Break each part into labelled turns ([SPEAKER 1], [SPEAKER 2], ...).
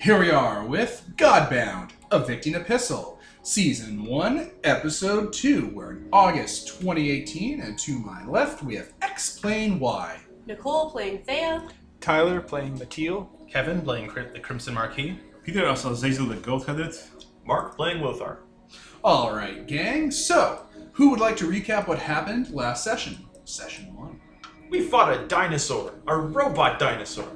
[SPEAKER 1] Here we are with Godbound, a Victim Epistle, Season 1, Episode 2. We're in August 2018, and to my left we have X Plane Y.
[SPEAKER 2] Nicole playing Thea.
[SPEAKER 3] Tyler playing Mateel.
[SPEAKER 4] Kevin playing Cri- the Crimson Marquis.
[SPEAKER 5] Peter also Zazel the Goat Headed.
[SPEAKER 6] Mark playing Lothar.
[SPEAKER 1] Alright, gang, so who would like to recap what happened last session? Session 1.
[SPEAKER 6] We fought a dinosaur, a robot dinosaur.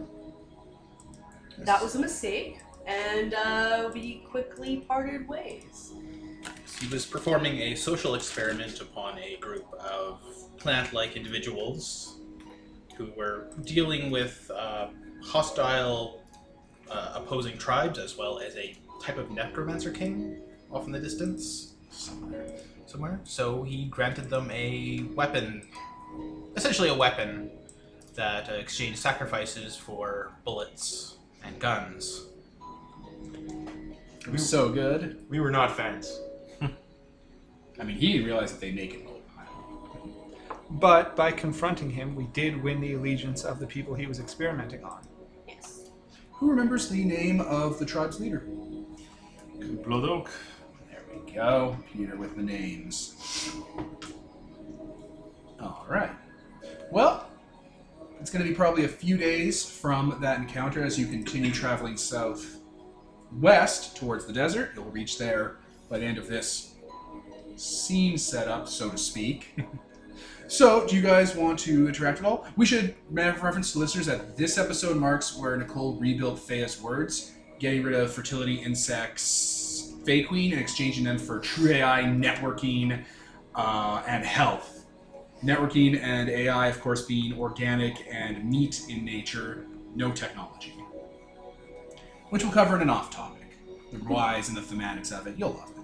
[SPEAKER 2] That was a mistake, and uh, we quickly parted ways.
[SPEAKER 4] He was performing a social experiment upon a group of plant like individuals who were dealing with uh, hostile uh, opposing tribes as well as a type of necromancer king off in the distance somewhere. somewhere. So he granted them a weapon, essentially a weapon that uh, exchanged sacrifices for bullets and guns.
[SPEAKER 1] It was so good.
[SPEAKER 6] We were not fans.
[SPEAKER 1] I mean, he didn't realize that they naked rolled.
[SPEAKER 3] But by confronting him, we did win the allegiance of the people he was experimenting on.
[SPEAKER 2] Yes.
[SPEAKER 1] Who remembers the name of the tribe's leader?
[SPEAKER 5] Blood Oak.
[SPEAKER 1] There we go. Peter with the names. All right. Well, it's going to be probably a few days from that encounter as you continue traveling south west towards the desert. You'll reach there by the end of this scene setup, so to speak. So, do you guys want to interact at all? We should have reference to listeners that this episode marks where Nicole rebuilt Fea's words getting rid of fertility insects, Fey Queen, and exchanging them for true AI networking uh, and health. Networking and AI, of course, being organic and meat in nature, no technology. Which we'll cover in an off topic. The whys and the thematics of it. You'll love it.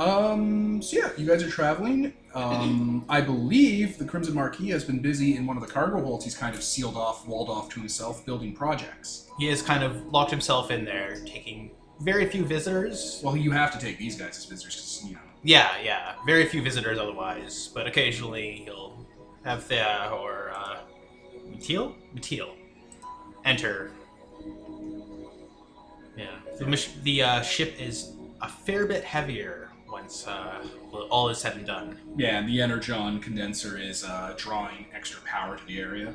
[SPEAKER 1] Um, so, yeah, you guys are traveling. Um, I believe the Crimson Marquis has been busy in one of the cargo holds he's kind of sealed off, walled off to himself, building projects.
[SPEAKER 4] He has kind of locked himself in there, taking very few visitors.
[SPEAKER 1] Well, you have to take these guys as visitors because you know.
[SPEAKER 4] Yeah, yeah, very few visitors otherwise, but occasionally he'll have Thea or uh, Matil? Matil enter. Yeah, the, mich- the uh, ship is a fair bit heavier once uh, all is said and done.
[SPEAKER 1] Yeah, and the energon condenser is uh, drawing extra power to the area.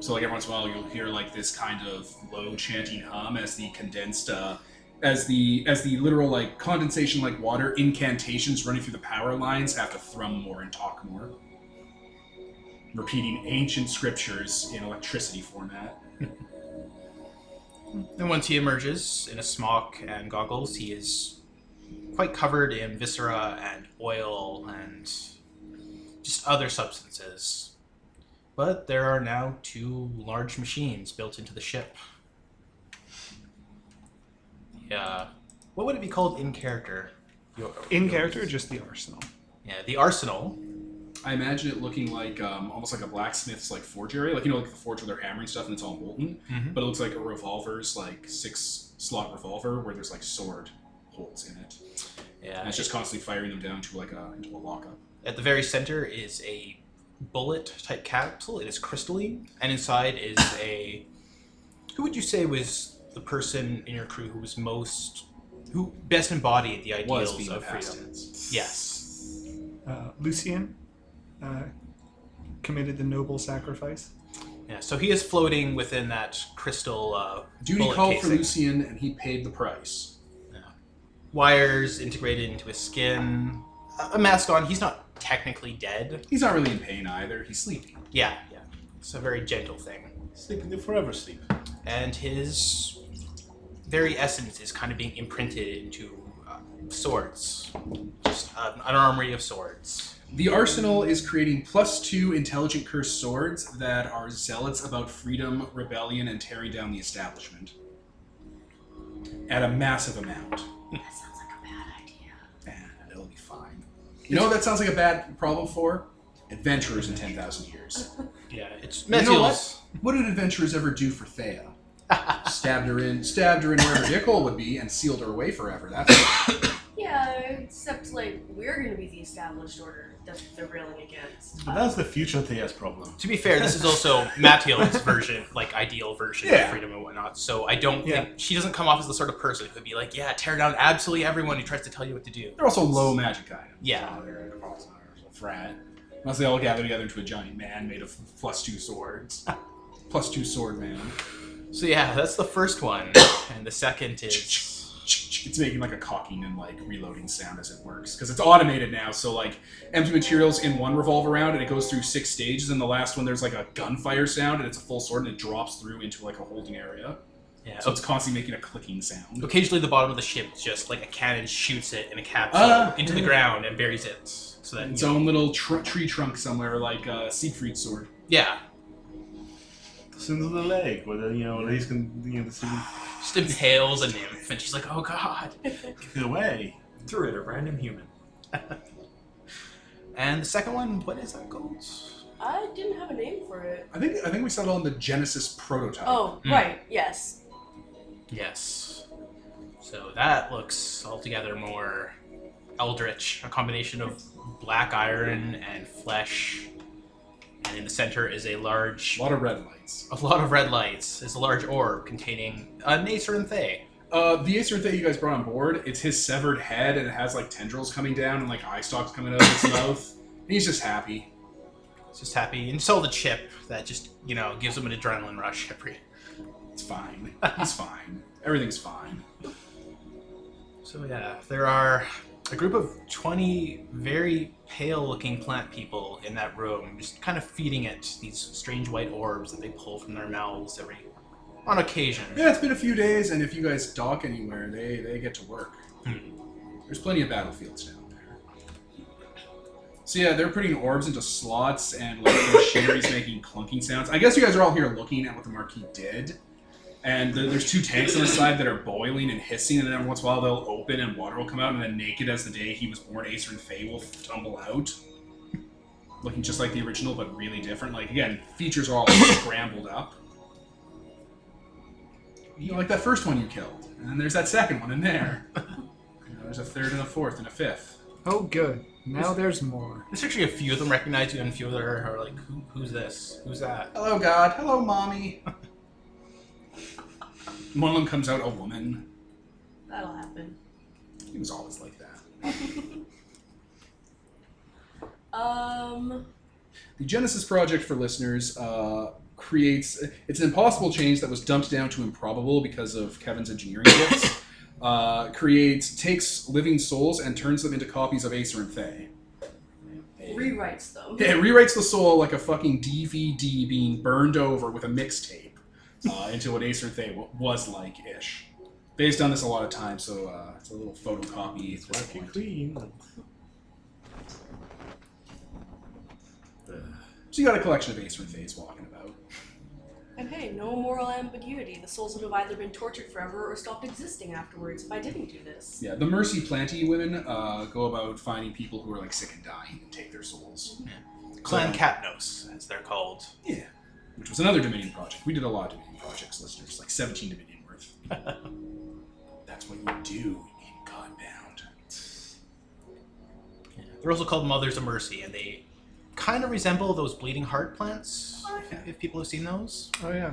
[SPEAKER 1] So like every once in a while, you'll hear like this kind of low chanting hum as the condensed, uh, as the as the literal like condensation like water incantations running through the power lines have to thrum more and talk more, repeating ancient scriptures in electricity format.
[SPEAKER 4] And once he emerges in a smock and goggles, he is quite covered in viscera and oil and just other substances. But there are now two large machines built into the ship. Yeah. What would it be called in character? Your-
[SPEAKER 3] In
[SPEAKER 4] your-
[SPEAKER 3] character, just the arsenal.
[SPEAKER 4] Yeah, the arsenal.
[SPEAKER 1] I imagine it looking like um, almost like a blacksmith's like forge area, like you know, like the forge where they're hammering stuff and it's all molten.
[SPEAKER 4] Mhm.
[SPEAKER 1] But it looks like a revolver's like six slot revolver where there's like sword holes in it, and
[SPEAKER 4] Yeah.
[SPEAKER 1] it's just constantly firing them down to like a into a lockup.
[SPEAKER 4] At the very center is a bullet type capsule. It is crystalline, and inside is a. Who would you say was the person in your crew who was most, who best embodied the
[SPEAKER 1] Was
[SPEAKER 4] ideals
[SPEAKER 1] being
[SPEAKER 4] of
[SPEAKER 1] past
[SPEAKER 4] freedom?
[SPEAKER 1] tense.
[SPEAKER 4] Yes.
[SPEAKER 3] Uh, Lucian uh, committed the noble sacrifice.
[SPEAKER 4] Yeah. So he is floating within that crystal. Uh,
[SPEAKER 1] Duty
[SPEAKER 4] bullet
[SPEAKER 1] called for
[SPEAKER 4] casing.
[SPEAKER 1] Lucian, and he paid the price.
[SPEAKER 4] Wires integrated into his skin. A- A mask on. He's not technically dead.
[SPEAKER 1] He's not really in pain either. He's sleeping.
[SPEAKER 4] Yeah. Yeah. It's a very gentle thing.
[SPEAKER 5] Sleep in the forever sleep.
[SPEAKER 4] and his very essence is kind of being imprinted into uh, swords, just uh, an armory of swords.
[SPEAKER 1] The arsenal is creating plus two intelligent cursed swords that are zealots about freedom, rebellion, and tearing down the establishment at a massive amount.
[SPEAKER 2] That sounds like a bad idea.
[SPEAKER 1] and it'll be fine. You know what that sounds like a bad problem for? Adventurers in 10,000 years.
[SPEAKER 4] Yeah, it's
[SPEAKER 1] You know
[SPEAKER 4] Metil's-
[SPEAKER 1] What did adventurers ever do for Thea? stabbed her in, stabbed her in where her dick hole would be, and sealed her away forever. That's
[SPEAKER 2] Yeah, Yeah, except like we're gonna be the established order that they're railing against.
[SPEAKER 5] But that's the future Theas problem.
[SPEAKER 4] To be fair, this is also Matilda's version, like ideal version
[SPEAKER 1] Yeah.
[SPEAKER 4] of freedom and whatnot. So I don't
[SPEAKER 3] Yeah.
[SPEAKER 4] think she doesn't come off as the sort of person who'd be like, "Yeah, tear down absolutely everyone who tries to tell you what to do."
[SPEAKER 1] They're also low magic items.
[SPEAKER 4] Yeah.
[SPEAKER 1] So they're they're also a frat. Unless they all gather together into a giant man made of plus two swords. plus two sword man.
[SPEAKER 4] So yeah, that's the first one, and the second is
[SPEAKER 1] It's making like a cocking and like reloading sound as it works because it's automated now. So like empty materials in one revolve around and it goes through six stages. And the last one there's like a gunfire sound and it's a full sword and it drops through into like a holding area.
[SPEAKER 4] yeah.
[SPEAKER 1] So it's constantly making a clicking sound.
[SPEAKER 4] Occasionally, the bottom of the ship is just like a cannon shoots it in a capsule
[SPEAKER 1] Ah.
[SPEAKER 4] into the ground and buries it. So that
[SPEAKER 1] Its
[SPEAKER 4] you know-
[SPEAKER 1] own little tr- tree trunk somewhere like uh, Siegfried's sword.
[SPEAKER 4] yeah,
[SPEAKER 5] It's into the lake, where the, you know, ladies can you know, just
[SPEAKER 4] just impales a nymph, and she's like, "Oh God!"
[SPEAKER 5] kick it away.
[SPEAKER 6] Threw it a random human.
[SPEAKER 4] And the second one, what is that called?
[SPEAKER 2] I didn't have a name for it.
[SPEAKER 1] I think I think we settled on the Genesis prototype.
[SPEAKER 2] Oh,
[SPEAKER 4] Mm.
[SPEAKER 2] right, yes.
[SPEAKER 4] Yes. So that looks altogether more eldritch, a combination of black iron and flesh. And in the center is a large,
[SPEAKER 1] A lot of red lights.
[SPEAKER 4] a lot of red lights. Is a large orb containing a Nacer and Thay.
[SPEAKER 1] Uh, the Acer that you guys brought on board, it's his severed head and it has like tendrils coming down and like eye stalks coming out of its mouth. And he's just happy.
[SPEAKER 4] It's just happy, and so the chip that just you know gives him an adrenaline rush every.
[SPEAKER 1] It's fine. He's fine. Everything's fine.
[SPEAKER 4] So yeah, there are a group of twenty very pale-looking plant people in that room, just kind of feeding it these strange white orbs that they pull from their mouths every, on occasion.
[SPEAKER 1] Yeah, it's been a few days, and if you guys dock anywhere, they they get to work.
[SPEAKER 4] Hmm.
[SPEAKER 1] There's plenty of battlefields down there. So yeah, they're putting orbs into slots and like the machinery's making clunking sounds. I guess you guys are all here looking at what the marquee did. And there- there's two tanks on the side that are boiling and hissing, and then every once in a while they'll open and water will come out, and then naked as the day he was born, Acer and Faye will tumble out. Looking just like the original, but really different. Like again, features are all scrambled up. You know, like that first one you killed, and then there's that second one in there. You know, there's a third and a fourth and a fifth.
[SPEAKER 3] Oh, good. Now there's more.
[SPEAKER 4] There's actually a few of them recognize you, and a few of them are like, Who, "Who's this? Who's that?"
[SPEAKER 1] Hello, God. Hello, Mommy. One of them comes out a woman.
[SPEAKER 2] That'll happen.
[SPEAKER 1] He was always like that.
[SPEAKER 2] Um
[SPEAKER 1] The Genesis Project for listeners uh, creates it's an impossible change that was dumped down to improbable because of Kevin's engineering gifts. Uh, creates takes living souls and turns them into copies of Acer and Faye.
[SPEAKER 2] rewrites them.
[SPEAKER 1] Yeah, it rewrites the soul like a fucking DVD being burned over with a mixtape uh, into what Acer Thay w- was like ish. Based on this a lot of time, so uh, it's a little photocopy. at this
[SPEAKER 5] Fucking
[SPEAKER 1] point.
[SPEAKER 5] queen.
[SPEAKER 1] So you got a collection of Acer and Thays walking about.
[SPEAKER 2] And hey, no moral ambiguity. The souls would have either been tortured forever or stopped existing afterwards if I didn't do this.
[SPEAKER 1] Yeah, the Mercy Planty women uh, go about finding people who are like sick and dying and take their souls.
[SPEAKER 4] Clan Katnos, as they're called.
[SPEAKER 1] Yeah. Which was another Dominion project. We did a lot of Dominion projects, listeners, like 17 Dominion worth. That's what you do in Godbound.
[SPEAKER 4] They're also called Mothers of Mercy, and they kind of resemble those bleeding heart plants.
[SPEAKER 1] Oh, yeah.
[SPEAKER 4] If people have seen those,
[SPEAKER 3] Oh, yeah.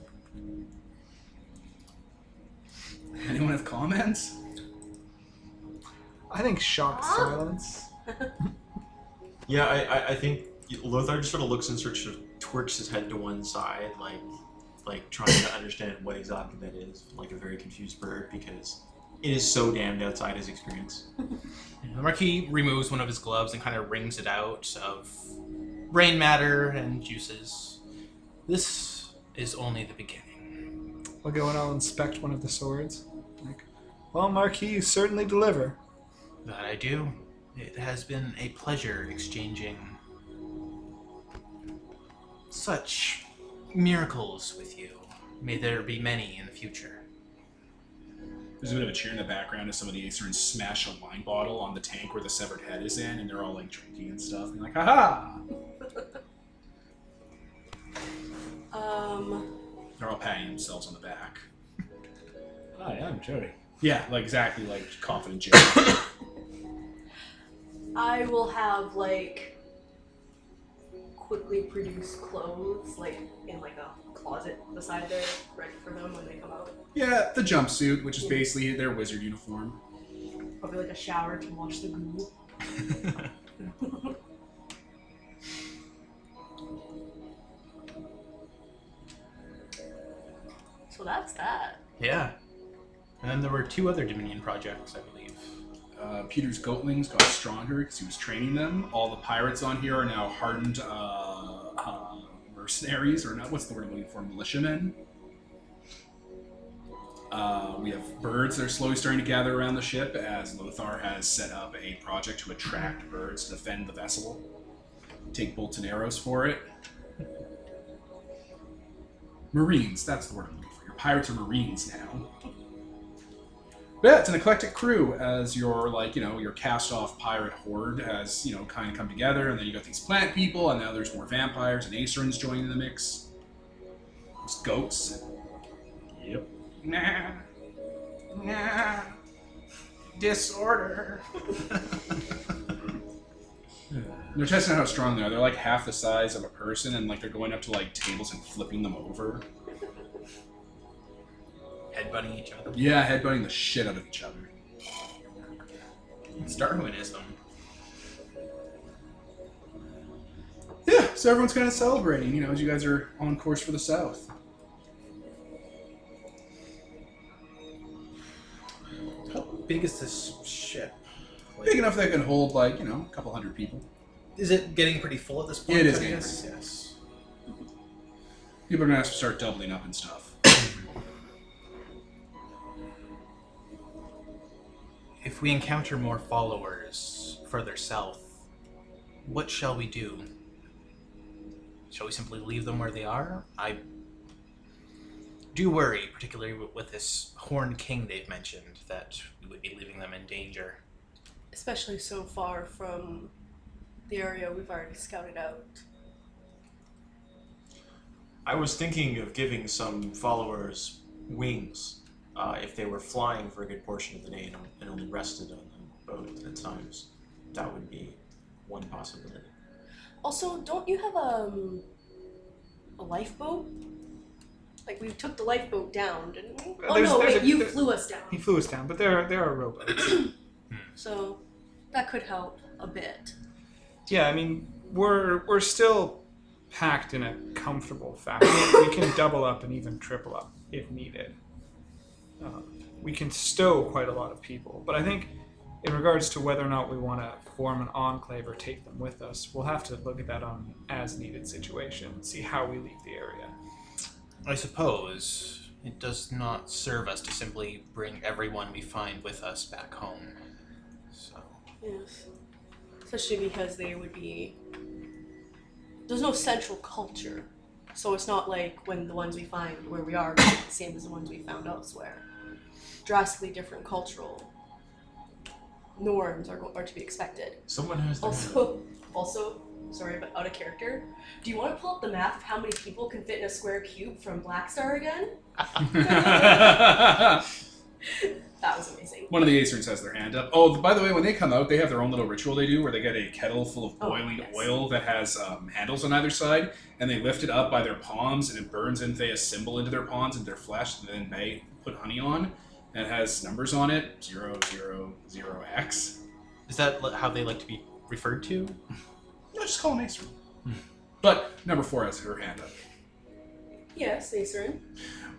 [SPEAKER 1] Anyone have comments?
[SPEAKER 3] I think shocked
[SPEAKER 2] Huh?
[SPEAKER 3] silence.
[SPEAKER 6] Yeah, I, I, I think Lothar just sort of looks and sort of twerks his head to one side, like like trying to understand what exactly that is, like a very confused bird, because it is so damned outside his experience.
[SPEAKER 4] the Marquis removes one of his gloves and kind of wrings it out of brain matter and juices. This is only the beginning.
[SPEAKER 3] I'll go and I'll inspect one of the swords. Like, well, Marquis, you certainly deliver.
[SPEAKER 4] That I do. It has been a pleasure exchanging such miracles with you. May there be many in the future.
[SPEAKER 1] There's a bit of a cheer in the background as some of the Acerans smash a wine bottle on the tank where the severed head is in, and they're all like drinking and stuff, and like, haha!
[SPEAKER 2] Um Um,
[SPEAKER 1] They're all patting themselves on the back.
[SPEAKER 5] Hi, I'm Jerry.
[SPEAKER 4] Yeah, like exactly like confident Jerry.
[SPEAKER 2] I will have like quickly produce clothes like in like a closet beside there, ready for them when they come out.
[SPEAKER 1] Yeah, the jumpsuit, which is basically their wizard uniform.
[SPEAKER 2] Probably like a shower to wash the goo. so that's that.
[SPEAKER 4] yeah. And then there were two other Dominion projects, I believe.
[SPEAKER 1] Uh, Peter's goatlings got stronger because he was training them. All the pirates on here are now hardened uh, uh, mercenaries, or not? What's the word I'm looking for? Militiamen. Uh, we have birds that are slowly starting to gather around the ship as Lothar has set up a project to attract birds to defend the vessel. Take bolts and arrows for it. Marines, that's the word I'm looking for. Your pirates are marines now. But yeah, it's an eclectic crew as your like, you know, your cast off pirate horde has, you know, kinda come together and then you got these plant people and now there's more vampires and Acerans joining the mix. There's goats.
[SPEAKER 5] Yep.
[SPEAKER 1] Nah. Nah. Disorder. they're testing out how strong they are. They're like half the size of a person and like they're going up to like tables and flipping them over.
[SPEAKER 4] Headbutting each other.
[SPEAKER 1] Yeah, headbutting the shit out of each other.
[SPEAKER 4] It's Darwinism.
[SPEAKER 1] Yeah, so everyone's kind of celebrating, you know, as you guys are on course for the south.
[SPEAKER 4] How big is this ship? Like,
[SPEAKER 1] Big enough that can hold, like, you know, a couple hundred people.
[SPEAKER 4] Is it getting pretty full at this point?
[SPEAKER 1] It is
[SPEAKER 4] I
[SPEAKER 1] getting
[SPEAKER 4] guess?
[SPEAKER 1] pretty
[SPEAKER 4] Yes.
[SPEAKER 1] People are gonna have to start doubling up and stuff.
[SPEAKER 4] If we encounter more followers further south, what shall we do? Shall we simply leave them where they are? I do worry, particularly with- with this Horn King they've mentioned, that we would be leaving them in danger.
[SPEAKER 2] Especially so far from the area we've already scouted out.
[SPEAKER 6] I was thinking of giving some followers wings uh, if they were flying for a good portion of the day and, and only rested on the boat at times. That would be one possibility.
[SPEAKER 2] Also, don't you have um a lifeboat? Like we took the lifeboat down, didn't we?
[SPEAKER 3] Uh,
[SPEAKER 2] Oh
[SPEAKER 3] there's-
[SPEAKER 2] no,
[SPEAKER 3] there's
[SPEAKER 2] wait,
[SPEAKER 3] a-
[SPEAKER 2] you
[SPEAKER 3] there-
[SPEAKER 2] flew us down.
[SPEAKER 3] He flew us down, but there are, there are robots.
[SPEAKER 2] So that could help a bit.
[SPEAKER 3] Yeah, I mean, we're we're still packed in a comfortable fashion. we can double up and even triple up if needed. Uh, we can stow quite a lot of people, but I think in regards to whether or not we want to form an enclave or take them with us, we'll have to look at that on an as-needed situation and see how we leave the area.
[SPEAKER 4] I suppose it does not serve us to simply bring everyone we find with us back home. So.
[SPEAKER 2] Yes. Especially because they would be there's no central culture. So it's not like when the ones we find where we are are the same as the ones we found elsewhere. Drastically different cultural norms are, go- are to be expected.
[SPEAKER 6] Someone has their hand up.
[SPEAKER 2] Also, also, sorry, but out of character. Do you want to pull up the map of how many people can fit in a square cube from Black Star again? That was amazing.
[SPEAKER 1] One of the Acerns has their hand up. Oh, by the way, when they come out, they have their own little ritual they do where they get a kettle full of
[SPEAKER 2] Oh,
[SPEAKER 1] boiling
[SPEAKER 2] yes.
[SPEAKER 1] oil that has um, handles on either side, and they lift it up by their palms, and it burns Enthea's symbol into their palms and their flesh, and then they put honey on. And it has numbers on it, zero zero zero X.
[SPEAKER 4] Is that li- how they like to be referred to?
[SPEAKER 1] No, just call an Acer.
[SPEAKER 2] Hmm.
[SPEAKER 1] But number four has her hand up.
[SPEAKER 2] Yes, Acerin.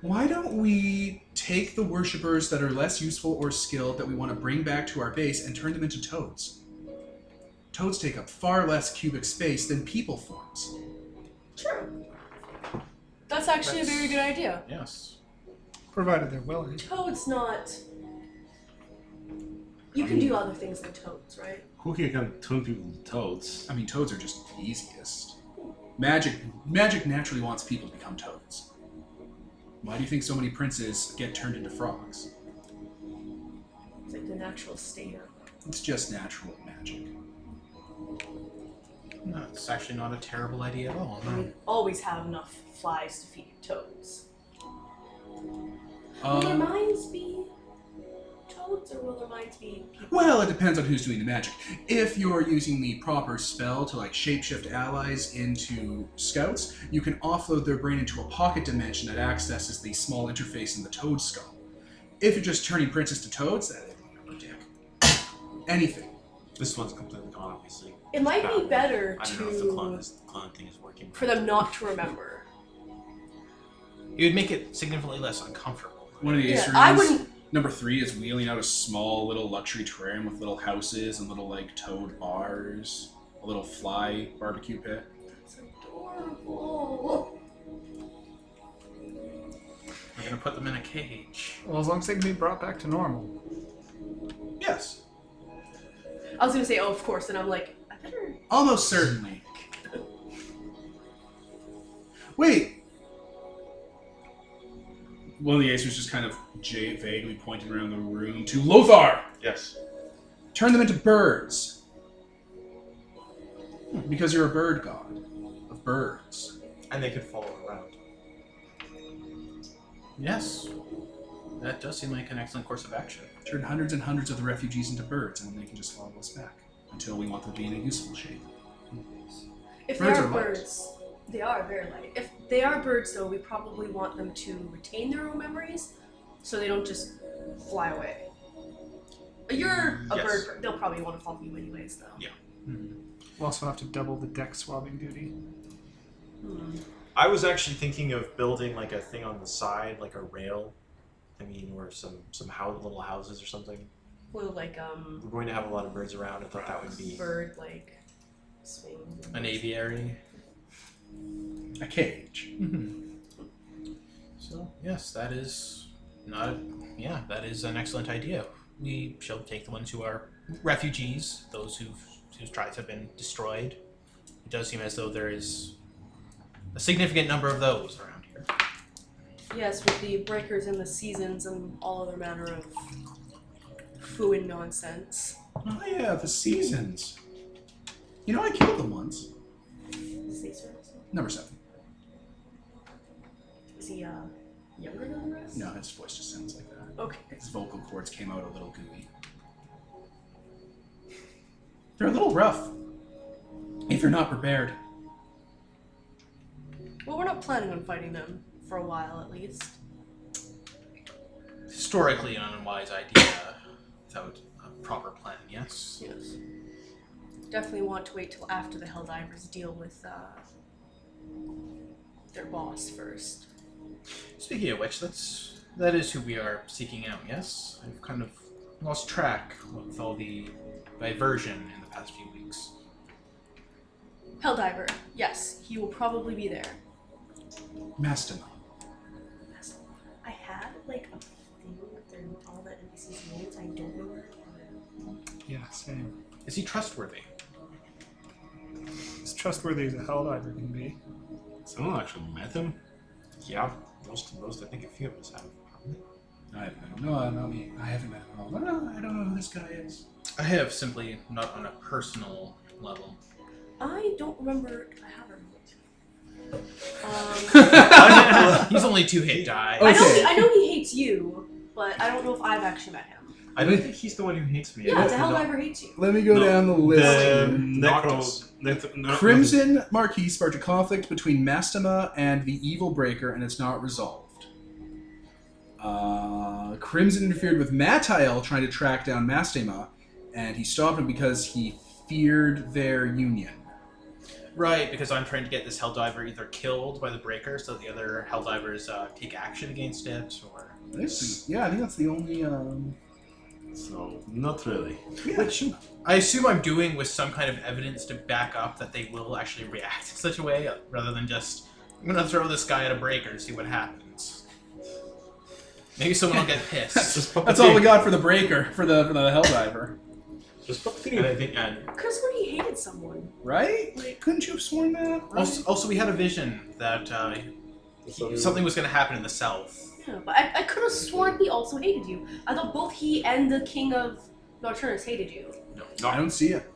[SPEAKER 1] Why don't we take the worshippers that are less useful or skilled that we want to bring back to our base and turn them into toads? Toads take up far less cubic space than people forms.
[SPEAKER 2] True. That's actually a very good idea.
[SPEAKER 4] Yes.
[SPEAKER 3] Provided they're willing.
[SPEAKER 2] Toad's not. You can do other things than toads, right?
[SPEAKER 5] Who can kind of turn people into toads?
[SPEAKER 1] I mean, toads are just the easiest. Magic, magic naturally wants people to become toads. Why do you think so many princes get turned into frogs?
[SPEAKER 2] It's like the natural state of.
[SPEAKER 1] It's just natural magic.
[SPEAKER 4] No, it's actually not a terrible idea at all.
[SPEAKER 2] I
[SPEAKER 4] No.
[SPEAKER 2] mean, always have enough flies to feed toads. Will their
[SPEAKER 1] Um,
[SPEAKER 2] minds be toads or will their minds be people?
[SPEAKER 1] well, it depends on who's doing the magic. If you're using the proper spell to like shapeshift allies into scouts, you can offload their brain into a pocket dimension that accesses the small interface in the toad skull. If you're just turning princes to toads, that is dick. Anything.
[SPEAKER 6] This one's completely gone, obviously.
[SPEAKER 2] It might be
[SPEAKER 6] Yeah.
[SPEAKER 2] better
[SPEAKER 6] I don't know if the clone,
[SPEAKER 2] to
[SPEAKER 6] is, clone thing is working.
[SPEAKER 2] for them not to remember.
[SPEAKER 4] It would make it significantly less uncomfortable.
[SPEAKER 1] One of the
[SPEAKER 2] Yeah,
[SPEAKER 1] Acer
[SPEAKER 2] I
[SPEAKER 1] runes-
[SPEAKER 2] wouldn't.
[SPEAKER 1] Number three is wheeling out a small little luxury terrarium with little houses and little like toad bars, a little fly barbecue pit.
[SPEAKER 2] That's adorable.
[SPEAKER 4] We're gonna put them in a cage.
[SPEAKER 3] Well, as long as they can be brought back to normal.
[SPEAKER 1] Yes,
[SPEAKER 2] I was gonna say, oh, of course, and I'm like, I better.
[SPEAKER 1] almost certainly. Wait. One of the Acers just kind of ja vaguely pointing around the room to Lothar.
[SPEAKER 5] Yes.
[SPEAKER 1] Turn them into birds. Because you're a bird god of birds.
[SPEAKER 6] And they could follow around.
[SPEAKER 4] Yes. That does seem like an excellent course of action.
[SPEAKER 1] Turn hundreds and hundreds of the refugees into birds, and then they can just follow us back until we want them to be in a useful shape.
[SPEAKER 2] If they
[SPEAKER 1] Birds
[SPEAKER 2] are
[SPEAKER 1] are light.
[SPEAKER 2] birds, they are very light. If they are birds, though, we probably want them to retain their own memories, so they don't just fly away. But you're a
[SPEAKER 4] Yes.
[SPEAKER 2] bird. They'll probably want to follow you anyways, though.
[SPEAKER 4] Yeah.
[SPEAKER 3] We'll also have to double the deck swabbing duty.
[SPEAKER 2] Hmm.
[SPEAKER 6] I was actually thinking of building like a thing on the side, like a rail. I mean, or some some hou- little houses or something.
[SPEAKER 2] Well, like um,
[SPEAKER 6] We're going to have a lot of birds around. I thought that would be.
[SPEAKER 2] bird like swing.
[SPEAKER 4] An aviary.
[SPEAKER 1] A cage.
[SPEAKER 4] Mm-hmm. So yes, that is not. A, yeah, that is an excellent idea. We shall take the ones who are refugees, those who whose tribes have been destroyed. It does seem as though there is a significant number of those around here.
[SPEAKER 2] Yes, with the breakers and the seasons and all other manner of foo and nonsense.
[SPEAKER 1] Oh yeah, the seasons. You know, I killed them once.
[SPEAKER 2] Caesar,
[SPEAKER 1] Number seven.
[SPEAKER 2] is he uh, younger than the rest?
[SPEAKER 1] No, his voice just sounds like that.
[SPEAKER 2] Okay.
[SPEAKER 1] His vocal cords came out a little gooey. They're a little rough. If you're not prepared.
[SPEAKER 2] Well, we're not planning on fighting them for a while, at least.
[SPEAKER 4] Historically, an unwise idea without a proper plan. Yes.
[SPEAKER 2] Yes. Definitely want to wait till after the Helldivers deal with uh, their boss first.
[SPEAKER 4] Speaking of which, that's that is who we are seeking out. Yes, I've kind of lost track with all the diversion in the past few weeks.
[SPEAKER 2] Helldiver, yes, he will probably be there.
[SPEAKER 1] Mastodon.
[SPEAKER 2] I had like a thing with their, all the NPCs' names. I don't know where it
[SPEAKER 3] Yeah, same.
[SPEAKER 4] Is he trustworthy?
[SPEAKER 3] As trustworthy as a helldiver can be.
[SPEAKER 5] Someone actually met him.
[SPEAKER 6] Yeah, most most I think a few of us have.
[SPEAKER 1] I haven't met him. No, uh, not me. I haven't met him at all. No, no, I don't know who this guy is.
[SPEAKER 4] I have simply not on a personal level.
[SPEAKER 2] I don't remember if I have her. Um,
[SPEAKER 1] I
[SPEAKER 4] He's only two hit die.
[SPEAKER 2] I know
[SPEAKER 1] Okay.
[SPEAKER 2] he, I know he hates you, but I don't know if I've actually met him.
[SPEAKER 6] I don't think he's the one who hates me. I
[SPEAKER 2] Yeah,
[SPEAKER 6] don't
[SPEAKER 2] the
[SPEAKER 6] think
[SPEAKER 2] Helldiver hates you.
[SPEAKER 1] Let me go
[SPEAKER 5] No.
[SPEAKER 1] down the list.
[SPEAKER 5] The
[SPEAKER 1] here.
[SPEAKER 6] um,
[SPEAKER 5] necro, nec- no-
[SPEAKER 1] Crimson Marquis sparked a conflict between Mastema and the Evil Breaker, and it's not resolved. Uh, Crimson interfered with Matael trying to track down Mastema, and he stopped him because he feared their union.
[SPEAKER 4] Right, because I'm trying to get this Helldiver either killed by the Breaker so the other Helldivers uh, take action against it, or.
[SPEAKER 1] This- yeah, I think that's the only. Um,
[SPEAKER 5] So not really.
[SPEAKER 1] yeah, sure.
[SPEAKER 4] I assume I'm doing with some kind of evidence to back up that they will actually react in such a way uh, rather than just, I'm gonna throw this guy at a Breaker and see what happens. Maybe someone will get pissed.
[SPEAKER 6] Just puppeteer.
[SPEAKER 1] That's all we got for the Breaker, for the, for the Helldiver.
[SPEAKER 6] Just puppeteer. And I think and
[SPEAKER 2] Because when he hated someone,
[SPEAKER 1] Right? Like, couldn't you have sworn that? Right?
[SPEAKER 4] also, also, we had a vision that uh, he- something was gonna happen in the south.
[SPEAKER 2] yeah, but I, I could have sworn he also hated you. I thought both he and the King of Nocturnus hated you.
[SPEAKER 1] I don't see it.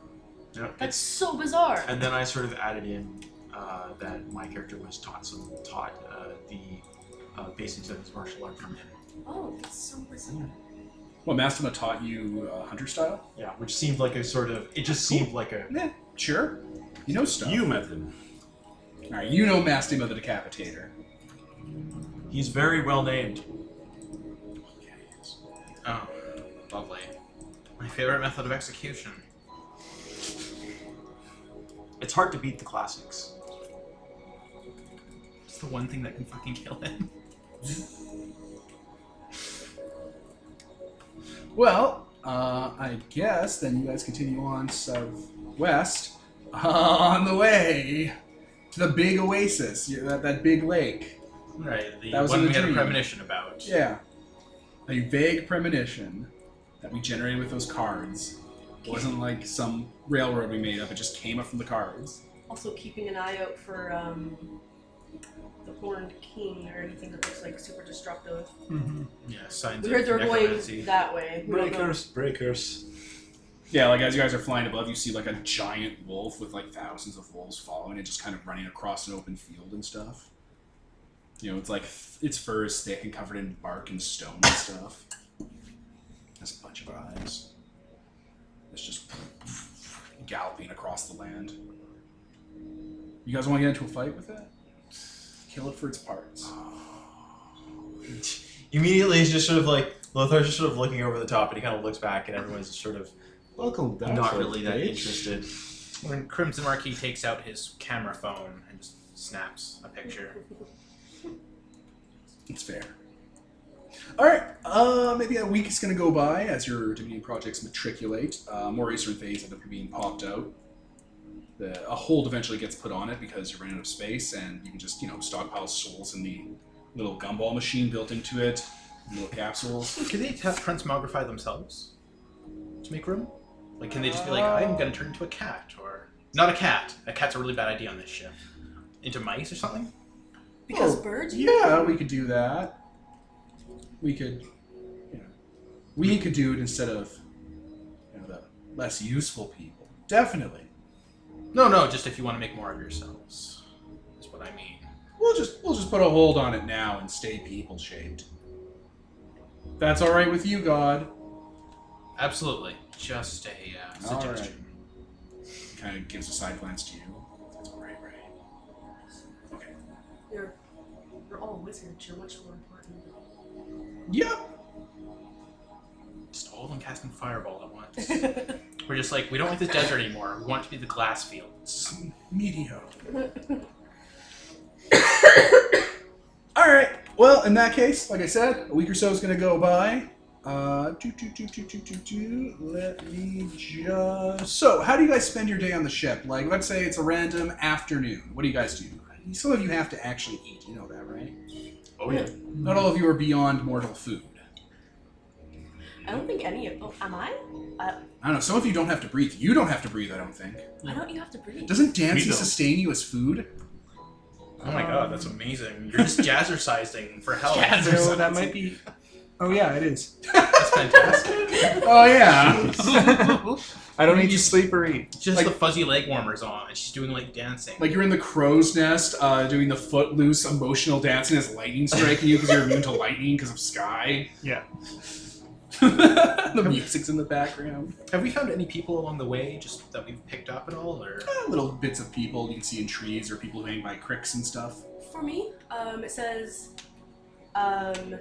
[SPEAKER 2] That's so bizarre.
[SPEAKER 6] And then I sort of added in uh, that my character was taught some taught uh, the uh, based into his martial art from him.
[SPEAKER 2] Oh, that's so bizarre.
[SPEAKER 1] Well, Mastema taught you uh, hunter style?
[SPEAKER 6] Yeah, which seemed like a sort of. It just seemed like a.
[SPEAKER 1] Yeah, sure. You know stuff.
[SPEAKER 5] You met them.
[SPEAKER 1] All right, you know Mastema the Decapitator.
[SPEAKER 6] He's very well named.
[SPEAKER 4] Oh, lovely. My favorite method of execution.
[SPEAKER 6] It's hard to beat the classics.
[SPEAKER 4] It's the one thing that can fucking kill him.
[SPEAKER 1] Well, uh, I guess then you guys continue on southwest uh, on the way to the big oasis, you- that, that big lake.
[SPEAKER 4] Right, the
[SPEAKER 1] That was
[SPEAKER 4] one
[SPEAKER 1] in
[SPEAKER 4] we
[SPEAKER 1] the
[SPEAKER 4] had a
[SPEAKER 1] dream.
[SPEAKER 4] premonition about.
[SPEAKER 1] Yeah. A vague premonition that we generated with those cards. It wasn't like some railroad we made up, it just came up from the cards.
[SPEAKER 2] Also, keeping an eye out for um, the Horned King or anything that looks like super destructive.
[SPEAKER 3] Mm-hmm.
[SPEAKER 4] Yeah, signs
[SPEAKER 2] We heard
[SPEAKER 4] of
[SPEAKER 2] they're
[SPEAKER 4] necromancy.
[SPEAKER 2] going that way. We don't know.
[SPEAKER 5] Breakers, breakers.
[SPEAKER 1] Yeah, like as you guys are flying above, you see like a giant wolf with like thousands of wolves following it, just kind of running across an open field and stuff. You know, it's like its fur is thick and covered in bark and stone and stuff. Has a bunch of eyes. It's just galloping across the land. You guys want to get into a fight with it? Kill it for its parts.
[SPEAKER 6] Immediately, he's just sort of like Lothar's just sort of looking over the top, and he kind of looks back, and everyone's just sort of uh,
[SPEAKER 5] Welcome down.
[SPEAKER 6] not
[SPEAKER 5] sir,
[SPEAKER 6] really that
[SPEAKER 5] bitch.
[SPEAKER 6] interested.
[SPEAKER 4] When Crimson Marquis takes out his camera phone and just snaps a picture.
[SPEAKER 1] It's fair. All right. Uh, maybe a week is going to go by as your Dominion projects matriculate. Uh, more Eastern Phase end up being popped out. The, a hold eventually gets put on it because you ran out of space, and you can just you know stockpile souls in the little gumball machine built into it, little capsules.
[SPEAKER 4] Can they have transmogrify themselves to make room? Like, can they just be like, I'm gonna turn into a cat, or not a cat? A cat's a really bad idea on this ship. Into mice or something?
[SPEAKER 2] Because
[SPEAKER 1] Oh,
[SPEAKER 2] birds.
[SPEAKER 1] Yeah, we could do that. We could, you know, we could do it instead of you know, the less useful people. Definitely.
[SPEAKER 4] No, no, just if you want to make more of yourselves, is what I mean.
[SPEAKER 1] We'll just we'll just put a hold on it now and stay people shaped. That's all right with you, God.
[SPEAKER 4] Absolutely. Just a uh,
[SPEAKER 1] All
[SPEAKER 4] suggestion.
[SPEAKER 1] Kind of gives a side glance to you. That's all right, right? Okay.
[SPEAKER 2] You're, you're all wizards. You're much more important.
[SPEAKER 1] Yep.
[SPEAKER 4] Just all of them casting fireball at once. We're just like, we don't like this desert anymore. We want it to be the glass fields.
[SPEAKER 1] Medio. all right. Well, in that case, like I said, a week or so is gonna go by. Uh, do, do, do, do, do, do, do. Let me just. So, how do you guys spend your day on the ship? Like, let's say it's a random afternoon. What do you guys do? Some of you have to actually eat. You know that, right?
[SPEAKER 5] Oh yeah.
[SPEAKER 1] Not all of you are beyond mortal food.
[SPEAKER 2] I don't think any of. Oh, am I?
[SPEAKER 1] I don't know. Some of you don't have to breathe. You don't have to breathe. I don't think.
[SPEAKER 2] Why don't you have to breathe?
[SPEAKER 1] Doesn't
[SPEAKER 5] We
[SPEAKER 1] dancing
[SPEAKER 5] don't.
[SPEAKER 1] sustain you as food?
[SPEAKER 4] Oh my god, that's amazing. You're just jazzercising for hell.
[SPEAKER 3] So that might be. Oh yeah, it is.
[SPEAKER 4] That's fantastic.
[SPEAKER 1] Oh yeah.
[SPEAKER 3] I don't need to sleep or eat.
[SPEAKER 4] just
[SPEAKER 1] Like-
[SPEAKER 4] the fuzzy leg warmers on, and she's doing like dancing.
[SPEAKER 1] like you're in the crow's nest, uh, doing the footloose emotional dancing as lightning striking you because you're immune to lightning because of sky.
[SPEAKER 3] Yeah.
[SPEAKER 1] the music's in the background.
[SPEAKER 4] have we found any people along the way just that we've picked up at all, or
[SPEAKER 1] Uh, little bits of people you can see in trees or people who hang by cricks and stuff.
[SPEAKER 2] For me, um, it says, um,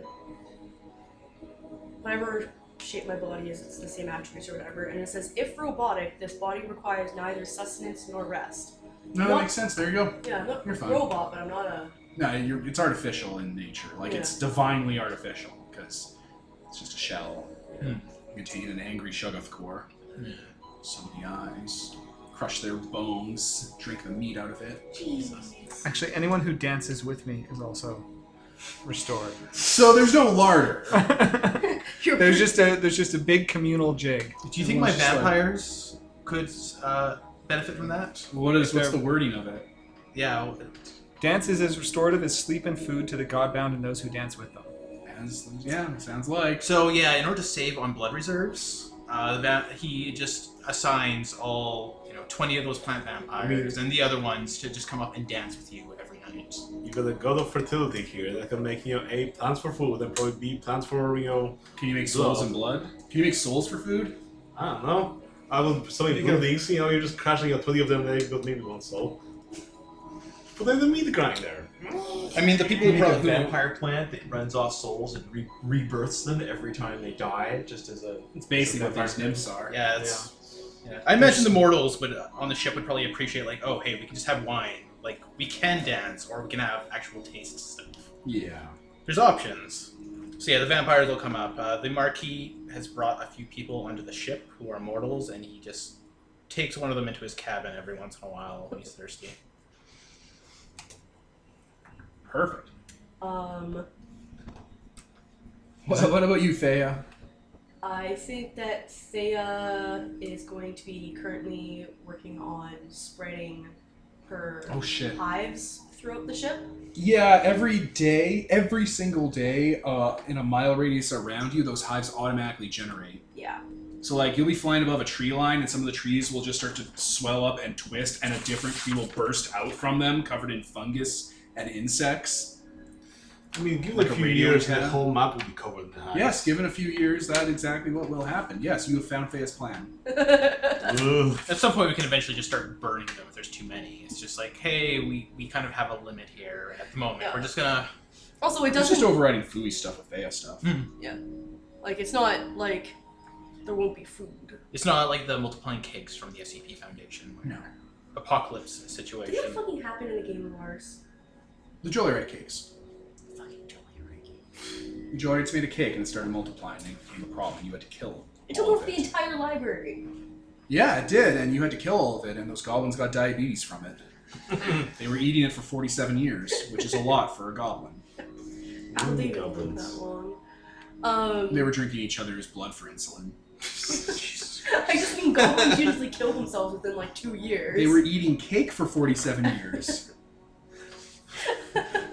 [SPEAKER 2] whatever shape my body is, it's the same attributes or whatever. And it says, if robotic, this body requires neither sustenance nor rest.
[SPEAKER 1] No, that
[SPEAKER 2] What?
[SPEAKER 1] makes sense. There you go.
[SPEAKER 2] Yeah, I'm not
[SPEAKER 1] You're
[SPEAKER 2] a
[SPEAKER 1] fine.
[SPEAKER 2] robot, but I'm not a.
[SPEAKER 1] No, you're, it's artificial in nature. Like
[SPEAKER 2] Yeah.
[SPEAKER 1] it's divinely artificial because it's just a shell
[SPEAKER 4] Hmm.
[SPEAKER 1] containing an angry Shuggoth core.
[SPEAKER 4] Yeah.
[SPEAKER 1] So many eyes, crush their bones, drink the meat out of it.
[SPEAKER 2] Jesus.
[SPEAKER 3] Actually, anyone who dances with me is also restored.
[SPEAKER 1] So there's no larder.
[SPEAKER 3] there's just a there's just a big communal jig.
[SPEAKER 4] do you think my
[SPEAKER 1] Everyone's just like-
[SPEAKER 4] vampires could uh, benefit from that?
[SPEAKER 1] What is what's
[SPEAKER 3] what's
[SPEAKER 1] the
[SPEAKER 3] the
[SPEAKER 1] wording of it?
[SPEAKER 4] Yeah, well,
[SPEAKER 3] Dance is as restorative as sleep and food to the godbound and those who dance with them.
[SPEAKER 1] As, yeah, it sounds like.
[SPEAKER 4] So yeah, in order to save on blood reserves, uh, that he just assigns all you know twenty of those plant vampires and the other ones to just come up and dance with you every night. streams.
[SPEAKER 5] You're gonna go to fertility here. That can make you know A plants for food and probably B plants for you know
[SPEAKER 1] Can you make souls and blood? Can you make souls for food?
[SPEAKER 5] I don't know. I will so many
[SPEAKER 1] You
[SPEAKER 5] good
[SPEAKER 1] go-
[SPEAKER 5] things, you know, you're just crashing out twenty of them and they got maybe one soul. Put them in the meat grinder.
[SPEAKER 4] I mean, the people
[SPEAKER 6] Maybe
[SPEAKER 4] who
[SPEAKER 6] a
[SPEAKER 4] probably
[SPEAKER 6] vampire plant that runs off souls and re- rebirths them every time they die, just as a.
[SPEAKER 1] It's basically what these nymphs are.
[SPEAKER 4] Yeah, it's. Yeah. I imagine the mortals would uh, on the ship would probably appreciate like, oh hey, we can just have wine. Like we can dance, or we can have actual taste stuff.
[SPEAKER 1] Yeah.
[SPEAKER 4] There's options. So yeah, the vampires will come up. Uh, the Marquis has brought a few people onto the ship who are mortals, and he just takes one of them into his cabin every once in a while when he's thirsty.
[SPEAKER 1] Perfect.
[SPEAKER 2] Um,
[SPEAKER 1] What, what about you, Thea?
[SPEAKER 2] I think that Thea is going to be currently working on spreading her
[SPEAKER 1] Oh shit.
[SPEAKER 2] hives throughout the ship.
[SPEAKER 1] Yeah, every day, every single day, uh, in a mile radius around you, those hives automatically generate.
[SPEAKER 2] Yeah.
[SPEAKER 1] So like you'll be flying above a tree line, and some of the trees will just start to swell up and twist, and a different tree will burst out from them, covered in fungus and insects.
[SPEAKER 5] I mean give it
[SPEAKER 1] Like
[SPEAKER 5] a
[SPEAKER 1] a
[SPEAKER 5] few
[SPEAKER 1] radio
[SPEAKER 5] years and the
[SPEAKER 1] antenna?
[SPEAKER 5] whole map will be covered in hives.
[SPEAKER 1] Yes, given a few years, that exactly what will happen. Yes, you have found Thea's plan.
[SPEAKER 5] Ugh.
[SPEAKER 4] At some point, we can eventually just start burning them if there's too many. It's just like, hey, we, we kind of have a limit here at the moment. We're just gonna.
[SPEAKER 2] also, it
[SPEAKER 1] It's
[SPEAKER 2] doesn't
[SPEAKER 1] just overriding Fooey stuff with Thea stuff.
[SPEAKER 2] like it's not like there won't be food.
[SPEAKER 4] It's not like the multiplying cakes from the SCP Foundation. where
[SPEAKER 1] No.
[SPEAKER 4] Apocalypse
[SPEAKER 2] Did that
[SPEAKER 4] situation.
[SPEAKER 2] fucking happen in a game of Mars?
[SPEAKER 1] The Jolly Ray cakes.
[SPEAKER 2] Fucking totally right.
[SPEAKER 1] The Jolly Rays made a cake and it started multiplying, and it became a problem, and you had to kill
[SPEAKER 2] It took
[SPEAKER 1] all of
[SPEAKER 2] over the entire library.
[SPEAKER 1] Yeah, it did, and you had to kill all of it, and those goblins got diabetes from it. they were eating it for 47 years, which is a lot for a goblin.
[SPEAKER 2] I don't think it took
[SPEAKER 5] Goblins.
[SPEAKER 2] that long. Um,
[SPEAKER 1] They were drinking each other's blood for insulin.
[SPEAKER 2] I just mean goblins usually kill themselves within like two years.
[SPEAKER 1] They were eating cake for 47 years.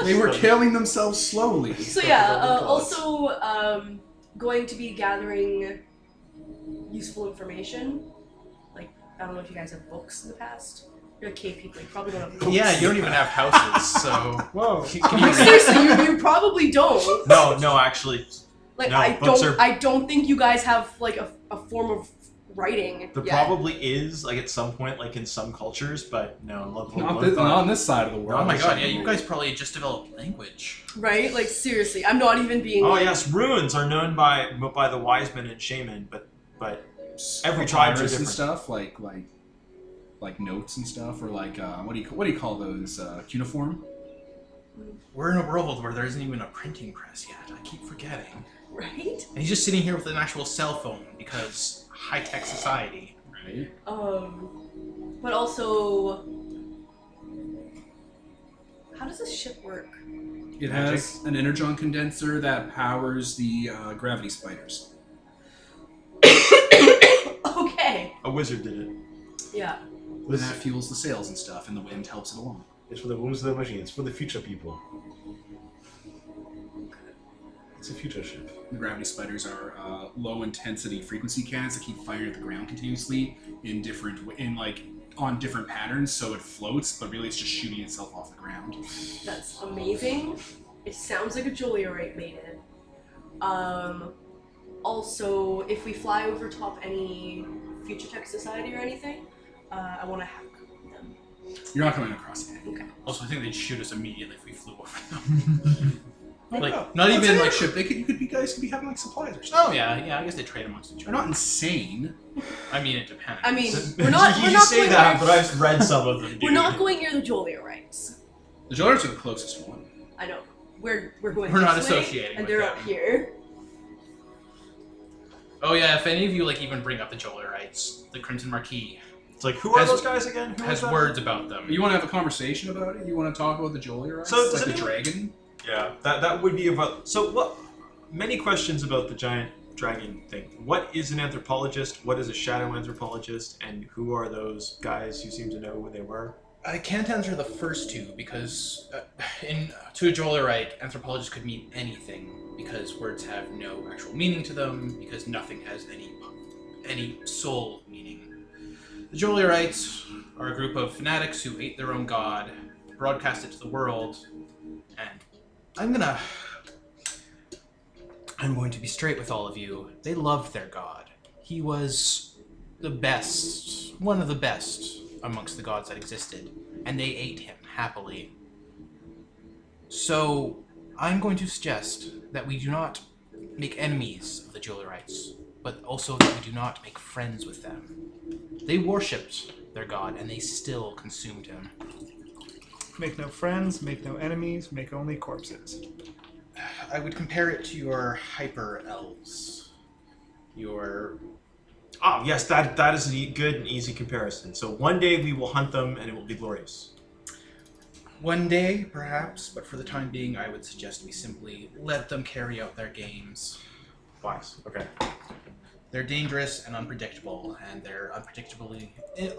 [SPEAKER 1] they were killing themselves slowly.
[SPEAKER 2] So yeah, uh, also um, going to be gathering useful information. Like I don't know if you guys have books in the past. You're like cave people. You probably don't have books.
[SPEAKER 4] Yeah, you don't even have houses, so.
[SPEAKER 3] Whoa.
[SPEAKER 2] Like, seriously, you, you probably don't.
[SPEAKER 6] No, no, actually,
[SPEAKER 2] Like
[SPEAKER 6] No,
[SPEAKER 2] I
[SPEAKER 6] books
[SPEAKER 2] don't.
[SPEAKER 6] are-
[SPEAKER 2] I don't think you guys have like a, a form of writing.
[SPEAKER 6] there
[SPEAKER 2] yet.
[SPEAKER 6] probably is like at some point, like in some cultures, but no. Local,
[SPEAKER 1] Not, thi- not on this side of the world.
[SPEAKER 4] Oh my god, yeah, you guys probably just developed language.
[SPEAKER 2] right? Like seriously, I'm not even being.
[SPEAKER 6] Oh yes, ruins are known by by the wise men and shaman, but but Every tribe's
[SPEAKER 1] Papyrus
[SPEAKER 6] are
[SPEAKER 1] and
[SPEAKER 6] different.
[SPEAKER 1] stuff like like like notes and stuff, or like uh, what do you what do you call those uh, cuneiform?
[SPEAKER 4] We're in a world where there isn't even a printing press yet. I keep forgetting.
[SPEAKER 2] Right?
[SPEAKER 4] And he's just sitting here with an actual cell phone because high tech society.
[SPEAKER 1] Right.
[SPEAKER 2] Um, but also, how does this ship work?
[SPEAKER 1] It
[SPEAKER 4] Magic.
[SPEAKER 1] has an energon condenser that powers the uh, gravity spiders.
[SPEAKER 2] Okay.
[SPEAKER 6] a wizard did it.
[SPEAKER 2] Yeah.
[SPEAKER 1] And
[SPEAKER 5] This
[SPEAKER 1] that fuels the sails and stuff, and the wind helps it along.
[SPEAKER 5] is for the wombs of the machines, for the future people. It's a future ship.
[SPEAKER 1] The gravity spiders are uh, low intensity frequency cannons that keep firing at the ground continuously in different in like on different patterns, so it floats, but really it's just shooting itself off the ground.
[SPEAKER 2] That's amazing. It sounds like a Julia Wright made it. Um, also, if we fly over top any future tech society or anything, uh, I want to hack them.
[SPEAKER 1] You're not coming across it.
[SPEAKER 4] Also, I think they'd shoot us immediately if we flew over them. Like,
[SPEAKER 1] no.
[SPEAKER 4] not
[SPEAKER 1] It's
[SPEAKER 4] even
[SPEAKER 1] an
[SPEAKER 4] like-
[SPEAKER 1] airship. They could, you could be guys could be having like supplies or something.
[SPEAKER 4] oh, yeah, yeah, I guess they trade amongst each
[SPEAKER 1] They're
[SPEAKER 4] other.
[SPEAKER 1] not insane.
[SPEAKER 4] I mean, it depends.
[SPEAKER 2] I mean,
[SPEAKER 6] So-
[SPEAKER 2] we're not.
[SPEAKER 6] you
[SPEAKER 2] We're not
[SPEAKER 6] say
[SPEAKER 2] going
[SPEAKER 6] that,
[SPEAKER 2] near-
[SPEAKER 6] but I've read some of them.
[SPEAKER 2] we're
[SPEAKER 6] dude.
[SPEAKER 2] not going near the Julia Wrights.
[SPEAKER 1] The Jordans are the closest one.
[SPEAKER 2] I know. We're we're going.
[SPEAKER 4] We're not
[SPEAKER 2] this way,
[SPEAKER 4] associating
[SPEAKER 2] And
[SPEAKER 4] with
[SPEAKER 2] they're up
[SPEAKER 4] them.
[SPEAKER 2] here.
[SPEAKER 4] oh, yeah, if any of you, like, even bring up the Jolarites, the Crimson Marquis
[SPEAKER 6] It's like who are
[SPEAKER 4] Has-
[SPEAKER 6] those guys again? Who
[SPEAKER 4] has
[SPEAKER 6] was that?
[SPEAKER 4] words about them.
[SPEAKER 1] You want to have a conversation about it? You want to talk about the Jolly Rights?
[SPEAKER 6] So, does
[SPEAKER 1] like the
[SPEAKER 6] anyone-
[SPEAKER 1] dragon?
[SPEAKER 6] Yeah, that that would be about. So what? Many questions about the giant dragon thing. What is an anthropologist? What is a shadow anthropologist? And who are those guys who seem to know who they were?
[SPEAKER 4] I can't answer the first two because, uh, in to a Jollerite, anthropologist could mean anything because words have no actual meaning to them because nothing has any any soul meaning. The Jolarites are a group of fanatics who ate their own god broadcast it to the world, and I'm gonna. I'm going to be straight with all of you. They loved their god. He was the best, one of the best amongst the gods that existed, and they ate him happily. So, I'm going to suggest that we do not make enemies of the Jewelerites, but also that we do not make friends with them. They worshipped their god, and they still consumed him.
[SPEAKER 3] Make no friends, make no enemies, make only corpses.
[SPEAKER 4] I would compare it to your hyper elves. Your
[SPEAKER 6] Oh yes, that that is a e- good and easy comparison. So one day we will hunt them, and it will be glorious.
[SPEAKER 4] one day, perhaps, but for the time being, I would suggest we simply let them carry out their games.
[SPEAKER 6] Wise. Okay.
[SPEAKER 4] They're dangerous and unpredictable, and their unpredictably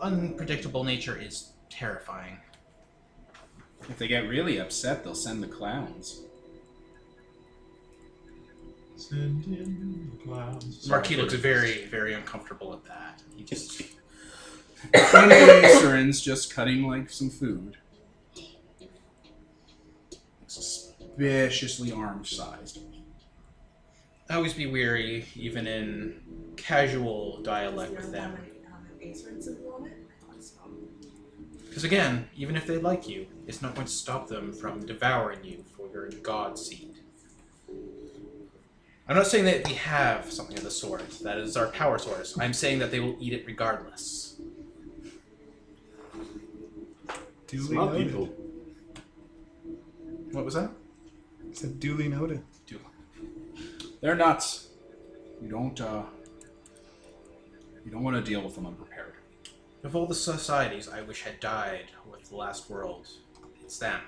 [SPEAKER 4] unpredictable nature is terrifying.
[SPEAKER 1] If they get really upset, they'll send the clowns.
[SPEAKER 6] Send in the clouds.
[SPEAKER 4] Marquis looks very, very uncomfortable at that. He just
[SPEAKER 1] Anyway, Surin's just cutting like some food. Suspiciously arm sized.
[SPEAKER 4] I always be weary, even in casual dialect with them. Because again, even if they like you, it's not going to stop them from devouring you for your god seed. I'm not saying that we have something of the sort. That is our power source. I'm saying that they will eat it regardless.
[SPEAKER 3] Duly
[SPEAKER 5] Smart
[SPEAKER 3] noted.
[SPEAKER 5] people.
[SPEAKER 4] What was that?
[SPEAKER 3] It's a duly noted.
[SPEAKER 1] They're nuts. You don't, uh. You don't want to deal with them unprepared.
[SPEAKER 4] Of all the societies I wish had died with the last world, it's them.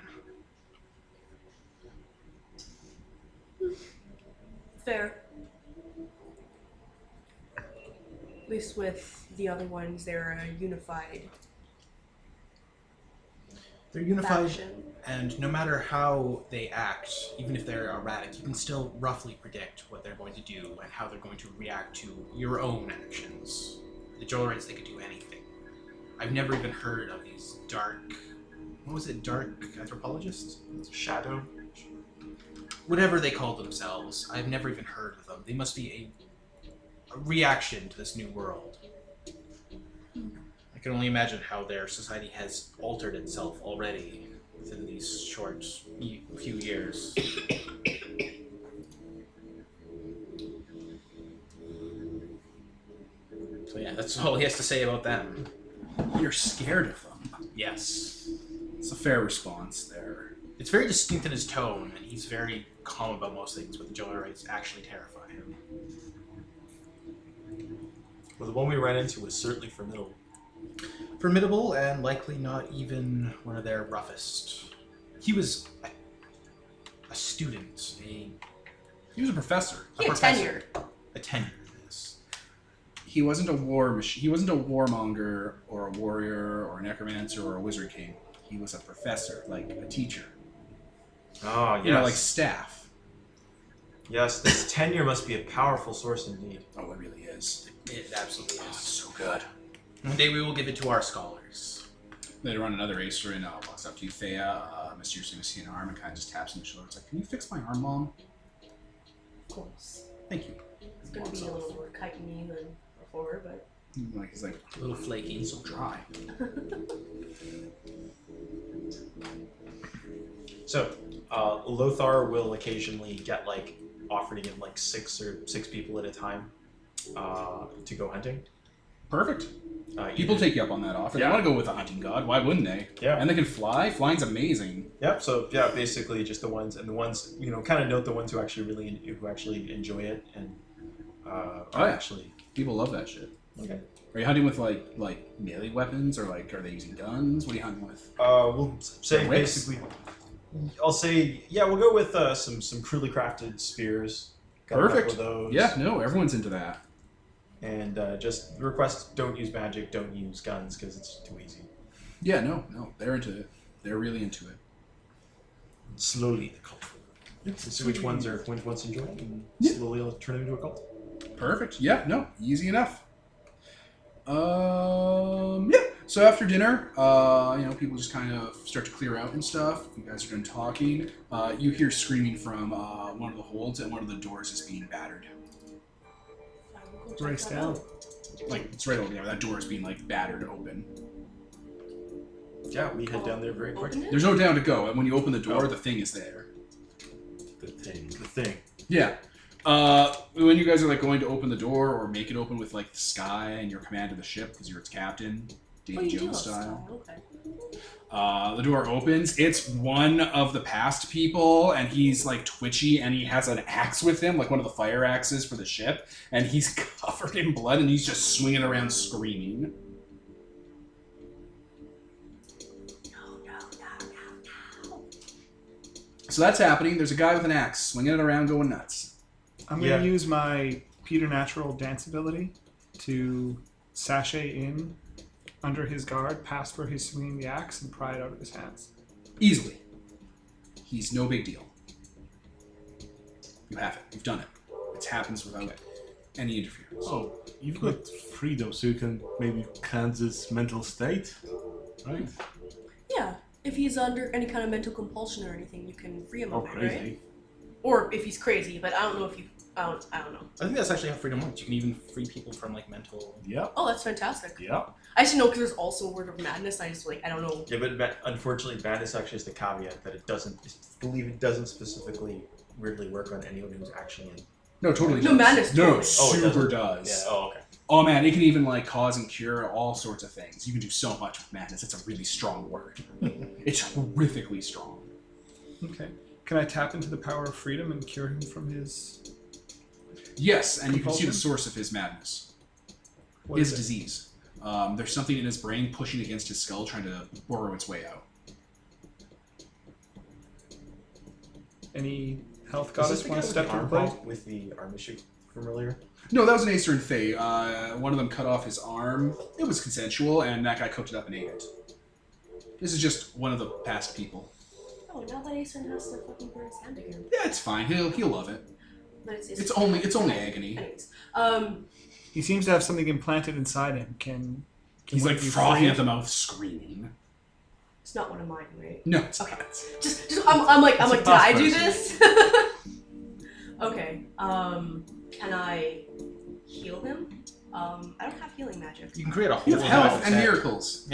[SPEAKER 2] Fair. At least with the other ones, they're a unified
[SPEAKER 4] They're unified
[SPEAKER 2] faction.
[SPEAKER 4] And no matter how they act, even if they're erratic, you can still roughly predict what they're going to do and how they're going to react to your own actions. The Jolarites, they could do anything. I've never even heard of these dark. What was it? Dark anthropologists?
[SPEAKER 6] shadow.
[SPEAKER 4] Whatever they call themselves. I've never even heard of them. They must be a, a reaction to this new world. I can only imagine how their society has altered itself already within these short ye- few years. so yeah, that's all he has to say about them.
[SPEAKER 1] You're scared of them.
[SPEAKER 4] Yes.
[SPEAKER 1] It's a fair response there.
[SPEAKER 4] It's very distinct in his tone, and he's very calm about most things, but the Jolarites actually terrify him.
[SPEAKER 6] Well, the one we ran into was certainly formidable.
[SPEAKER 4] formidable and likely not even one of their roughest. He was a, a student, a,
[SPEAKER 1] He was a professor.
[SPEAKER 4] a
[SPEAKER 2] Yeah,
[SPEAKER 4] professor,
[SPEAKER 2] tenured.
[SPEAKER 4] a tenure. Yes.
[SPEAKER 1] He wasn't a war machine. He wasn't a warmonger or a warrior or a necromancer or a wizard king. He was a professor, like a teacher.
[SPEAKER 6] Oh yes.
[SPEAKER 1] You know, like staff.
[SPEAKER 6] yes, this tenure must be a powerful source indeed.
[SPEAKER 1] Oh, it really is.
[SPEAKER 4] It absolutely
[SPEAKER 1] Oh, it's
[SPEAKER 4] is.
[SPEAKER 1] so good.
[SPEAKER 4] One day we will give it to our scholars.
[SPEAKER 1] Later on, another Acer and uh, walks up to you, Thea, uh, mysteriously we see an arm and kind of just taps on the shoulder. It's like, can you fix my arm, Mom?
[SPEAKER 2] Of course.
[SPEAKER 1] Thank you.
[SPEAKER 2] It's gonna be a little more chitiney than before, but
[SPEAKER 1] And, Like he's like,
[SPEAKER 4] A little flaky.
[SPEAKER 1] it's so dry.
[SPEAKER 6] So, uh, Lothar will occasionally get like offered to give like six or six people at a time uh, to go hunting.
[SPEAKER 1] Perfect.
[SPEAKER 6] Uh,
[SPEAKER 1] People
[SPEAKER 6] either-
[SPEAKER 1] take you up on that offer. They
[SPEAKER 6] Yeah.
[SPEAKER 1] want to go with a hunting god. Why wouldn't they?
[SPEAKER 6] yeah.
[SPEAKER 1] And they can fly. Flying's amazing.
[SPEAKER 6] Yep. So yeah, basically just the ones and the ones you know, kind of note the ones who actually really who actually enjoy it and uh, are
[SPEAKER 1] Oh, yeah.
[SPEAKER 6] actually
[SPEAKER 1] People love that shit.
[SPEAKER 6] okay.
[SPEAKER 1] Are you hunting with like like melee weapons or like are they using guns? What are you hunting with?
[SPEAKER 6] Uh, we'll say
[SPEAKER 1] They're wicks.
[SPEAKER 6] basically, I'll say yeah, we'll go with uh, some some crudely crafted spears. Got a couple
[SPEAKER 1] Perfect.
[SPEAKER 6] of those.
[SPEAKER 1] Yeah, no, everyone's into that.
[SPEAKER 6] And uh, just request don't use magic, don't use guns because it's too easy.
[SPEAKER 1] Yeah, no, no, they're into it. They're really into it.
[SPEAKER 6] Slowly the cult. So which ones are which ones enjoy it, and
[SPEAKER 1] Yeah.
[SPEAKER 6] slowly I'll turn them into a cult.
[SPEAKER 1] Perfect. Yeah, no, easy enough. Um, yeah. So after dinner, uh, you know, people just kind of start to clear out and stuff. You guys are done talking. Uh, you hear screaming from uh, one of the holds, and one of the doors is being battered.
[SPEAKER 2] I will go check
[SPEAKER 3] Brace
[SPEAKER 2] that
[SPEAKER 3] down.
[SPEAKER 2] out.
[SPEAKER 1] Like it's right over there. That door is being like battered open.
[SPEAKER 6] Yeah, we head down there very quick.
[SPEAKER 2] Open it?
[SPEAKER 1] There's no down to go, and when you open the door, the thing is there.
[SPEAKER 6] The thing. The thing.
[SPEAKER 1] Yeah. Uh, when you guys are like going to open the door or make it open with like the sky and your command of the ship because you're its captain,
[SPEAKER 2] Oh,
[SPEAKER 1] Davy
[SPEAKER 2] you do have
[SPEAKER 1] Jones style.
[SPEAKER 2] style, Okay.
[SPEAKER 1] Uh, the door opens. It's one of the past people, and he's like twitchy, and he has an axe with him, like one of the fire axes for the ship, and he's covered in blood, and he's just swinging around screaming.
[SPEAKER 2] No, no, no, no, no.
[SPEAKER 1] So that's happening. There's a guy with an axe swinging it around, going nuts.
[SPEAKER 3] I'm
[SPEAKER 6] Yeah.
[SPEAKER 3] gonna use my Peter Natural dance ability to sashay in under his guard, past where he's swinging the axe, and pry it out of his hands.
[SPEAKER 1] Easily. He's no big deal. You have it. You've done it. It happens without any interference.
[SPEAKER 5] Oh, you've got freedom, so you can maybe cleanse this mental state, right?
[SPEAKER 2] Yeah. If he's under any kind of mental compulsion or anything, you can free him
[SPEAKER 5] Oh,
[SPEAKER 2] of it,
[SPEAKER 5] crazy.
[SPEAKER 2] right? Or if he's crazy, but I don't know if you. I don't, I don't know.
[SPEAKER 4] I think that's actually how freedom works. You can even free people from like mental.
[SPEAKER 5] Yeah,
[SPEAKER 2] Oh, that's fantastic.
[SPEAKER 5] yeah.
[SPEAKER 2] I should know because there's also Word of Madness. I just like I don't know.
[SPEAKER 6] Yeah, but ma- unfortunately, madness actually is the caveat that it doesn't. I believe it doesn't specifically weirdly work on anyone who's actually in.
[SPEAKER 1] No, totally.
[SPEAKER 2] No,
[SPEAKER 1] does.
[SPEAKER 2] madness
[SPEAKER 1] No,
[SPEAKER 2] totally.
[SPEAKER 6] Oh, it
[SPEAKER 1] super
[SPEAKER 6] doesn't?
[SPEAKER 1] does.
[SPEAKER 6] Oh, okay.
[SPEAKER 1] Oh man, it can even like cause and cure all sorts of things. You can do so much with madness. It's a really strong word. it's horrifically strong.
[SPEAKER 3] Okay. Can I tap into the power of freedom and cure him from his?
[SPEAKER 1] Yes, and you can see
[SPEAKER 3] Compulsion?
[SPEAKER 1] the source of his madness.
[SPEAKER 3] What
[SPEAKER 1] his
[SPEAKER 3] is it?
[SPEAKER 1] disease. Um, there's something in his brain pushing against his skull, trying to burrow its way out.
[SPEAKER 3] Any health
[SPEAKER 6] Is
[SPEAKER 3] goddess
[SPEAKER 6] the
[SPEAKER 3] want
[SPEAKER 6] guy
[SPEAKER 3] to
[SPEAKER 6] with
[SPEAKER 3] step
[SPEAKER 6] the
[SPEAKER 3] to the
[SPEAKER 6] arm
[SPEAKER 3] plate?
[SPEAKER 6] problem with the arm issue from earlier?
[SPEAKER 1] No, that was an Acer and Fae. Uh, one of them cut off his arm. It was consensual, and that guy cooked it up and ate it. This is just one of the past people.
[SPEAKER 2] Oh, now that Aeson has to fucking burn his hand again.
[SPEAKER 1] Yeah, it's fine. He'll he'll love it.
[SPEAKER 2] But it's,
[SPEAKER 1] It's only it's only agony.
[SPEAKER 2] Anyways, um,
[SPEAKER 3] He seems to have something implanted inside him. Can, can
[SPEAKER 1] He's
[SPEAKER 3] one
[SPEAKER 1] like
[SPEAKER 3] of you
[SPEAKER 1] frothing
[SPEAKER 3] free-
[SPEAKER 1] at the mouth, screaming.
[SPEAKER 2] it's not one of mine, right?
[SPEAKER 1] No, it's
[SPEAKER 2] Okay.
[SPEAKER 1] not.
[SPEAKER 2] Just, just I'm, I'm like, I'm
[SPEAKER 3] It's a
[SPEAKER 2] like, did I do
[SPEAKER 3] past
[SPEAKER 2] this? okay. Um, can I heal him? Um, I don't have healing magic.
[SPEAKER 4] You can create a whole
[SPEAKER 1] You have
[SPEAKER 4] lot of
[SPEAKER 1] health and
[SPEAKER 4] set.
[SPEAKER 1] miracles.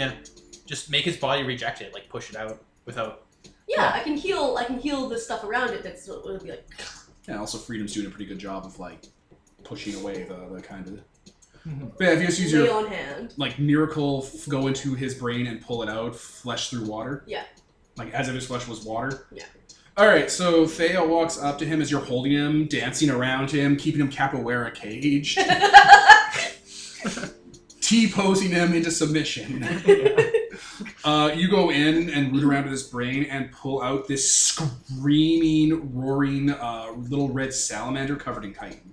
[SPEAKER 4] Just make his body reject it, like push it out without.
[SPEAKER 2] Yeah, I can heal. I can heal the stuff around it. That's what would be like.
[SPEAKER 1] And also, Freedom's doing a pretty good job of like pushing away the, the kind of.
[SPEAKER 4] Mhm.
[SPEAKER 1] But yeah, if you just use
[SPEAKER 2] Lay
[SPEAKER 1] your
[SPEAKER 2] on hand.
[SPEAKER 1] like miracle, f- go into his brain and pull it out, flesh through water.
[SPEAKER 2] Yeah.
[SPEAKER 1] Like as if his flesh was water.
[SPEAKER 2] Yeah.
[SPEAKER 1] All right, so Thea walks up to him as you're holding him, dancing around him, keeping him capoeira caged, T posing him into submission. Uh, you go in and root around with his brain and pull out this screaming, roaring uh, little red salamander covered in chitin.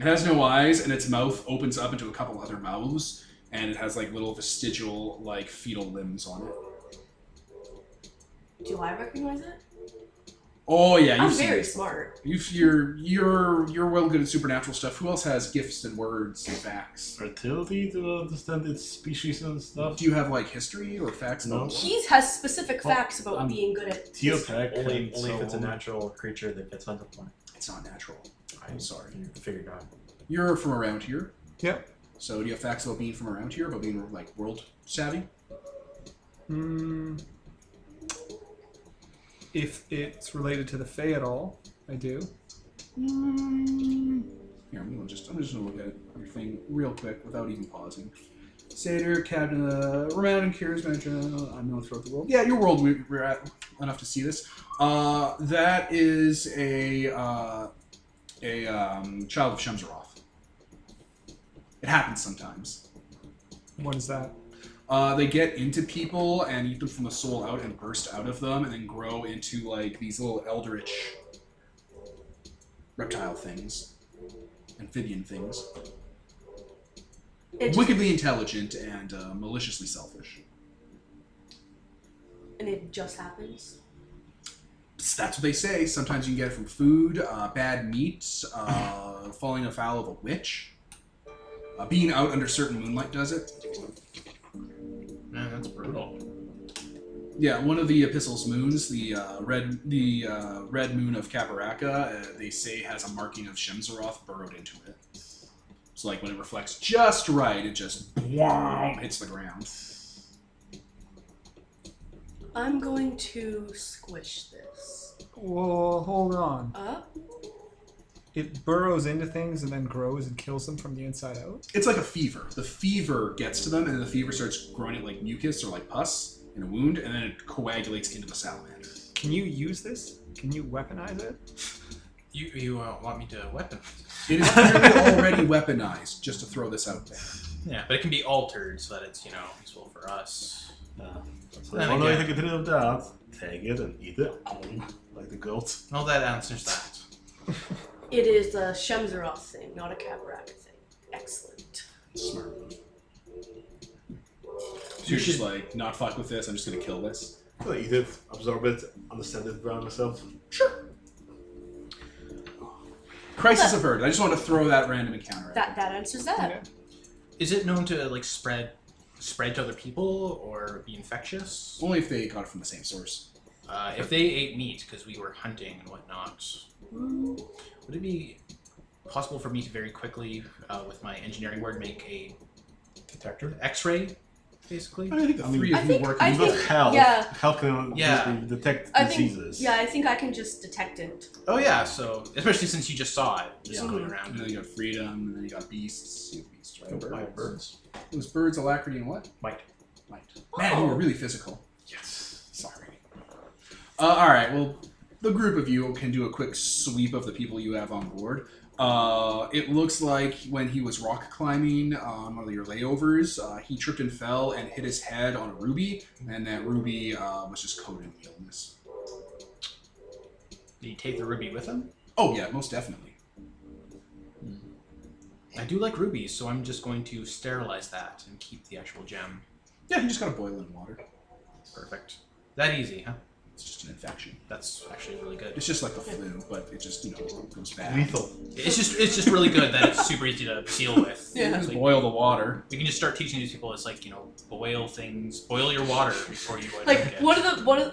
[SPEAKER 1] It has no eyes, and its mouth opens up into a couple other mouths, and it has like little vestigial, like fetal limbs on it.
[SPEAKER 2] do I recognize it?
[SPEAKER 1] Oh yeah, you've
[SPEAKER 2] I'm
[SPEAKER 1] seen
[SPEAKER 2] very
[SPEAKER 1] this.
[SPEAKER 2] smart.
[SPEAKER 1] You've, you're you're you're well good at supernatural stuff. Who else has gifts and words and facts?
[SPEAKER 5] Fertility to understand its species and stuff.
[SPEAKER 1] Do you have like history or facts?
[SPEAKER 5] No.
[SPEAKER 1] about-
[SPEAKER 2] He has specific
[SPEAKER 5] Well,
[SPEAKER 2] facts about
[SPEAKER 5] I'm-
[SPEAKER 2] being good at.
[SPEAKER 5] Teotech.
[SPEAKER 6] Only,
[SPEAKER 5] and
[SPEAKER 6] only if
[SPEAKER 5] so
[SPEAKER 6] it's a
[SPEAKER 5] on.
[SPEAKER 6] natural creature that gets onto the planet.
[SPEAKER 1] It's not natural.
[SPEAKER 6] I
[SPEAKER 1] I'm sorry.
[SPEAKER 6] figured out.
[SPEAKER 1] You're from around here.
[SPEAKER 3] Yep.
[SPEAKER 1] So do you have facts about being from around here, about being like world savvy?
[SPEAKER 3] Hmm. if it's related to the Fae at all, I do.
[SPEAKER 1] Here, I'm gonna just I'm just gonna look at your thing real quick without even pausing. Seder, Captain, uh, renowned and curious mention, unknown throughout the world. Yeah, your world we, we're at enough to see this. Uh, that is a uh, a um, child of Shemzaroth. It happens sometimes.
[SPEAKER 3] What is that?
[SPEAKER 1] Uh, they get into people and eat them from the soul out and burst out of them and then grow into like these little eldritch reptile things, amphibian things.
[SPEAKER 2] It just-
[SPEAKER 1] Wickedly intelligent and uh, maliciously selfish.
[SPEAKER 2] and it just happens.
[SPEAKER 1] Psst, That's what they say. Sometimes you can get it from food, uh, bad meats, uh, falling afoul of a witch. Uh, being out under certain moonlight does it.
[SPEAKER 4] Man, that's brutal.
[SPEAKER 1] Yeah, one of the epistle's moons, the uh, red, the uh, red moon of Kaparaka, uh, they say has a marking of Shemzeroth burrowed into it. So like when it reflects just right, it just boom, hits the ground.
[SPEAKER 2] I'm going to squish this
[SPEAKER 3] Well, hold on.
[SPEAKER 2] up.
[SPEAKER 3] It burrows into things and then grows and kills them from the inside out.
[SPEAKER 1] It's like a fever. The fever gets to them, and then the fever starts growing it like mucus or like pus in a wound, and then it coagulates into the salamander.
[SPEAKER 3] Can you use this? Can you weaponize it?
[SPEAKER 4] You you uh, want me to weaponize?
[SPEAKER 1] It is clearly already weaponized. Just to throw this out there.
[SPEAKER 4] it. Yeah, but it can be altered so that it's you know useful for us.
[SPEAKER 5] So I don't know anything to do with that. Take it and eat it. Like the goat.
[SPEAKER 4] No, that answers that.
[SPEAKER 2] It is a Shemzeroth thing, not a Kaparaka thing. Excellent.
[SPEAKER 1] Smart move. So you're just like, not fuck with this. I'm just gonna kill this.
[SPEAKER 5] I eat it, absorb it, understand it around myself.
[SPEAKER 1] Crisis averted. I just want to throw that random encounter. At
[SPEAKER 2] That that answers that.
[SPEAKER 3] Okay.
[SPEAKER 4] Is it known to like spread spread to other people or be infectious?
[SPEAKER 1] you. Only if they got it from the same source.
[SPEAKER 4] Uh, if they ate meat because we were hunting and whatnot,
[SPEAKER 2] Mm.
[SPEAKER 4] would it be possible for me to very quickly, uh, with my engineering word, make a
[SPEAKER 5] Detector.
[SPEAKER 4] X-ray, basically?
[SPEAKER 1] I mean, I think the
[SPEAKER 5] I mean-
[SPEAKER 1] three
[SPEAKER 2] I
[SPEAKER 1] of you
[SPEAKER 2] think-
[SPEAKER 1] work.
[SPEAKER 2] I
[SPEAKER 5] You've got
[SPEAKER 2] think-
[SPEAKER 5] health.
[SPEAKER 2] yeah.
[SPEAKER 5] Health can
[SPEAKER 4] Yeah.
[SPEAKER 5] detect
[SPEAKER 2] I think
[SPEAKER 5] diseases.
[SPEAKER 2] yeah, I think I can just detect it.
[SPEAKER 4] Oh yeah, so especially since you just saw it, just
[SPEAKER 2] Yeah.
[SPEAKER 4] going
[SPEAKER 1] And
[SPEAKER 4] around.
[SPEAKER 1] then you got freedom, and then you got beasts. You have beasts, right?
[SPEAKER 6] Five birds.
[SPEAKER 1] It was birds, alacrity, and what?
[SPEAKER 6] Might.
[SPEAKER 1] Might. Man, you were really physical.
[SPEAKER 6] Yes.
[SPEAKER 1] Sorry. Uh, all right. Well, the group of you can do a quick sweep of the people you have on board. Uh, it looks like when he was rock climbing on one of your layovers, uh, he tripped and fell and hit his head on a ruby, and that ruby uh, was just coated in illness.
[SPEAKER 4] Did you take the ruby with him?
[SPEAKER 1] Oh yeah, most definitely.
[SPEAKER 4] I do like rubies, so I'm just going to sterilize that and keep the actual gem.
[SPEAKER 1] Yeah, you just gotta boil it in water.
[SPEAKER 4] Perfect. That easy, huh?
[SPEAKER 1] It's just an infection.
[SPEAKER 4] That's actually really good.
[SPEAKER 1] It's just like the flu, but it just you know goes bad.
[SPEAKER 5] Lethal.
[SPEAKER 4] It's just it's just really good that it's super easy to deal with.
[SPEAKER 1] Yeah, just
[SPEAKER 4] Like,
[SPEAKER 1] boil the water.
[SPEAKER 4] we can just start teaching these people. It's like you know, boil things, boil your water before you uh,
[SPEAKER 2] Like
[SPEAKER 4] drink it.
[SPEAKER 2] one of the one of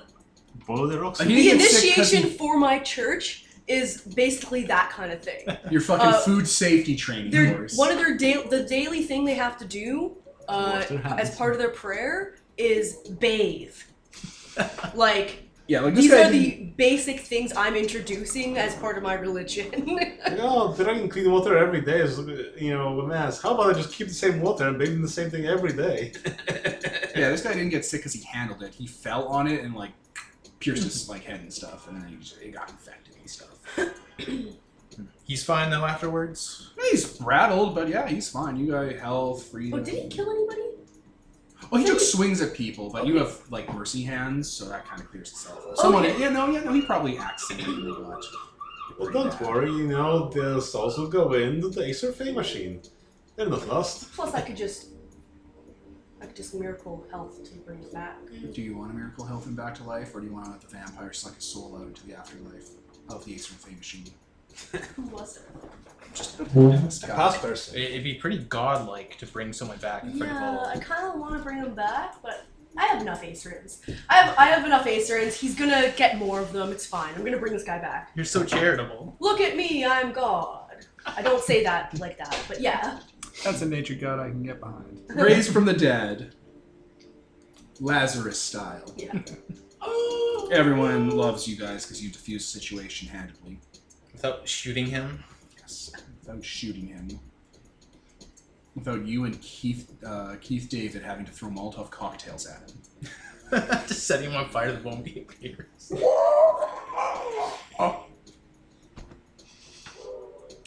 [SPEAKER 5] Boil the rocks.
[SPEAKER 1] Like, he
[SPEAKER 2] the
[SPEAKER 1] didn't get sick 'cause he-
[SPEAKER 2] initiation for my church is basically that kind of thing.
[SPEAKER 1] Your fucking
[SPEAKER 2] Uh,
[SPEAKER 1] food safety training
[SPEAKER 2] Their
[SPEAKER 1] course.
[SPEAKER 2] one of their da- the daily thing they have to do uh,
[SPEAKER 5] Wash their hands.
[SPEAKER 2] as part of their prayer is bathe. like
[SPEAKER 1] yeah, like this
[SPEAKER 2] these
[SPEAKER 1] guy
[SPEAKER 2] are
[SPEAKER 1] didn't-
[SPEAKER 2] the basic things I'm introducing as part of my religion.
[SPEAKER 5] Like, oh, drinking clean water every day is, you know, a mess. How about I just keep the same water and bathe in the same thing every day?
[SPEAKER 1] Yeah, this guy didn't get sick because he handled it. He fell on it and like pierced his like head and stuff, and then he, just, he got infected and stuff.
[SPEAKER 4] He's fine though afterwards.
[SPEAKER 1] He's rattled, but yeah, he's fine. You got health, freedom.
[SPEAKER 2] oh, did he kill anybody?
[SPEAKER 1] Oh, he took
[SPEAKER 2] Did he-
[SPEAKER 1] swings at people, but you have like mercy hands, so that kind of clears itself. up. Someone,
[SPEAKER 2] Okay.
[SPEAKER 1] yeah, no, yeah, no, he probably accidentally got.
[SPEAKER 5] Well, don't worry, you know, the souls will go into the Acer machine. They're not lost.
[SPEAKER 2] Plus, I could just I could just miracle health to bring it back.
[SPEAKER 1] Do you want a miracle health him back to life, or do you want to let the vampire suck his soul out into the afterlife of the Acer Fame machine?
[SPEAKER 2] Who was it?
[SPEAKER 1] Just
[SPEAKER 5] Past person.
[SPEAKER 4] It, would be pretty godlike to bring someone back in front of
[SPEAKER 2] Yeah,
[SPEAKER 4] all.
[SPEAKER 2] I kind of want to bring him back, but I have enough Acerins. I have I have enough Acerins. He's gonna get more of them. It's fine. I'm gonna bring this guy back.
[SPEAKER 4] You're so charitable.
[SPEAKER 2] Look at me, I'm God. I don't say that like that, but yeah.
[SPEAKER 3] That's a nature god I can get behind.
[SPEAKER 1] raised from the dead, Lazarus style.
[SPEAKER 2] Yeah.
[SPEAKER 1] Everyone loves you guys because you defuse the situation handedly.
[SPEAKER 4] Without shooting him,
[SPEAKER 1] Yes. Without shooting him. Without you and Keith, uh, Keith David having to throw Molotov cocktails at him.
[SPEAKER 4] just setting him on fire that won't be appears.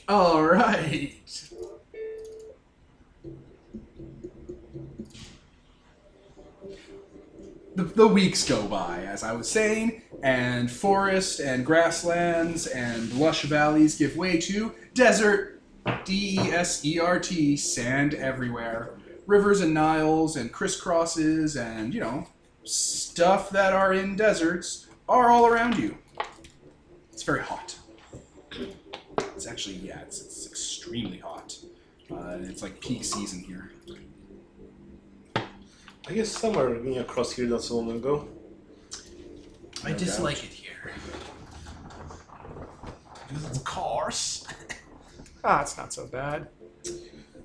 [SPEAKER 1] All right. The, the weeks go by, as I was saying, and forest and grasslands and lush valleys give way to desert, D E S E R T, sand everywhere, rivers and niles and crisscrosses and, you know, stuff that are in deserts are all around you. It's very hot. It's actually yeah, it's, it's extremely hot. Uh, it's like peak season here.
[SPEAKER 5] I guess somewhere you know, across here not so long ago.
[SPEAKER 4] I
[SPEAKER 1] No
[SPEAKER 4] dislike it here.
[SPEAKER 6] Because it's cars.
[SPEAKER 3] Ah, it's not so bad.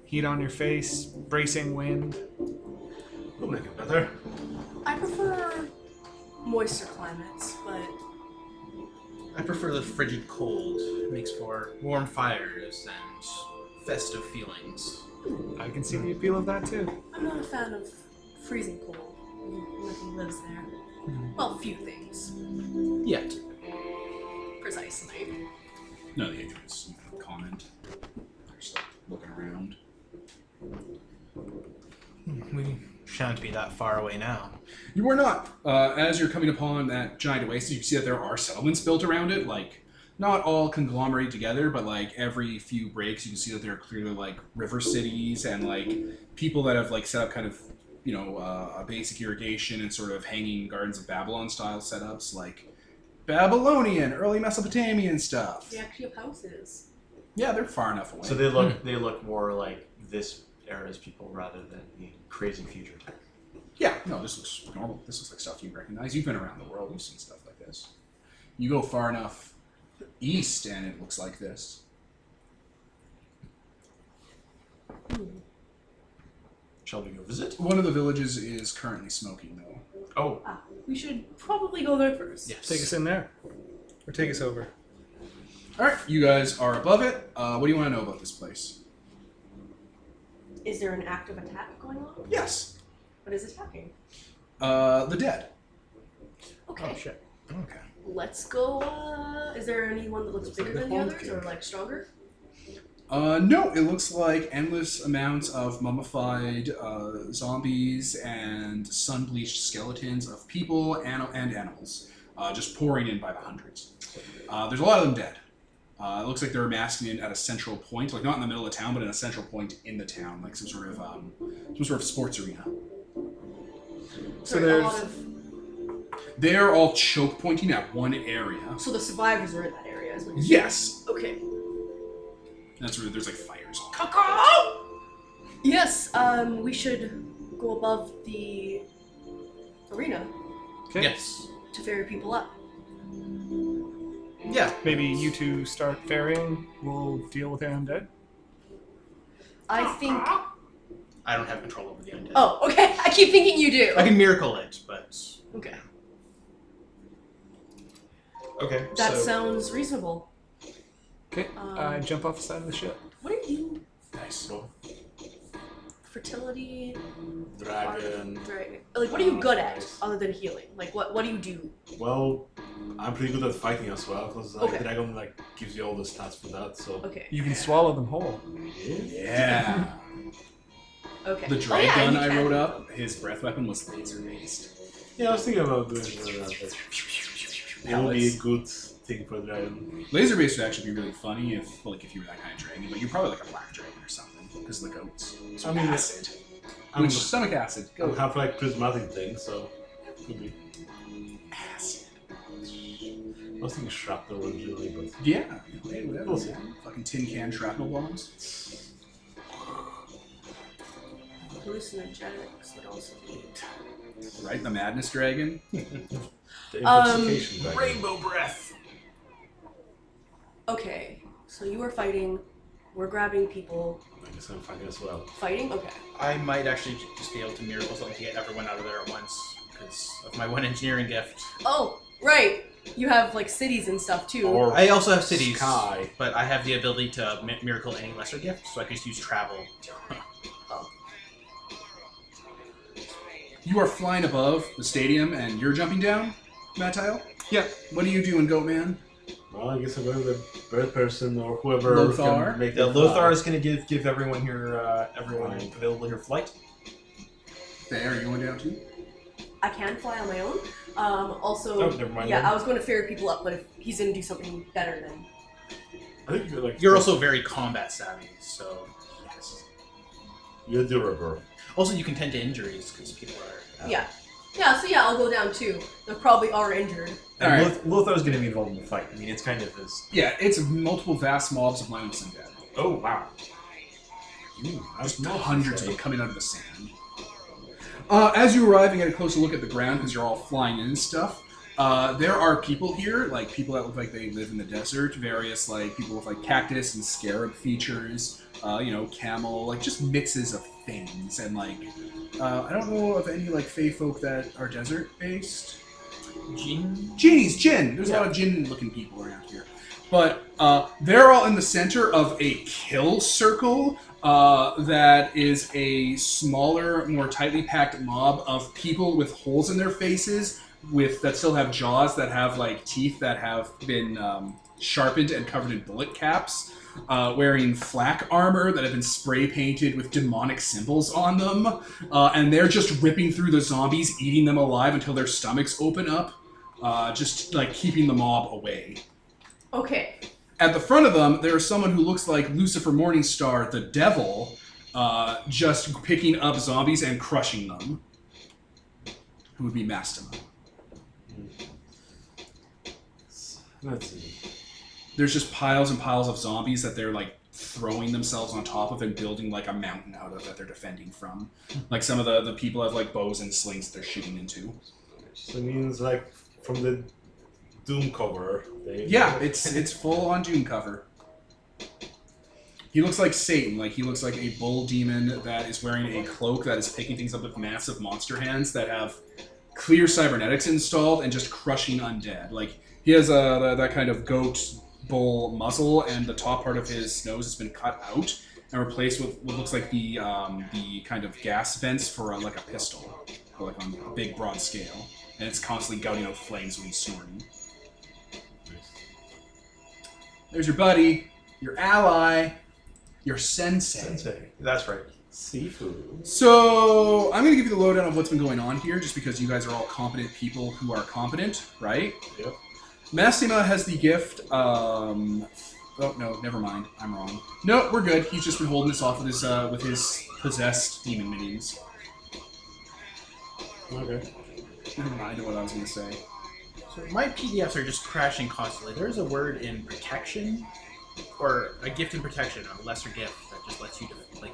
[SPEAKER 3] Heat on your face, bracing wind.
[SPEAKER 5] We'll make it better.
[SPEAKER 2] I prefer moister climates, but
[SPEAKER 4] I prefer the frigid cold. It makes for warm fires and festive feelings.
[SPEAKER 3] I can see the appeal of that too.
[SPEAKER 2] I'm not a fan of freezing cold. Nothing lives there.
[SPEAKER 3] Mm-hmm.
[SPEAKER 2] Well, few things,
[SPEAKER 4] Yet.
[SPEAKER 2] precisely.
[SPEAKER 1] No, the Andrew is comment. They're Just like looking around.
[SPEAKER 4] We shan't be that far away now.
[SPEAKER 1] You are not. Uh, as you're coming upon that giant oasis, you see that there are settlements built around it. Like, not all conglomerate together, but like every few breaks, you can see that there are clearly like river cities and like people that have like set up kind of, you know, uh, a basic irrigation and sort of hanging Gardens of Babylon style setups, like Babylonian, early Mesopotamian stuff.
[SPEAKER 2] They actually have houses.
[SPEAKER 1] Yeah, they're far enough away.
[SPEAKER 6] So they look they look more like this era's people rather than the crazy future type.
[SPEAKER 1] Yeah, no, this looks normal. This looks like stuff you recognize. You've been around the world, you've seen stuff like this. You go far enough east, and it looks like this.
[SPEAKER 6] Shall we go visit?
[SPEAKER 1] One of the villages is currently smoking, though.
[SPEAKER 6] Oh,
[SPEAKER 2] Ah, we should probably go there first.
[SPEAKER 4] Yes.
[SPEAKER 3] Take us in there, or take us over.
[SPEAKER 1] All right, you guys are above it. Uh, what do you want to know about this place?
[SPEAKER 2] Is there an active attack going on?
[SPEAKER 1] Yes,
[SPEAKER 2] What is attacking?
[SPEAKER 1] uh, the dead.
[SPEAKER 2] Okay,
[SPEAKER 3] Oh, shit!
[SPEAKER 1] Okay.
[SPEAKER 2] let's go. Uh, is there anyone that looks bigger than the others or like stronger?
[SPEAKER 1] Uh, no, it looks like endless amounts of mummified uh, zombies and sun bleached skeletons of people and, and animals uh, just pouring in by the hundreds. Uh, there's a lot of them dead. Uh, it looks like they're massing in at a central point, like not in the middle of town, but in a central point in the town, like some sort of um, some sort of sports arena.
[SPEAKER 3] So
[SPEAKER 2] Sorry, a lot
[SPEAKER 3] there's-
[SPEAKER 2] of-
[SPEAKER 1] They are all choke pointing at one area.
[SPEAKER 2] so the survivors are in that area. Is what you're
[SPEAKER 1] Yes,
[SPEAKER 2] saying. Okay.
[SPEAKER 1] that's where there's like fires. on.
[SPEAKER 2] Yes, um, we should go above the arena
[SPEAKER 3] Okay.
[SPEAKER 4] Yes.
[SPEAKER 2] to ferry people up.
[SPEAKER 4] Yeah.
[SPEAKER 3] Maybe you two start ferrying. We'll deal with the undead.
[SPEAKER 2] I think.
[SPEAKER 4] I don't have control over the undead.
[SPEAKER 2] Oh, okay. I keep thinking you do.
[SPEAKER 4] I can miracle it, but
[SPEAKER 2] Okay.
[SPEAKER 6] okay.
[SPEAKER 2] That
[SPEAKER 6] so
[SPEAKER 2] sounds reasonable.
[SPEAKER 3] Okay.
[SPEAKER 2] Um,
[SPEAKER 3] uh, jump off the side of the ship.
[SPEAKER 2] What are you?
[SPEAKER 6] nice. Well,
[SPEAKER 2] Fertility,
[SPEAKER 5] Dragon.
[SPEAKER 2] right? Like, what are you good at other than healing? Like, what what do you do?
[SPEAKER 5] Well, I'm pretty good at fighting as well because like,
[SPEAKER 2] Okay.
[SPEAKER 5] dragon like gives you all the stats for that. So
[SPEAKER 2] Okay.
[SPEAKER 3] You can swallow them whole.
[SPEAKER 1] Yeah.
[SPEAKER 2] Okay.
[SPEAKER 1] The
[SPEAKER 2] oh, yeah,
[SPEAKER 1] dragon
[SPEAKER 2] you
[SPEAKER 1] I
[SPEAKER 2] can.
[SPEAKER 1] wrote up, his breath weapon was laser based.
[SPEAKER 5] yeah, I was thinking about doing that. But it would be a good thing for dragon.
[SPEAKER 1] Laser based would actually be really funny if like if you were that kind of dragon, but you're probably like a black dragon or something because of the goats. So
[SPEAKER 5] I mean,
[SPEAKER 1] acid,
[SPEAKER 5] I'm,
[SPEAKER 1] which stomach acid,
[SPEAKER 5] I
[SPEAKER 1] goat
[SPEAKER 5] have like prismatic thing, so it could be.
[SPEAKER 1] acid.
[SPEAKER 5] I was thinking shrapnel originally, but
[SPEAKER 1] Yeah, you know, hey, whatever.
[SPEAKER 5] We'll see.
[SPEAKER 1] man. Fucking tin can shrapnel bombs.
[SPEAKER 2] Hallucinogenics would also be.
[SPEAKER 1] Right, the madness dragon.
[SPEAKER 5] the
[SPEAKER 2] Um,
[SPEAKER 5] intoxication dragon.
[SPEAKER 6] Rainbow breath.
[SPEAKER 2] Okay. So you are fighting. We're grabbing people.
[SPEAKER 5] I guess I'm fighting as well.
[SPEAKER 2] Fighting. Okay.
[SPEAKER 4] I might actually j- just be able to miracle something to get everyone out of there at once because of my one engineering gift.
[SPEAKER 2] Oh, right. You have like cities and stuff too.
[SPEAKER 5] Or
[SPEAKER 4] I also have cities,
[SPEAKER 5] Sky.
[SPEAKER 4] but I have the ability to mi- miracle any lesser gift, so I can just use travel.
[SPEAKER 1] You are flying above the stadium and you're jumping down, Matt Tile?
[SPEAKER 3] Yeah.
[SPEAKER 1] What are you doing, Goat Man?
[SPEAKER 5] Well, I guess I'm going to bird person or whoever
[SPEAKER 1] Lothar?
[SPEAKER 5] can make
[SPEAKER 6] Yeah,
[SPEAKER 5] it
[SPEAKER 6] Lothar
[SPEAKER 5] fly.
[SPEAKER 6] is gonna give give everyone here uh, everyone available here flight.
[SPEAKER 1] There, you going down too?
[SPEAKER 2] I can fly on my own. Um, also,
[SPEAKER 5] Oh, never mind
[SPEAKER 2] yeah,
[SPEAKER 5] then.
[SPEAKER 2] I was going to ferry people up, but if he's going to do something better, then
[SPEAKER 5] I think you're like
[SPEAKER 4] You're also very combat savvy, so
[SPEAKER 5] you're durable.
[SPEAKER 4] also you can tend to injuries because people are.
[SPEAKER 2] yeah, yeah. So yeah, I'll go down too. They probably are injured.
[SPEAKER 1] All
[SPEAKER 6] And
[SPEAKER 1] right.
[SPEAKER 6] Loth- Lothar's gonna be involved in the fight. I mean, it's kind of his.
[SPEAKER 1] Yeah, it's multiple vast mobs of mindless undead.
[SPEAKER 6] Oh wow.
[SPEAKER 5] Ooh,
[SPEAKER 1] There's
[SPEAKER 5] that's not
[SPEAKER 1] hundreds of them coming out of the sand. Uh, as you arrive and get a closer look at the ground, because you're all flying in and stuff, uh, there are people here, like people that look like they live in the desert, various like people with like cactus and scarab features, uh, you know, camel, like just mixes of things, and like uh, I don't know of any like fey folk that are desert based.
[SPEAKER 4] Jean?
[SPEAKER 1] Genies, gin. There's a lot of gin-looking people around here, but uh, they're all in the center of a kill circle uh, that is a smaller, more tightly packed mob of people with holes in their faces, with that still have jaws that have like teeth that have been um, sharpened and covered in bullet caps, uh, wearing flak armor that have been spray painted with demonic symbols on them, uh, and they're just ripping through the zombies, eating them alive until their stomachs open up, uh, just like keeping the mob away.
[SPEAKER 2] Okay.
[SPEAKER 1] At the front of them, there is someone who looks like Lucifer Morningstar, the devil, uh, just picking up zombies and crushing them. Who would be Mastema?
[SPEAKER 5] Let's see.
[SPEAKER 1] There's just piles and piles of zombies that they're like throwing themselves on top of and building like a mountain out of that they're defending from.
[SPEAKER 5] Hmm.
[SPEAKER 1] Like some of the, the people have like bows and slings that they're shooting into.
[SPEAKER 5] So it means like from the Doom cover. They,
[SPEAKER 1] Yeah, it's it's full on Doom cover. He looks like Satan, like he looks like a bull demon that is wearing a cloak that is picking things up with massive monster hands that have clear cybernetics installed and just crushing undead. Like he has a, tha- that kind of goat bull muzzle, and the top part of his nose has been cut out and replaced with what looks like the um, the kind of gas vents for a, like a pistol, or like on a big broad scale, and it's constantly gouting out flames when he's snorting. There's your buddy, your ally, your sensei.
[SPEAKER 5] Sensei.
[SPEAKER 6] That's right.
[SPEAKER 5] Seafood.
[SPEAKER 1] So I'm gonna give you the lowdown of what's been going on here, just because you guys are all competent people who are competent, right?
[SPEAKER 5] Yep.
[SPEAKER 1] Massima has the gift. Um, oh no, never mind. I'm wrong. No, we're good. He's just been holding this off with his uh, with his possessed demon minions.
[SPEAKER 5] Okay.
[SPEAKER 1] Never mind what I was gonna say.
[SPEAKER 4] So my PDFs are just crashing constantly. There's a word in protection, or a gift in protection, a lesser gift that just lets you def- like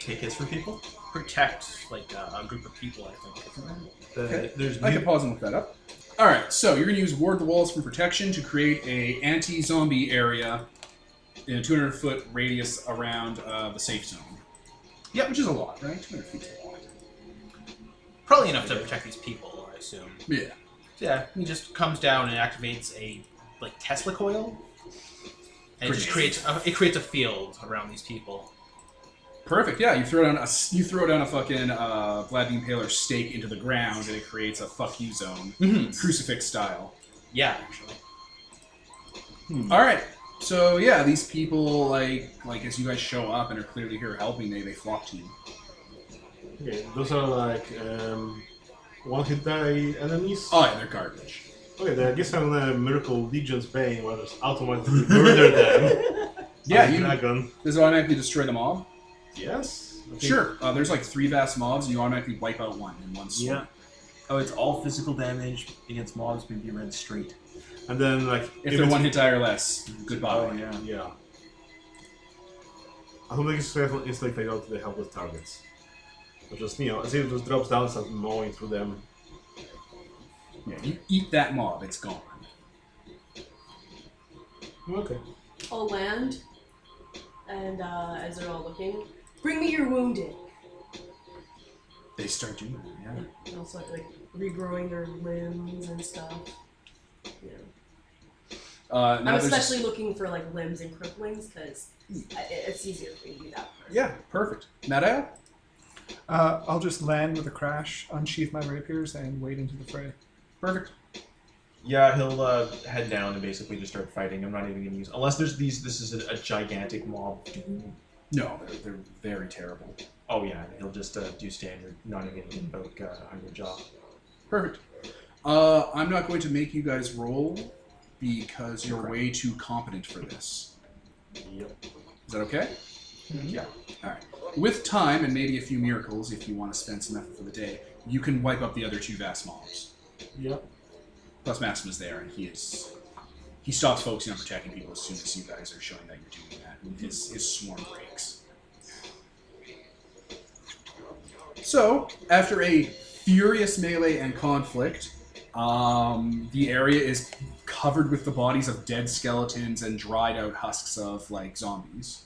[SPEAKER 6] Take hits from people.
[SPEAKER 4] protect like a, a group of people. I think. Isn't there?
[SPEAKER 6] The,
[SPEAKER 1] Okay.
[SPEAKER 6] There's
[SPEAKER 1] I can
[SPEAKER 6] new-
[SPEAKER 1] pause and look that up. All right, so you're gonna use ward the walls from protection to create a anti-zombie area in a 200 foot radius around uh, the safe zone. Yeah, which is a lot, right? 200 feet is a lot.
[SPEAKER 4] Probably enough to protect these people, I assume.
[SPEAKER 1] Yeah.
[SPEAKER 4] Yeah, he just comes down and activates a like Tesla coil, and it just
[SPEAKER 1] Grenades.
[SPEAKER 4] creates a, it creates a field around these people.
[SPEAKER 1] Perfect. Yeah, you throw down a s- you throw down a fucking uh, Vladimir Paler stake into the ground, and it creates a fuck you zone,
[SPEAKER 4] Mm-hmm.
[SPEAKER 1] crucifix style.
[SPEAKER 4] Yeah, actually.
[SPEAKER 1] All right. So yeah, these people like like as you guys show up and are clearly here helping, they they flock to you.
[SPEAKER 5] Okay. Those are like um, one hit die enemies.
[SPEAKER 1] Oh, yeah, they're garbage.
[SPEAKER 5] Okay, then I guess I'm gonna miracle Legion's Bane where I just automatically murder them.
[SPEAKER 1] Yeah,
[SPEAKER 5] I'm
[SPEAKER 1] you,
[SPEAKER 5] dragon.
[SPEAKER 1] does it automatically destroy them all?
[SPEAKER 5] Yes. I think-
[SPEAKER 1] Sure. Uh, there's like three vast mobs, and you automatically wipe out one in one swoop.
[SPEAKER 6] Yeah. Oh, it's all physical damage against mobs can be read straight.
[SPEAKER 5] And then like
[SPEAKER 1] If, they're
[SPEAKER 5] it's-
[SPEAKER 1] one hit die or less, goodbye.
[SPEAKER 6] Oh yeah.
[SPEAKER 5] Yeah. I don't think it's successful instinct they go to the helpless targets. Or just you know, as if it just drops down, starts mowing through them.
[SPEAKER 1] Yeah, you eat that mob, it's gone.
[SPEAKER 5] Okay.
[SPEAKER 2] I'll land, and uh, as they're all looking, bring me your wounded.
[SPEAKER 1] They start doing it. Yeah.
[SPEAKER 2] And also like regrowing their limbs and stuff. You
[SPEAKER 1] Uh,
[SPEAKER 2] know.
[SPEAKER 1] now
[SPEAKER 2] I'm
[SPEAKER 1] there's- Hmm.
[SPEAKER 2] especially looking for like limbs and cripplings because it's easier for you to do that. first.
[SPEAKER 1] Yeah, perfect. Nadael?
[SPEAKER 3] Uh, I'll just land with a crash, unsheath my rapiers, and wade into the fray.
[SPEAKER 1] Perfect.
[SPEAKER 6] Yeah, he'll uh, head down and basically just start fighting. I'm not even gonna use unless there's these. This is a, a gigantic mob. doom.
[SPEAKER 1] No, they're, they're very terrible.
[SPEAKER 6] Oh yeah, he'll just uh, do standard, not even invoke uh, hundred job.
[SPEAKER 1] Perfect. Uh, I'm not going to make you guys roll because you're way too competent for this.
[SPEAKER 6] Yep.
[SPEAKER 1] Is that okay? Yeah. All right. With time and maybe a few miracles, if you want to spend some effort for the day, you can wipe up the other two vast mobs.
[SPEAKER 5] Yep.
[SPEAKER 1] Plus, Maxima's there, and he is. He stops focusing on protecting people as soon as you guys are showing that you're doing that. His, his swarm breaks. So, after a furious melee and conflict, um, the area is covered with the bodies of dead skeletons and dried out husks of like zombies.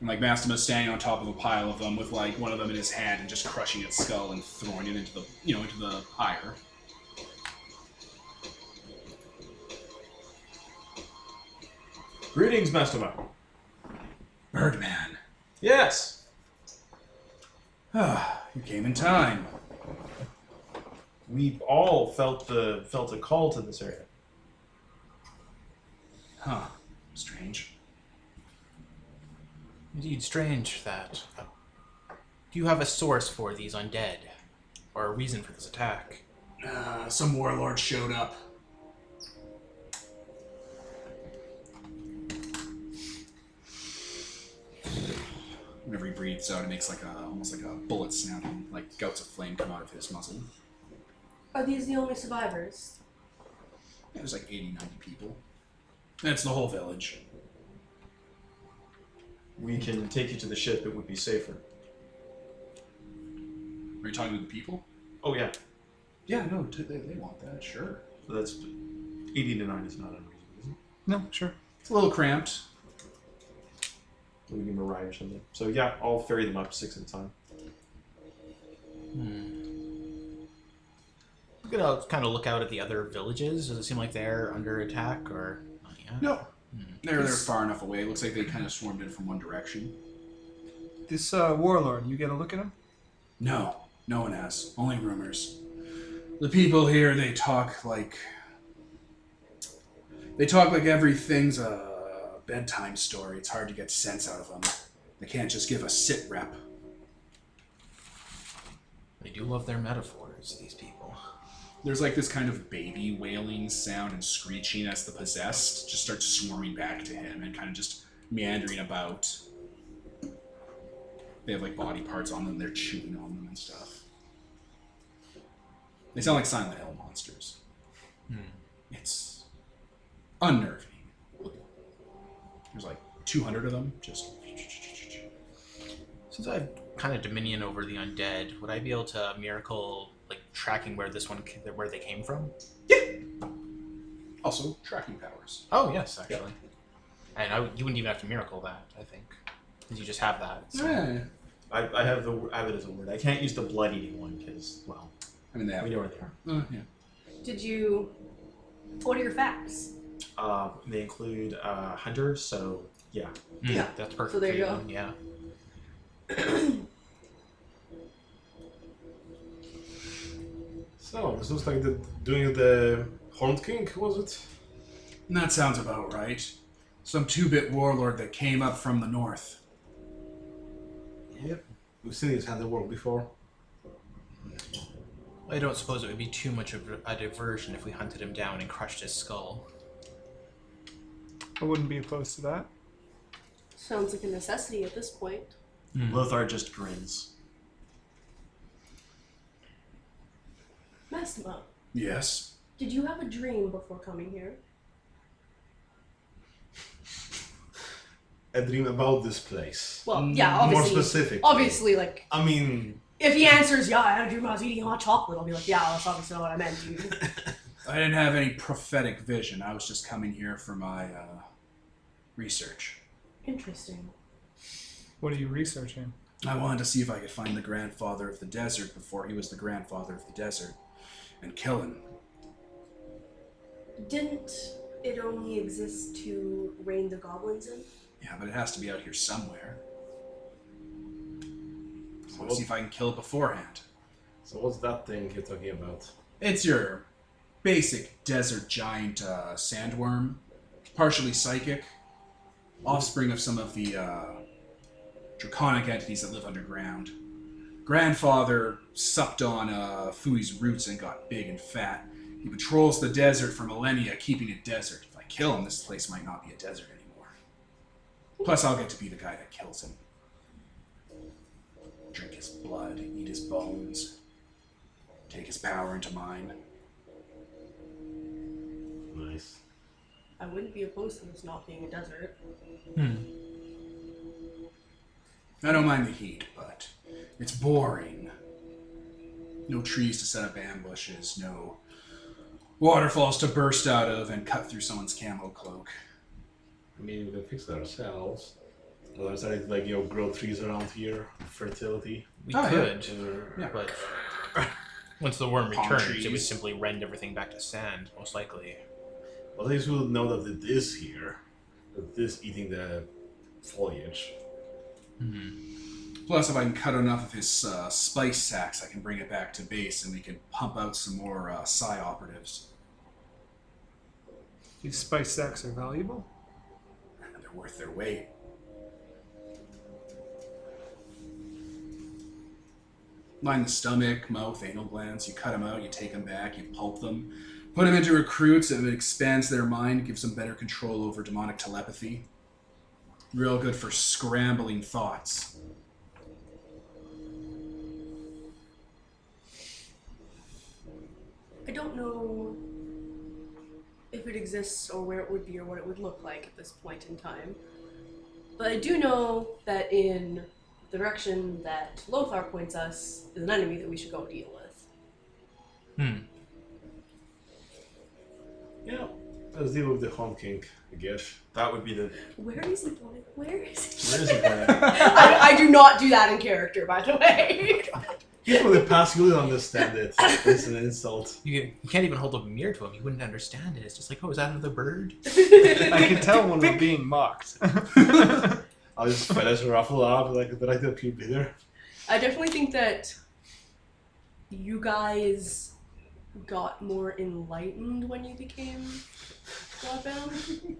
[SPEAKER 1] And like Mastimus standing on top of a pile of them with like one of them in his hand and just crushing its skull and throwing it into the you know into the pyre.
[SPEAKER 6] Greetings, Master Mike.
[SPEAKER 1] Birdman,
[SPEAKER 6] Yes.
[SPEAKER 1] ah, you came in time.
[SPEAKER 6] We've all felt the felt a call to this area.
[SPEAKER 1] Huh? Strange.
[SPEAKER 4] Indeed, strange that. uh, do you have a source for these undead? Or a reason for this attack?
[SPEAKER 1] Uh, some warlord showed up. Whenever he breathes out, it makes like a almost like a bullet sound, and like gouts of flame come out of his muzzle.
[SPEAKER 2] Are these the only survivors?
[SPEAKER 1] Yeah, There's like 80, 90 people. That's the whole village.
[SPEAKER 6] We can take you to the ship. It would be safer.
[SPEAKER 1] Are you talking to the people?
[SPEAKER 6] Oh yeah,
[SPEAKER 1] Yeah, no, t- they, they want that, sure.
[SPEAKER 6] that's eighty to nine is not unreasonable. Is it?
[SPEAKER 3] No, sure.
[SPEAKER 1] It's a little cramped.
[SPEAKER 6] We can give them a ride or something. So yeah, I'll ferry them up six at a time.
[SPEAKER 4] I'm gonna kind of look out at the other villages. Does it seem like they're under attack or not yet?
[SPEAKER 1] No.
[SPEAKER 4] Hmm.
[SPEAKER 1] They're, they're far enough away. It looks like they kind of swarmed in from one direction.
[SPEAKER 3] This uh, warlord, you get a look at him?
[SPEAKER 1] No, no one has. Only rumors. The people here, they talk like. They talk like everything's a bedtime story. It's hard to get sense out of them. They can't just give a sit rep.
[SPEAKER 4] They do love their metaphors, these people.
[SPEAKER 1] There's like this kind of baby wailing sound and screeching as the possessed just starts swarming back to him and kind of just meandering about. They have like body parts on them, they're chewing on them and stuff. They sound like Silent Hill monsters.
[SPEAKER 4] Hmm.
[SPEAKER 1] It's unnerving. There's like 200 of them, just.
[SPEAKER 4] Since I have kind of dominion over the undead, would I be able to uh, miracle like tracking where this one ca- where they came from?
[SPEAKER 1] Also, tracking powers.
[SPEAKER 4] Oh yes, actually. And I would, you wouldn't even have to miracle that, I think, because you just have that. so-
[SPEAKER 1] Yeah.
[SPEAKER 6] I, I have the I have it as a word. I can't use the blood eating one because well,
[SPEAKER 1] I mean, they have.
[SPEAKER 6] we know where they are.
[SPEAKER 1] Uh, yeah.
[SPEAKER 2] Did you. What are your facts?
[SPEAKER 6] Uh, they include uh, hunter. So yeah,
[SPEAKER 4] Hmm,
[SPEAKER 2] Yeah.
[SPEAKER 4] that's perfect.
[SPEAKER 2] So there
[SPEAKER 4] for
[SPEAKER 2] you go.
[SPEAKER 4] Yeah.
[SPEAKER 5] So this looks like the doing the Horned King was it?
[SPEAKER 1] And That sounds about right. Some two bit warlord that came up from the north.
[SPEAKER 5] Yep. We've seen his handiwork before.
[SPEAKER 4] I don't suppose it would be too much of a diversion if we hunted him down and crushed his skull.
[SPEAKER 3] I wouldn't be opposed to that.
[SPEAKER 2] Sounds like a necessity at this point.
[SPEAKER 6] Lothar just grins.
[SPEAKER 2] Mastema,
[SPEAKER 1] Yes.
[SPEAKER 2] did you have a dream before coming here?
[SPEAKER 5] A dream about this place.
[SPEAKER 2] Well, yeah,
[SPEAKER 5] Mm, More
[SPEAKER 2] obviously.
[SPEAKER 5] specific.
[SPEAKER 2] Obviously, like,
[SPEAKER 5] I mean,
[SPEAKER 2] if he answers, yeah, I had a dream I was eating hot chocolate, I'll be like, yeah, that's obviously not what I meant, dude.
[SPEAKER 1] I didn't have any prophetic vision. I was just coming here for my uh, research.
[SPEAKER 2] Interesting.
[SPEAKER 3] What are you researching?
[SPEAKER 1] I wanted to see if I could find the grandfather of the desert before he was the grandfather of the desert and kill him.
[SPEAKER 2] Didn't it only exist to rein the goblins in?
[SPEAKER 1] Yeah, but it has to be out here somewhere. So let's see if I can kill it beforehand.
[SPEAKER 5] so what's that thing you're talking about?
[SPEAKER 1] It's your basic desert giant uh, sandworm, partially psychic, offspring of some of the uh, draconic entities that live underground. Grandfather sucked on uh, Fui's roots and got big and fat. He patrols the desert for millennia, keeping it desert. If I kill him, this place might not be a desert anymore. Plus, I'll get to be the guy that kills him. Drink his blood, eat his bones, take his power into mine.
[SPEAKER 5] Nice.
[SPEAKER 2] I wouldn't be opposed to this not being a desert.
[SPEAKER 1] I don't mind the heat, but it's boring. No trees to set up ambushes, no waterfalls to burst out of and cut through someone's camo cloak.
[SPEAKER 5] I mean, we can fix it ourselves. Well, there's anything like, you know, grow trees around here, fertility.
[SPEAKER 4] We
[SPEAKER 1] Oh, yeah.
[SPEAKER 4] could,
[SPEAKER 1] Yeah.
[SPEAKER 4] but once the worm
[SPEAKER 1] Palm
[SPEAKER 4] returns, it would
[SPEAKER 1] trees.
[SPEAKER 4] simply rend everything back to sand, most likely.
[SPEAKER 5] Well, at least we'll know that it is here. That this eating the foliage.
[SPEAKER 1] Plus, if I can cut enough of his uh, spice sacks, I can bring it back to base and we can pump out some more uh, psi operatives.
[SPEAKER 3] These spice sacks are valuable.
[SPEAKER 1] And they're worth their weight. Line the stomach, mouth, anal glands. You cut them out, you take them back, you pulp them, put them into recruits. It expands their mind, gives them better control over demonic telepathy. Real good for scrambling thoughts.
[SPEAKER 2] I don't know if it exists or where it would be or what it would look like at this point in time. But I do know that in the direction that Lothar points us is an enemy that we should go deal with.
[SPEAKER 5] Yeah. Let's deal with the Home King, I guess.
[SPEAKER 6] That would be the.
[SPEAKER 2] Where is he going? Where is
[SPEAKER 5] Where
[SPEAKER 2] he?
[SPEAKER 5] is he going?
[SPEAKER 2] I, I do not do that in character, by the way.
[SPEAKER 5] He's from the past, you will understand it. It's an insult.
[SPEAKER 4] You, can, you can't even hold up a mirror to him; you wouldn't understand it. It's just like, oh, is that another bird?
[SPEAKER 3] I can tell when we're being mocked.
[SPEAKER 5] I'll just finish ruffle up like the right up you bitter.
[SPEAKER 2] I definitely think that you guys got more enlightened when you became godbound.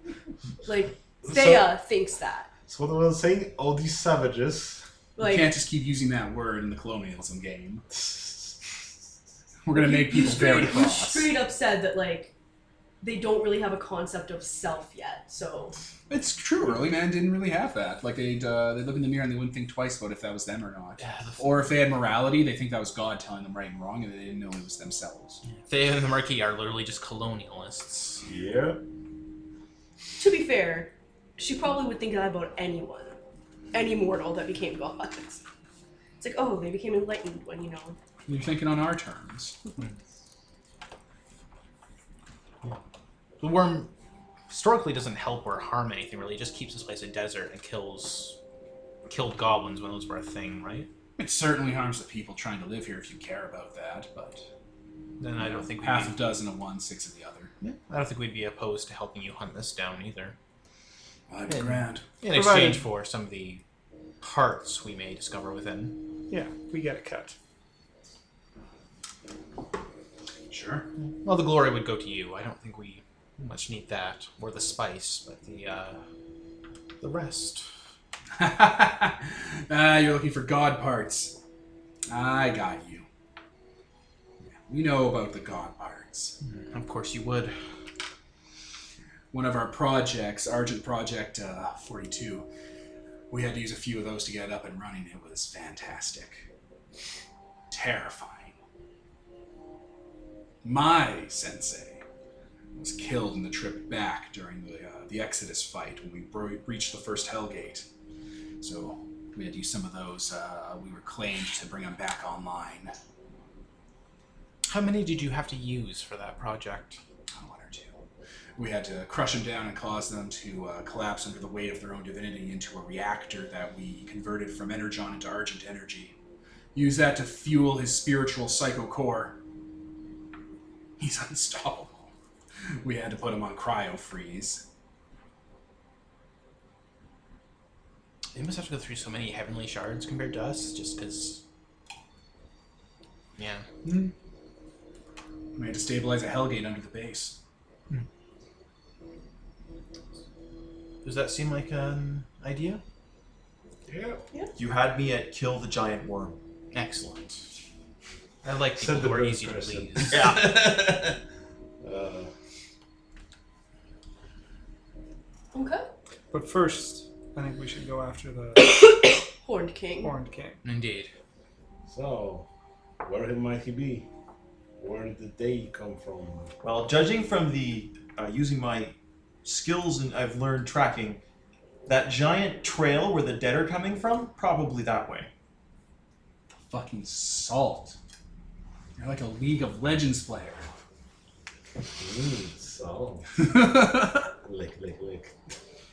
[SPEAKER 2] like Thea thinks that.
[SPEAKER 5] So what I was saying, all these savages.
[SPEAKER 1] you
[SPEAKER 2] Like
[SPEAKER 1] can't just keep using that word in the colonialism game. We're gonna make
[SPEAKER 2] you
[SPEAKER 1] people very
[SPEAKER 2] straight, you
[SPEAKER 1] cross.
[SPEAKER 2] straight up said that like they don't really have a concept of self yet. So
[SPEAKER 1] It's true. Early man didn't really have that. Like they'd uh, they would look in the mirror and they wouldn't think twice about if that was them or not.
[SPEAKER 4] Yeah, the
[SPEAKER 1] Or if they had morality, they think that was God telling them right and wrong, and they didn't know it was themselves.
[SPEAKER 4] Thea and the Marquis are literally just colonialists.
[SPEAKER 5] Yeah.
[SPEAKER 2] to be fair, she probably would think that about anyone, any mortal that became gods. It's like oh they became enlightened when you know
[SPEAKER 1] You're thinking on our terms.
[SPEAKER 4] The worm historically doesn't help or harm anything really. It just keeps this place a desert and kills killed goblins when those were a thing, right?
[SPEAKER 1] It certainly harms the people trying to live here if you care about that, but
[SPEAKER 4] Then I don't think we'd
[SPEAKER 1] half a
[SPEAKER 4] be,
[SPEAKER 1] dozen of one, six of the other.
[SPEAKER 4] I don't think we'd be opposed to helping you hunt this down either.
[SPEAKER 1] I'd
[SPEAKER 4] Yeah.
[SPEAKER 1] grand.
[SPEAKER 4] In
[SPEAKER 3] Provided-
[SPEAKER 4] exchange for some of the parts we may discover within.
[SPEAKER 3] yeah, we get a cut.
[SPEAKER 1] Sure.
[SPEAKER 4] Well, the glory would go to you. I don't think we much need that or the spice, but the uh, the rest.
[SPEAKER 1] ah, you're looking for God parts. I got you. Yeah, we know about the God parts.
[SPEAKER 4] Of course, you would.
[SPEAKER 1] one of our projects, Argent Project uh, 42, we had to use a few of those to get it up and running. It was fantastic. Terrifying. My sensei was killed in the trip back during the, uh, the Exodus fight when we bro- reached the first Hellgate. So we had to use some of those. Uh, we were claimed to bring them back online.
[SPEAKER 4] How many did you have to use for that project?
[SPEAKER 1] one or two. We had to crush them down and cause them to uh, collapse under the weight of their own divinity into a reactor that we converted from energon into argent energy. Use that to fuel his spiritual psycho core. He's unstoppable. We had to put him on cryo freeze.
[SPEAKER 4] They must have to go through so many heavenly shards compared to us, just because. Yeah.
[SPEAKER 1] We had to stabilize a hellgate under the base.
[SPEAKER 4] Does that seem like an idea?
[SPEAKER 5] Yeah.
[SPEAKER 6] You had me at kill the giant worm.
[SPEAKER 4] Excellent. I like
[SPEAKER 5] Said
[SPEAKER 4] people
[SPEAKER 5] the
[SPEAKER 4] who are
[SPEAKER 5] bird
[SPEAKER 4] easy
[SPEAKER 5] person.
[SPEAKER 4] to please.
[SPEAKER 6] Yeah.
[SPEAKER 5] Uh,
[SPEAKER 2] okay
[SPEAKER 3] But first, I think we should go after the
[SPEAKER 2] horned king.
[SPEAKER 3] Horned King.
[SPEAKER 4] Indeed.
[SPEAKER 5] so, where might he be? Where did they come from?
[SPEAKER 6] well, judging from the uh, using my skills and I've learned tracking, that giant trail where the dead are coming from, probably that way.
[SPEAKER 1] Fucking salt. You're like a League of Legends player.
[SPEAKER 5] Mm, so, lick, lick, lick.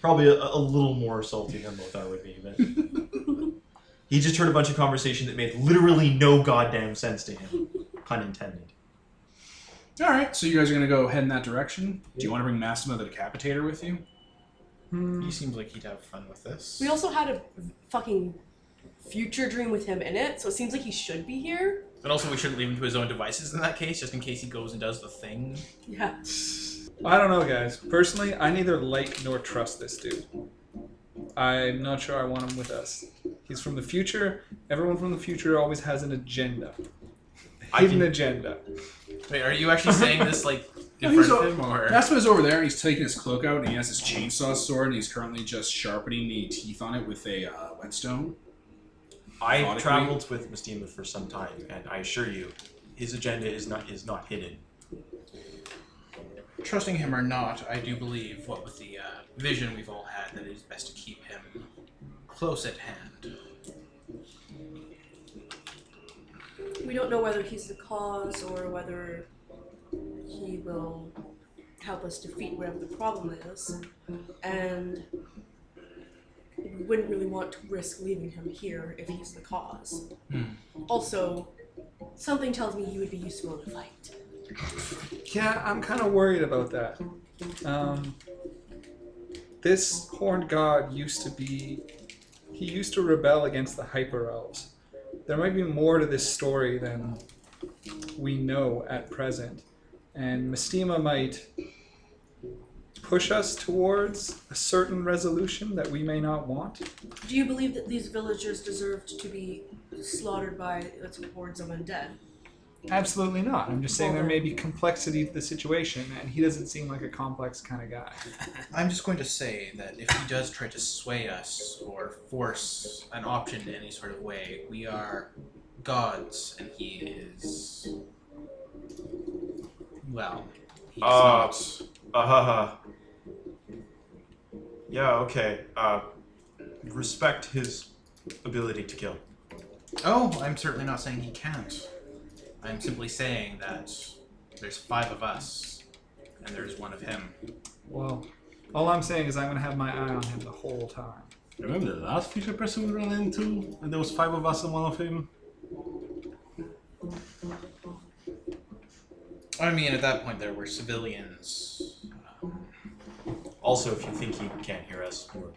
[SPEAKER 6] Probably a, a little more salty than Lothar would be, but he just heard a bunch of conversation that made literally no goddamn sense to him. Pun intended.
[SPEAKER 1] All right, so you guys are gonna go head in that direction. Do you want to bring Massimo the Decapitator with you?
[SPEAKER 4] He seems like he'd have fun with this.
[SPEAKER 2] We also had a fucking future dream with him in it, so it seems like he should be here.
[SPEAKER 4] But also, we shouldn't leave him to his own devices in that case, just in case he goes and does the thing.
[SPEAKER 2] Yeah.
[SPEAKER 3] I don't know, guys. Personally, I neither like nor trust this dude. I'm not sure I want him with us. He's from the future. Everyone from the future always has an agenda.
[SPEAKER 6] I
[SPEAKER 3] Hidden
[SPEAKER 6] didn't-
[SPEAKER 3] agenda.
[SPEAKER 4] Wait, are you actually saying this like
[SPEAKER 1] No,
[SPEAKER 4] in front
[SPEAKER 1] he's
[SPEAKER 4] of
[SPEAKER 1] o-
[SPEAKER 4] him, or
[SPEAKER 1] Massimo's over there, and he's taking his cloak out, and he has his chainsaw sword, and he's currently just sharpening the teeth on it with a uh, whetstone.
[SPEAKER 6] I
[SPEAKER 1] Methodically.
[SPEAKER 6] traveled with Mistima for some time, and I assure you, his agenda is not is not hidden.
[SPEAKER 4] trusting him or not? I do believe what with the uh, vision we've all had that it is best to keep him close at hand.
[SPEAKER 2] We don't know whether he's the cause or whether he will help us defeat whatever the problem is. And we wouldn't really want to risk leaving him here if he's the cause.
[SPEAKER 4] Hmm.
[SPEAKER 2] Also, something tells me he would be useful in a fight.
[SPEAKER 3] Yeah, I'm kind of worried about that. Um, this horned god used to be. He used to rebel against the Hyper Elves. There might be more to this story than we know at present. And Mistima might push us towards a certain resolution that we may not want.
[SPEAKER 2] Do you believe that these villagers deserved to be slaughtered by the hordes of undead?
[SPEAKER 3] Absolutely not. I'm just saying there may be complexity to the situation, and he doesn't seem like a complex kind of guy.
[SPEAKER 4] I'm just going to say that if he does try to sway us or force an option in any sort of way, we are gods and he is. Well, he's
[SPEAKER 6] Uh,
[SPEAKER 4] not.
[SPEAKER 6] Uh huh. huh. Yeah. Okay. Uh, respect his ability to kill.
[SPEAKER 4] Oh, I'm certainly not saying he can't. I'm simply saying that there's five of us and there's one of him.
[SPEAKER 3] Well, all I'm saying is I'm gonna have my eye on him the whole time.
[SPEAKER 5] Remember the last future person we ran into? And there was five of us and one of him?
[SPEAKER 4] I mean, at that point, there were civilians. Um,
[SPEAKER 6] Also, if you think he can't hear us, we're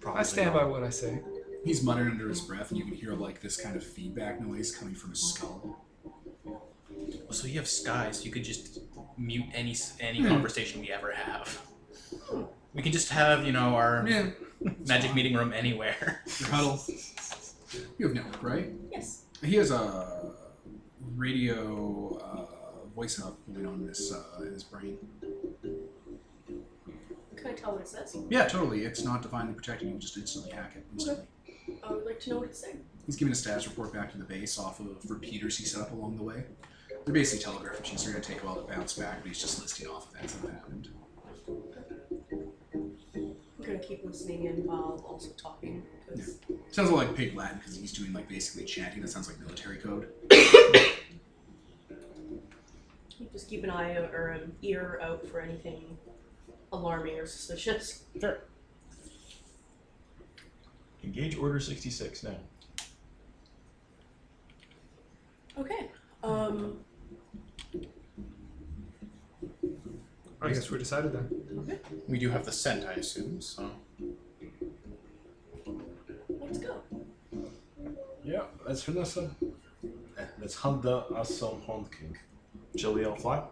[SPEAKER 6] probably
[SPEAKER 3] I stand by
[SPEAKER 6] not.
[SPEAKER 3] what I say.
[SPEAKER 1] He's muttering under his breath, and you can hear like this kind of feedback noise coming from his skull.
[SPEAKER 4] so you have Sky, so you could just mute any s- any
[SPEAKER 1] Hmm.
[SPEAKER 4] conversation we ever have. We can just have, you know, our
[SPEAKER 1] Yeah,
[SPEAKER 4] magic meeting room anywhere.
[SPEAKER 1] your huddle. You have network, right?
[SPEAKER 2] Yes.
[SPEAKER 1] He has a radio uh, voice up going on this uh, in his brain.
[SPEAKER 2] Can I tell what it says?
[SPEAKER 1] Yeah, totally. It's not divinely protected. You can just instantly hack it. Instantly.
[SPEAKER 2] I would like to know what it's saying.
[SPEAKER 1] He's giving a status report back to the base off of repeaters he set up along the way. They're basically telegraph machines. They're going to take a while to bounce back, but he's just listing off events that happened.
[SPEAKER 2] I'm gonna keep listening in while also talking because
[SPEAKER 1] Sounds a lot like Pig Latin because he's doing like basically chanting. That sounds like military code.
[SPEAKER 2] just keep an eye out or an ear out for anything alarming or suspicious.
[SPEAKER 6] Engage Order sixty six now.
[SPEAKER 2] Okay. Um.
[SPEAKER 3] I guess we decided then.
[SPEAKER 4] We do have the scent, I assume, so.
[SPEAKER 2] Let's go.
[SPEAKER 5] Yeah, let's Vanessa. Let's hunt the Assam Horned King.
[SPEAKER 6] Shall we all fly?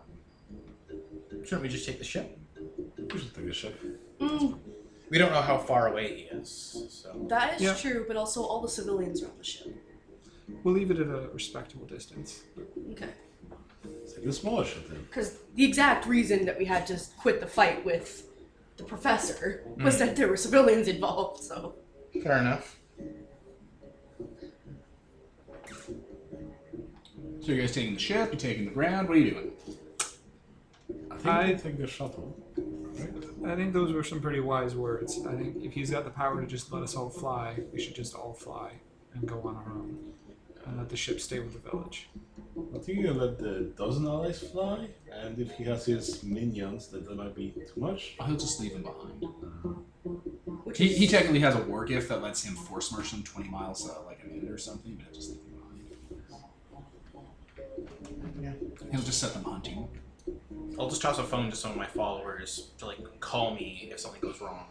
[SPEAKER 4] Shouldn't we just take the ship?
[SPEAKER 5] We should take a ship.
[SPEAKER 2] Mm,
[SPEAKER 4] We don't know how far away he is, so.
[SPEAKER 2] that is
[SPEAKER 3] Yeah.
[SPEAKER 2] true, but also all the civilians are on the ship.
[SPEAKER 3] We'll leave it at a respectable distance.
[SPEAKER 2] Okay.
[SPEAKER 5] Let's take a smaller ship then.
[SPEAKER 2] Because the exact reason that we had to quit the fight with the professor
[SPEAKER 1] Mm.
[SPEAKER 2] was that there were civilians involved. So
[SPEAKER 4] Fair enough.
[SPEAKER 1] So you guys taking the ship? You taking the ground? What are you doing?
[SPEAKER 5] I think
[SPEAKER 3] I-
[SPEAKER 5] we take the shuttle.
[SPEAKER 3] I think those were some pretty wise words. I think if he's got the power to just let us all fly, we should just all fly and go on our own. and let the ship stay with the village.
[SPEAKER 5] I think you let the dozen allies fly, and if he has his minions, that there might be too much.
[SPEAKER 1] I'll Oh, just leave him behind.
[SPEAKER 2] Which
[SPEAKER 1] He,
[SPEAKER 2] is,
[SPEAKER 1] he technically has a war gift that lets him force march them 20 miles uh, like a minute or something, but he'll just leave them behind. He'll just set them hunting.
[SPEAKER 4] I'll just toss a phone to some of my followers to like call me if something goes wrong.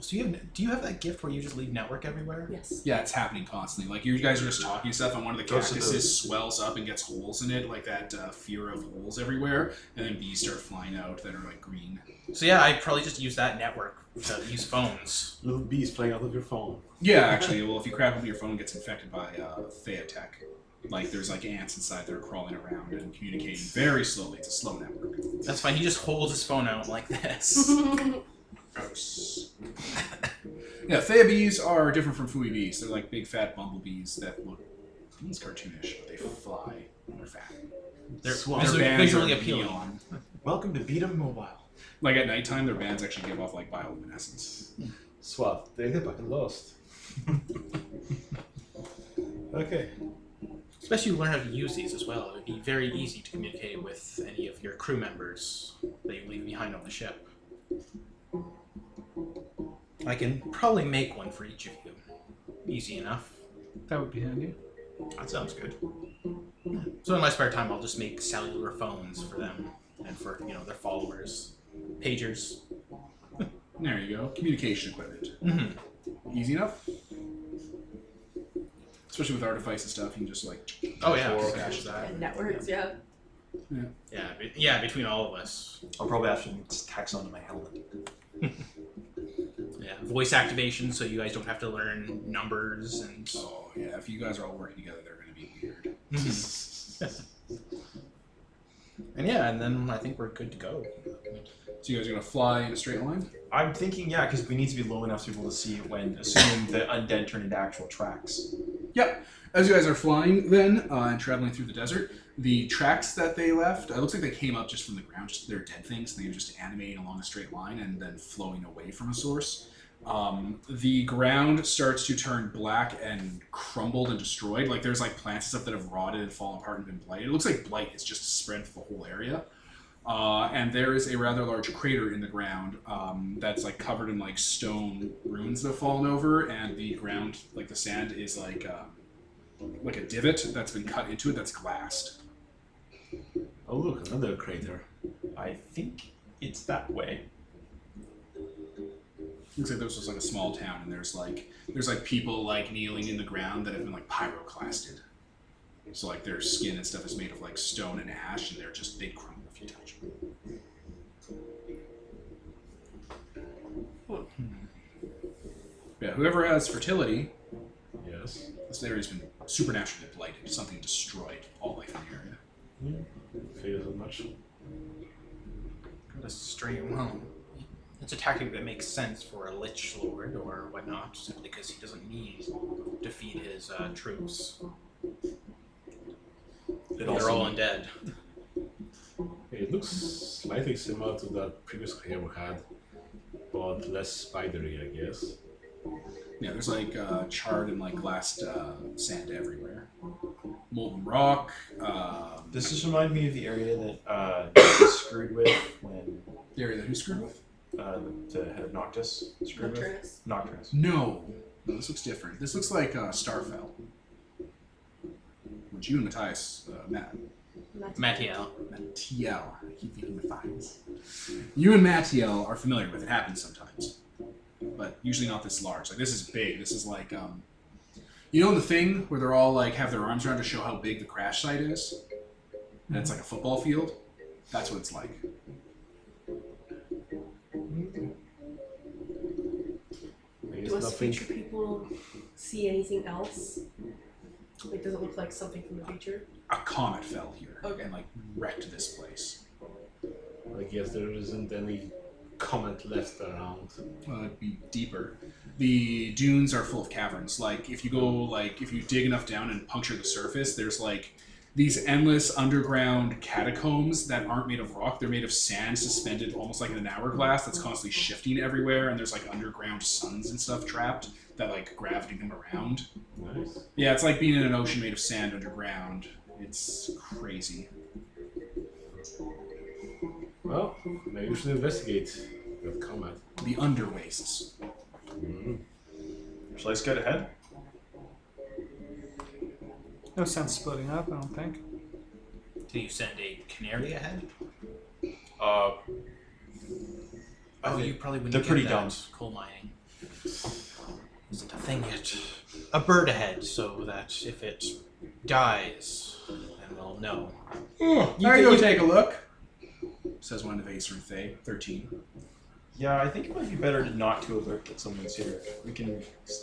[SPEAKER 4] So you have, do you have that gift where you just leave network everywhere?
[SPEAKER 2] yes.
[SPEAKER 1] Yeah, it's happening constantly. Like you guys are just talking and stuff, and one of the
[SPEAKER 6] Goes to
[SPEAKER 1] cactuses
[SPEAKER 6] the-
[SPEAKER 1] swells up and gets holes in it, like that uh, fear of holes everywhere, and then bees start flying out that are like green.
[SPEAKER 4] So yeah, I probably just use that network to use phones.
[SPEAKER 5] Little bees flying out of your phone.
[SPEAKER 1] Yeah, actually, well, if you crap up your phone, it gets infected by uh, Thea tech. Like there's like ants inside that are crawling around and communicating very slowly. It's a slow network.
[SPEAKER 4] That's fine. He just holds his phone out like this.
[SPEAKER 2] They're
[SPEAKER 1] Yeah, Thea bees are different from Fui bees. They're like big fat bumblebees that look it's cartoonish, but they fly and they're fat.
[SPEAKER 4] They're
[SPEAKER 6] Swallow.
[SPEAKER 1] Their
[SPEAKER 4] visu-
[SPEAKER 1] bands
[SPEAKER 4] visually
[SPEAKER 1] are
[SPEAKER 4] appealing.
[SPEAKER 1] neon.
[SPEAKER 6] Welcome to Beat 'em Mobile.
[SPEAKER 1] Like at nighttime, their bands actually give off like bioluminescence.
[SPEAKER 5] Swap. They hit back and lost. okay.
[SPEAKER 4] Especially you learn how to use these as well. It would be very easy to communicate with any of your crew members that you leave behind on the ship. I can probably make one for each of you. Easy enough.
[SPEAKER 3] That would be handy.
[SPEAKER 4] That sounds good. So in my spare time, I'll just make cellular phones for them and for you know their followers, pagers.
[SPEAKER 1] There you go. Communication equipment.
[SPEAKER 4] Mm-hmm.
[SPEAKER 1] Easy enough. Especially with artifice and stuff, you can just like
[SPEAKER 4] Oh yeah,
[SPEAKER 1] Oral cash.
[SPEAKER 4] cash that.
[SPEAKER 2] Networks, yeah.
[SPEAKER 4] Yeah, be- yeah, between all of us.
[SPEAKER 6] I'll probably have to tax onto my helmet.
[SPEAKER 4] Yeah, voice activation, so you guys don't have to learn numbers and.
[SPEAKER 1] Oh yeah, if you guys are all working together, they're gonna be weird.
[SPEAKER 4] Mm-hmm. and yeah, and then I think we're good to go.
[SPEAKER 1] So you guys are gonna fly in a straight line?
[SPEAKER 6] I'm thinking, yeah, because we need to be low enough to be able to see it when, assuming the undead turn into actual tracks.
[SPEAKER 1] Yep. As you guys are flying then uh, and traveling through the desert, the tracks that they left, uh, it looks like they came up just from the ground. Just they're dead things. They were just animating along a straight line and then flowing away from a source. Um, the ground starts to turn black and crumbled and destroyed. Like there's like plants and stuff that have rotted and fallen apart and been blighted. It looks like blight is just spread through the whole area. Uh, and there is a rather large crater in the ground um, that's like covered in like stone ruins that have fallen over, and the ground, like the sand, is like um, like a divot that's been cut into it that's glassed.
[SPEAKER 5] Oh look, another crater.
[SPEAKER 6] I think it's that way.
[SPEAKER 1] Looks like this was like a small town, and there's like there's like people like kneeling in the ground that have been like pyroclasted. So like their skin and stuff is made of like stone and ash, and they're just big crumble if you touch them. Yeah, whoever has fertility,
[SPEAKER 5] Yes.
[SPEAKER 1] this area's been supernaturally blighted. Something destroyed all life in the area.
[SPEAKER 5] Figures as much.
[SPEAKER 4] Got a stray well. It's a tactic that makes sense for a lich lord or whatnot, simply because he doesn't need to feed his uh, troops.
[SPEAKER 6] It
[SPEAKER 4] They're all undead.
[SPEAKER 5] It looks slightly similar to that previous crater we had, but less spidery, I guess.
[SPEAKER 1] Yeah, there's like uh, charred and like glassed uh, sand everywhere. Molten rock. Um,
[SPEAKER 6] Does this remind me of the area that uh, we screwed with when
[SPEAKER 1] the area that who's screwed with?
[SPEAKER 6] uh, the head of Noctis screwed with?
[SPEAKER 2] Nocturnus.
[SPEAKER 6] Nocturnus.
[SPEAKER 1] No. No, this looks different. This looks like uh, Starfell. Which you and Matthias uh, met.
[SPEAKER 4] Mattiel.
[SPEAKER 1] Mattiel. I keep thinking Matthias. You and Mattiel are familiar with it. Happens sometimes, but usually not this large. Like this is big. This is like um, you know the thing where they're all like have their arms around to show how big the crash site is, and it's like a football field. That's what it's like.
[SPEAKER 5] I guess
[SPEAKER 2] Do us
[SPEAKER 5] nothing.
[SPEAKER 2] future people see anything else? Like, does it look like something from the future?
[SPEAKER 1] A comet fell here
[SPEAKER 2] Okay.
[SPEAKER 1] and like wrecked this place.
[SPEAKER 5] I guess there isn't any comment left around.
[SPEAKER 1] uh, be deeper. The dunes are full of caverns. Like if you go, like if you dig enough down and puncture the surface, there's like these endless underground catacombs that aren't made of rock. They're made of sand suspended almost like in an hourglass that's constantly shifting everywhere. And there's like underground suns and stuff trapped that like gravity them around.
[SPEAKER 5] Nice.
[SPEAKER 1] Yeah, it's like being in an ocean made of sand underground. It's crazy.
[SPEAKER 5] Well, maybe we should investigate that comet.
[SPEAKER 1] The underwastes.
[SPEAKER 5] Mm.
[SPEAKER 6] Shall I scout ahead?
[SPEAKER 3] No sense splitting up, I don't think.
[SPEAKER 4] Do you send a canary ahead?
[SPEAKER 6] Uh, I
[SPEAKER 4] Oh,
[SPEAKER 6] think
[SPEAKER 4] you probably wouldn't.
[SPEAKER 6] they're
[SPEAKER 4] get
[SPEAKER 6] pretty
[SPEAKER 4] that.
[SPEAKER 6] dumb.
[SPEAKER 4] Coal mining isn't a thing yet. A bird ahead, so that if it dies, then we'll know.
[SPEAKER 1] You can go take a look. Says one of Acer and Thay, 13.
[SPEAKER 6] Yeah, I think it might be better to not to alert that someone's here. We can.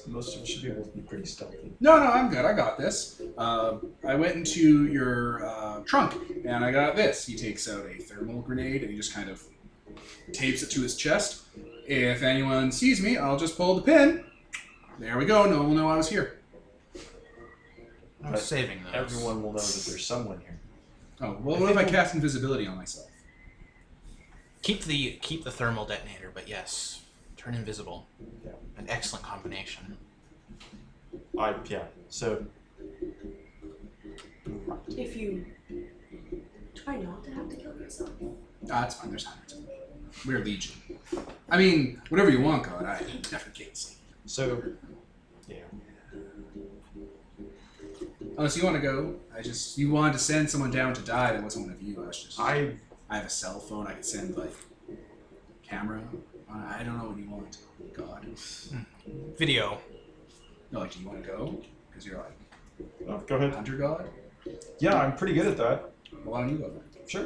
[SPEAKER 6] Most of us should be able to be pretty stealthy.
[SPEAKER 1] No, no, I'm good. I got this. Um I went into your uh, trunk and I got this. He takes out a thermal grenade and he just kind of tapes it to his chest. If anyone sees me, I'll just pull the pin. There we go. No one will know I was here.
[SPEAKER 4] I'm
[SPEAKER 6] But
[SPEAKER 4] saving those.
[SPEAKER 6] Everyone will know that there's someone here.
[SPEAKER 1] Oh, well, what if I cast invisibility on myself?
[SPEAKER 4] keep the keep the thermal detonator, but yes, turn invisible.
[SPEAKER 6] Yeah.
[SPEAKER 4] An excellent combination.
[SPEAKER 6] I yeah. So
[SPEAKER 2] If you try not to have to kill yourself.
[SPEAKER 1] Ah, it's fine. There's hundreds of them. We're Legion. I mean, whatever you want, God. I definitely can't see.
[SPEAKER 6] so
[SPEAKER 1] Unless you want to go, I just you wanted to send someone down to die. That wasn't one of you. I was just
[SPEAKER 6] I
[SPEAKER 1] I have a cell phone. I could send like camera. On, I don't know what you want. God.
[SPEAKER 4] Video.
[SPEAKER 1] No, like, do you want to go? Because you're like
[SPEAKER 6] oh, go ahead.
[SPEAKER 1] hunter god.
[SPEAKER 6] Yeah, I'm pretty good at that.
[SPEAKER 1] Well, why don't you go? Then?
[SPEAKER 6] Sure.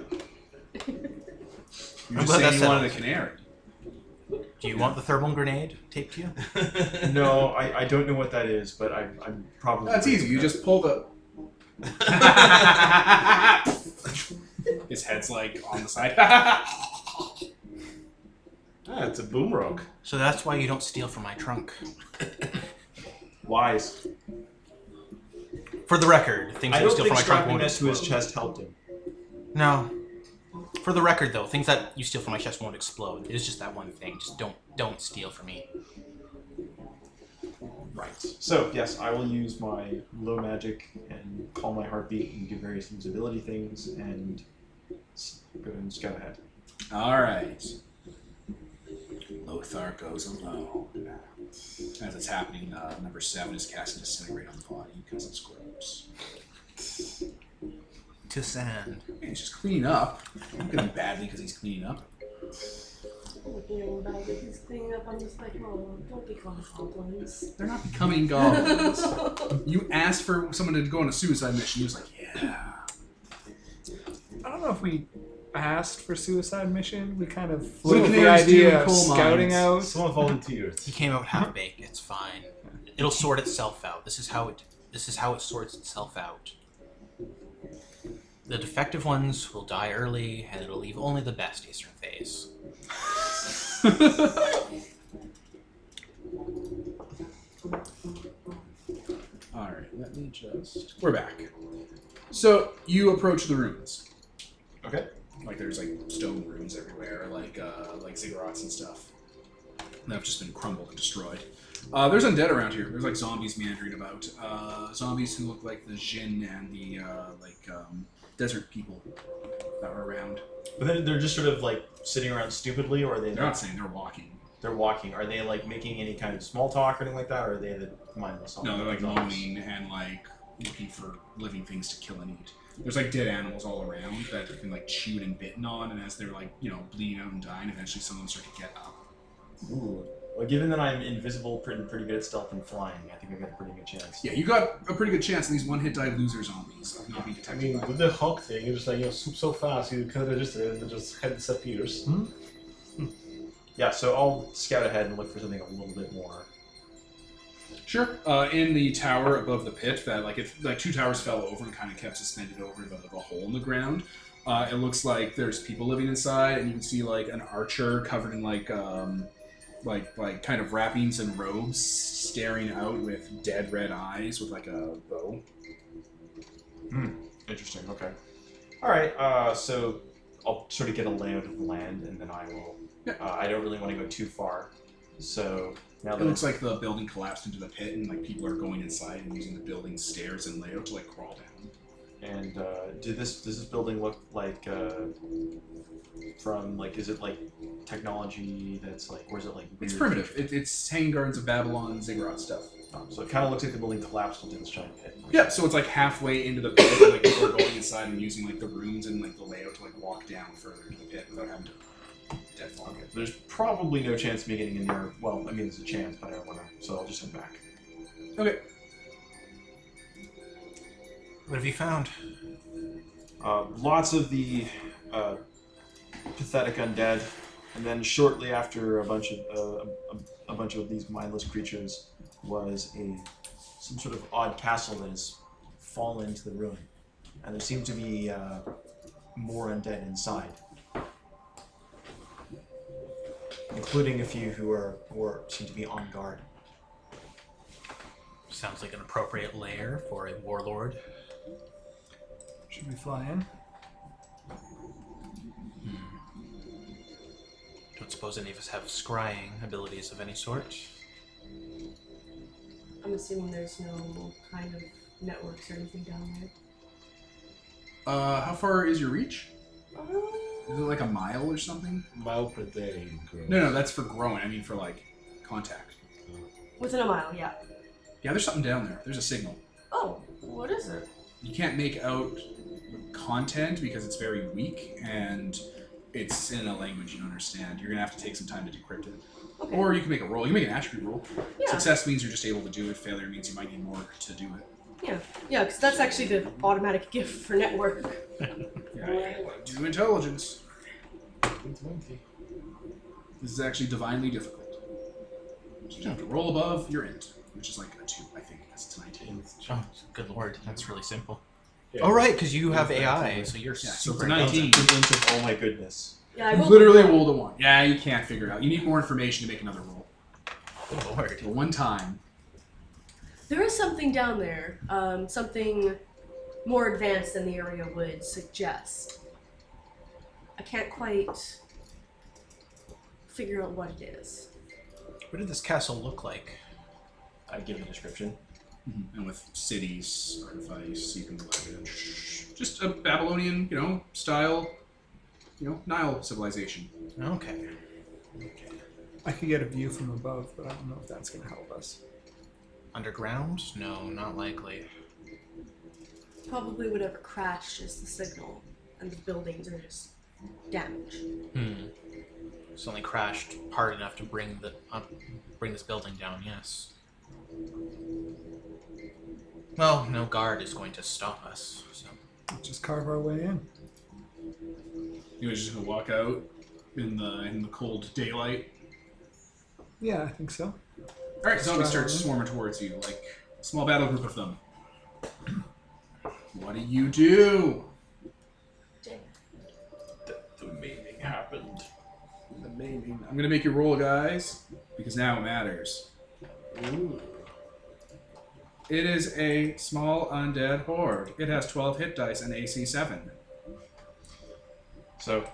[SPEAKER 1] You
[SPEAKER 4] I'm
[SPEAKER 1] just said
[SPEAKER 4] glad that's
[SPEAKER 1] you
[SPEAKER 4] settled.
[SPEAKER 1] wanted a canary.
[SPEAKER 4] Do you want the thermal grenade taped to you?
[SPEAKER 6] No, I, I don't know what that is, but I, I'm probably.
[SPEAKER 1] That's easy. You just pull the. His head's like on the side.
[SPEAKER 5] Ah, it's a boom rock.
[SPEAKER 4] so that's why you don't steal from my trunk.
[SPEAKER 6] wise.
[SPEAKER 4] For the record, things
[SPEAKER 6] I
[SPEAKER 4] that you
[SPEAKER 6] don't
[SPEAKER 4] steal from
[SPEAKER 6] think
[SPEAKER 4] my trunk
[SPEAKER 6] strapping
[SPEAKER 4] won't
[SPEAKER 6] this to
[SPEAKER 4] explode.
[SPEAKER 6] his chest helped him.
[SPEAKER 4] No. For the record, though, things that you steal from my chest won't explode. It is just that one thing. Just don't don't steal from me.
[SPEAKER 6] Right. So yes, I will use my low magic and call my heartbeat and do various invisibility things and s- go and scout ahead.
[SPEAKER 1] All right. Lothar goes alone. As it's happening, uh, number seven is casting disintegrate on the body because it's gross.
[SPEAKER 4] To sand.
[SPEAKER 1] And he's just cleaning up. Look at him badly because he's cleaning up.
[SPEAKER 2] Looking at him back, he's cleaning up. I'm just like, oh, don't be calling goblins.
[SPEAKER 1] They're not becoming goblins. you asked for someone to go on a suicide mission. He was like, yeah.
[SPEAKER 3] I don't know if we asked for suicide mission. We kind of
[SPEAKER 1] Blue
[SPEAKER 3] floated with the
[SPEAKER 1] canaries doing
[SPEAKER 3] idea of
[SPEAKER 1] coal
[SPEAKER 3] scouting
[SPEAKER 1] mines.
[SPEAKER 3] out.
[SPEAKER 5] Someone volunteered.
[SPEAKER 4] He came out half baked. It's fine. It'll sort itself out. This is how it. This is how it sorts itself out. The defective ones will die early, and it'll leave only the best Acer phase.
[SPEAKER 1] All right, let me just. We're back. So you approach the ruins.
[SPEAKER 6] Okay.
[SPEAKER 1] Like there's like stone ruins everywhere, like uh, like ziggurats and stuff that have just been crumbled and destroyed. Uh, there's undead around here. There's like zombies meandering about. Uh, zombies who look like the Jin and the uh, like um, desert people that were around.
[SPEAKER 6] But then they're just sort of like sitting around stupidly, or are they
[SPEAKER 1] They're not saying they're walking.
[SPEAKER 6] they're walking? Are they like making any kind of small talk or anything like that, or are they the mindless?
[SPEAKER 1] No, they're like moaning and like looking for living things to kill and eat. There's like dead animals all around that have been like chewed and bitten on, and as they're like you know bleeding out and dying, eventually some of them start to get up.
[SPEAKER 6] Ooh. Well, given that I'm invisible, pretty pretty good at stealth and flying, I think I got a pretty good chance.
[SPEAKER 1] Yeah, you got a pretty good chance in these one hit die loser zombies of not being
[SPEAKER 5] I
[SPEAKER 1] detected.
[SPEAKER 5] mean,
[SPEAKER 1] by
[SPEAKER 5] with the hawk thing, it's just like, you know, swoop so fast, you can't register it, and just head disappears.
[SPEAKER 6] Yeah, so I'll scout ahead and look for something a little bit more.
[SPEAKER 1] Sure. Uh, in the tower above the pit, that like if like two towers fell over and kind of kept suspended over the, the hole in the ground. Uh, it looks like there's people living inside, and you can see like an archer covered in like um, like like kind of wrappings and robes, staring out with dead red eyes with like a bow.
[SPEAKER 6] Interesting. Okay. All right. Uh, so I'll sort of get a layout of the land, and then I will.
[SPEAKER 1] Yeah.
[SPEAKER 6] Uh, I don't really want to go too far. So now
[SPEAKER 1] It
[SPEAKER 6] that
[SPEAKER 1] looks like the building collapsed into the pit, and like people are going inside and using the building stairs and layout to like crawl down.
[SPEAKER 6] and uh, did this does this building look like uh, from like is it like technology that's like or is it like weird?
[SPEAKER 1] It's primitive. It, it's hanging gardens of Babylon, ziggurat stuff.
[SPEAKER 6] Um, so it kind of looks like the building collapsed into this giant pit.
[SPEAKER 1] Yeah, so it's like halfway into the pit, and, like people are going inside and using like the rooms and like the layout to like walk down further into the pit without having to deadfog it.
[SPEAKER 6] There's probably no chance of me getting in there. Well, I mean, there's a chance, but I don't want to. So I'll just head back.
[SPEAKER 4] What have you found?
[SPEAKER 6] Uh, lots of the uh, pathetic undead, and then shortly after a bunch of uh, a, a bunch of these mindless creatures was a some sort of odd castle that has fallen into the ruin, and there seemed to be uh, more undead inside, including a few who are who are, seem to be on guard.
[SPEAKER 4] Sounds like an appropriate lair for a warlord.
[SPEAKER 3] Should we fly in?
[SPEAKER 4] Hmm. Don't suppose any of us have scrying abilities of any sort.
[SPEAKER 2] I'm assuming there's no kind of networks or anything down there.
[SPEAKER 1] Uh, how far is your reach?
[SPEAKER 2] Uh,
[SPEAKER 1] Is it like a mile or something?
[SPEAKER 5] Mile per day grows.
[SPEAKER 1] No, no, that's for growing. I mean for like contact.
[SPEAKER 2] within a mile, yeah.
[SPEAKER 1] Yeah, there's something down there. There's a signal.
[SPEAKER 2] Oh, what is it?
[SPEAKER 1] You can't make out content because it's very weak and it's in a language you don't understand. You're gonna have to take some time to decrypt it.
[SPEAKER 2] Okay.
[SPEAKER 1] Or you can make a roll. You can make an attribute roll.
[SPEAKER 2] yeah,
[SPEAKER 1] Success means you're just able to do it. Failure means you might need more to do it.
[SPEAKER 2] yeah, because that's actually the automatic gift for network.
[SPEAKER 1] Do intelligence.
[SPEAKER 5] Twenty.
[SPEAKER 1] This is actually divinely difficult. So you have to roll above your int, which is like a two, I think. That's tonight.
[SPEAKER 4] Oh, good lord, that's really simple.
[SPEAKER 5] Yeah.
[SPEAKER 4] All Oh, right, because you have AI,
[SPEAKER 5] Exactly.
[SPEAKER 4] so you're
[SPEAKER 1] Yeah, so
[SPEAKER 4] super
[SPEAKER 1] it's 19.
[SPEAKER 6] Equivalent of oh my goodness.
[SPEAKER 2] Yeah, I
[SPEAKER 1] You
[SPEAKER 2] rolled
[SPEAKER 1] literally rolled a one. Yeah, you can't figure it out. You need more information to make another roll.
[SPEAKER 4] Good lord.
[SPEAKER 1] The one time.
[SPEAKER 2] There is something down there, um, something more advanced than the area would suggest. I can't quite figure out what it is.
[SPEAKER 4] What did this castle look like?
[SPEAKER 6] I give a description.
[SPEAKER 1] And with cities, artifice, you can like it. Just a Babylonian, you know, style, you know, Nile civilization.
[SPEAKER 4] Okay.
[SPEAKER 3] I can get a view from above, but I don't know if that's going to help us.
[SPEAKER 4] Underground? No, not likely.
[SPEAKER 2] Probably whatever crashed is the signal, and the buildings are just damaged.
[SPEAKER 4] Hmm. It's only crashed hard enough to bring the up, bring this building down. Yes. Well, no guard is going to stop us. So
[SPEAKER 3] Let's just carve our way in.
[SPEAKER 1] You guys just gonna walk out in the in the cold daylight.
[SPEAKER 3] Yeah, I think
[SPEAKER 1] All
[SPEAKER 3] so.
[SPEAKER 1] right, zombies start swarming towards you, like a small battle group of them. What do you do?
[SPEAKER 6] The maiming happened.
[SPEAKER 1] Amazing. I'm gonna make you roll, guys, because now it matters. It is a small undead horde. It has 12 hit dice and AC 7.
[SPEAKER 6] So,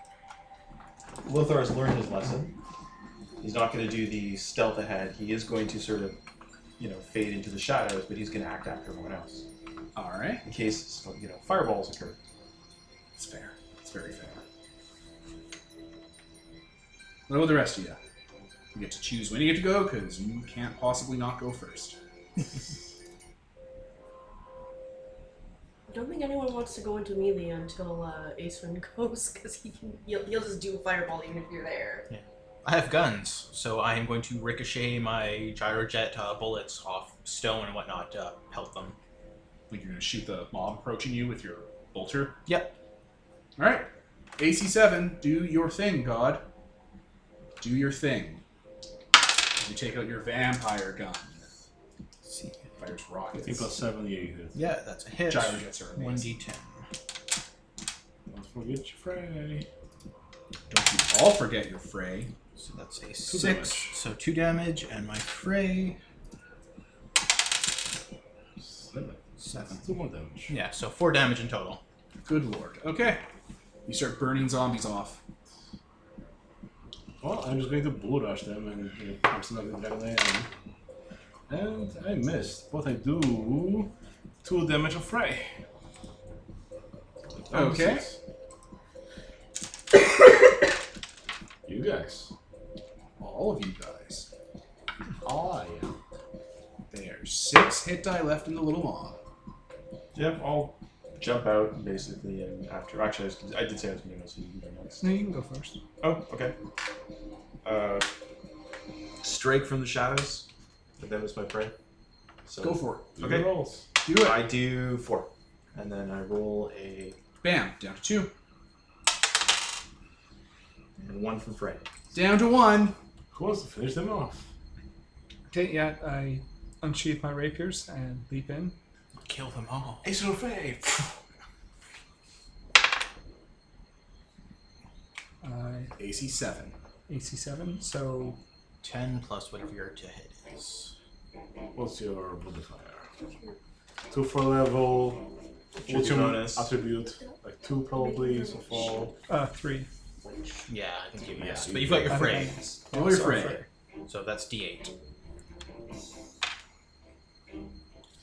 [SPEAKER 6] Lothar has learned his lesson. He's not going to do the stealth ahead. He is going to sort of, you know, fade into the shadows, but he's going to act after everyone else
[SPEAKER 1] All right,
[SPEAKER 6] in case, you know, fireballs occur.
[SPEAKER 1] it's fair. It's very fair. What about the rest of you? You get to choose when you get to go, because you can't possibly not go first.
[SPEAKER 2] I don't think anyone wants to go into melee until uh, Acewin goes, because he can, he'll, he'll just do a fireball even if you're there.
[SPEAKER 4] I have guns, so I am going to ricochet my gyrojet uh, bullets off stone and whatnot to help them.
[SPEAKER 1] Like you're gonna shoot the mob approaching you with your bolter.
[SPEAKER 4] Yep.
[SPEAKER 1] All right, AC seven. Do your thing, God. Do your thing. You take out your vampire gun.
[SPEAKER 4] see.
[SPEAKER 1] Fires
[SPEAKER 5] Fifty plus
[SPEAKER 1] rockets.
[SPEAKER 5] seven, you hit.
[SPEAKER 4] Yeah, that's a hit.
[SPEAKER 1] Gyrojets are
[SPEAKER 4] One
[SPEAKER 1] amazing.
[SPEAKER 4] d ten.
[SPEAKER 5] Don't forget your fray.
[SPEAKER 1] Don't you all forget your fray.
[SPEAKER 4] So that's a six.
[SPEAKER 1] damage.
[SPEAKER 4] So two damage and my fray.
[SPEAKER 5] Seven.
[SPEAKER 4] Seven.
[SPEAKER 5] Two more damage.
[SPEAKER 4] Yeah, so four damage in total.
[SPEAKER 1] Good lord. Okay. You start burning zombies off.
[SPEAKER 5] Well, I'm just going to bull rush them and you know, I'm still not the dragon I am. And I missed, but I do two damage of fray.
[SPEAKER 1] Okay.
[SPEAKER 5] you guys.
[SPEAKER 1] All of you guys.
[SPEAKER 5] Oh yeah.
[SPEAKER 1] There's six hit die left in the little maw.
[SPEAKER 6] Yep, I'll jump out basically, and after. Actually, I, was, I did say I was going to go, so you can go next.
[SPEAKER 3] No, you can go first.
[SPEAKER 6] Oh, okay. Uh, strike from the shadows. But that was my prey. So
[SPEAKER 1] Go for
[SPEAKER 5] You
[SPEAKER 6] Okay.
[SPEAKER 5] rolls.
[SPEAKER 1] it. Do it.
[SPEAKER 6] I do four, and then I roll a
[SPEAKER 1] Bam. Down to two.
[SPEAKER 6] and one from Fred.
[SPEAKER 1] Down to one.
[SPEAKER 5] Who wants to finish them off?
[SPEAKER 3] Okay, yeah, I unsheath my rapiers and leap in.
[SPEAKER 4] Kill them all.
[SPEAKER 5] Ace of fray.
[SPEAKER 3] Uh,
[SPEAKER 1] AC seven.
[SPEAKER 3] AC seven, so
[SPEAKER 4] Ten plus whatever your to hit is.
[SPEAKER 5] What's your modifier? Two for level. What's your
[SPEAKER 6] bonus?
[SPEAKER 5] attribute? Like two probably, so far.
[SPEAKER 3] uh, three.
[SPEAKER 4] Yeah, I think you
[SPEAKER 5] Yeah,
[SPEAKER 4] missed.
[SPEAKER 5] you
[SPEAKER 4] But you've got your
[SPEAKER 3] Okay.
[SPEAKER 4] fray.
[SPEAKER 1] Roll your fray.
[SPEAKER 4] So that's D8.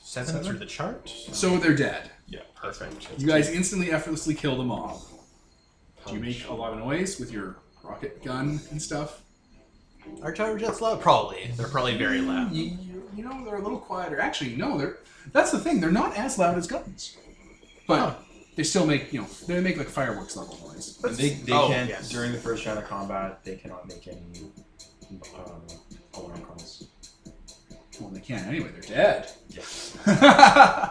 [SPEAKER 4] Seven, through the chart.
[SPEAKER 1] So they're dead.
[SPEAKER 6] Yeah,
[SPEAKER 4] Perfect.
[SPEAKER 1] You guys instantly effortlessly kill them all. Do you make a lot of noise with your rocket gun and stuff?
[SPEAKER 4] Are tower jets loud? Probably. They're probably very loud.
[SPEAKER 1] You, you- you know, they're a little quieter. Actually, no, they're that's the thing. They're not as loud as guns, but they still make you know they make like fireworks level noise.
[SPEAKER 6] And they they
[SPEAKER 4] Oh,
[SPEAKER 6] can't
[SPEAKER 4] yes.
[SPEAKER 6] during the first round of combat. They cannot make any um, alarm calls.
[SPEAKER 1] Well, they can't anyway. They're dead.
[SPEAKER 6] Yeah.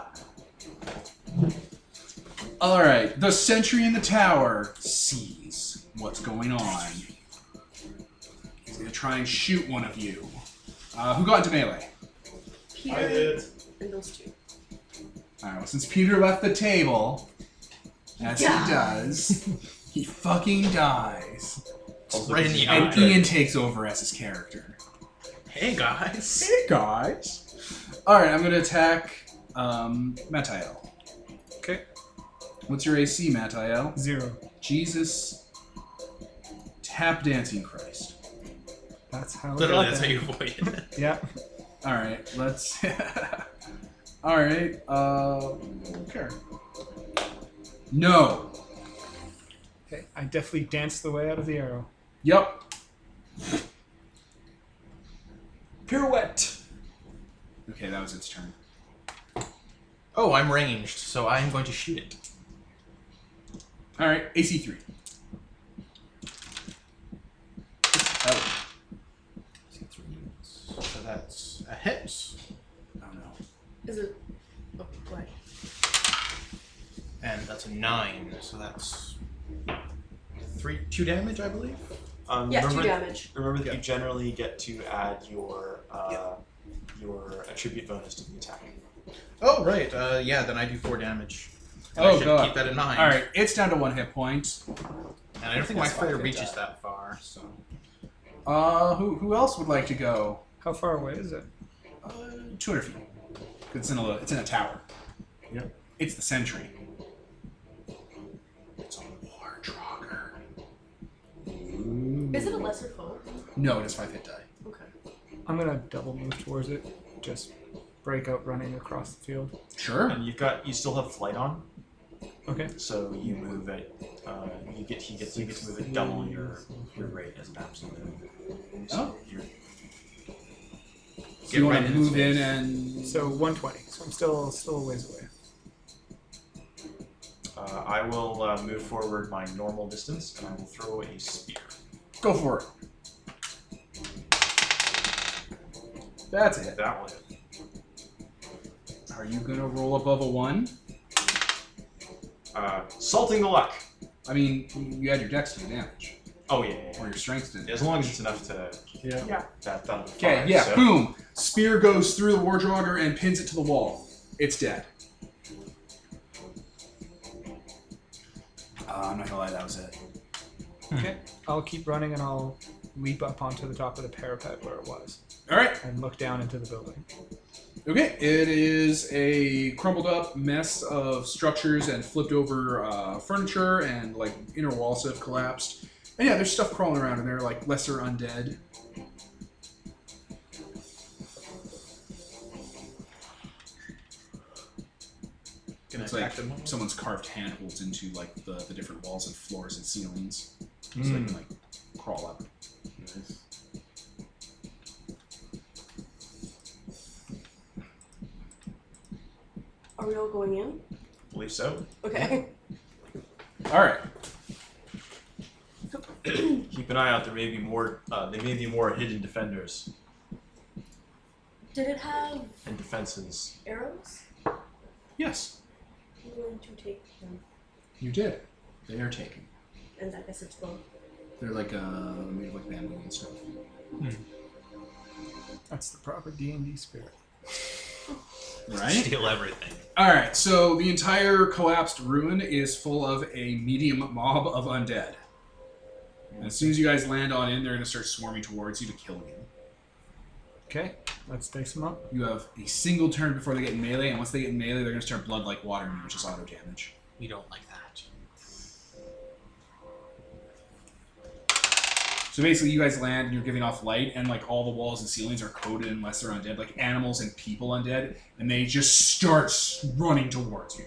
[SPEAKER 1] All right. The sentry in the tower sees what's going on. He's gonna try and shoot one of you. Uh, who got into melee?
[SPEAKER 2] Peter and those two.
[SPEAKER 1] All right. Well, since Peter left the table, as
[SPEAKER 2] Dies.
[SPEAKER 1] he does, he fucking dies.
[SPEAKER 6] Also,
[SPEAKER 4] right in
[SPEAKER 6] this
[SPEAKER 4] the
[SPEAKER 6] is
[SPEAKER 4] eye.
[SPEAKER 1] And
[SPEAKER 6] not-
[SPEAKER 1] Ian takes over as his character.
[SPEAKER 4] Hey guys.
[SPEAKER 1] Hey guys. All right, I'm gonna attack um, Matael.
[SPEAKER 3] Okay,
[SPEAKER 1] What's your AC, Matael?
[SPEAKER 3] zero.
[SPEAKER 1] Jesus, tap dancing Christ.
[SPEAKER 3] That's how. it
[SPEAKER 4] Literally,
[SPEAKER 3] got
[SPEAKER 4] that's how
[SPEAKER 3] there.
[SPEAKER 4] you avoid it.
[SPEAKER 3] Yeah.
[SPEAKER 1] All right, let's. All right. Uh, okay. No.
[SPEAKER 3] Okay, I definitely danced the way out of the arrow.
[SPEAKER 1] Yep.
[SPEAKER 3] Pirouette.
[SPEAKER 1] Okay, that was its turn.
[SPEAKER 4] Oh, I'm ranged, so I'm going to shoot it.
[SPEAKER 1] All right, AC three. Oh,
[SPEAKER 4] So that's a hit,
[SPEAKER 1] oh no.
[SPEAKER 2] Is it? Oh, what?
[SPEAKER 4] and that's a nine. So that's three, two damage, I believe.
[SPEAKER 6] Um,
[SPEAKER 2] Yeah, two
[SPEAKER 6] remember-
[SPEAKER 2] damage.
[SPEAKER 6] Remember that
[SPEAKER 4] Yeah.
[SPEAKER 6] you generally get to add your uh, your attribute bonus to the attack.
[SPEAKER 4] Oh right, uh, yeah. Then I do four damage. And
[SPEAKER 1] Oh,
[SPEAKER 4] I should
[SPEAKER 1] God.
[SPEAKER 4] keep that in mind.
[SPEAKER 1] All right, it's down to one hit point.
[SPEAKER 4] and I don't think my
[SPEAKER 6] That's
[SPEAKER 4] fire
[SPEAKER 6] fucking
[SPEAKER 4] reaches
[SPEAKER 6] bad.
[SPEAKER 4] that far. So
[SPEAKER 1] Uh, who who else would like to go?
[SPEAKER 3] How far away is it?
[SPEAKER 1] Uh, 200 feet. 'Cause It's in a little, it's in a tower.
[SPEAKER 5] Yep.
[SPEAKER 1] It's the sentry. It's a war trogger.
[SPEAKER 2] Is it a lesser foe?
[SPEAKER 1] No, it is five hit die.
[SPEAKER 2] Okay.
[SPEAKER 3] I'm gonna double move towards it. Just break out running across the field.
[SPEAKER 1] Sure.
[SPEAKER 6] And you've got you still have flight on,
[SPEAKER 3] Okay.
[SPEAKER 6] so you move at uh, you get he gets you get to move at double your your rate as an absolute move. So you're
[SPEAKER 1] So you want
[SPEAKER 4] right
[SPEAKER 1] to
[SPEAKER 4] in
[SPEAKER 1] move
[SPEAKER 4] his
[SPEAKER 1] in and
[SPEAKER 4] face.
[SPEAKER 3] So 120. So I'm still still a ways away.
[SPEAKER 6] Uh, I will uh, move forward my normal distance, and I will throw a spear.
[SPEAKER 1] go for it. That's it.
[SPEAKER 6] That one.
[SPEAKER 1] Are you gonna roll above a one?
[SPEAKER 6] Uh, salting the luck.
[SPEAKER 1] I mean, you add your dex to the damage,
[SPEAKER 6] Oh yeah. yeah,
[SPEAKER 1] or your strength to.
[SPEAKER 6] yeah. As long as it's enough to
[SPEAKER 5] Yeah.
[SPEAKER 6] that that'll be
[SPEAKER 1] Okay.
[SPEAKER 6] fine,
[SPEAKER 1] Yeah.
[SPEAKER 6] so-
[SPEAKER 1] Boom. Spear goes through the war trogger and pins it to the wall. It's dead. Uh, I'm not gonna lie, that was it.
[SPEAKER 3] Okay. I'll keep running and I'll leap up onto the top of the parapet where it was
[SPEAKER 1] All right.
[SPEAKER 3] and look down into the building.
[SPEAKER 1] Okay, it is a crumbled up mess of structures and flipped over uh, furniture and like inner walls have collapsed. And yeah, there's stuff crawling around in there, like lesser undead.
[SPEAKER 4] Can I
[SPEAKER 1] It's
[SPEAKER 4] attack
[SPEAKER 1] like
[SPEAKER 4] them? all?
[SPEAKER 1] someone's carved handholds into like the, the different walls and floors and ceilings, so they can like crawl up.
[SPEAKER 5] Nice.
[SPEAKER 2] Are we all going in?
[SPEAKER 6] believe so.
[SPEAKER 2] Okay.
[SPEAKER 1] All right.
[SPEAKER 6] Keep an eye out. There may be more. Uh, there may be more hidden defenders
[SPEAKER 2] Did it have
[SPEAKER 6] and defenses.
[SPEAKER 2] arrows?
[SPEAKER 1] Yes,
[SPEAKER 2] I'm going to take them.
[SPEAKER 1] you did. They are taken.
[SPEAKER 2] And I guess it's both.
[SPEAKER 1] They're like uh, made of like bamboo and stuff.
[SPEAKER 3] That's the proper D and D spirit.
[SPEAKER 1] Right.
[SPEAKER 4] Steal everything.
[SPEAKER 1] All right, so the entire collapsed ruin is full of a medium mob of undead. And as soon as you guys land on in, they're going to start swarming towards you to kill you.
[SPEAKER 3] Okay, let's dice them up.
[SPEAKER 1] You have a single turn before they get in melee, and once they get in melee, they're going to start blood like water, which is auto damage.
[SPEAKER 4] We don't like that.
[SPEAKER 1] So basically, you guys land and you're giving off light, and like all the walls and ceilings are coated unless they're undead, like animals and people undead, and they just start s- running towards you.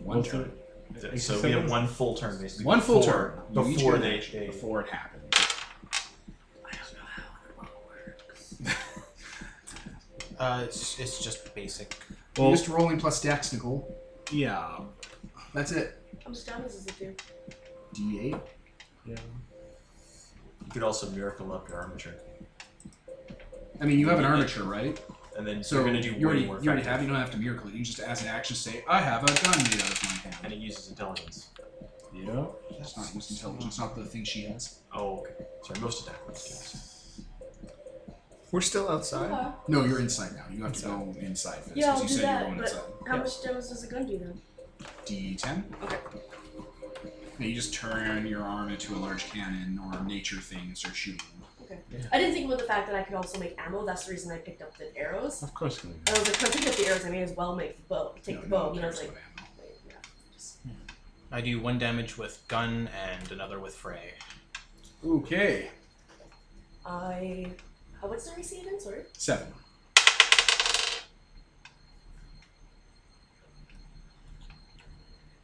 [SPEAKER 1] One
[SPEAKER 5] Both
[SPEAKER 1] turn.
[SPEAKER 5] of-
[SPEAKER 6] Is it- So we have one full turn basically.
[SPEAKER 1] One full
[SPEAKER 6] before-
[SPEAKER 1] turn. You each
[SPEAKER 6] before
[SPEAKER 1] get
[SPEAKER 6] they.
[SPEAKER 1] an action before it happens.
[SPEAKER 4] I don't know how it works. uh, it's, it's just basic.
[SPEAKER 1] Well, just rolling plus dex, Nicole. Yeah. That's it.
[SPEAKER 2] How much damage does it do?
[SPEAKER 1] D8.
[SPEAKER 6] You could also miracle up your armature,
[SPEAKER 1] I mean, you have an armature, right?
[SPEAKER 6] and then
[SPEAKER 1] So
[SPEAKER 6] you're gonna do
[SPEAKER 1] you
[SPEAKER 6] way
[SPEAKER 1] already,
[SPEAKER 6] more.
[SPEAKER 1] you already
[SPEAKER 6] effective.
[SPEAKER 1] have. You don't have to miracle it. You just, as an action, say, "I have a gun made out of my
[SPEAKER 6] and
[SPEAKER 1] hand."
[SPEAKER 6] it uses intelligence.
[SPEAKER 5] Yeah.
[SPEAKER 1] That's not most intelligence. Not the thing she has.
[SPEAKER 6] Oh, okay. Sorry, most attack rolls. yes.
[SPEAKER 3] We're still outside.
[SPEAKER 1] No, you're inside now. You have to go inside for this
[SPEAKER 2] Yeah, I'll
[SPEAKER 1] you
[SPEAKER 2] do
[SPEAKER 1] said
[SPEAKER 2] that,
[SPEAKER 1] you're going
[SPEAKER 2] but-
[SPEAKER 1] inside.
[SPEAKER 2] How much damage does a gun do then?
[SPEAKER 1] D10.
[SPEAKER 2] Okay.
[SPEAKER 1] And you just turn your arm into a large cannon or nature thing and start shooting.
[SPEAKER 2] I didn't think about the fact that I could also make ammo. That's the reason I picked up the arrows.
[SPEAKER 5] Of course. you
[SPEAKER 2] I was like, if I pick up the arrows, I may as well make the bow. Take
[SPEAKER 1] No,
[SPEAKER 2] the
[SPEAKER 1] no
[SPEAKER 2] bow.
[SPEAKER 1] one
[SPEAKER 2] and I was
[SPEAKER 1] cares
[SPEAKER 2] like,
[SPEAKER 1] about ammo.
[SPEAKER 2] yeah. just-
[SPEAKER 4] I do one damage with gun and another with fray.
[SPEAKER 1] Okay,
[SPEAKER 2] I. How what's the AC again? Sorry.
[SPEAKER 1] seven.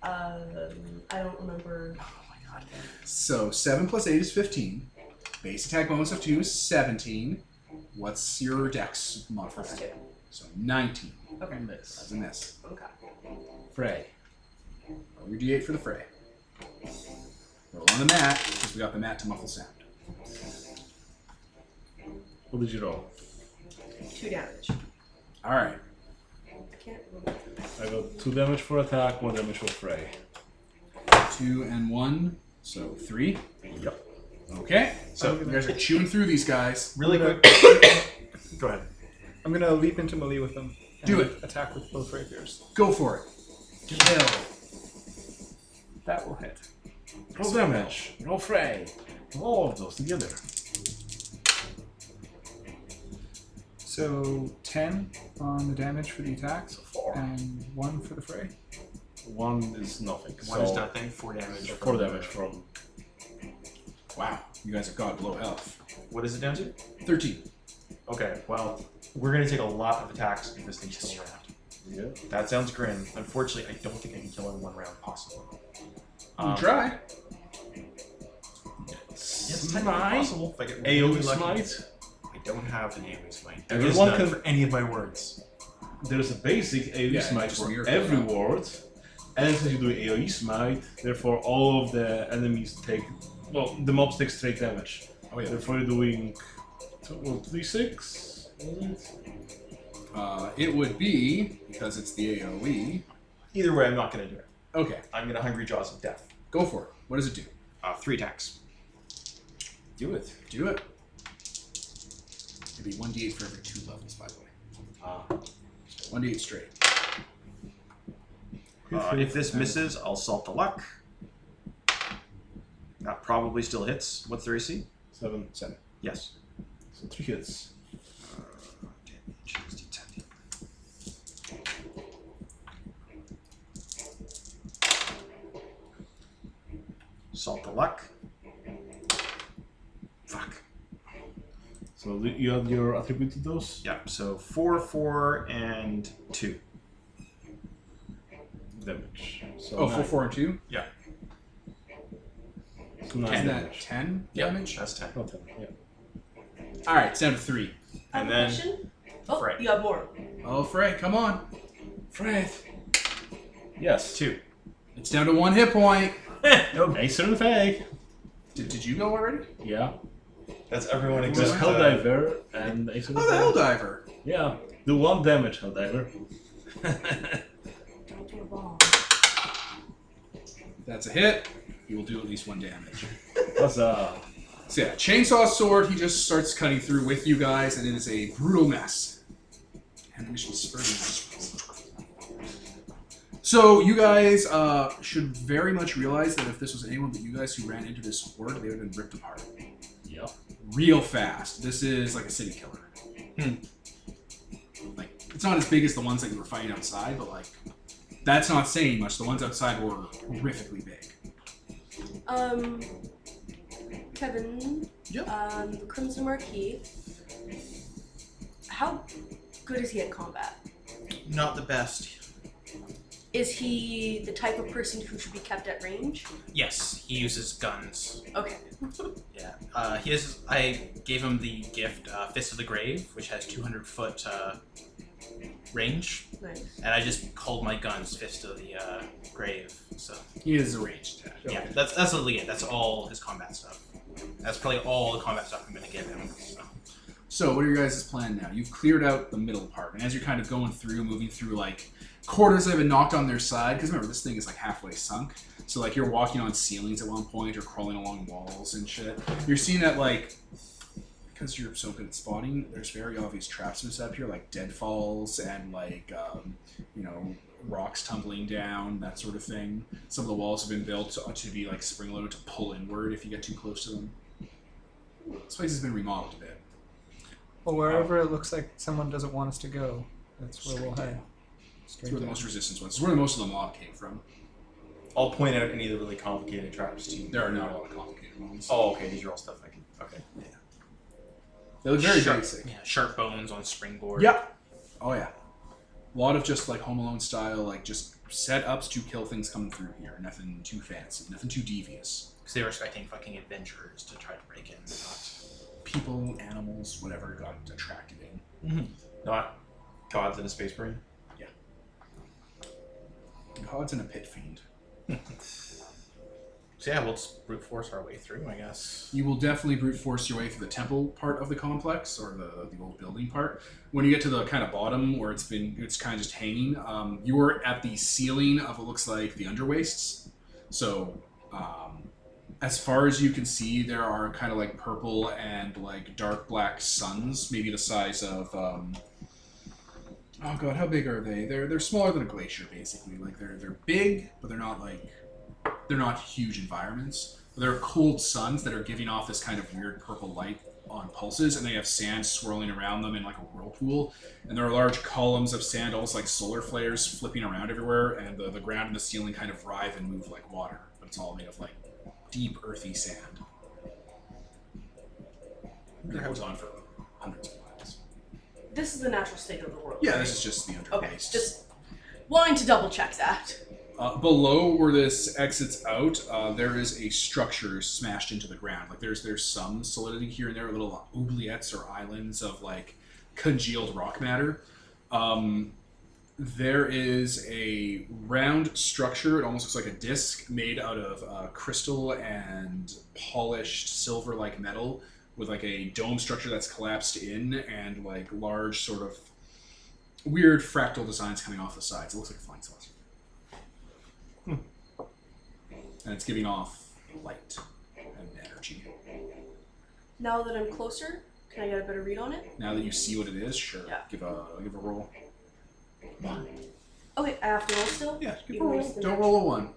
[SPEAKER 2] Um, I don't remember.
[SPEAKER 1] Oh, So seven plus eight is fifteen. Base attack bonus of two is seventeen. What's your dex modifier?
[SPEAKER 2] Plus two.
[SPEAKER 1] So nineteen.
[SPEAKER 2] Okay.
[SPEAKER 5] can
[SPEAKER 1] That's
[SPEAKER 5] miss.
[SPEAKER 1] a miss.
[SPEAKER 2] Okay.
[SPEAKER 1] Fray. Roll your d8 for the fray. Roll on the mat because we got the mat to muffle sound.
[SPEAKER 5] What did you roll?
[SPEAKER 2] Two damage.
[SPEAKER 1] All right.
[SPEAKER 2] I can't remember.
[SPEAKER 5] I got two damage for attack, one damage for fray.
[SPEAKER 1] Two and one, so three.
[SPEAKER 5] Yep.
[SPEAKER 1] Okay. So you guys are chewing through these guys.
[SPEAKER 6] Really
[SPEAKER 3] Gonna-
[SPEAKER 6] quick. Go ahead.
[SPEAKER 3] I'm gonna leap into melee with them. and
[SPEAKER 1] Do it.
[SPEAKER 3] Attack with both rapiers.
[SPEAKER 1] Go for it. Kill.
[SPEAKER 3] That will hit.
[SPEAKER 5] Roll damage. Roll fray. All of those together.
[SPEAKER 3] So ten on the damage for the attacks,
[SPEAKER 5] Four.
[SPEAKER 3] and one for the fray.
[SPEAKER 5] One is nothing.
[SPEAKER 6] One
[SPEAKER 5] so
[SPEAKER 6] is nothing. Four damage.
[SPEAKER 5] Four
[SPEAKER 6] from-
[SPEAKER 5] damage from.
[SPEAKER 1] Wow. You guys have got low health.
[SPEAKER 6] What is it down to?
[SPEAKER 1] Thirteen.
[SPEAKER 6] Okay. Well, we're gonna take a lot of attacks if this thing's still around.
[SPEAKER 5] Yeah.
[SPEAKER 6] That sounds grim. Unfortunately, I don't think I can kill in one round, possibly. Um,
[SPEAKER 1] Try.
[SPEAKER 6] Yes, it's technically possible. If I get really
[SPEAKER 5] AoE
[SPEAKER 6] lucky.
[SPEAKER 5] smite.
[SPEAKER 6] I don't have an AoE smite. There is
[SPEAKER 5] Everyone
[SPEAKER 6] none
[SPEAKER 5] can-
[SPEAKER 6] for any of my words.
[SPEAKER 5] There's a basic AoE
[SPEAKER 1] Yeah,
[SPEAKER 5] smite
[SPEAKER 1] just
[SPEAKER 5] for
[SPEAKER 1] miracle,
[SPEAKER 5] every
[SPEAKER 1] yeah.
[SPEAKER 5] ward, and since you do AoE smite, therefore all of the enemies take well, the mobs take straight damage.
[SPEAKER 1] Oh yeah.
[SPEAKER 5] Therefore, you're doing two, well, three six.
[SPEAKER 1] Uh, it would be because it's the AOE.
[SPEAKER 6] Either way, I'm not gonna do it.
[SPEAKER 1] Okay,
[SPEAKER 6] I'm gonna hungry jaws of death.
[SPEAKER 1] go for it. What does it do?
[SPEAKER 6] Uh, three attacks.
[SPEAKER 5] Do it.
[SPEAKER 1] Do it. It'd be one d8 for every two levels, by the way. Ah.
[SPEAKER 6] Uh,
[SPEAKER 1] One d8 straight.
[SPEAKER 6] uh, if this misses, I'll salt the luck. That probably still hits. What's their AC?
[SPEAKER 5] Seven.
[SPEAKER 1] Seven.
[SPEAKER 6] Yes.
[SPEAKER 5] So three hits.
[SPEAKER 6] Uh, damage is D10. Salt the luck. Fuck.
[SPEAKER 5] So li- you have your attributed dose.
[SPEAKER 6] Yep. So four, four, and two.
[SPEAKER 5] Damage. So
[SPEAKER 1] Oh, four,
[SPEAKER 5] nine.
[SPEAKER 1] four, and two.
[SPEAKER 5] So nine
[SPEAKER 1] Isn't that
[SPEAKER 5] damage.
[SPEAKER 1] ten damage?
[SPEAKER 6] That's ten.
[SPEAKER 5] Oh, ten. Yeah.
[SPEAKER 1] All right, it's down to three.
[SPEAKER 2] I have
[SPEAKER 6] And
[SPEAKER 2] a
[SPEAKER 6] then-
[SPEAKER 2] question. Oh,
[SPEAKER 6] Right.
[SPEAKER 2] you have more.
[SPEAKER 1] Oh, Frey, come on, Frey.
[SPEAKER 5] Yes.
[SPEAKER 6] Two.
[SPEAKER 1] It's down to one hit point.
[SPEAKER 5] Nope. Ace in the bag.
[SPEAKER 1] Did, did you go already?
[SPEAKER 5] Yeah.
[SPEAKER 6] That's everyone
[SPEAKER 5] It was
[SPEAKER 1] uh,
[SPEAKER 5] Helldiver and Ace in the
[SPEAKER 1] Oh, the
[SPEAKER 5] bag.
[SPEAKER 1] Helldiver.
[SPEAKER 5] Yeah. Do one damage, Helldiver.
[SPEAKER 2] Don't do it wrong.
[SPEAKER 1] That's a hit. You will do at least one damage.
[SPEAKER 5] That's uh.
[SPEAKER 1] So yeah, chainsaw sword. He just starts cutting through with you guys, and it is a brutal mess. And we shall spur you. So you guys uh, should very much realize that if this was anyone but you guys who ran into this horde, they would have been ripped apart
[SPEAKER 5] Yeah.
[SPEAKER 1] real fast. This is like a city killer. Like it's not as big as the ones that you were fighting outside, but like that's not saying much. The ones outside were horrifically big.
[SPEAKER 2] Um, Kevin.
[SPEAKER 1] Yep.
[SPEAKER 2] Um, the Crimson Marquis. How good is he at combat?
[SPEAKER 4] Not the best.
[SPEAKER 2] Is he the type of person who should be kept at range?
[SPEAKER 4] Yes, he uses guns.
[SPEAKER 2] Okay.
[SPEAKER 4] Yeah. Uh, he has. I gave him the gift uh, Fist of the Grave, which has 200 foot uh, range,
[SPEAKER 2] Nice.
[SPEAKER 4] and I just called my guns Fist of the uh, Grave. So
[SPEAKER 1] He is a ranged attack.
[SPEAKER 4] yeah, that's that's literally it. That's all his combat stuff. That's probably all the combat stuff I'm gonna give him. So.
[SPEAKER 1] So, what are your guys' plan now? You've cleared out the middle part, and as you're kind of going through, moving through like quarters that have been knocked on their side, because remember, this thing is like halfway sunk. So, like, you're walking on ceilings at one point or crawling along walls and shit. You're seeing that, like, because you're so good at spotting, there's very obvious traps and stuff here, like deadfalls and, like, um, you know, rocks tumbling down, that sort of thing. Some of the walls have been built to, to be, like, spring loaded to pull inward if you get too close to them. This place has been remodeled a bit.
[SPEAKER 3] Well, wherever it looks like someone doesn't want us to go, that's where we'll
[SPEAKER 1] Straight
[SPEAKER 3] head.
[SPEAKER 1] It's
[SPEAKER 3] Straight
[SPEAKER 1] where the most resistance was. It's where most of the mob came from.
[SPEAKER 6] I'll point out any of the really complicated traps to you.
[SPEAKER 1] There are not a lot of complicated ones.
[SPEAKER 6] Oh, okay. These are all stuff I can. Okay.
[SPEAKER 1] they look very
[SPEAKER 4] sharp,
[SPEAKER 1] basic.
[SPEAKER 4] Yeah, sharp bones on springboard.
[SPEAKER 1] Yep. Oh yeah. A lot of just like Home Alone style, like just setups to kill things coming through here. Nothing too fancy. Nothing too devious.
[SPEAKER 4] Because they were expecting fucking adventurers to try to break in. Not.
[SPEAKER 1] People, animals, whatever got attracted in.
[SPEAKER 6] Not gods in a space marine.
[SPEAKER 1] God's in a pit fiend.
[SPEAKER 4] So yeah, we'll just brute force our way through, I guess.
[SPEAKER 1] You will definitely brute force your way through the temple part of the complex or the, the old building part. When you get to the kind of bottom where it's been, it's kind of just hanging. Um, you're at the ceiling of what looks like the underwastes. So, um, as far as you can see, there are kind of like purple and like dark black suns, maybe the size of. Um, oh god, how big are they? They're they're smaller than a glacier, basically. Like they're they're big, but they're not like they're not huge environments. They're cooled suns that are giving off this kind of weird purple light on pulses, and they have sand swirling around them in like a whirlpool. And there are large columns of sand, almost like solar flares, flipping around everywhere, and the, the ground and the ceiling kind of writhe and move like water, but it's all made of like deep, earthy sand. And it goes on for hundreds of miles.
[SPEAKER 2] This is the natural state of the world.
[SPEAKER 1] Yeah, this is just the underwaste.
[SPEAKER 2] Okay, just wanting to double check that.
[SPEAKER 1] Uh, below where this exits out, uh, there is a structure smashed into the ground. Like there's there's some solidity here and there, little oubliettes or islands of like congealed rock matter. Um, there is a round structure. It almost looks like a disc made out of uh, crystal and polished silver-like metal, with like a dome structure that's collapsed in and like large sort of weird fractal designs coming off the sides. It looks like a flying saucer and it's giving off light and energy.
[SPEAKER 2] Now that I'm closer, can I get a better read on it?
[SPEAKER 1] Now that you see what it is, sure,
[SPEAKER 2] Yeah.
[SPEAKER 1] give a give a roll.
[SPEAKER 2] Okay, I have to roll still?
[SPEAKER 1] Yeah, give a
[SPEAKER 2] Even
[SPEAKER 1] roll.
[SPEAKER 2] worse than
[SPEAKER 1] Don't
[SPEAKER 2] that.
[SPEAKER 1] roll a one.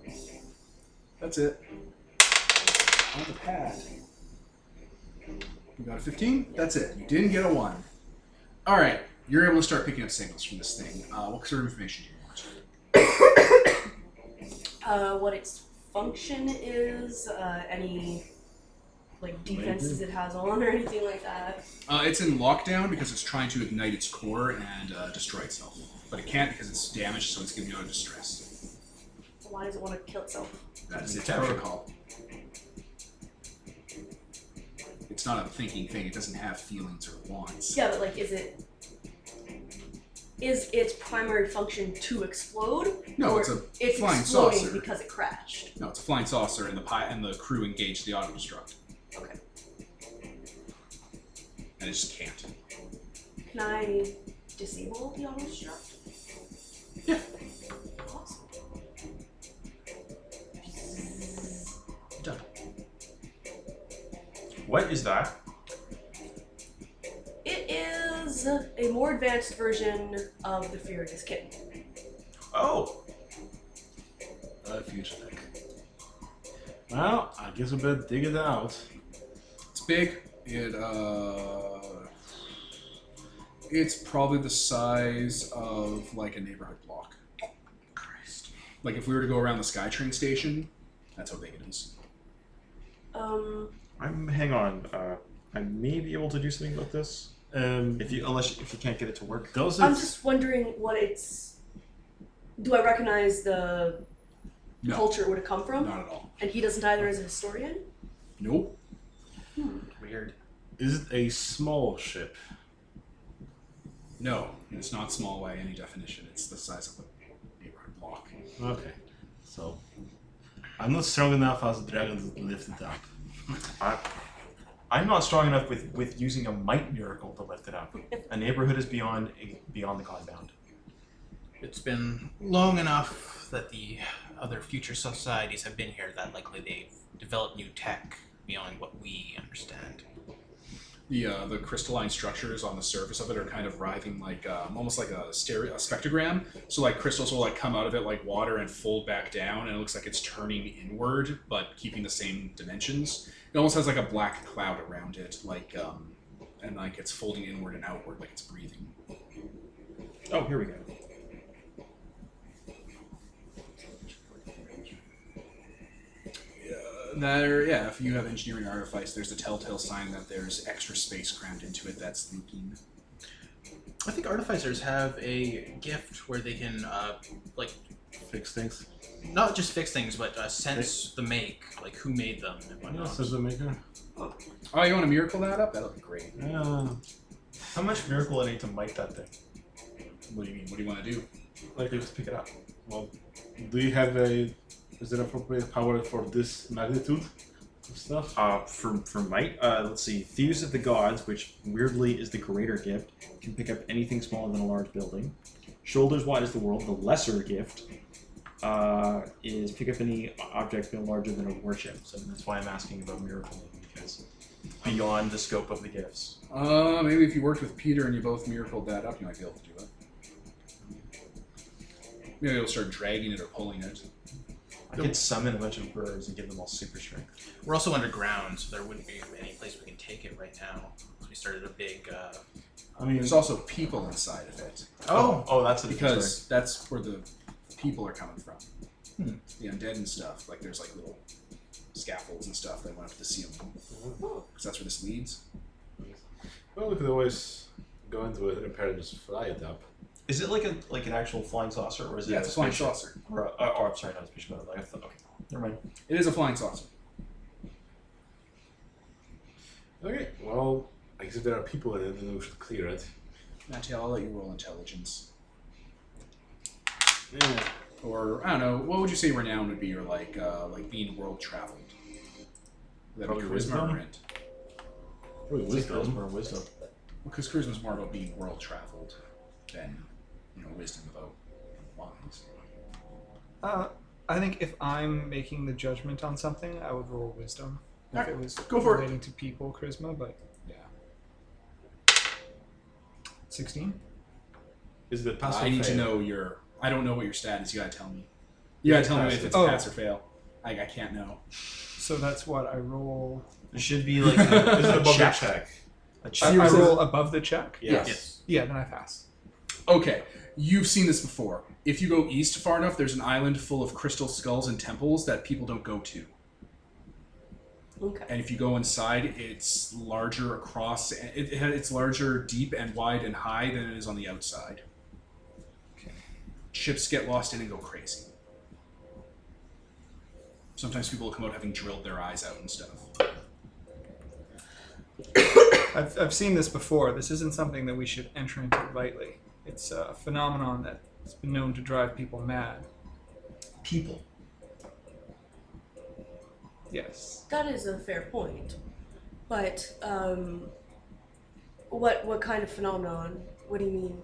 [SPEAKER 1] That's it. on the pad. You got a 15? That's it. You didn't get a 1. Alright, you're able to start picking up signals from this thing. Uh, what sort of information do you want?
[SPEAKER 2] Uh, what its function is, uh, any like defenses it has on or anything like that.
[SPEAKER 1] Uh, it's in lockdown because it's trying to ignite its core and uh, destroy itself. But it can't because it's damaged, so it's giving you out of distress.
[SPEAKER 2] So why does it want to kill itself?
[SPEAKER 1] That is its
[SPEAKER 6] Capture.
[SPEAKER 1] protocol. It's not a thinking thing, it doesn't have feelings or wants.
[SPEAKER 2] Yeah, but like, is it is its primary function to explode?
[SPEAKER 1] No,
[SPEAKER 2] or
[SPEAKER 1] it's a
[SPEAKER 2] it's
[SPEAKER 1] flying
[SPEAKER 2] exploding
[SPEAKER 1] saucer.
[SPEAKER 2] because it crashed.
[SPEAKER 1] No, it's a flying saucer, and the pi- and the crew engage the auto destruct.
[SPEAKER 2] Okay.
[SPEAKER 1] And it just can't.
[SPEAKER 2] Can I disable the auto destruct? Yeah. Awesome.
[SPEAKER 6] What is that?
[SPEAKER 2] It is a more advanced version of the Furious Kitten.
[SPEAKER 6] Oh,
[SPEAKER 5] A future deck. Well, I guess we better dig it out.
[SPEAKER 1] It's big. It uh, it's probably the size of like a neighborhood block. Christ. Like if we were to go around the SkyTrain station, that's how big it is.
[SPEAKER 2] Um,
[SPEAKER 6] I'm. Hang on. Uh, I may be able to do something about this.
[SPEAKER 5] Um,
[SPEAKER 6] If you, unless if you can't get it to work.
[SPEAKER 5] does it?
[SPEAKER 2] I'm just wondering what it's. Do I recognize the
[SPEAKER 1] No.
[SPEAKER 2] culture it would have come from?
[SPEAKER 1] Not at all.
[SPEAKER 2] And he doesn't either as a historian?
[SPEAKER 1] Nope.
[SPEAKER 4] Weird.
[SPEAKER 5] Is it a small ship?
[SPEAKER 1] No, it's not small by any definition. It's the size of a neighborhood block.
[SPEAKER 5] Okay, so I'm not strong enough as a dragon to lift it up.
[SPEAKER 6] I, I'm not strong enough with, with using a might miracle to lift it up. A neighborhood is beyond beyond the compound.
[SPEAKER 4] It's been long enough that the other future societies have been here that likely they've developed new tech beyond what we understand.
[SPEAKER 1] The uh, the crystalline structures on the surface of it are kind of writhing like um, almost like a stereo a spectrogram. So like crystals will like come out of it like water and fold back down, and it looks like it's turning inward but keeping the same dimensions. It almost has like a black cloud around it, like um, and like it's folding inward and outward like it's breathing.
[SPEAKER 6] Oh, here we go.
[SPEAKER 1] Uh, there, yeah. If you have engineering artifice, there's a telltale sign that there's extra space crammed into it that's leaking.
[SPEAKER 4] I think artificers have a gift where they can, uh, like,
[SPEAKER 5] Fix things.
[SPEAKER 4] not just fix things, but uh, sense the make, like who made them and
[SPEAKER 5] What
[SPEAKER 4] whatnot.
[SPEAKER 5] else does it maker?
[SPEAKER 1] Oh, you want to miracle that up? That'll be great.
[SPEAKER 5] Yeah.
[SPEAKER 6] How much miracle I need to might that thing?
[SPEAKER 1] What do you mean? What do you want to do?
[SPEAKER 6] Like they just pick it up.
[SPEAKER 5] Well, do you have a? Is there appropriate power for this magnitude of stuff?
[SPEAKER 6] Uh, for for might, uh, let's see. Thieves of the gods, which weirdly is the greater gift, can pick up anything smaller than a large building. Shoulders wide is the world. The lesser gift uh, is pick up any object no larger than a warship. So that's why I'm asking about miracle because beyond the scope of the gifts.
[SPEAKER 1] Uh, maybe if you worked with Peter and you both miracled that up, you might be able to do it. Maybe you'll start dragging it or pulling it.
[SPEAKER 6] I could summon a bunch of birds and give them all super strength.
[SPEAKER 4] We're also underground, so there wouldn't be any place we can take it right now. So we started a big. Uh...
[SPEAKER 5] I mean,
[SPEAKER 1] There's also people inside of it
[SPEAKER 6] Oh, oh, that's a different story.
[SPEAKER 1] because that's where the people are coming from. The undead and stuff. Like there's like little scaffolds and stuff that went up to the ceiling because that's where this leads.
[SPEAKER 5] well, we could always go into it, repair it, and just fly it up.
[SPEAKER 6] Is it like a like an actual flying saucer, or is
[SPEAKER 1] yeah,
[SPEAKER 6] it
[SPEAKER 1] it's
[SPEAKER 6] a
[SPEAKER 1] a flying
[SPEAKER 6] spaceship?
[SPEAKER 1] saucer.
[SPEAKER 6] Or, a- oh, I'm sorry, not a spaceship. But like, I thought, okay, never mind.
[SPEAKER 1] It is a flying saucer.
[SPEAKER 5] Okay. Well, I guess if there are people in it, then we should clear it.
[SPEAKER 1] Mattel, I'll let you roll intelligence.
[SPEAKER 5] Yeah.
[SPEAKER 1] Or I don't know. What would you say renown would be, or like uh, like being world traveled? Would that be
[SPEAKER 5] Probably
[SPEAKER 1] charisma or
[SPEAKER 5] wisdom.
[SPEAKER 1] rent?
[SPEAKER 5] Probably wisdom.
[SPEAKER 6] or wisdom.
[SPEAKER 1] Because charisma's more about being world traveled than you know wisdom about wise.
[SPEAKER 3] Uh, I think if I'm making the judgment on something, I would roll wisdom. If
[SPEAKER 1] Alright,
[SPEAKER 3] it was
[SPEAKER 1] go for it.
[SPEAKER 3] relating to people charisma, but
[SPEAKER 1] Yeah.
[SPEAKER 3] 16?
[SPEAKER 5] Is it pass or
[SPEAKER 1] I need to
[SPEAKER 5] fail?
[SPEAKER 1] know your. I don't know what your stat is. You gotta tell me. You gotta tell me
[SPEAKER 5] Pass
[SPEAKER 1] if
[SPEAKER 5] it.
[SPEAKER 1] it's
[SPEAKER 3] Oh.
[SPEAKER 1] pass or fail. Like I can't know.
[SPEAKER 3] So that's what I roll.
[SPEAKER 6] There should be like a,
[SPEAKER 5] This is above
[SPEAKER 6] check.
[SPEAKER 5] the check.
[SPEAKER 6] A
[SPEAKER 3] I,
[SPEAKER 6] check.
[SPEAKER 3] I roll above the check.
[SPEAKER 5] Yes.
[SPEAKER 4] Yes.
[SPEAKER 3] Yeah, then I pass.
[SPEAKER 1] Okay, you've seen this before. If you go east far enough, there's an island full of crystal skulls and temples that people don't go to.
[SPEAKER 2] Okay.
[SPEAKER 1] And if you go inside, it's larger across. It, it- it's larger, deep and wide and high than it is on the outside.
[SPEAKER 3] Okay.
[SPEAKER 1] Ships get lost in and go crazy. Sometimes people will come out having drilled their eyes out and stuff.
[SPEAKER 3] I've, I've seen this before. This isn't something that we should enter into lightly. It's a phenomenon that's been known to drive people mad.
[SPEAKER 4] People.
[SPEAKER 3] Yes.
[SPEAKER 2] That is a fair point, but um, what what kind of phenomenon? What do you mean?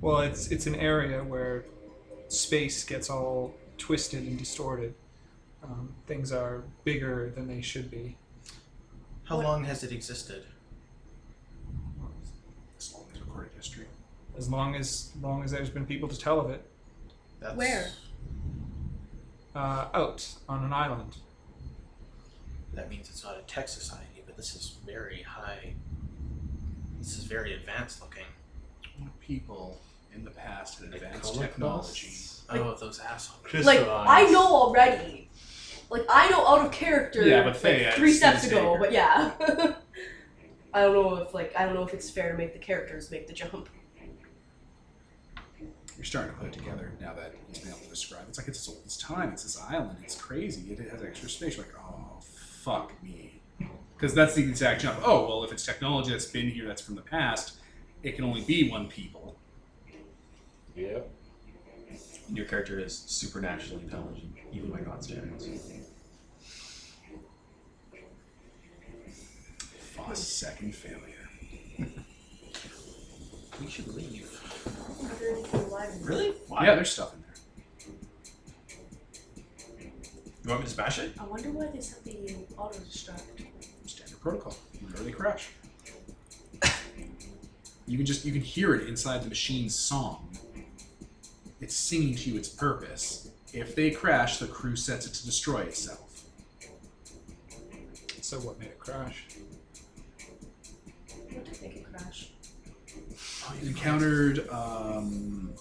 [SPEAKER 3] Well, it's it's an area where space gets all twisted and distorted. Um, things are bigger than they should be.
[SPEAKER 4] How
[SPEAKER 2] What-
[SPEAKER 4] long has it existed?
[SPEAKER 1] As long as recorded history.
[SPEAKER 3] As long as long as there's been people to tell of it,
[SPEAKER 4] That's
[SPEAKER 2] Where?
[SPEAKER 3] uh, out on an island.
[SPEAKER 4] That means it's not a tech society, but this is very high. This is very advanced looking.
[SPEAKER 1] What people in the past had
[SPEAKER 4] Like
[SPEAKER 1] advanced technology?
[SPEAKER 4] Oh, those assholes.
[SPEAKER 2] Like I know already. Like I know out of character.
[SPEAKER 5] Yeah, but Faye,
[SPEAKER 2] like,
[SPEAKER 5] I
[SPEAKER 2] three
[SPEAKER 5] just
[SPEAKER 2] steps
[SPEAKER 5] didn't
[SPEAKER 2] ago.
[SPEAKER 5] say
[SPEAKER 2] But yeah. I don't know if like I don't know if it's fair to make the characters make the jump.
[SPEAKER 1] You're starting to put it together now that he's been able to describe. It's like it's as old as time. It's this island. It's crazy. It has extra space. You're like, oh, fuck me. Because that's the exact jump. Oh, well, if it's technology that's been here that's from the past, it can only be one people.
[SPEAKER 5] Yep.
[SPEAKER 6] Your character is supernaturally intelligent, even by God's standards.
[SPEAKER 1] Foss second failure.
[SPEAKER 4] We should leave.
[SPEAKER 2] Really?
[SPEAKER 4] Really?
[SPEAKER 1] Yeah, there's stuff in there.
[SPEAKER 6] You want me to smash it?
[SPEAKER 2] I wonder why they said they auto destruct.
[SPEAKER 1] Standard protocol. You know they crash. You can just you can hear it inside the machine's song. It's singing to you its purpose. If they crash, the crew sets it to destroy itself.
[SPEAKER 3] So what made it crash?
[SPEAKER 2] What did make it crash?
[SPEAKER 1] It encountered um,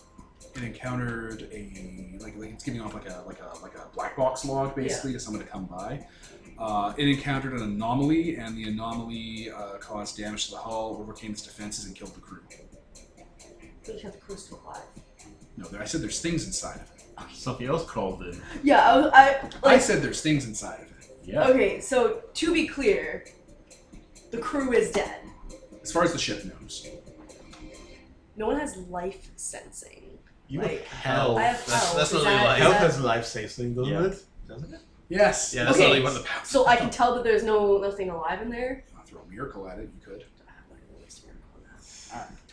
[SPEAKER 1] it encountered a like like it's giving off like a like a like a black box log basically to someone to come by. Uh, it encountered an anomaly, and the anomaly uh, caused damage to the hull, overcame its defenses, and killed the crew.
[SPEAKER 2] They have the cruise to alive.
[SPEAKER 1] No, there, I said there's things inside of it.
[SPEAKER 5] Something else crawled in.
[SPEAKER 2] Yeah, I, was- I
[SPEAKER 1] I
[SPEAKER 2] like.
[SPEAKER 1] said there's things inside of it.
[SPEAKER 5] Yeah.
[SPEAKER 2] Okay, so to be clear, the crew is dead.
[SPEAKER 1] As far as the ship knows,
[SPEAKER 2] No one has life sensing.
[SPEAKER 6] You
[SPEAKER 2] Like,
[SPEAKER 4] Hell.
[SPEAKER 2] I have
[SPEAKER 4] Oh, that's
[SPEAKER 2] hell.
[SPEAKER 4] that's
[SPEAKER 2] Is
[SPEAKER 4] not really
[SPEAKER 2] that-
[SPEAKER 4] like.
[SPEAKER 2] is that-
[SPEAKER 5] life saves things, doesn't
[SPEAKER 6] Yeah.
[SPEAKER 5] it?
[SPEAKER 6] Doesn't it?
[SPEAKER 1] yes.
[SPEAKER 4] yeah, that's
[SPEAKER 2] Okay.
[SPEAKER 4] not really one of the powers.
[SPEAKER 2] So I can tell that there's no nothing alive in there.
[SPEAKER 1] I'll throw a miracle at it. You could.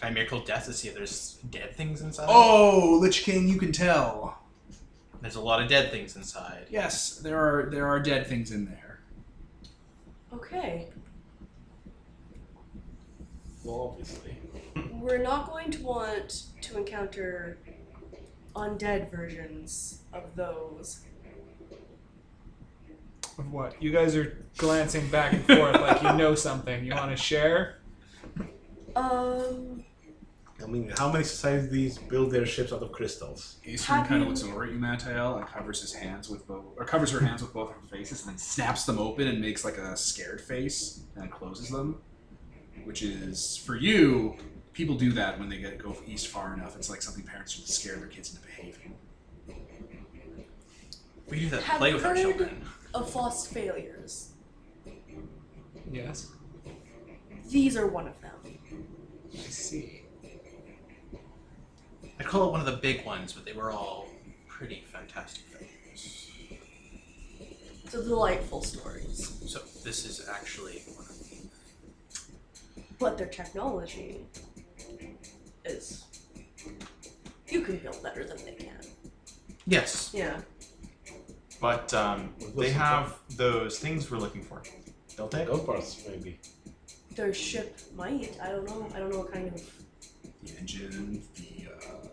[SPEAKER 4] I miracle death to see if there's dead things inside.
[SPEAKER 1] Oh, Lich King, you can tell.
[SPEAKER 4] There's a lot of dead things inside.
[SPEAKER 1] Yes, there are there are dead things in there.
[SPEAKER 2] Okay,
[SPEAKER 5] Well, obviously.
[SPEAKER 2] we're not going to want to encounter undead versions of those.
[SPEAKER 3] Of what? You guys are glancing back and forth like you know something. You want to share?
[SPEAKER 2] Um,
[SPEAKER 5] I mean, how many societies build their ships out of crystals?
[SPEAKER 1] Eastern
[SPEAKER 2] Have
[SPEAKER 1] kind of
[SPEAKER 2] you-
[SPEAKER 1] looks over at you, Mattel, and covers his hands with both, or covers her hands with both her faces, and then snaps them open and makes like a scared face, and then closes them. Which is for you. People do that when they get go east far enough. It's like something parents would scare their kids into behaving.
[SPEAKER 4] We do that to
[SPEAKER 2] Have
[SPEAKER 4] play with our
[SPEAKER 2] heard-
[SPEAKER 4] children.
[SPEAKER 2] of false failures.
[SPEAKER 3] Yes.
[SPEAKER 2] These are one of them.
[SPEAKER 3] I see.
[SPEAKER 4] I call it one of the big ones, but they were all pretty fantastic films.
[SPEAKER 2] So delightful stories.
[SPEAKER 4] So this is actually one of them.
[SPEAKER 2] But their technology is. You can build better than they can.
[SPEAKER 4] Yes.
[SPEAKER 2] Yeah.
[SPEAKER 6] But um, they have those things we're looking for, don't they?
[SPEAKER 5] Gold bars, maybe.
[SPEAKER 2] Their ship might. I don't know. I don't know what kind of.
[SPEAKER 1] The engine, the, uh,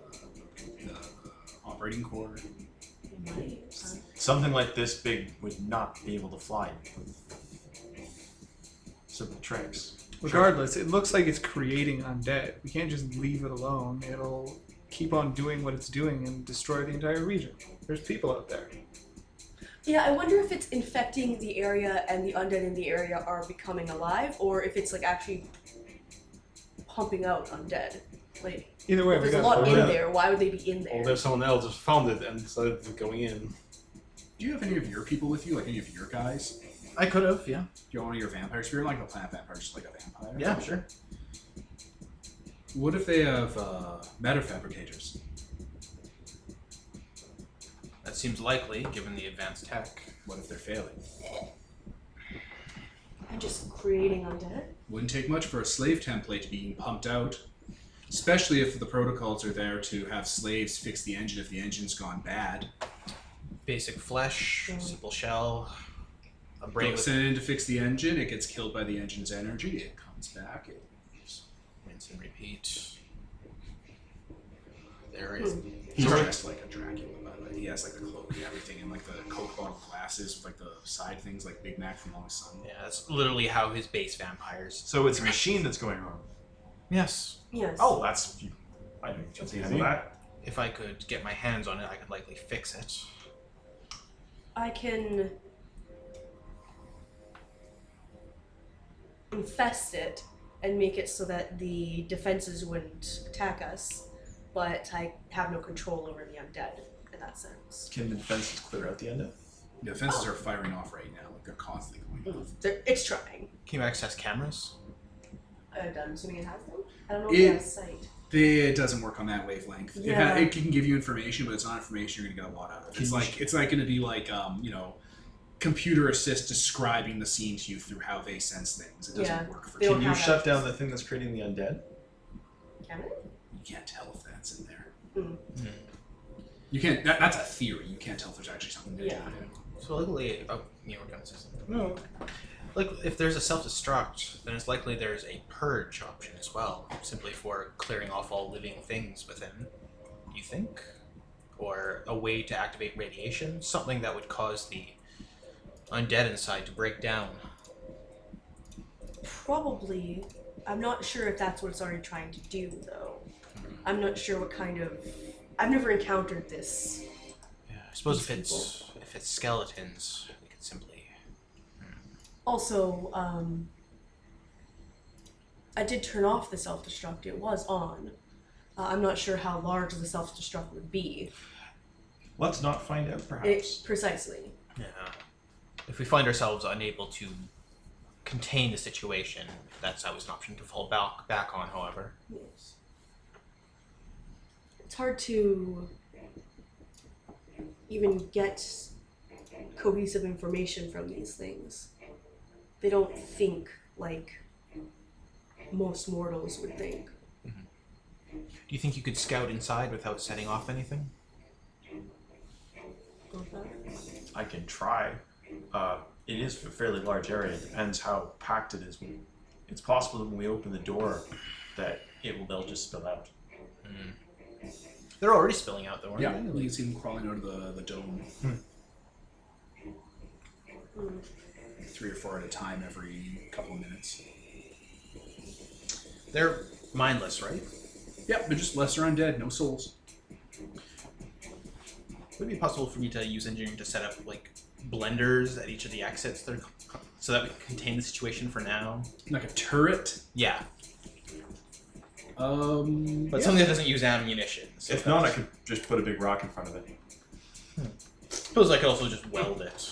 [SPEAKER 1] the operating core.
[SPEAKER 2] It might. huh?
[SPEAKER 6] Something like this big would not be able to fly you. Simple tricks.
[SPEAKER 3] Regardless, it looks like it's creating undead. We can't just leave it alone. It'll keep on doing what it's doing and destroy the entire region. There's people out there.
[SPEAKER 2] Yeah, I wonder if it's infecting the area and the undead in the area are becoming alive, or if it's like actually pumping out undead. Like,
[SPEAKER 3] Either way,
[SPEAKER 2] if
[SPEAKER 3] we
[SPEAKER 2] there's a
[SPEAKER 3] got
[SPEAKER 2] lot
[SPEAKER 5] pull
[SPEAKER 2] in
[SPEAKER 5] it out.
[SPEAKER 2] there. Why would they be in
[SPEAKER 5] Or
[SPEAKER 2] there?
[SPEAKER 5] there's someone else just found it and decided going in.
[SPEAKER 1] Do you have any of your people with you? Like any of your guys? Do
[SPEAKER 4] I could have, yeah.
[SPEAKER 1] you want one of your vampires? You're like a plant vampire, just like a vampire.
[SPEAKER 4] Yeah, sure.
[SPEAKER 1] What if they have uh, matter fabricators?
[SPEAKER 4] That seems likely given the advanced tech.
[SPEAKER 1] What if they're failing?
[SPEAKER 2] I'm just creating undead.
[SPEAKER 1] Wouldn't take much for a slave template being pumped out, especially if the protocols are there to have slaves fix the engine if the engine's gone bad.
[SPEAKER 4] Basic flesh, simple shell, a brain
[SPEAKER 1] They
[SPEAKER 4] with
[SPEAKER 1] send it in to fix the engine. It gets killed by the engine's energy. It comes back. It
[SPEAKER 4] rinse and repeat. There is
[SPEAKER 1] He's
[SPEAKER 6] Sure.
[SPEAKER 1] dressed like a Dracula, by the way. He has like the cloak and everything, and like the Coke bottle glasses with like the side things, like Big Mac from Long Sun.
[SPEAKER 4] Yeah, that's literally how his base vampires.
[SPEAKER 6] So it's a machine that's going wrong.
[SPEAKER 4] Yes.
[SPEAKER 2] Yes.
[SPEAKER 6] Oh, that's. You, I don't
[SPEAKER 5] That's
[SPEAKER 6] handle
[SPEAKER 5] easy.
[SPEAKER 6] that.
[SPEAKER 4] If I could get my hands on it, I could likely fix it.
[SPEAKER 2] I can infest it and make it so that the defenses wouldn't attack us, but I have no control over the undead in that sense.
[SPEAKER 6] Can the defenses clear out the end of?
[SPEAKER 1] The fences are firing off right now. Like they're constantly going off.
[SPEAKER 2] They're, Mm, it's trying.
[SPEAKER 4] Can you access cameras?
[SPEAKER 2] Uh, I'm assuming it has them. I don't know
[SPEAKER 1] It-
[SPEAKER 2] if it has sight.
[SPEAKER 1] They, it doesn't work on that wavelength. It, ha-
[SPEAKER 2] Yeah.
[SPEAKER 1] it can give you information, but it's not information you're gonna get a lot out of. It's like it's not gonna be like um you know, computer assist describing the scene to you through how they sense things. It doesn't
[SPEAKER 2] Yeah.
[SPEAKER 1] work for
[SPEAKER 2] They
[SPEAKER 1] you.
[SPEAKER 2] don't-
[SPEAKER 6] Can you
[SPEAKER 2] have
[SPEAKER 6] shut
[SPEAKER 2] access.
[SPEAKER 6] down the thing that's creating the undead?
[SPEAKER 2] Can it?
[SPEAKER 1] You can't tell if that's in there.
[SPEAKER 2] Mm.
[SPEAKER 4] Hmm.
[SPEAKER 1] You can't. That, that's a theory. You can't tell if there's actually something there.
[SPEAKER 2] Yeah.
[SPEAKER 4] So likely, oh, you were gonna say something.
[SPEAKER 5] No.
[SPEAKER 4] Like, if there's a self-destruct, then it's likely there's a purge option as well, simply for clearing off all living things within. You think, or a way to activate radiation, something that would cause the undead inside to break down.
[SPEAKER 2] Probably. I'm not sure if that's what it's already trying to do, though. I'm not sure what kind of. I've never encountered this.
[SPEAKER 4] Yeah, I suppose if it's if it's skeletons, we could simply.
[SPEAKER 2] Also, um, I did turn off the self destruct. It was on. Uh, I'm not sure how large the self destruct would be.
[SPEAKER 6] Let's not find out,
[SPEAKER 2] It,
[SPEAKER 6] perhaps.
[SPEAKER 2] precisely.
[SPEAKER 4] Yeah. If we find ourselves unable to contain the situation, that's always an option to fall back back on. However,
[SPEAKER 2] Yes. It's hard to even get cohesive information from these things. They don't think like most mortals would think.
[SPEAKER 4] do you think you could scout inside without setting off anything?
[SPEAKER 6] I can try. Uh, it is a fairly large area. It depends how packed it is. It's possible that when we open the door, that it will they'll just spill out.
[SPEAKER 4] They're already spilling out, though, aren't
[SPEAKER 1] Yeah,
[SPEAKER 4] they?
[SPEAKER 1] you can see them crawling out of the, the dome
[SPEAKER 2] Hmm. Mm.
[SPEAKER 1] three or four at a time every couple of minutes.
[SPEAKER 4] They're mindless, right?
[SPEAKER 1] Yep, they're just lesser undead, no souls.
[SPEAKER 4] Would it be possible for me to use engineering to set up like blenders at each of the exits, that are, so that we can contain the situation for now?
[SPEAKER 1] Like a turret.
[SPEAKER 4] Yeah,
[SPEAKER 1] Um,
[SPEAKER 4] but
[SPEAKER 1] yeah.
[SPEAKER 4] something that doesn't use ammunition. So
[SPEAKER 6] If not, I could just put a big rock in front of it.
[SPEAKER 4] suppose I could also just weld it.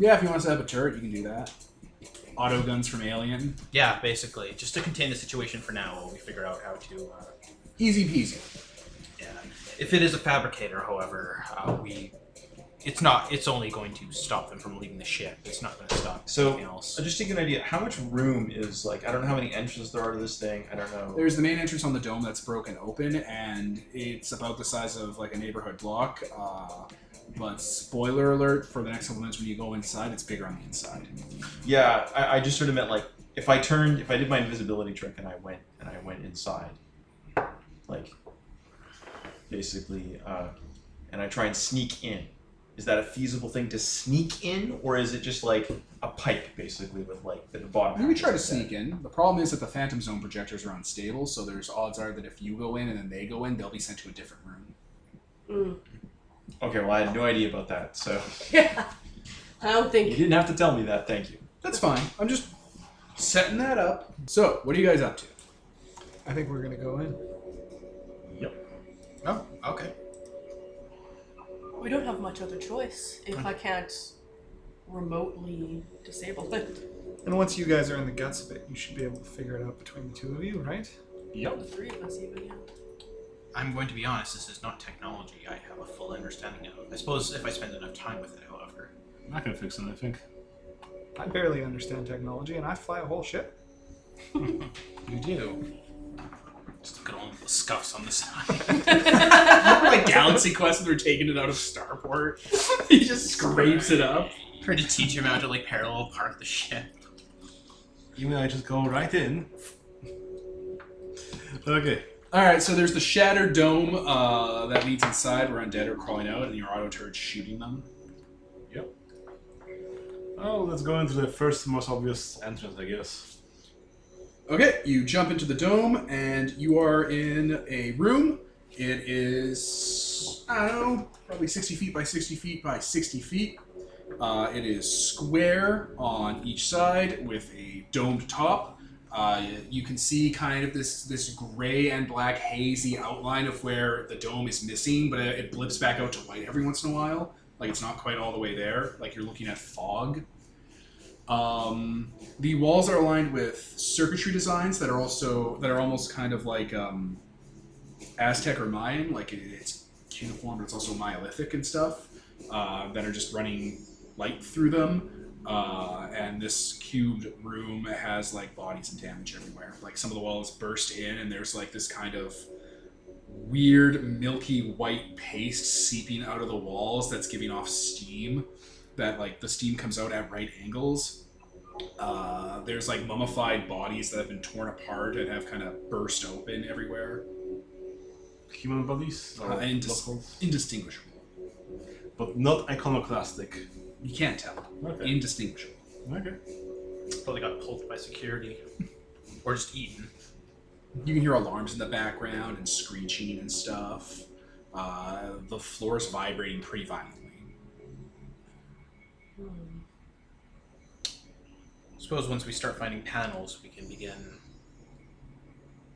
[SPEAKER 1] Yeah, if you want to set up a turret, you can do that. Auto guns from Alien.
[SPEAKER 4] Yeah, basically, just to contain the situation for now while we figure out how to. Uh,
[SPEAKER 1] Easy peasy.
[SPEAKER 4] yeah, if it is a fabricator, however, uh, we. It's not. It's only going to stop them from leaving the ship. It's not going to stop
[SPEAKER 6] So-
[SPEAKER 4] anything else.
[SPEAKER 6] So just to get an idea, how much room is like? I don't know how many entrances there are to this thing. I don't know.
[SPEAKER 1] There's the main entrance on the dome that's broken open, and it's about the size of like a neighborhood block. Uh, but spoiler alert for the next couple minutes, when you go inside, it's bigger on the inside.
[SPEAKER 6] yeah, I, I just sort of meant like if I turned, if I did my invisibility trick and I went and I went inside, like basically, uh, and I try and sneak in. Is that a feasible thing to sneak in, or is it just like a pipe, basically, with like the, the bottom?
[SPEAKER 1] Maybe we
[SPEAKER 6] half
[SPEAKER 1] try to
[SPEAKER 6] is like
[SPEAKER 1] sneak in. The problem is that the Phantom Zone projectors are unstable, so there's odds are that if you go in and then they go in, they'll be sent to a different room.
[SPEAKER 2] Mm.
[SPEAKER 6] that. Okay, well, I had no idea about that, so
[SPEAKER 2] Yeah. I don't
[SPEAKER 6] you
[SPEAKER 2] think.
[SPEAKER 6] didn't have to tell me that. Thank you.
[SPEAKER 1] That's fine. I'm just setting that up. So, what are you guys up to?
[SPEAKER 3] I think we're gonna go in.
[SPEAKER 4] Oh, okay.
[SPEAKER 2] We don't have much other choice if I can't remotely disable it.
[SPEAKER 3] And once you guys are in the guts of it, you should be able to figure it out between the two of you, right?
[SPEAKER 2] The three of us, even, yeah.
[SPEAKER 4] I'm going to be honest, this is not technology I have a full understanding of. I suppose if I spend enough time with it, however.
[SPEAKER 5] I'm not gonna fix it. I think.
[SPEAKER 3] I barely understand technology, and I fly a whole ship.
[SPEAKER 4] You do. Just look at all the scuffs on the side.
[SPEAKER 1] like Galaxy Quest, they're taking it out of Starport. he just scrapes it up.
[SPEAKER 4] Try to teach him how to like parallel park the ship.
[SPEAKER 5] You and I just go right in. Okay.
[SPEAKER 1] All right, so there's the shattered dome uh, that leads inside where undead are crawling out, and your auto turret's shooting them.
[SPEAKER 5] Oh, let's go into the first most obvious entrance, I guess.
[SPEAKER 1] Okay, you jump into the dome, and you are in a room. It is, I don't know, probably 60 feet by 60 feet by 60 feet. Uh, it is square on each side with a domed top. Uh, you can see kind of this, this gray and black hazy outline of where the dome is missing, but it, it blips back out to white every once in a while. Like it's not quite all the way there. Like you're looking at fog. Um, the walls are aligned with circuitry designs that are also that are almost kind of like um, Aztec or Mayan, like it, it's cuneiform, but it's also monolithic and stuff uh, that are just running light through them. Uh, and this cubed room has like bodies and damage everywhere. Like some of the walls burst in, and there's like this kind of weird milky white paste seeping out of the walls that's giving off steam. That like the steam comes out at right angles. Uh, there's like mummified bodies that have been torn apart and have kind of burst open everywhere.
[SPEAKER 5] Human bodies,
[SPEAKER 1] Uh,
[SPEAKER 5] are
[SPEAKER 1] indis- indistinguishable.
[SPEAKER 5] but not iconoclastic.
[SPEAKER 1] You can't tell.
[SPEAKER 5] Okay.
[SPEAKER 1] Indistinguishable.
[SPEAKER 5] Okay.
[SPEAKER 4] Probably got pulled by security. Or just eaten.
[SPEAKER 1] You can hear alarms in the background and screeching and stuff. Uh, the floor is vibrating pretty violently.
[SPEAKER 2] Hmm.
[SPEAKER 4] I suppose once we start finding panels, we can begin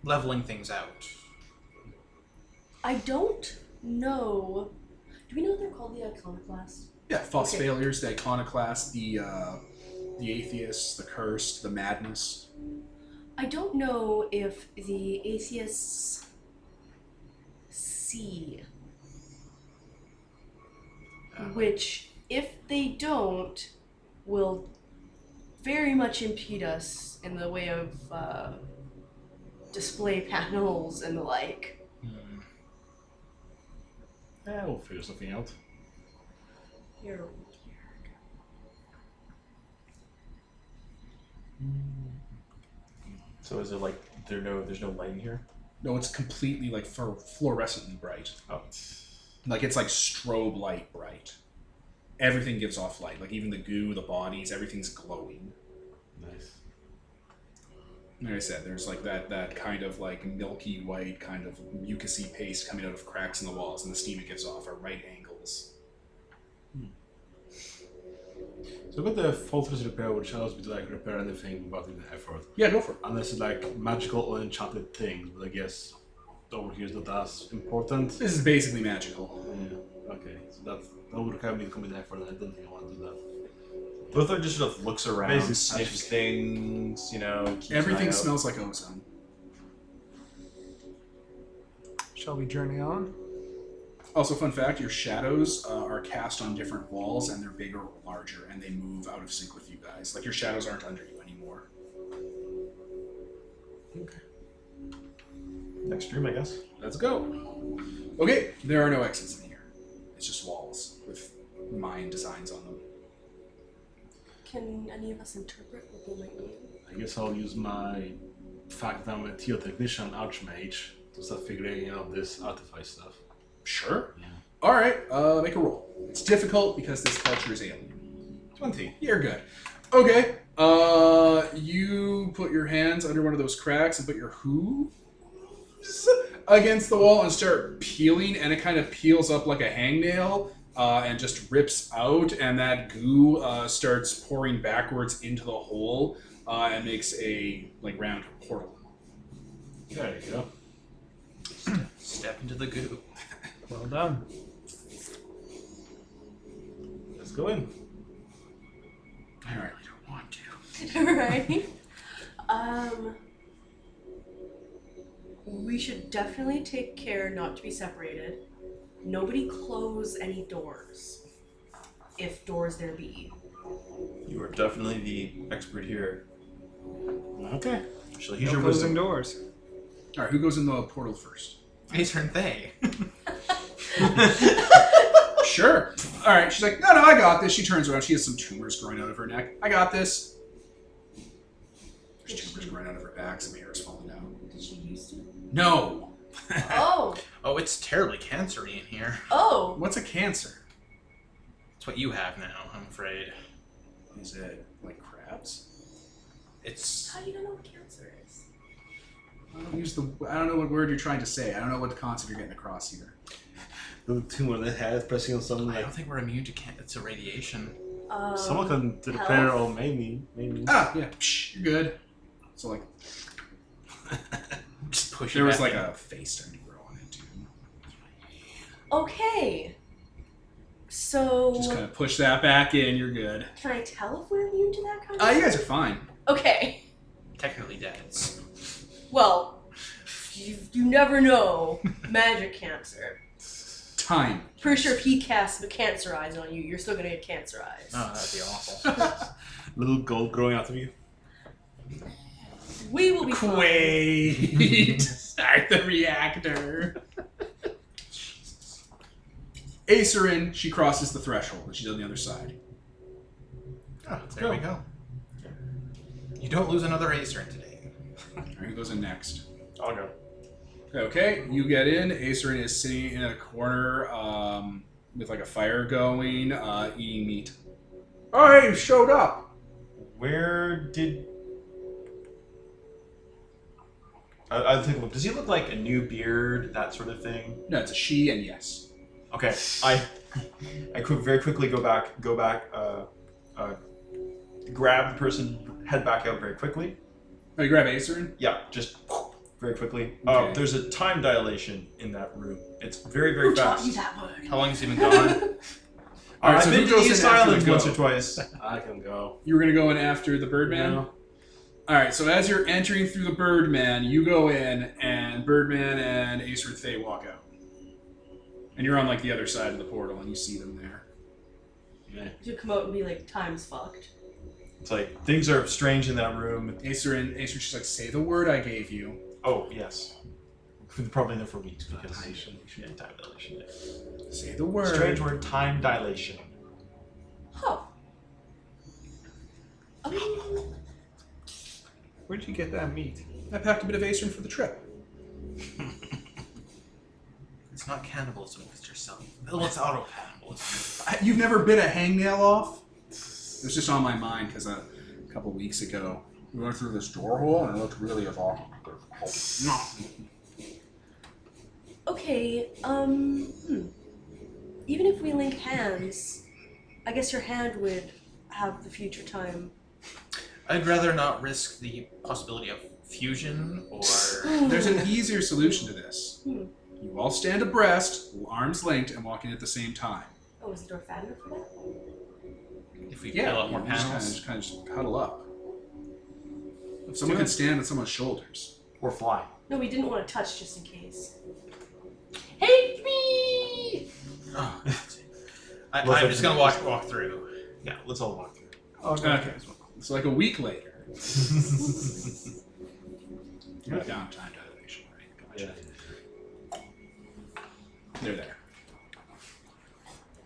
[SPEAKER 4] leveling things out.
[SPEAKER 2] I don't know. Do we know they're called the iconoclast?
[SPEAKER 1] Yeah, false
[SPEAKER 2] Okay.
[SPEAKER 1] failures, the iconoclast, the uh, the atheists, the cursed, the madness.
[SPEAKER 2] I don't know if the atheists see. Which, if they don't, will very much impede us in the way of uh, display panels and the like.
[SPEAKER 4] Hmm.
[SPEAKER 5] Yeah, we'll figure something out.
[SPEAKER 2] Here.
[SPEAKER 6] So is it like there no there's no lighting here?
[SPEAKER 1] No, it's completely like fluor- fluorescently bright.
[SPEAKER 6] Oh,
[SPEAKER 1] Like it's like strobe light bright. Everything gives off light. Like even the goo, the bodies, everything's glowing.
[SPEAKER 5] Nice.
[SPEAKER 1] Like I said, there's like that that kind of like milky white kind of mucousy paste coming out of cracks in the walls, and the steam it gives off are right angles.
[SPEAKER 5] So we've got the faultless repair, which allows me to like repair anything without even effort,
[SPEAKER 1] Yeah, go for it.
[SPEAKER 5] unless it's like magical or enchanted things. But I guess over here is not as important.
[SPEAKER 1] This is basically magical.
[SPEAKER 5] Yeah. Okay. So that's that would require me to commit effort. and I don't think I want to do that.
[SPEAKER 6] Lothar just sort of looks around,
[SPEAKER 5] Basically,
[SPEAKER 6] sniffs things, you know. keeps an eye
[SPEAKER 1] Everything
[SPEAKER 6] out.
[SPEAKER 1] smells like ozone.
[SPEAKER 3] Shall we journey on?
[SPEAKER 1] Also, fun fact: your shadows uh, are cast on different walls, and they're bigger or larger, and they move out of sync with you guys. Like your shadows aren't under you anymore.
[SPEAKER 6] Next room, I guess.
[SPEAKER 5] Let's go.
[SPEAKER 1] Okay, there are no exits in here. It's just walls with Mayan designs on them.
[SPEAKER 2] Can any of us interpret what they might mean?
[SPEAKER 5] I guess I'll use my fact that I'm a Theo technician archmage to start figuring out this artifact stuff.
[SPEAKER 1] Sure.
[SPEAKER 5] Yeah.
[SPEAKER 1] All right, uh, make a roll. It's difficult because this culture is alien.
[SPEAKER 4] 20.
[SPEAKER 1] You're good. Okay. Uh, you put your hands under one of those cracks and put your hooves against the wall and start peeling, and it kind of peels up like a hangnail uh, and just rips out, and that goo uh, starts pouring backwards into the hole uh, and makes a like round portal.
[SPEAKER 5] There you go.
[SPEAKER 6] Step into the goo.
[SPEAKER 3] Well done.
[SPEAKER 5] Let's go in.
[SPEAKER 1] I really don't want to.
[SPEAKER 2] right? Um, we should definitely take care not to be separated. Nobody close any doors, if doors there be.
[SPEAKER 6] You are definitely the expert here.
[SPEAKER 5] Okay.
[SPEAKER 6] She'll
[SPEAKER 3] No
[SPEAKER 6] use your
[SPEAKER 3] closing
[SPEAKER 6] wisdom.
[SPEAKER 3] doors.
[SPEAKER 1] All right, who goes in the portal first?
[SPEAKER 4] I turned they.
[SPEAKER 1] Sure. All right. She's like, no, no, I got this. She turns around. She has some tumors growing out of her neck. I got this. There's tumors growing out of her back. Some hair is falling out.
[SPEAKER 2] Did she used to?
[SPEAKER 1] No.
[SPEAKER 2] Oh,
[SPEAKER 4] Oh, it's terribly cancery in here.
[SPEAKER 2] oh.
[SPEAKER 1] What's a cancer?
[SPEAKER 4] It's what you have now, I'm afraid.
[SPEAKER 1] Is it like crabs?
[SPEAKER 4] It's.
[SPEAKER 2] How do you not know what cancer is?
[SPEAKER 1] I don't use the. I don't know what word you're trying to say. I don't know what concept you're getting across here.
[SPEAKER 5] The tumor that has pressing on something
[SPEAKER 4] I
[SPEAKER 5] like.
[SPEAKER 4] don't think we're immune to can- it's a radiation.
[SPEAKER 2] Um,
[SPEAKER 5] Someone can to the
[SPEAKER 2] health?
[SPEAKER 5] pair or maybe maybe.
[SPEAKER 1] Ah, yeah. Psh, you're good. So like,
[SPEAKER 4] Just push it
[SPEAKER 1] there was
[SPEAKER 4] back
[SPEAKER 1] like
[SPEAKER 4] in.
[SPEAKER 1] a face starting to grow on it too.
[SPEAKER 2] Okay. So,
[SPEAKER 1] Just kind of push that back in. You're good.
[SPEAKER 2] can I tell if we're immune to that kind of
[SPEAKER 1] Uh, you guys are fine.
[SPEAKER 2] Okay.
[SPEAKER 4] Technically dead. It's-
[SPEAKER 2] Well, you, you never know. Magic cancer.
[SPEAKER 1] Time.
[SPEAKER 2] Pretty sure if he casts the cancer eyes on you, you're still gonna get cancer eyes.
[SPEAKER 4] Oh, that'd be awful.
[SPEAKER 5] Little gold growing out of you.
[SPEAKER 2] We will be fine.
[SPEAKER 1] Quaid. Start the reactor. Acerin, she crosses the threshold and she's on the other side.
[SPEAKER 4] Oh, there we go. You don't lose another Acer today.
[SPEAKER 1] Alright, who goes in next?
[SPEAKER 6] I'll go.
[SPEAKER 1] Okay, you get in. Acerin is sitting in a corner um, with like a fire going, uh, eating meat. Alright, you showed up.
[SPEAKER 6] Where did? I, I think. Does he look like a new beard? That sort of thing.
[SPEAKER 1] No, it's a she and yes.
[SPEAKER 6] Okay, I I quick, very quickly go back, go back, uh, uh, grab the person, head back out very quickly.
[SPEAKER 1] Oh, you grab Acerin?
[SPEAKER 6] Yeah, just very quickly. Uh,
[SPEAKER 1] Okay.
[SPEAKER 6] There's a time dilation in that room. It's very, very
[SPEAKER 2] Who taught
[SPEAKER 6] fast.
[SPEAKER 2] you that word?
[SPEAKER 4] How long has he been gone?
[SPEAKER 1] All right,
[SPEAKER 6] I've
[SPEAKER 1] so
[SPEAKER 6] been
[SPEAKER 1] who
[SPEAKER 6] to
[SPEAKER 1] goes
[SPEAKER 6] the
[SPEAKER 1] in
[SPEAKER 6] East
[SPEAKER 1] after
[SPEAKER 6] Island
[SPEAKER 1] the
[SPEAKER 6] once
[SPEAKER 1] go?
[SPEAKER 6] or twice.
[SPEAKER 5] I can go.
[SPEAKER 1] You were going to go in after the Birdman?
[SPEAKER 5] No.
[SPEAKER 1] All right, so as you're entering through the Birdman, you go in, and Birdman and Ace with Thay walk out, and you're on like the other side of the portal, and you see them there.
[SPEAKER 2] You come out and be like, time's fucked.
[SPEAKER 6] It's like things are strange in that room.
[SPEAKER 1] Acer and Acer, she's like, "Say the word I gave you."
[SPEAKER 6] Oh yes, we've been probably in there for weeks because Yeah, time dilation. yeah.
[SPEAKER 1] Say the word.
[SPEAKER 6] Strange word, time dilation.
[SPEAKER 2] Huh. Um,
[SPEAKER 3] Where'd you get that meat?
[SPEAKER 1] I packed a bit of Acer for the trip.
[SPEAKER 4] It's not cannibalism, it's yourself. Well, Oh, it's auto cannibalism.
[SPEAKER 1] I- You've never bit a hangnail off? It was just on my mind because a couple weeks ago we went through this door hole and it looked really evocative. No.
[SPEAKER 2] okay, um, hmm. Even if we link hands, I guess your hand would have the future time.
[SPEAKER 4] I'd rather not risk the possibility of fusion or.
[SPEAKER 1] There's an easier solution to this.
[SPEAKER 2] Hmm.
[SPEAKER 1] You all stand abreast, arms linked, and walk in at the same time.
[SPEAKER 2] Oh, is the door fat enough for that?
[SPEAKER 4] If we peel up more
[SPEAKER 1] you just kinda-
[SPEAKER 4] panels.
[SPEAKER 1] Just kind of just huddle up.
[SPEAKER 3] Let's
[SPEAKER 1] Someone
[SPEAKER 3] do
[SPEAKER 1] can
[SPEAKER 3] it.
[SPEAKER 1] stand on someone's shoulders.
[SPEAKER 6] Or fly.
[SPEAKER 2] No, we didn't want to touch just in case. Hate me!
[SPEAKER 4] Oh, I, I'm
[SPEAKER 6] Well, if
[SPEAKER 4] just
[SPEAKER 6] it's-
[SPEAKER 4] gonna walk walk through.
[SPEAKER 6] Yeah, let's all walk through.
[SPEAKER 3] I'll go
[SPEAKER 1] Okay.
[SPEAKER 3] as well.
[SPEAKER 1] It's like a week later. You're
[SPEAKER 5] Okay.
[SPEAKER 1] down time dilation, right?
[SPEAKER 6] Yeah.
[SPEAKER 1] They're there.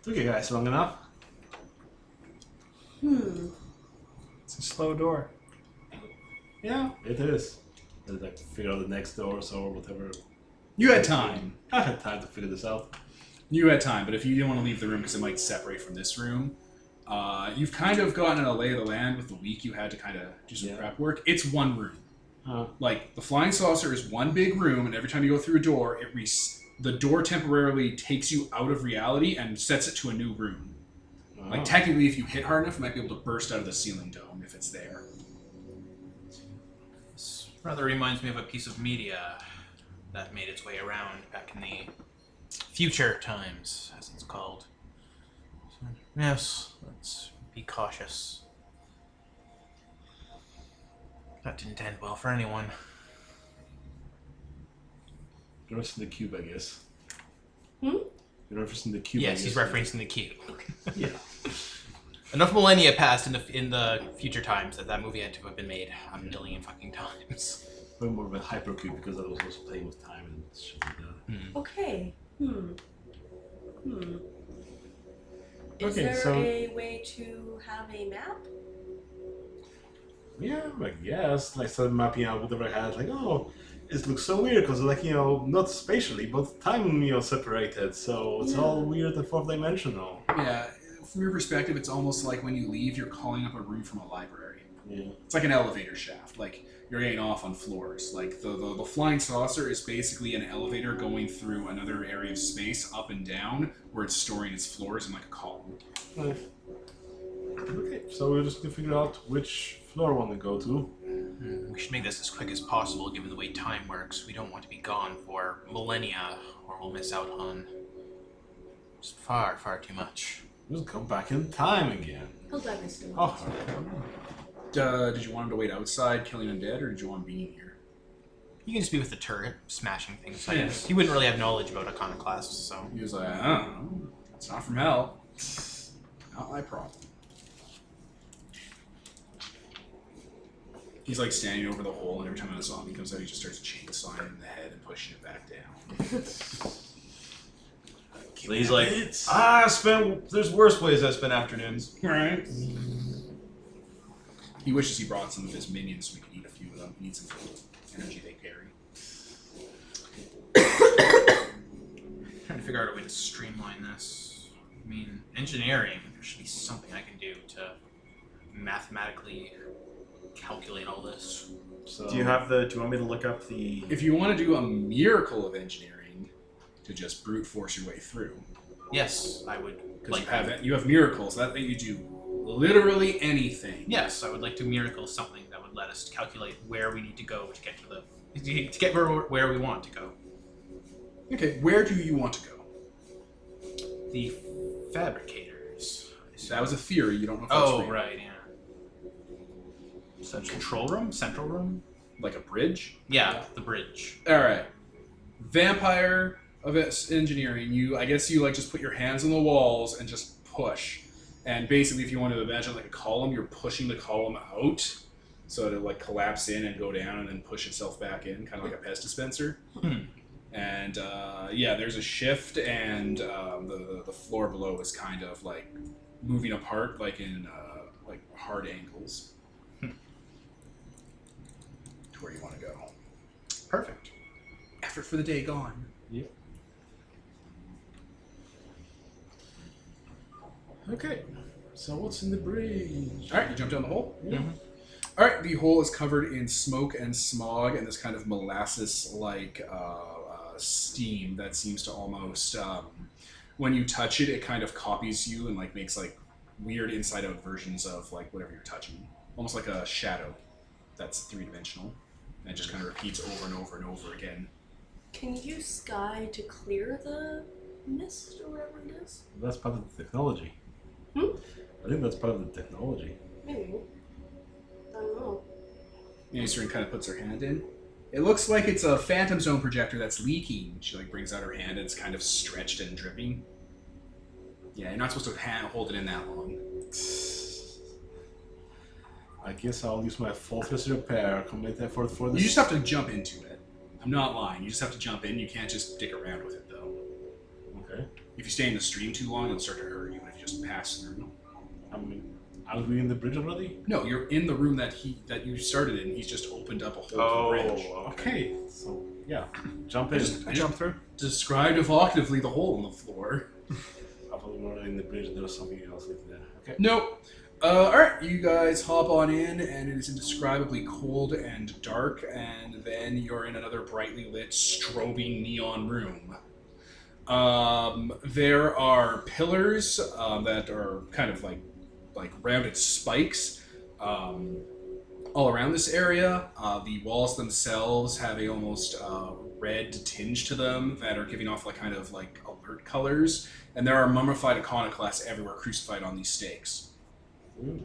[SPEAKER 5] Took you guys long enough.
[SPEAKER 2] Hmm.
[SPEAKER 3] It's a slow door.
[SPEAKER 5] Yeah, it is. Let's like figure out the next doors or whatever.
[SPEAKER 1] You had time.
[SPEAKER 5] I had time to figure this out.
[SPEAKER 1] You had time, but if you didn't want to leave the room because it might separate from this room, uh, you've kind of gotten a lay of the land with the week you had to kind of do some
[SPEAKER 6] Yeah.
[SPEAKER 1] prep work. It's one room.
[SPEAKER 5] Huh.
[SPEAKER 1] Like the flying saucer is one big room, and every time you go through a door, it res- the door temporarily takes you out of reality and sets it to a new room. Like
[SPEAKER 5] Wow.
[SPEAKER 1] technically, if you hit hard enough, you might be able to burst out of the ceiling dome if it's there.
[SPEAKER 4] This rather reminds me of a piece of media that made its way around back in the future times, as it's called. So, yes, let's be cautious. That didn't end well for anyone.
[SPEAKER 5] You're referencing the cube, I guess.
[SPEAKER 2] Hmm?
[SPEAKER 5] You're referencing the cube. I
[SPEAKER 4] yes, he's
[SPEAKER 5] guess.
[SPEAKER 4] referencing the cube.
[SPEAKER 5] Yeah.
[SPEAKER 4] Enough millennia passed in the in the future times that that movie had to have been made a million fucking times.
[SPEAKER 5] Probably more of a hypercube because I was also playing with time and shit like that.
[SPEAKER 2] Okay. Hmm. Hmm. Is
[SPEAKER 5] Okay,
[SPEAKER 2] there
[SPEAKER 5] so-
[SPEAKER 2] a way to have a map?
[SPEAKER 5] Yeah, like yes, like started mapping out whatever I had. Like, oh, it looks so weird because like you know, not spatially, but time you know separated, so it's all weird and fourth dimensional.
[SPEAKER 1] Yeah, from your perspective, it's almost like when you leave, you're calling up a room from a library.
[SPEAKER 5] Yeah.
[SPEAKER 1] It's like an elevator shaft. Like you're getting off on floors. Like the, the the flying saucer is basically an elevator going through another area of space up and down, where it's storing its floors in like a column.
[SPEAKER 5] Nice. Okay, so we're just gonna figure out which floor we want to go to.
[SPEAKER 4] Hmm, We should make this as quick as possible, given the way time works. We don't want to be gone for millennia, or we'll miss out on s- far, far too much.
[SPEAKER 5] Just go back in time again.
[SPEAKER 2] He'll die this time.
[SPEAKER 5] Oh,
[SPEAKER 1] Uh, did you want him to wait outside killing undead, or did you want him being here?
[SPEAKER 4] You can just be with the turret, smashing things. Like
[SPEAKER 1] Yes.
[SPEAKER 4] He wouldn't really have knowledge about iconoclasts, so
[SPEAKER 1] He was like, I
[SPEAKER 4] Uh-huh.
[SPEAKER 1] don't know. It's not from hell. Not my problem. He's like standing over the hole, and every time a zombie comes out, he just starts chainsawing it in the head and pushing it back down.
[SPEAKER 6] So he's like, "Ah!" I spent. There's worse ways I spent afternoons.
[SPEAKER 1] Right. He wishes he brought some of his minions so we could eat a few of them. He needs some for the energy they carry.
[SPEAKER 4] trying to figure out a way to streamline this. I mean, engineering, there should be something I can do to mathematically calculate all this.
[SPEAKER 5] so
[SPEAKER 6] Do you have the? Do you want me to look up the?
[SPEAKER 1] If you want to do a miracle of engineering, to just brute force your way through,
[SPEAKER 4] Yes, I would
[SPEAKER 1] because
[SPEAKER 4] like
[SPEAKER 1] you have you have miracles that let you do literally anything.
[SPEAKER 4] Yes, I would like to miracle something that would let us calculate where we need to go to get to the to get where, where we want to go.
[SPEAKER 1] Okay, where do you want to go?
[SPEAKER 4] The fabricators.
[SPEAKER 1] That was a theory. You don't know if that's
[SPEAKER 4] oh
[SPEAKER 1] real.
[SPEAKER 4] right, yeah. Central control room, central room.
[SPEAKER 1] Like a bridge?
[SPEAKER 4] Yeah, the bridge.
[SPEAKER 1] All right. Vampire of es- engineering. You, I guess you like just put your hands on the walls and just push. And basically, if you want to imagine like a column, you're pushing the column out so it'll like collapse in and go down and then push itself back in, kind of like a pest dispenser.
[SPEAKER 4] Hmm.
[SPEAKER 1] And uh, yeah, there's a shift, and um, the the floor below is kind of like moving apart, like in uh, like hard angles.
[SPEAKER 4] Hmm.
[SPEAKER 1] To where you want to go.
[SPEAKER 4] Perfect.
[SPEAKER 1] Effort for the day gone.
[SPEAKER 5] Okay. So what's in the bridge?
[SPEAKER 1] All right, you jump down the hole.
[SPEAKER 5] Yeah.
[SPEAKER 4] Mhm.
[SPEAKER 1] All right, the hole is covered in smoke and smog and this kind of molasses-like uh, uh, steam that seems to almost, um, when you touch it, it kind of copies you and like makes like weird inside-out versions of like whatever you're touching, almost like a shadow that's three-dimensional, and it just kind of repeats over and over and over again.
[SPEAKER 2] Can you use sky to clear the mist or whatever it is?
[SPEAKER 5] That's part of the technology.
[SPEAKER 2] Hmm?
[SPEAKER 5] I think that's part of the technology.
[SPEAKER 2] Maybe. I don't know.
[SPEAKER 1] Aeserin kind of puts her hand in. It looks like it's a phantom zone projector that's leaking. She like brings out her hand and it's kind of stretched and dripping. Yeah, you're not supposed to hand, hold it in that long.
[SPEAKER 5] I guess I'll use my faultless repair, commit effort for
[SPEAKER 1] You
[SPEAKER 5] this.
[SPEAKER 1] just have to jump into it. I'm not lying. You just have to jump in. You can't just dick around with it though.
[SPEAKER 5] Okay.
[SPEAKER 1] If you stay in the stream too long, it'll start to hurt you. And if you just pass through,
[SPEAKER 5] I mean, Are we in the bridge already?
[SPEAKER 1] No, you're in the room that he that you started in. He's just opened up a whole
[SPEAKER 5] Oh.
[SPEAKER 1] bridge.
[SPEAKER 5] Okay, so yeah, jump
[SPEAKER 1] I
[SPEAKER 5] in.
[SPEAKER 1] Oh, just, I just
[SPEAKER 3] Jump through.
[SPEAKER 1] described evocatively the hole in the floor.
[SPEAKER 5] I thought we were already in the bridge. There was something else in there. Okay.
[SPEAKER 1] Nope. Uh, all right, you guys hop on in, and it is indescribably cold and dark, and then you're in another brightly lit strobing neon room. Um, there are pillars um, that are kind of like like rounded spikes um, all around this area. Uh, the walls themselves have a almost uh, red tinge to them that are giving off like kind of like alert colors and there are mummified iconoclasts everywhere crucified on these stakes.
[SPEAKER 5] Mm.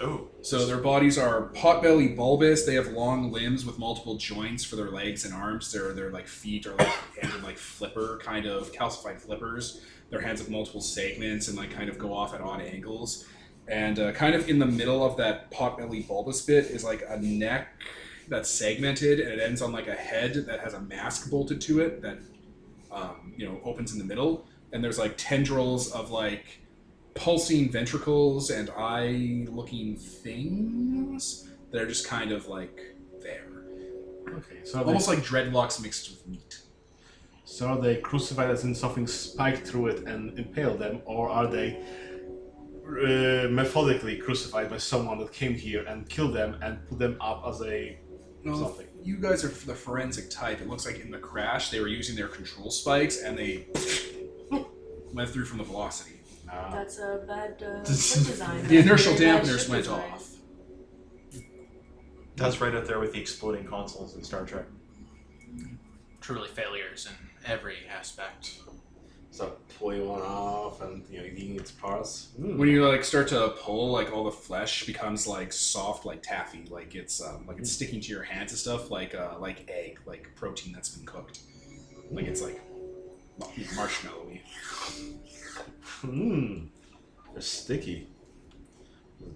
[SPEAKER 6] Oh,
[SPEAKER 1] So their bodies are potbelly bulbous. They have long limbs with multiple joints for their legs and arms. Their their like feet are like handled like flipper kind of calcified flippers. Their hands have multiple segments and like kind of go off at odd angles. And uh, kind of in the middle of that potbelly bulbous bit is like a neck that's segmented and it ends on like a head that has a mask bolted to it that um, you know opens in the middle. And there's like tendrils of like pulsing ventricles and eye looking things that are just kind of like there.
[SPEAKER 5] Okay. So are they,
[SPEAKER 1] Almost like dreadlocks mixed with meat.
[SPEAKER 5] so are they crucified as in something spiked through it and impaled them, or are they uh, methodically crucified by someone that came here and killed them and put them up as a
[SPEAKER 1] No,
[SPEAKER 5] something?
[SPEAKER 1] you guys are f- the forensic type. It looks like in the crash they were using their control spikes and they went through from the velocity.
[SPEAKER 5] Ah,
[SPEAKER 2] That's a bad uh, ship design.
[SPEAKER 1] The inertial
[SPEAKER 2] Very bad
[SPEAKER 1] dampeners
[SPEAKER 2] ship
[SPEAKER 1] went
[SPEAKER 2] design.
[SPEAKER 1] off.
[SPEAKER 6] that's right up there with the exploding consoles in Star Trek.
[SPEAKER 4] Truly failures in every aspect.
[SPEAKER 5] so pulling one off and you know eating its parts. Mm.
[SPEAKER 1] When you like start to pull, like all the flesh becomes like soft, like taffy, like it's um, like it's sticking to your hands and stuff, like uh, like egg, like protein that's been cooked, like it's like marshmallowy.
[SPEAKER 5] Mmm. They're sticky.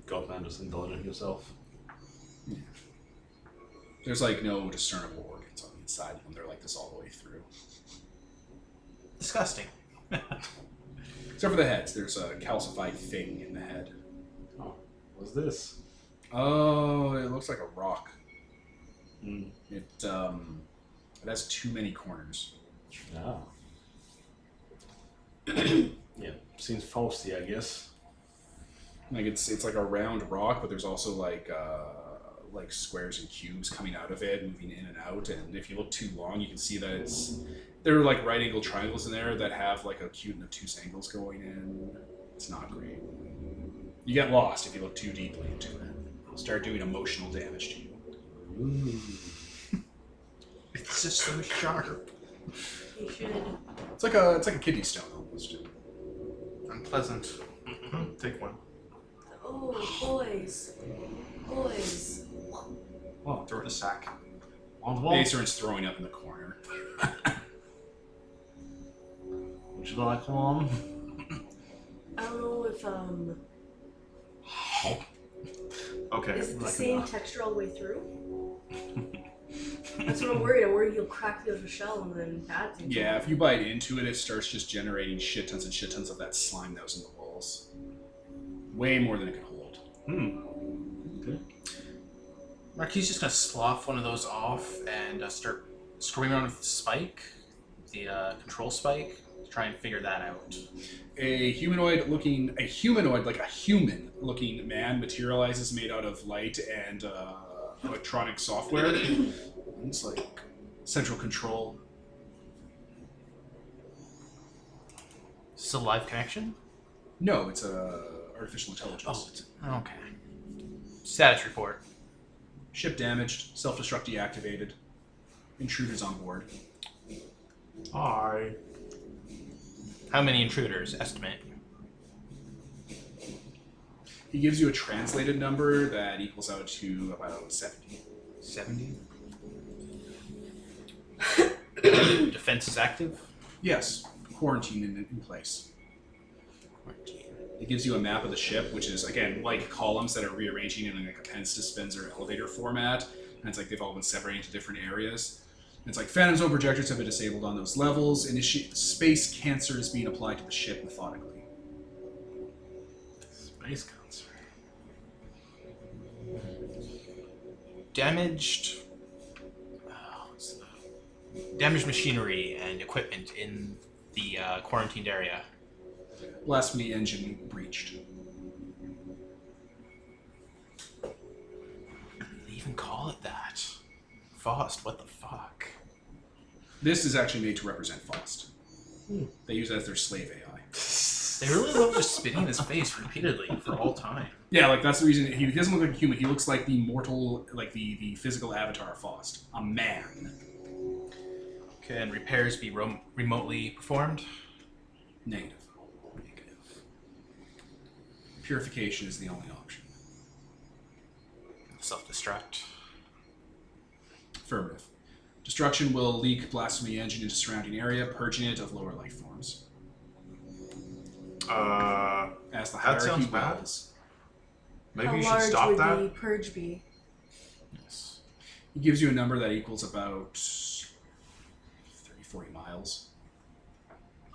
[SPEAKER 5] God man just indulging himself.
[SPEAKER 1] There's like no discernible organs on the inside of them. They're like this all the way through,
[SPEAKER 4] Disgusting.
[SPEAKER 1] except for the heads. There's a calcified thing in the head.
[SPEAKER 5] What's this?
[SPEAKER 1] Oh, it looks like a rock.
[SPEAKER 5] Mm.
[SPEAKER 1] It um, it has too many corners.
[SPEAKER 5] Ah. yeah, seems faulty, I guess.
[SPEAKER 1] Like it's it's like a round rock, but there's also like uh, like squares and cubes coming out of it, moving in and out. And if you look too long, you can see that it's there are like right angle triangles in there that have like acute and obtuse angles going in. It's not great. You get lost if you look too deeply into it. It'll start doing emotional damage to you.
[SPEAKER 4] It's just so sharp.
[SPEAKER 2] You should.
[SPEAKER 1] It's like a it's like a kidney stone almost.
[SPEAKER 4] Unpleasant.
[SPEAKER 6] Hmm, Take one.
[SPEAKER 2] Oh, boys. Boys.
[SPEAKER 6] Throw it in a sack.
[SPEAKER 5] On one,
[SPEAKER 1] Acer's throwing up in the corner.
[SPEAKER 5] would you like one?
[SPEAKER 2] I don't know if um
[SPEAKER 6] Okay.
[SPEAKER 2] is it the
[SPEAKER 5] like
[SPEAKER 2] same
[SPEAKER 5] that.
[SPEAKER 2] texture all the way through? That's what I'm worried. I'm worried you'll crack the other shell and then bad things.
[SPEAKER 1] Yeah, if you bite into it, it starts just generating shit tons and shit tons of that slime that was in the walls. Way more than it can hold.
[SPEAKER 5] Hmm. Okay.
[SPEAKER 4] Marquis just gonna slough one of those off and uh, start screwing around with the spike, the uh, control spike, to try and figure that out.
[SPEAKER 1] a humanoid looking a humanoid like a human looking man materializes made out of light and uh, electronic software it's like central control
[SPEAKER 4] Is this a live connection?
[SPEAKER 1] no it's a artificial intelligence
[SPEAKER 4] Oh, it's, okay. Status report.
[SPEAKER 1] ship damaged self-destruct deactivated intruders on board
[SPEAKER 6] Hi.
[SPEAKER 4] How many intruders? Estimate.
[SPEAKER 1] he gives you a translated number that equals out to about 70
[SPEAKER 4] 70. Defense is active.
[SPEAKER 1] yes quarantine in, in place It gives you a map of the ship, which is again like columns that are rearranging in like a pens dispenser elevator format, and it's like they've all been separated into different areas. And it's like phantom zone projectors have been disabled on those levels. Initiate space cancer is being applied to the ship methodically.
[SPEAKER 5] Space cancer.
[SPEAKER 4] damaged. Uh, what's the, damaged machinery and equipment in the uh, quarantined area.
[SPEAKER 1] Blasphemy engine breached.
[SPEAKER 4] They even call it that. Fost, what the fuck?
[SPEAKER 1] This is actually made to represent Faust. They use that as their slave AI.
[SPEAKER 4] They really love just spitting in his face repeatedly for all time.
[SPEAKER 1] Yeah, like that's the reason he doesn't look like a human. He looks like the mortal, like the the physical avatar of Faust, a man.
[SPEAKER 4] Can repairs be rom- remotely performed?
[SPEAKER 1] Negative. Purification is the only option.
[SPEAKER 4] Self destruct.
[SPEAKER 1] Affirmative. Destruction will leak blasphemy engine into surrounding area, purging it of lower life forms.
[SPEAKER 6] Uh,
[SPEAKER 1] As the
[SPEAKER 6] That
[SPEAKER 1] hierarchy
[SPEAKER 6] sounds bad.
[SPEAKER 1] bows,
[SPEAKER 6] maybe
[SPEAKER 2] How
[SPEAKER 6] you should
[SPEAKER 2] large
[SPEAKER 6] stop
[SPEAKER 2] would
[SPEAKER 6] that.
[SPEAKER 2] the purge be?
[SPEAKER 4] Yes.
[SPEAKER 1] he gives you a number that equals about 30, 40 miles.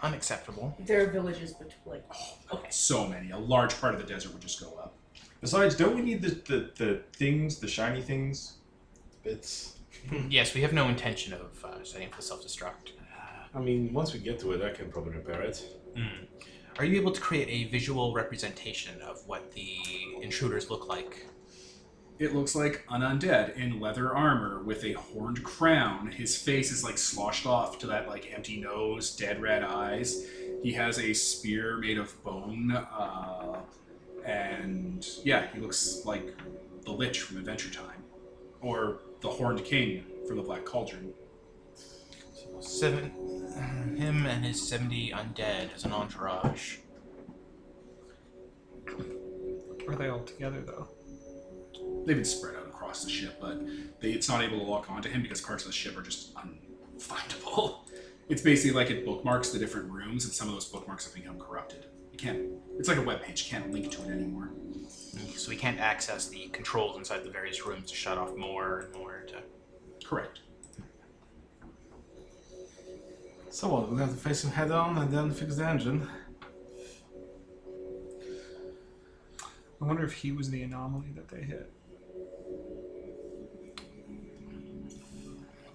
[SPEAKER 4] Unacceptable.
[SPEAKER 2] There are villages between. Like, okay.
[SPEAKER 1] So many. A large part of the desert would just go up.
[SPEAKER 6] Besides, don't we need the, the, the things, the shiny things?
[SPEAKER 5] It's.
[SPEAKER 4] yes, we have no intention of uh, setting up the self destruct.
[SPEAKER 5] I mean, once we get to it, I can probably repair it.
[SPEAKER 4] Mm. Are you able to create a visual representation of what the intruders look like?
[SPEAKER 1] It looks like an undead in leather armor with a horned crown. His face is like sloshed off to that like empty nose, dead red eyes. He has a spear made of bone, uh, and yeah, he looks like the Lich from Adventure Time, or the Horned King from the Black Cauldron.
[SPEAKER 4] Seven, uh, him and his seventy undead as an entourage.
[SPEAKER 3] Are they all together though?
[SPEAKER 1] They've been spread out across the ship, but they, it's not able to lock onto him because parts of the ship are just unfindable. It's basically like it bookmarks the different rooms, and some of those bookmarks have become corrupted. You can't. It's like a web page. Can't link to it anymore.
[SPEAKER 4] So we can't access the controls inside the various rooms to shut off more and more. To...
[SPEAKER 1] Correct.
[SPEAKER 5] So what? We'll have to face him head on and then fix the engine.
[SPEAKER 3] I wonder if he was the anomaly that they hit.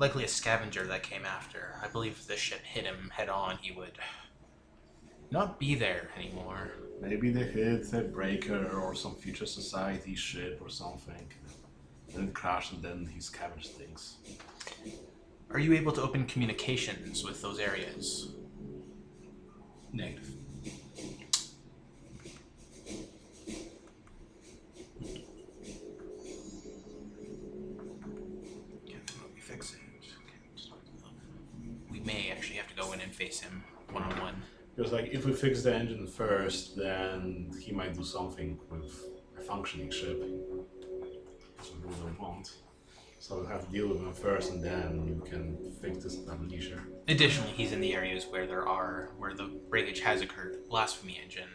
[SPEAKER 4] Likely a scavenger that came after. I believe if this ship hit him head on, he would not be there anymore.
[SPEAKER 5] Maybe they hit a breaker or some future society ship or something. Then crash and then he scavenged things.
[SPEAKER 4] Are you able to open communications with those areas?
[SPEAKER 1] Negative.
[SPEAKER 4] We may actually have to go in and face him one on one.
[SPEAKER 5] Because like if we fix the engine first, then he might do something with a functioning ship. That's what we don't want. So we'll have to deal with him first and then we can fix this at our leisure.
[SPEAKER 4] Additionally, he's in the areas where there are where the breakage has occurred, the blasphemy engine,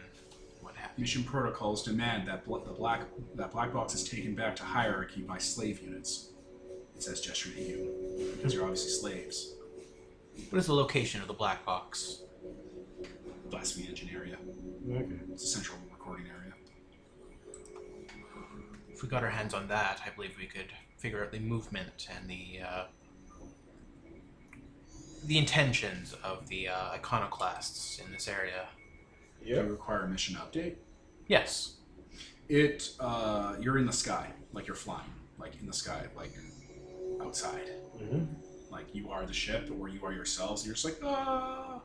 [SPEAKER 4] what have you.
[SPEAKER 1] Mission protocols demand that bl- the black that black box is taken back to hierarchy by slave units. It says gesture to you because you're obviously slaves.
[SPEAKER 4] What is the location of the black box?
[SPEAKER 1] Blasphemy engine area.
[SPEAKER 5] Okay.
[SPEAKER 1] It's a central recording area.
[SPEAKER 4] If we got our hands on that, I believe we could figure out the movement and the uh, the intentions of the uh, iconoclasts in this area.
[SPEAKER 1] You require a mission update.
[SPEAKER 4] Yes,
[SPEAKER 1] It uh, you're in the sky, like you're flying, like in the sky, like outside.
[SPEAKER 5] Mm-hmm.
[SPEAKER 1] like you are the ship or you are yourselves and you're just like ah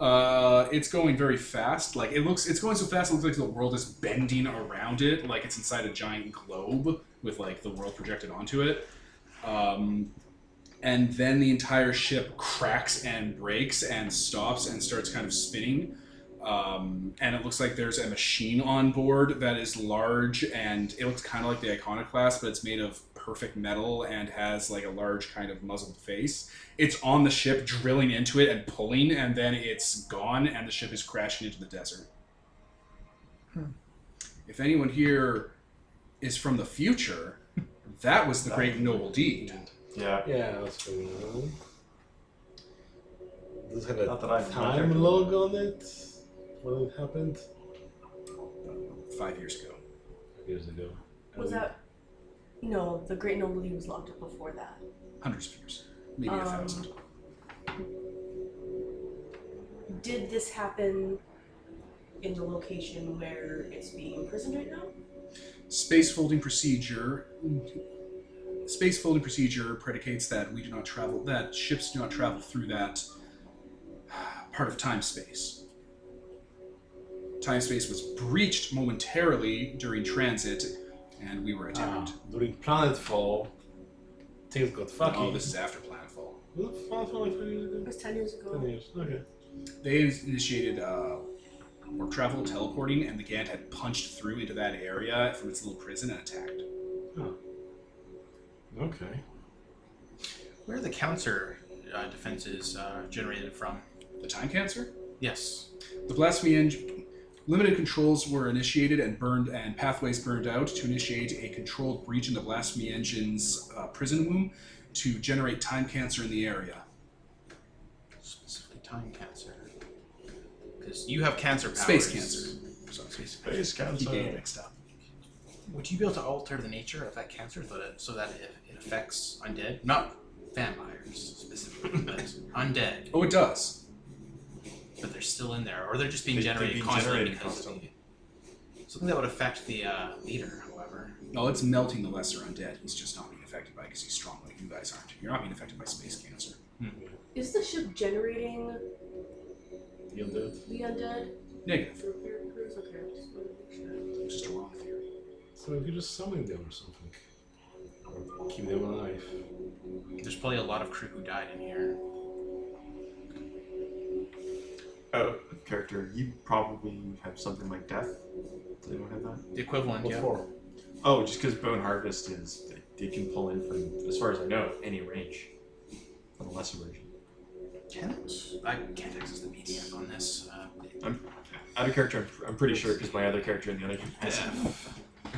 [SPEAKER 1] uh, it's going very fast like it looks it's going so fast it looks like the world is bending around it like it's inside a giant globe with like the world projected onto it um, and then the entire ship cracks and breaks and stops and starts kind of spinning um, and it looks like there's a machine on board that is large and it looks kind of like the iconoclast but it's made of perfect metal and has like a large kind of muzzled face it's on the ship drilling into it and pulling and then it's gone and the ship is crashing into the desert
[SPEAKER 3] Hmm.
[SPEAKER 1] if anyone here is from the future that was the great noble deed
[SPEAKER 6] Yeah.
[SPEAKER 5] Yeah, that's good. Does it have
[SPEAKER 6] Not that I
[SPEAKER 5] a
[SPEAKER 6] remember.
[SPEAKER 5] time log on it when it happened?
[SPEAKER 1] Uh, five years ago
[SPEAKER 5] Years ago.
[SPEAKER 2] Was
[SPEAKER 5] And
[SPEAKER 2] that No, the Great Noble League was locked up before that.
[SPEAKER 1] Hundreds of years. Maybe a
[SPEAKER 2] Um,
[SPEAKER 1] thousand.
[SPEAKER 2] Did this happen in the location where it's being imprisoned right now?
[SPEAKER 1] Space folding procedure. Space folding procedure predicates that we do not travel, that ships do not travel through that uh, part of time space. Time space was breached momentarily during transit, and we were attacked.
[SPEAKER 5] Ah, during planetfall, things got fucky.
[SPEAKER 1] Oh, this is after planetfall.
[SPEAKER 5] Planetfall, like,
[SPEAKER 2] It was 10 years ago.
[SPEAKER 5] ten years. Okay.
[SPEAKER 1] They initiated uh, warp travel, teleporting, and the Gant had punched through into that area from its little prison and attacked.
[SPEAKER 5] Okay.
[SPEAKER 4] Where are the counter uh, defenses uh, generated from?
[SPEAKER 1] The time cancer?
[SPEAKER 4] Yes.
[SPEAKER 1] The blasphemy engine. Limited controls were initiated and burned, and pathways burned out to initiate a controlled breach in the blasphemy engine's uh, prison womb to generate time cancer in the area.
[SPEAKER 4] Specifically time cancer. Because you have cancer powers.
[SPEAKER 1] Space cancer. So uh, space.
[SPEAKER 6] Space
[SPEAKER 1] He getting mixed up.
[SPEAKER 4] Would you be able to alter the nature of that cancer so that, so that it, it affects undead? Not vampires specifically, but undead.
[SPEAKER 1] Oh, it does.
[SPEAKER 4] But they're still in there, or they're just being
[SPEAKER 6] They- they're
[SPEAKER 4] generated
[SPEAKER 6] being
[SPEAKER 4] constantly
[SPEAKER 6] generated
[SPEAKER 4] because of
[SPEAKER 6] constantly.
[SPEAKER 4] the- something that would affect the uh, leader, however.
[SPEAKER 1] No, it's melting the lesser undead. He's just not being affected by it because he's strong like you guys aren't. You're not being affected by space cancer.
[SPEAKER 2] Is the ship generating
[SPEAKER 5] You'll do it.
[SPEAKER 2] the undead?
[SPEAKER 1] Negative.
[SPEAKER 2] for repair crews? Okay, I just wanted to make sure.
[SPEAKER 1] It's just a wrong theory.
[SPEAKER 5] So if you just summon them or something, or keep them alive.
[SPEAKER 4] There's probably a lot of crew who died in here.
[SPEAKER 6] Oh, character, you probably have something like death. Do they don't have that?
[SPEAKER 4] The equivalent,
[SPEAKER 5] What
[SPEAKER 4] yeah.
[SPEAKER 5] for?
[SPEAKER 6] Oh, just because Bone Harvest is, they, they can pull in from, as far as I know, any range. From a lesser range.
[SPEAKER 4] Can't- I can't access the PDF on this. Uh,
[SPEAKER 6] Out of character, I'm, I'm pretty sure because my other character in the other game has it.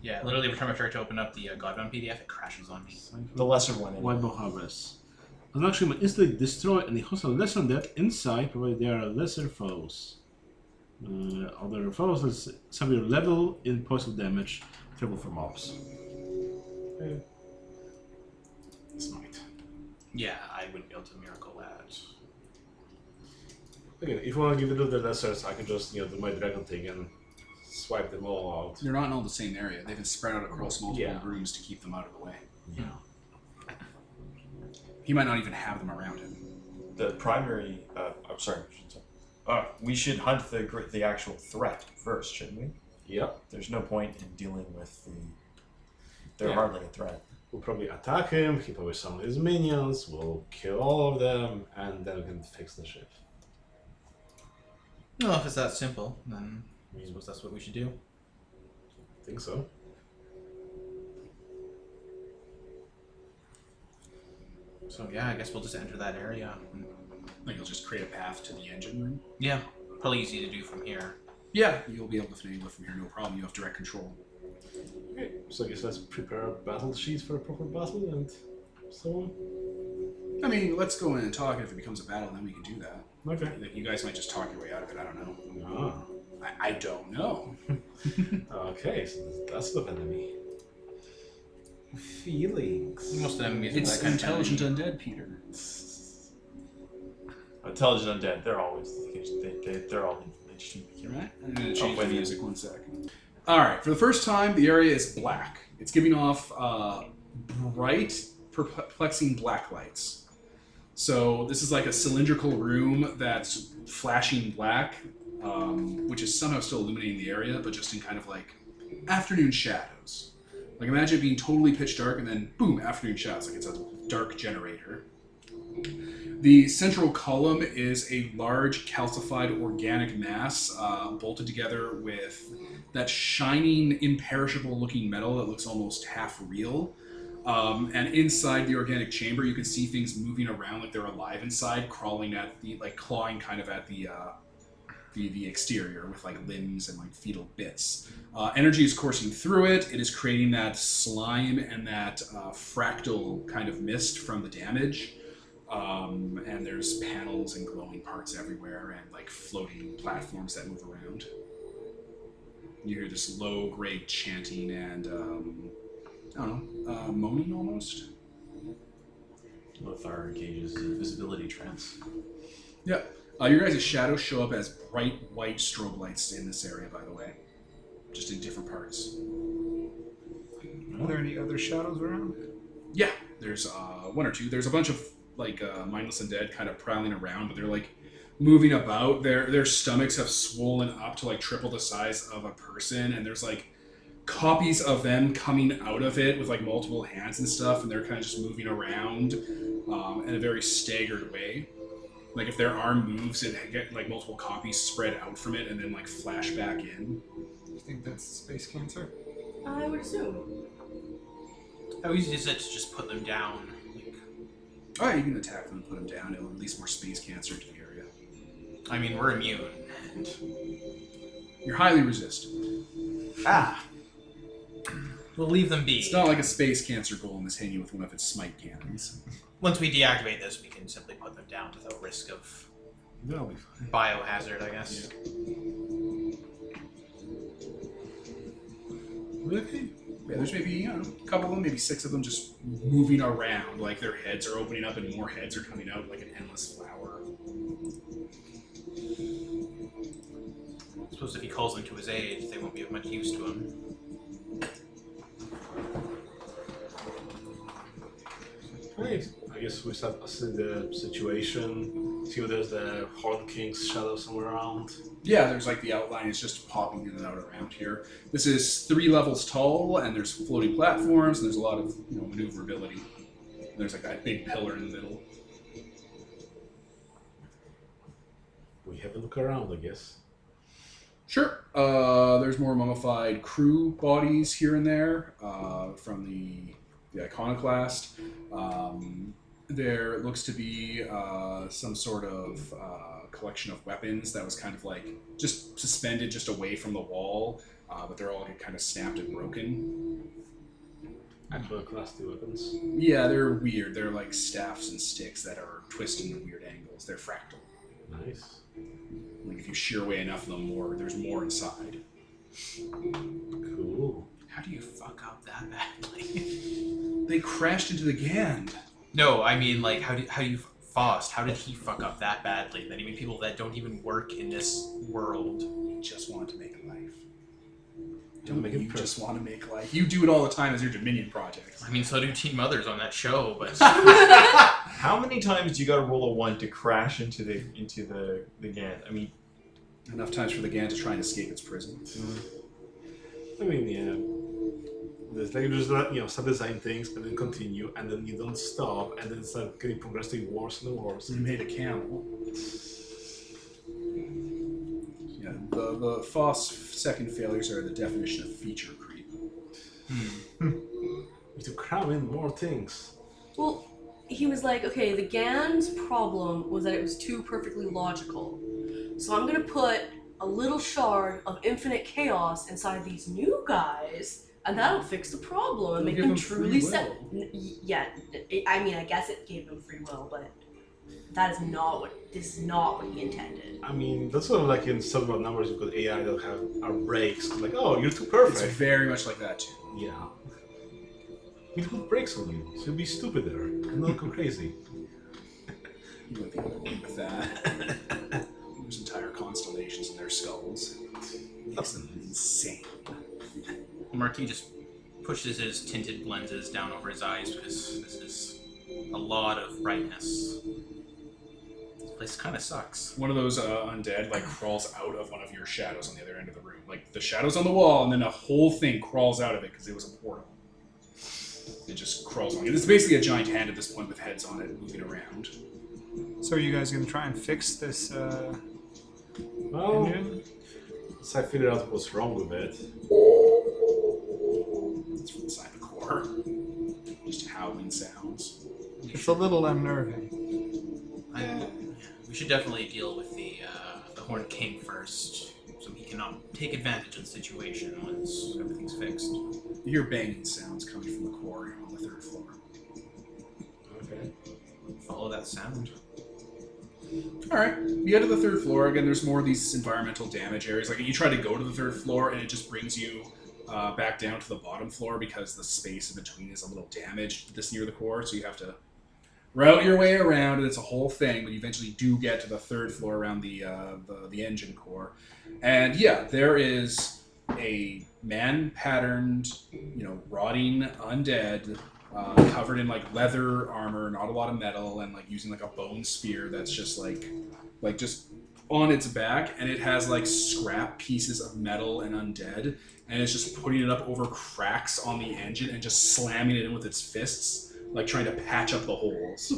[SPEAKER 4] yeah, literally every time I try to open up the uh, Godbound PDF, it crashes on me.
[SPEAKER 6] the lesser one. In
[SPEAKER 5] One more harvest. An action may instantly destroy any hostile lesser undead inside, provided they are lesser foes. Uh, other foes is some your level in points of damage, triple for mobs.
[SPEAKER 1] This might.
[SPEAKER 4] Yeah, I wouldn't be able to miracle that.
[SPEAKER 5] Again, if you want to give it to the lessers, I can just you know do my dragon thing and swipe them all out.
[SPEAKER 1] They're not in all the same area. They've been spread out across multiple
[SPEAKER 5] Yeah.
[SPEAKER 1] rooms to keep them out of the way.
[SPEAKER 5] Yeah.
[SPEAKER 1] He might not even have them around him.
[SPEAKER 6] the primary, uh, I'm sorry. I should say- Uh, we should hunt the gr- the actual threat first, shouldn't we?
[SPEAKER 5] Yep.
[SPEAKER 6] There's no point in dealing with the. They're
[SPEAKER 5] Yeah.
[SPEAKER 6] hardly a threat.
[SPEAKER 5] We'll probably attack him. He probably summon his minions. We'll kill all of them, and then we can fix the ship.
[SPEAKER 4] Well, if it's that simple, then I suppose that's what we should do.
[SPEAKER 5] Think so?
[SPEAKER 4] So yeah, I guess we'll just enter that area.
[SPEAKER 1] Like he'll just create a path to the engine room.
[SPEAKER 4] Yeah, probably easy to do from here.
[SPEAKER 1] Yeah, you'll be able to finagle it from here, no problem. You have direct control.
[SPEAKER 5] Okay. So I guess let's prepare a battle sheet for a proper battle and so on.
[SPEAKER 1] I mean, let's go in and talk. If it becomes a battle, then we can do that.
[SPEAKER 5] Okay.
[SPEAKER 1] Like, you guys might just talk your way out of it. I don't know.
[SPEAKER 5] Ah,
[SPEAKER 1] I, I don't know.
[SPEAKER 5] okay, so that's the enemy. Feelings.
[SPEAKER 4] Most of them use
[SPEAKER 1] It's
[SPEAKER 4] that kind of
[SPEAKER 1] intelligent
[SPEAKER 4] energy.
[SPEAKER 1] undead, Peter.
[SPEAKER 6] Intelligent undead. They're always they, they, they're all interesting.
[SPEAKER 1] You're right. I'm gonna
[SPEAKER 6] Oh,
[SPEAKER 1] change
[SPEAKER 6] wait
[SPEAKER 1] the
[SPEAKER 6] a
[SPEAKER 1] music one second. All right. For the first time, the area is black. It's giving off uh, bright, perplexing black lights. So this is like a cylindrical room that's flashing black, um, which is somehow still illuminating the area, but just in kind of like afternoon shadows. Like imagine it being totally pitch dark and then boom, afternoon shadows. Like it's a dark generator. The central column is a large calcified organic mass uh, bolted together with that shining, imperishable looking metal that looks almost half real. Um, and inside the organic chamber, you can see things moving around like they're alive inside, crawling at the, like clawing kind of at the, uh, the, the exterior with like limbs and like fetal bits. Uh, energy is coursing through it. It is creating that slime and that uh, fractal kind of mist from the damage um, and there's panels and glowing parts everywhere and like floating platforms that move around you hear this low grade chanting and um, I don't know, uh, moaning almost.
[SPEAKER 6] Lothar engages in invisibility trance.
[SPEAKER 1] Uh, your guys' shadows show up as bright white strobe lights in this area, by the way, just in different parts.
[SPEAKER 3] Are there any other shadows around?
[SPEAKER 1] Yeah, there's uh, one or two. There's a bunch of like uh, mindless and dead kind of prowling around, but they're like moving about. Their their stomachs have swollen up to like triple the size of a person, and there's like copies of them coming out of it with like multiple hands and stuff, and they're kind of just moving around um, in a very staggered way. Like if their arm moves, it get like multiple copies spread out from it and then like flash back in.
[SPEAKER 3] You think that's space cancer?
[SPEAKER 2] I would assume.
[SPEAKER 4] How easy is it to just put them down? Like,
[SPEAKER 1] Oh, you can attack them and put them down. It'll release more space cancer to the area.
[SPEAKER 4] I mean, we're immune. And
[SPEAKER 1] You're highly resistant.
[SPEAKER 6] Ah!
[SPEAKER 4] we'll leave them be.
[SPEAKER 1] It's not like a space cancer golem is hitting you with one of its smite cannons.
[SPEAKER 4] Once we deactivate this, we can simply put them down without risk of
[SPEAKER 5] That'll be fine.
[SPEAKER 4] biohazard, I guess.
[SPEAKER 1] Okay. Yeah, there's maybe you know, a couple of them, maybe six of them, just moving around. Like their heads are opening up, and more heads are coming out, like an endless flower.
[SPEAKER 4] I suppose if he calls them to his aid, they won't be of much use to him.
[SPEAKER 5] Great. I guess we start assessing the situation. See if there's the Horn King's shadow somewhere around.
[SPEAKER 1] Yeah, there's like the outline is just popping in and out around here. This is three levels tall, and there's floating platforms, and there's a lot of you know maneuverability. And there's like that big pillar in the middle.
[SPEAKER 5] We have a look around, I guess.
[SPEAKER 1] Sure. Uh, there's more mummified crew bodies here and there uh, from the the iconoclast. Um, there looks to be uh, some sort of uh, collection of weapons that was kind of like just suspended just away from the wall, uh, but they're all kind of snapped and broken.
[SPEAKER 5] Actual class two weapons.
[SPEAKER 1] Yeah, they're weird. They're like staffs and sticks that are twisted in weird angles. They're fractal.
[SPEAKER 5] Nice.
[SPEAKER 1] Like if you shear away enough of them, more there's more inside.
[SPEAKER 5] Cool.
[SPEAKER 4] How do you fuck up that badly?
[SPEAKER 1] They crashed into the Gand.
[SPEAKER 4] no, I mean, like, how do how do you Faust? How did he fuck up that badly? That even people that don't even work in this world.
[SPEAKER 1] You just want to make a life.
[SPEAKER 5] Don't make it
[SPEAKER 1] you
[SPEAKER 5] perfect.
[SPEAKER 1] just want to make life. You do it all the time as your Dominion project.
[SPEAKER 4] I mean, so do Teen Mothers on that show, but
[SPEAKER 6] How many times do you gotta roll a one to crash into the into the the Gant? I mean,
[SPEAKER 1] Enough times for the Gan to try and escape its prison.
[SPEAKER 5] I mean, yeah. There's like just like, you know, start design things and then continue and then you don't stop and then start getting progressively worse and worse.
[SPEAKER 1] You made a camel. Yeah, the, the Foss second failures are the definition of feature creep.
[SPEAKER 5] We have to cram in more things.
[SPEAKER 2] Well, he was like, okay, the GAN's problem was that it was too perfectly logical. So I'm gonna put a little shard of infinite chaos inside these new guys, and that'll fix the
[SPEAKER 1] It'll
[SPEAKER 2] problem and make
[SPEAKER 1] give
[SPEAKER 2] them
[SPEAKER 1] them free
[SPEAKER 2] truly set.
[SPEAKER 1] will.
[SPEAKER 2] N- y- Yeah, it- I mean, I guess it gave them free will, but that is not what this is not what he intended.
[SPEAKER 5] I mean, that's sort of like in several numbers you've got AI that have are breaks. Like, oh, you're too
[SPEAKER 1] It's
[SPEAKER 5] perfect.
[SPEAKER 1] very much like that, too.
[SPEAKER 5] Yeah. We put brakes on you, so you'll be stupider and not go crazy.
[SPEAKER 1] You went the other way with that. There's entire constellations in their skulls. Makes them insane.
[SPEAKER 4] Marquis just pushes his tinted lenses down over his eyes because this is a lot of brightness. This place kind of sucks.
[SPEAKER 1] One of those uh, undead like crawls out of one of your shadows on the other end of the room. Like the shadows on the wall, and then a whole thing crawls out of it because it was a portal. It just crawls on. It's basically a giant hand at this point with heads on it moving around.
[SPEAKER 3] So are you guys gonna try and fix this uh,
[SPEAKER 5] Well,
[SPEAKER 3] engine?
[SPEAKER 5] once I figured out what's wrong with it,
[SPEAKER 1] It's from inside the core. Just howling sounds.
[SPEAKER 4] We
[SPEAKER 3] It's a
[SPEAKER 4] should,
[SPEAKER 3] little unnerving.
[SPEAKER 4] I- we should definitely deal with the uh, the Horn King first, so he cannot take advantage of the situation once everything's fixed.
[SPEAKER 1] You hear banging sounds coming from the core on the third floor.
[SPEAKER 5] okay.
[SPEAKER 4] Follow that sound.
[SPEAKER 1] All right, you go to the third floor again. There's more of these environmental damage areas. Like you try to go to the third floor, and it just brings you uh, back down to the bottom floor because the space in between is a little damaged this near the core, so you have to route your way around, and it's a whole thing. But you eventually do get to the third floor around the uh, the, the engine core, and yeah, there is a man patterned, you know, rotting undead. Uh, covered in like leather armor, not a lot of metal, and like using like a bone spear that's just like, like just on its back, and it has like scrap pieces of metal and undead, and it's just putting it up over cracks on the engine and just slamming it in with its fists, like trying to patch up the holes.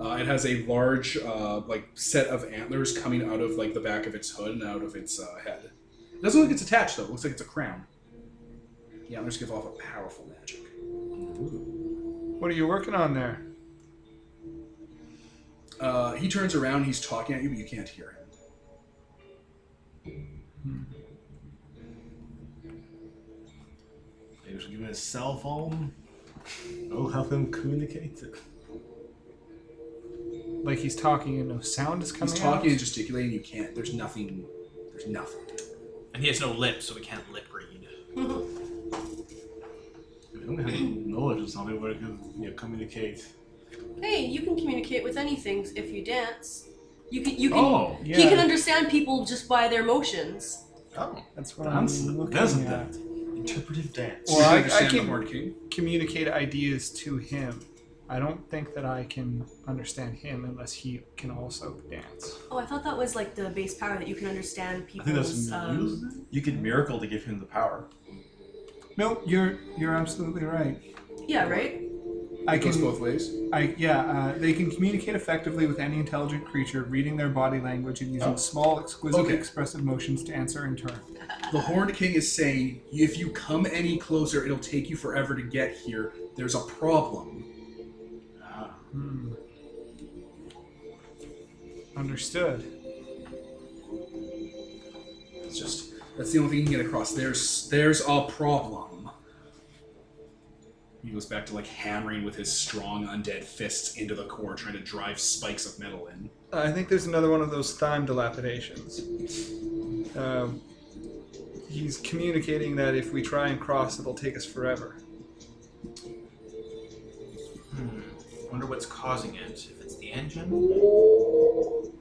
[SPEAKER 1] Uh, it has a large uh, like set of antlers coming out of like the back of its hood and out of its uh, head. It doesn't look like it's attached though. It looks like it's a crown. The antlers give off a powerful magic.
[SPEAKER 3] What are you working on there?
[SPEAKER 1] Uh, he turns around. He's talking at you, but you can't hear him.
[SPEAKER 5] Maybe we should give him a cell phone. I'll help him communicate.
[SPEAKER 3] Like he's talking and no sound is coming
[SPEAKER 1] He's talking and
[SPEAKER 3] out?
[SPEAKER 1] gesticulating. You can't. There's nothing. There's nothing.
[SPEAKER 4] And he has no lips, so we can't lip read.
[SPEAKER 5] We don't have any knowledge of something where we could you know, communicate.
[SPEAKER 2] Hey, you can communicate with anything if you dance. You can. You can.
[SPEAKER 5] Oh,
[SPEAKER 3] Yeah,
[SPEAKER 2] He can understand people just by their motions.
[SPEAKER 6] Oh,
[SPEAKER 3] that's what
[SPEAKER 5] dance.
[SPEAKER 3] I'm looking
[SPEAKER 5] Doesn't
[SPEAKER 3] at.
[SPEAKER 5] that?
[SPEAKER 6] interpretive dance.
[SPEAKER 3] Well, I- I
[SPEAKER 1] understand
[SPEAKER 3] can-
[SPEAKER 1] the Horned King.
[SPEAKER 3] Communicate ideas to him. I don't think that I can understand him unless he can also dance.
[SPEAKER 2] Oh, I thought that was like the base power that you can understand
[SPEAKER 5] I think that's
[SPEAKER 2] people's. um,
[SPEAKER 5] music.
[SPEAKER 6] You could miracle to give him the power.
[SPEAKER 3] No, you're you're absolutely right.
[SPEAKER 2] yeah, right.
[SPEAKER 3] I
[SPEAKER 1] It goes
[SPEAKER 3] can
[SPEAKER 1] both ways.
[SPEAKER 3] I yeah, uh, they can communicate effectively with any intelligent creature, reading their body language and using
[SPEAKER 1] Oh.
[SPEAKER 3] small, exquisitely
[SPEAKER 1] Okay.
[SPEAKER 3] expressive motions to answer in turn.
[SPEAKER 1] The Horned King is saying, if you come any closer, it'll take you forever to get here. There's a problem.
[SPEAKER 5] Ah,
[SPEAKER 3] Hmm. Understood.
[SPEAKER 1] It's just that's the only thing you can get across. There's there's a problem. He goes back to like hammering with his strong undead fists into the core, trying to drive spikes of metal in.
[SPEAKER 3] I think there's another one of those time dilapidations. Um, he's communicating that if we try and cross, it'll take us forever.
[SPEAKER 4] Hmm. Wonder what's causing it. If it's the engine,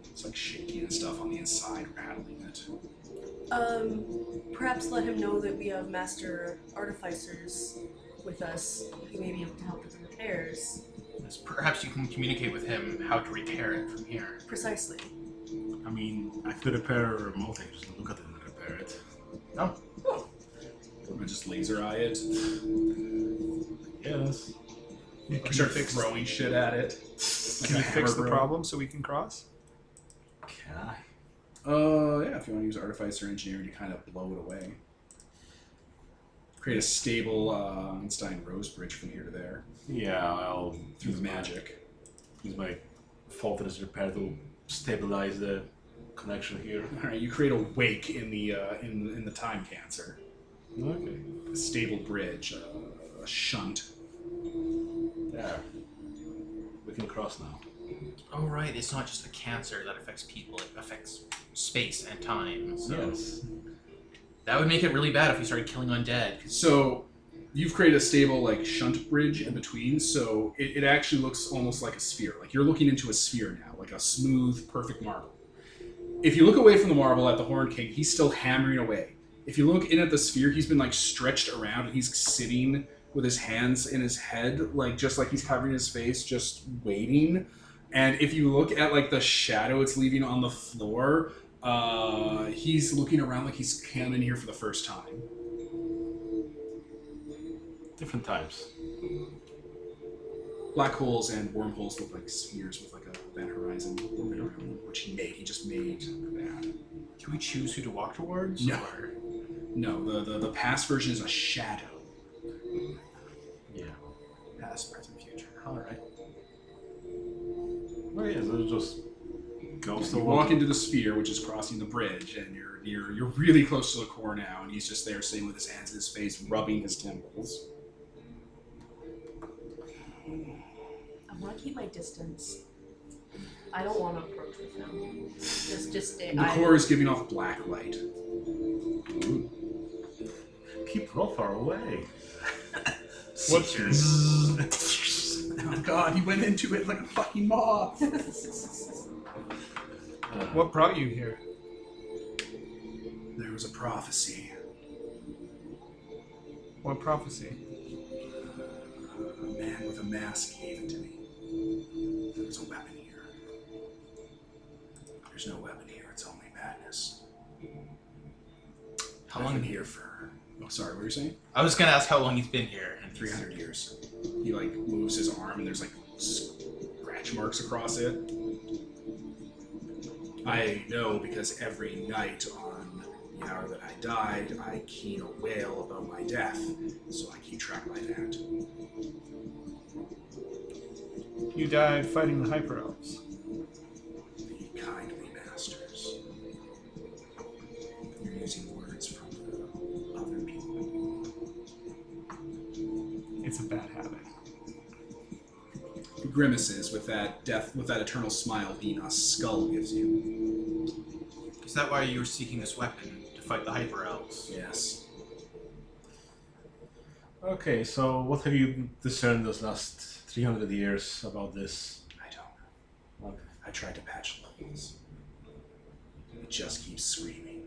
[SPEAKER 1] It's like shaking and stuff on the inside, rattling it.
[SPEAKER 2] Um, perhaps let him know that we have master artificers with us who may be able to help with the repairs.
[SPEAKER 4] Yes, perhaps you can communicate with him how to repair it from here.
[SPEAKER 2] Precisely.
[SPEAKER 5] I mean, I could repair remotely. Just look at it and repair it.
[SPEAKER 1] I'm gonna just laser eye it.
[SPEAKER 5] Yes.
[SPEAKER 3] Can
[SPEAKER 1] Or start
[SPEAKER 3] you fix,
[SPEAKER 1] throwing shit at it. Like
[SPEAKER 3] can
[SPEAKER 1] a
[SPEAKER 3] you fix
[SPEAKER 1] hammer
[SPEAKER 3] the
[SPEAKER 1] bro.
[SPEAKER 3] problem so we can cross?
[SPEAKER 5] Can I?
[SPEAKER 1] Uh, yeah, if you want to use artifice or engineering to kind of blow it away. Create a stable uh, Einstein Rose Bridge from here to there
[SPEAKER 5] Yeah, I'll
[SPEAKER 1] through the
[SPEAKER 5] use my-
[SPEAKER 1] magic.
[SPEAKER 5] Use my faultless repair to stabilize the connection here.
[SPEAKER 1] All right, you create a wake in the uh, in in the time cancer.
[SPEAKER 5] Okay.
[SPEAKER 1] A stable bridge, uh, a shunt.
[SPEAKER 5] There. We can cross now.
[SPEAKER 4] Oh right, it's not just the cancer that affects people; it affects space and time. So that would make it really bad if we started killing undead. 'cause
[SPEAKER 1] So you've created a stable like shunt bridge in between, so it, it actually looks almost like a sphere. Like you're looking into a sphere now, like a smooth, perfect marble. If you look away from the marble at the Horn King, he's still hammering away. If you look in at the sphere, he's been like stretched around and he's sitting with his hands in his head, like just like he's covering his face, just waiting. And if you look at like the shadow it's leaving on the floor, uh, he's looking around like he's come in here for the first time.
[SPEAKER 5] Different times.
[SPEAKER 1] black holes and wormholes look like spheres with like a that horizon orbit around them, which he made. He just made that.
[SPEAKER 4] Can we choose who to walk towards?
[SPEAKER 1] No.
[SPEAKER 4] Or...
[SPEAKER 1] No, the, the, the past version is a shadow.
[SPEAKER 5] Yeah.
[SPEAKER 4] Past, present, future. All right.
[SPEAKER 5] Well, yeah, so just ghost
[SPEAKER 1] So you walk into the sphere, which is crossing the bridge, and you're you're you're really close to the core now, and he's just there sitting with his hands in his face, rubbing his temples.
[SPEAKER 2] I want to keep my distance. I don't want to approach with him. Just, just stay.
[SPEAKER 1] The
[SPEAKER 2] I,
[SPEAKER 1] core is giving off black light.
[SPEAKER 5] keep Rothar away.
[SPEAKER 6] Seekers.
[SPEAKER 1] Oh god, he went into it like a fucking moth.
[SPEAKER 3] What brought you here?
[SPEAKER 1] There was a prophecy.
[SPEAKER 3] What prophecy?
[SPEAKER 1] A man with a mask gave it to me. There's a weapon here. There's no weapon here, it's only madness.
[SPEAKER 4] How
[SPEAKER 1] I've
[SPEAKER 4] long?
[SPEAKER 1] been here for. Oh, sorry, what were you saying?
[SPEAKER 4] I was gonna ask how long he's been here. And
[SPEAKER 1] 300 years. He like moves his arm and there's like scratch marks across it. I know because every night on the hour that I died, I keen a wail about my death, so I keep track by that.
[SPEAKER 3] You died fighting the Hyper Elves.
[SPEAKER 1] Be kindly masters. You're using words from the other people.
[SPEAKER 3] It's a bad habit.
[SPEAKER 1] He grimaces with that death, with that eternal smile Enos' skull gives you.
[SPEAKER 4] Is that why you were seeking this weapon to fight the hyper elves?
[SPEAKER 1] Yes.
[SPEAKER 5] Okay, so what have you discerned those last 300 years about this?
[SPEAKER 1] I don't know. I tried to patch levels. It just keeps screaming.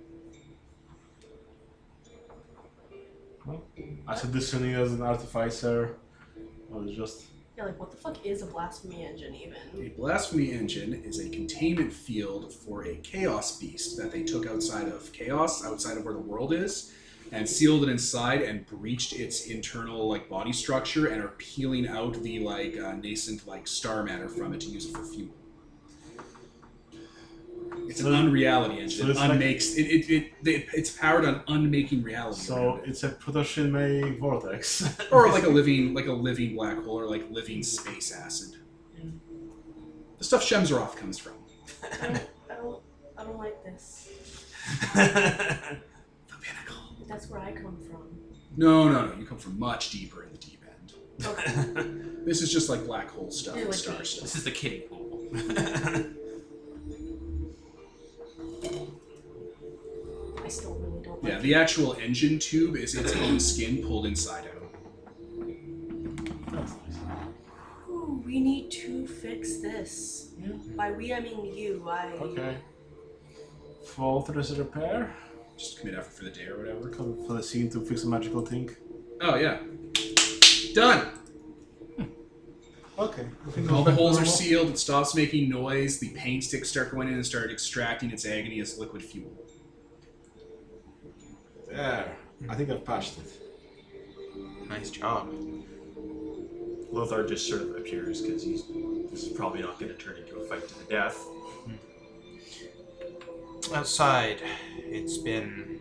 [SPEAKER 5] As a discerning as an artificer, or just
[SPEAKER 2] Yeah, like what the fuck is a blasphemy engine even?
[SPEAKER 1] A blasphemy engine is a containment field for a chaos beast that they took outside of chaos, outside of where the world is, and sealed it inside and breached its internal like body structure and are peeling out the like uh, nascent like star matter from it to use it for fuel. It's an
[SPEAKER 5] So-
[SPEAKER 1] unreality engine.
[SPEAKER 5] so it's
[SPEAKER 1] it
[SPEAKER 5] like-
[SPEAKER 1] unmakes it, it, it, it. It's powered on unmaking reality.
[SPEAKER 5] so
[SPEAKER 1] around it.
[SPEAKER 5] it's a proto-Shinmei vortex.
[SPEAKER 1] or like a living like a living black hole or like living space acid. The stuff Shemsroth comes from.
[SPEAKER 2] I don't, I don't, I don't like this.
[SPEAKER 1] The pinnacle.
[SPEAKER 2] That's where I come from.
[SPEAKER 1] No, no, no. You come from much deeper in the deep end.
[SPEAKER 2] Okay.
[SPEAKER 1] This is just like black hole stuff
[SPEAKER 2] Yeah,
[SPEAKER 1] and
[SPEAKER 2] like
[SPEAKER 1] star
[SPEAKER 2] me.
[SPEAKER 1] stuff.
[SPEAKER 4] This is the kiddie pool.
[SPEAKER 2] I still really don't like
[SPEAKER 1] Yeah, the actual engine tube is its own skin pulled inside out.
[SPEAKER 5] That's nice.
[SPEAKER 2] Ooh, we need to fix this.
[SPEAKER 5] Yeah.
[SPEAKER 2] By we, I mean you. I.
[SPEAKER 5] Okay. Fault is repair.
[SPEAKER 1] Just commit effort for the day or whatever.
[SPEAKER 5] Call for the scene to fix a magical thing.
[SPEAKER 1] Oh yeah. Done.
[SPEAKER 5] Okay.
[SPEAKER 1] All the holes are sealed. It stops making noise. The paint sticks start going in and start extracting its agony as liquid fuel.
[SPEAKER 5] There. I think I've patched it.
[SPEAKER 4] Nice job.
[SPEAKER 6] Lothar just sort of appears because he's this is probably not going to turn into a fight to the death.
[SPEAKER 4] Outside, it's been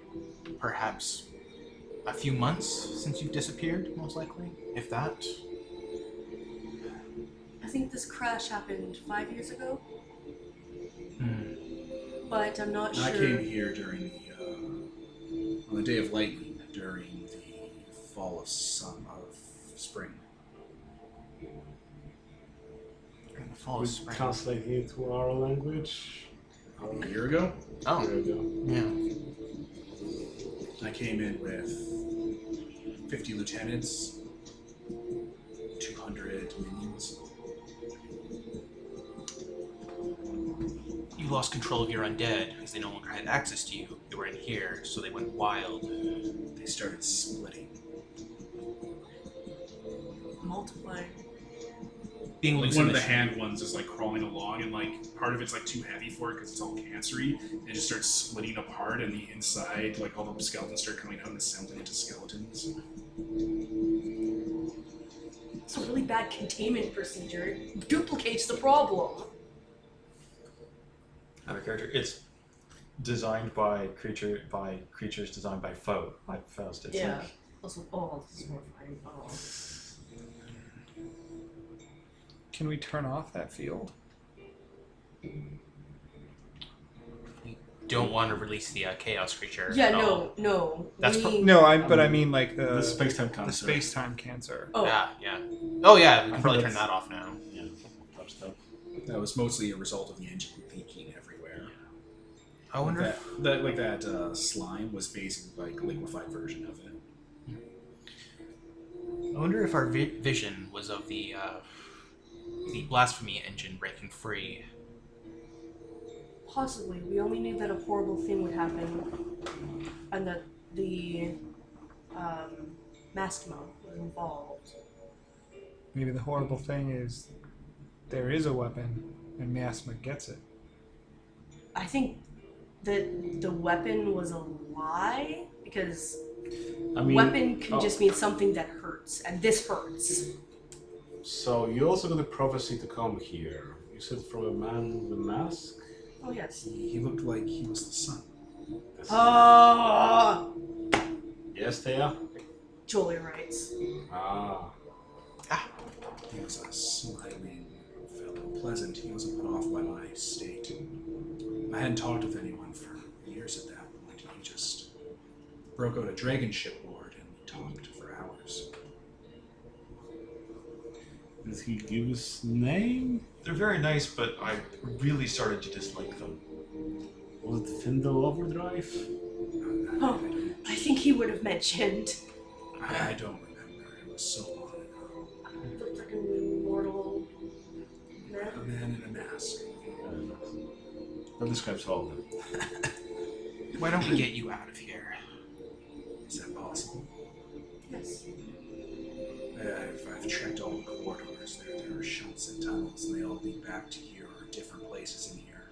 [SPEAKER 4] perhaps a few months since you've disappeared, most likely, if that.
[SPEAKER 2] I think this crash happened five years ago, but I'm not
[SPEAKER 1] I
[SPEAKER 2] sure.
[SPEAKER 1] came here during the uh, on the day of lightning during the fall of sun of spring.
[SPEAKER 4] In the fall of spring.
[SPEAKER 5] Translating it to our language.
[SPEAKER 1] A year ago,
[SPEAKER 4] Oh,
[SPEAKER 5] There we go.
[SPEAKER 4] yeah.
[SPEAKER 1] I came in with fifty lieutenants, two hundred minions.
[SPEAKER 4] You lost control of your undead because they no longer had access to you. They were in here, so they went wild.
[SPEAKER 1] They started splitting.
[SPEAKER 2] Multiplying.
[SPEAKER 4] Being loose
[SPEAKER 1] One
[SPEAKER 4] in
[SPEAKER 1] of the
[SPEAKER 4] the
[SPEAKER 1] hand ones is like crawling along, and like part of it's like too heavy for it because it's all cancery, and it just starts splitting apart, and the inside, like all the skeletons, start coming out and assembling into skeletons.
[SPEAKER 2] It's a really bad containment procedure. It duplicates the problem.
[SPEAKER 6] Have a character. It's designed by creature by creatures designed by foe by Faust. It's
[SPEAKER 2] Yeah.
[SPEAKER 6] like
[SPEAKER 2] Also, oh, this is horrifying. Oh.
[SPEAKER 3] Can we turn off that field?
[SPEAKER 4] Don't want to release the uh, chaos creature.
[SPEAKER 2] Yeah,
[SPEAKER 4] at all.
[SPEAKER 2] no, no.
[SPEAKER 4] That's
[SPEAKER 2] we,
[SPEAKER 3] No, I. But I mean, like the
[SPEAKER 5] The space-time
[SPEAKER 3] Uh, the
[SPEAKER 5] cancer.
[SPEAKER 3] space-time cancer.
[SPEAKER 2] Oh,
[SPEAKER 4] Yeah, yeah. Oh, yeah. We
[SPEAKER 5] I
[SPEAKER 4] can
[SPEAKER 5] thought
[SPEAKER 4] probably turn
[SPEAKER 5] that's-
[SPEAKER 4] that off now.
[SPEAKER 5] Yeah. Patched up.
[SPEAKER 1] That was mostly a result of the engine leaking everywhere.
[SPEAKER 4] I
[SPEAKER 1] Like
[SPEAKER 4] wonder.
[SPEAKER 1] that, that like that uh, slime was basically like liquefied version of it.
[SPEAKER 4] I wonder if our vi- vision was of the uh, the blasphemy engine breaking free.
[SPEAKER 2] Possibly. We only knew that a horrible thing would happen and that the um, Mastema was involved.
[SPEAKER 3] Maybe the horrible thing is there is a weapon and Miasma gets it.
[SPEAKER 2] I think that the weapon was a lie because
[SPEAKER 5] I mean,
[SPEAKER 2] weapon can
[SPEAKER 5] oh.
[SPEAKER 2] just mean something that hurts, and this hurts.
[SPEAKER 5] so you also got a prophecy to come here. You said from a man with a mask.
[SPEAKER 2] Oh, yes.
[SPEAKER 1] He looked like he was the sun.
[SPEAKER 5] That's-
[SPEAKER 2] Oh!
[SPEAKER 5] Yes, they are.
[SPEAKER 2] Julia writes.
[SPEAKER 5] Ah,
[SPEAKER 1] He was a smiling fellow, pleasant. He wasn't put off by my state. I hadn't talked with anyone for years at that point. He just broke out a dragon shipboard and we talked for hours.
[SPEAKER 5] does he give his name?
[SPEAKER 6] They're very nice, but I really started to dislike them.
[SPEAKER 5] Was it Findle Overdrive?
[SPEAKER 1] I, I don't,
[SPEAKER 2] I think he would have mentioned
[SPEAKER 1] I don't remember. It was so long ago.
[SPEAKER 2] the freaking mortal.
[SPEAKER 1] A man in a mask.
[SPEAKER 5] That describes all of them.
[SPEAKER 4] Why don't we get you out of here?
[SPEAKER 1] Is that possible?
[SPEAKER 2] Yes.
[SPEAKER 1] I've, I've checked all the corridors. There, there are shunts and tunnels, and they all lead back to here or different places in here.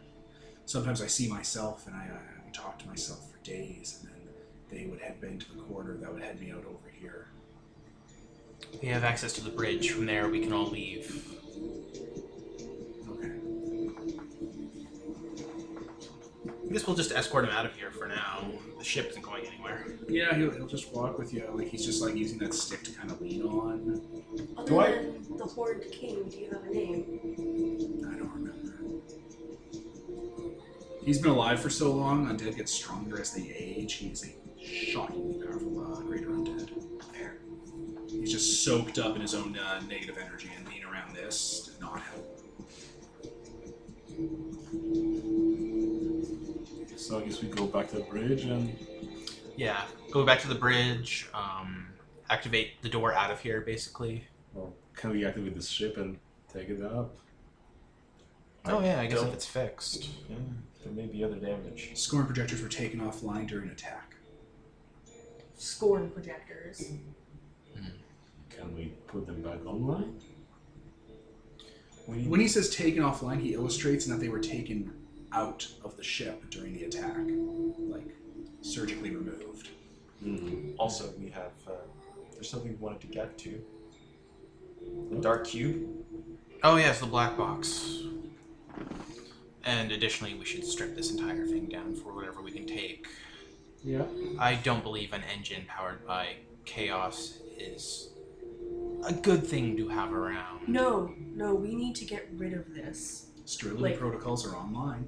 [SPEAKER 1] Sometimes I see myself, and I, I talk to myself for days, and then they would head into the corridor that would head me out over here.
[SPEAKER 4] We have access to the bridge. From there, we can all leave.
[SPEAKER 1] Okay.
[SPEAKER 4] I guess we'll just escort him out of here for now. The ship isn't going anywhere.
[SPEAKER 1] Yeah, he'll, he'll just walk with you. Like he's just like using that stick to kind of lean on.
[SPEAKER 2] Other
[SPEAKER 5] Do I-
[SPEAKER 2] than the Horde King, do you have a name?
[SPEAKER 1] I don't remember. He's been alive for so long. Undead gets stronger as they age. He's a shockingly powerful uh, greater undead. There. He's just soaked up in his own uh, negative energy and being around this did not help.
[SPEAKER 5] So I guess we go back to the bridge and
[SPEAKER 4] Yeah, go back to the bridge. Um, activate the door out of here, basically.
[SPEAKER 5] well, can we activate this ship and take it up?
[SPEAKER 6] Oh,
[SPEAKER 4] yeah, I
[SPEAKER 6] guess if
[SPEAKER 4] it's fixed.
[SPEAKER 6] Yeah, there may be other damage.
[SPEAKER 1] Scorn projectors were taken offline during attack.
[SPEAKER 2] Scorn projectors.
[SPEAKER 5] Can we put them back online?
[SPEAKER 6] We need
[SPEAKER 1] When he says taken offline, he illustrates that they were taken out of the ship during the attack, like surgically removed.
[SPEAKER 5] Mm-hmm.
[SPEAKER 6] Also, we have. Uh, there's something we wanted to get to. The dark cube.
[SPEAKER 4] Oh yes, the black box. And additionally, we should strip this entire thing down for whatever we can take.
[SPEAKER 5] Yeah.
[SPEAKER 4] I don't believe an engine powered by chaos is a good thing to have around.
[SPEAKER 2] No, no, we need to get rid of this.
[SPEAKER 1] Cerulean
[SPEAKER 2] Wait.
[SPEAKER 1] protocols are online.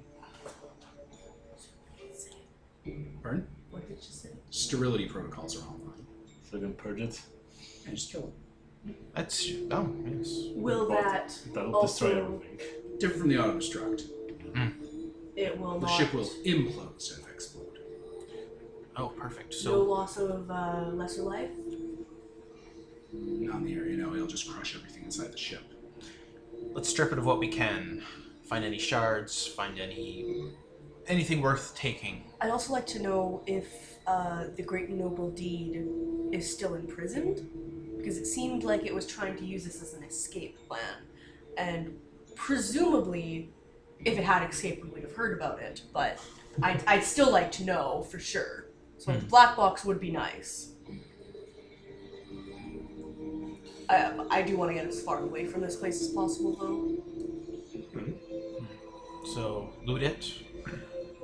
[SPEAKER 1] Pardon?
[SPEAKER 2] What did you say?
[SPEAKER 1] sterility protocols are online.
[SPEAKER 5] So we can purge it.
[SPEAKER 1] And just kill
[SPEAKER 4] That's oh yes.
[SPEAKER 2] Will
[SPEAKER 5] Well,
[SPEAKER 2] that
[SPEAKER 5] That'll
[SPEAKER 2] Also-
[SPEAKER 5] destroy everything.
[SPEAKER 1] it. Different from the auto destruct.
[SPEAKER 2] it will
[SPEAKER 1] The
[SPEAKER 2] not
[SPEAKER 1] ship will implode instead of explode.
[SPEAKER 4] Oh perfect.
[SPEAKER 2] no
[SPEAKER 4] So
[SPEAKER 2] loss of uh, lesser life?
[SPEAKER 1] Not in the area, no, it'll just crush everything inside the ship.
[SPEAKER 4] let's strip it of what we can. Find any shards. Find any anything worth taking.
[SPEAKER 2] I'd also like to know if uh, the Great Noble Deed is still imprisoned, because it seemed like it was trying to use this as an escape plan. And presumably, if it had escaped, we would have heard about it, but I'd, I'd still like to know for sure. So,
[SPEAKER 7] Hmm.
[SPEAKER 2] like, the black box would be nice. I, I do want to get as far away from this place as possible, though.
[SPEAKER 4] So loot it.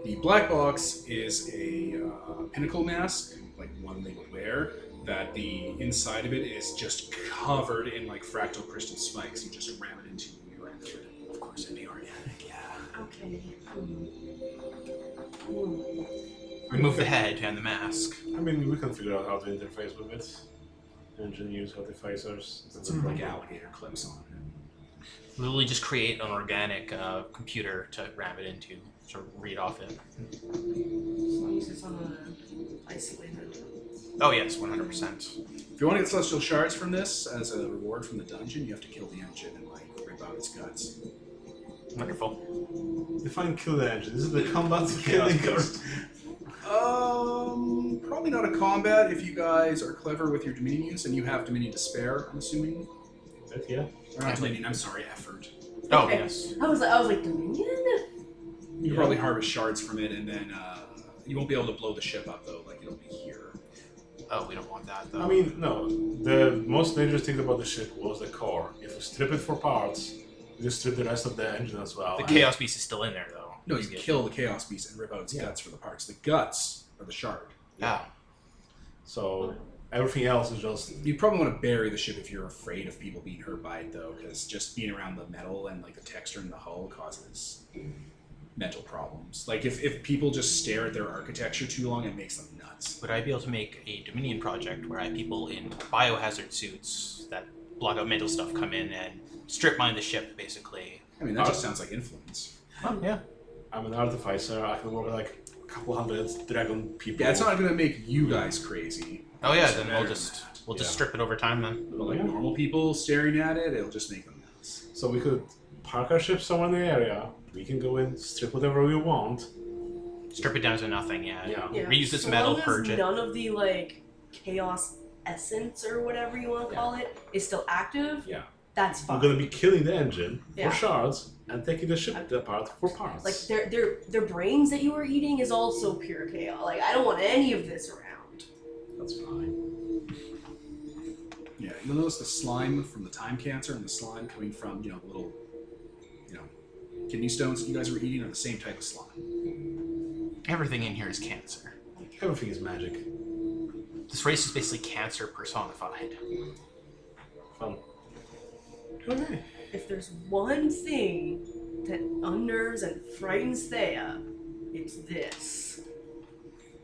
[SPEAKER 1] The black box is a uh, pinnacle mask, like one they would wear, that the inside of it is just covered in like fractal crystal spikes. You just ram it into your end of it.
[SPEAKER 4] Of course, it'd be organic. Yeah.
[SPEAKER 2] Okay.
[SPEAKER 4] Remove the head and the mask.
[SPEAKER 5] I mean, we can figure out how to interface with it. Engine use artificers.
[SPEAKER 1] It's like
[SPEAKER 5] Mm-hmm.
[SPEAKER 1] alligator clips on it.
[SPEAKER 4] literally just create an organic uh, computer to ram it into to read off it.
[SPEAKER 2] I'll use this on the isolated.
[SPEAKER 7] Oh yes, one hundred percent.
[SPEAKER 1] If you want to get celestial shards from this as a reward from the dungeon, you have to kill the engine and like rip out its guts.
[SPEAKER 6] Wonderful.
[SPEAKER 5] Define kill the engine. This is the combat
[SPEAKER 6] Chaos
[SPEAKER 5] killing
[SPEAKER 6] Ghost.
[SPEAKER 1] Um, probably not a combat if you guys are clever with your dominion use and you have dominion to spare. I'm assuming.
[SPEAKER 5] Yeah.
[SPEAKER 1] Or not dominion. I'm sorry, effort.
[SPEAKER 7] Oh
[SPEAKER 2] Okay.
[SPEAKER 7] yes.
[SPEAKER 2] I was like, I was like, Dominion?
[SPEAKER 1] You can probably harvest shards from it, and then uh, you won't be able to blow the ship up though. Like it'll be here.
[SPEAKER 7] Oh, we don't want that though.
[SPEAKER 5] I mean, no. The most dangerous thing about the ship was the core. If you strip it for parts, you strip the rest of the engine as well.
[SPEAKER 7] the
[SPEAKER 5] And
[SPEAKER 7] chaos beast is still in there though.
[SPEAKER 1] No, you
[SPEAKER 7] Yeah.
[SPEAKER 1] kill the chaos beast and rip out its
[SPEAKER 5] Yeah.
[SPEAKER 1] guts for the parts. The guts are the shard.
[SPEAKER 7] Oh.
[SPEAKER 5] So everything else is just
[SPEAKER 1] You probably want to bury the ship if you're afraid of people being hurt by it, though, because just being around the metal and like the texture in the hull causes mental problems. Like if, if people just stare at their architecture too long, it makes them nuts.
[SPEAKER 7] Would I be able to make a Dominion project where I have people in biohazard suits that block out mental stuff come in and strip mine the ship basically?
[SPEAKER 1] I mean, that just sounds like influence.
[SPEAKER 7] yeah.
[SPEAKER 5] I'm an artificer. I can work with like a couple hundred dragon people.
[SPEAKER 1] Yeah, it's not going to make you guys crazy.
[SPEAKER 7] Oh yeah,
[SPEAKER 1] It's
[SPEAKER 7] then
[SPEAKER 1] better
[SPEAKER 7] we'll
[SPEAKER 1] than
[SPEAKER 7] just
[SPEAKER 1] that.
[SPEAKER 7] we'll just
[SPEAKER 5] Yeah.
[SPEAKER 7] strip it over time then.
[SPEAKER 1] But like normal people staring at it, it'll just make them nuts.
[SPEAKER 5] So we could park our ship somewhere in the area. We can go in, strip whatever we want.
[SPEAKER 7] Strip it down to nothing, yeah.
[SPEAKER 5] Yeah.
[SPEAKER 2] Yeah.
[SPEAKER 7] Reuse its
[SPEAKER 2] So
[SPEAKER 7] metal,
[SPEAKER 2] long as
[SPEAKER 7] purge it.
[SPEAKER 2] None of the like chaos essence or whatever you want to call it is still active.
[SPEAKER 5] Yeah.
[SPEAKER 2] That's
[SPEAKER 5] We're
[SPEAKER 2] fine.
[SPEAKER 5] gonna be killing the engine
[SPEAKER 2] Yeah.
[SPEAKER 5] for shards and taking the ship apart for parts.
[SPEAKER 2] like their their their brains that you are eating is also pure chaos. Like I don't want any of this around.
[SPEAKER 5] That's fine.
[SPEAKER 1] Yeah, you'll notice the slime from the time cancer and the slime coming from, you know, the little, you know, kidney stones that you guys were eating are the same type of slime.
[SPEAKER 7] Everything in here is cancer.
[SPEAKER 5] Everything is magic.
[SPEAKER 7] This race is basically cancer personified.
[SPEAKER 5] Fun. Okay.
[SPEAKER 2] If there's one thing that unnerves and frightens Thea, it's this.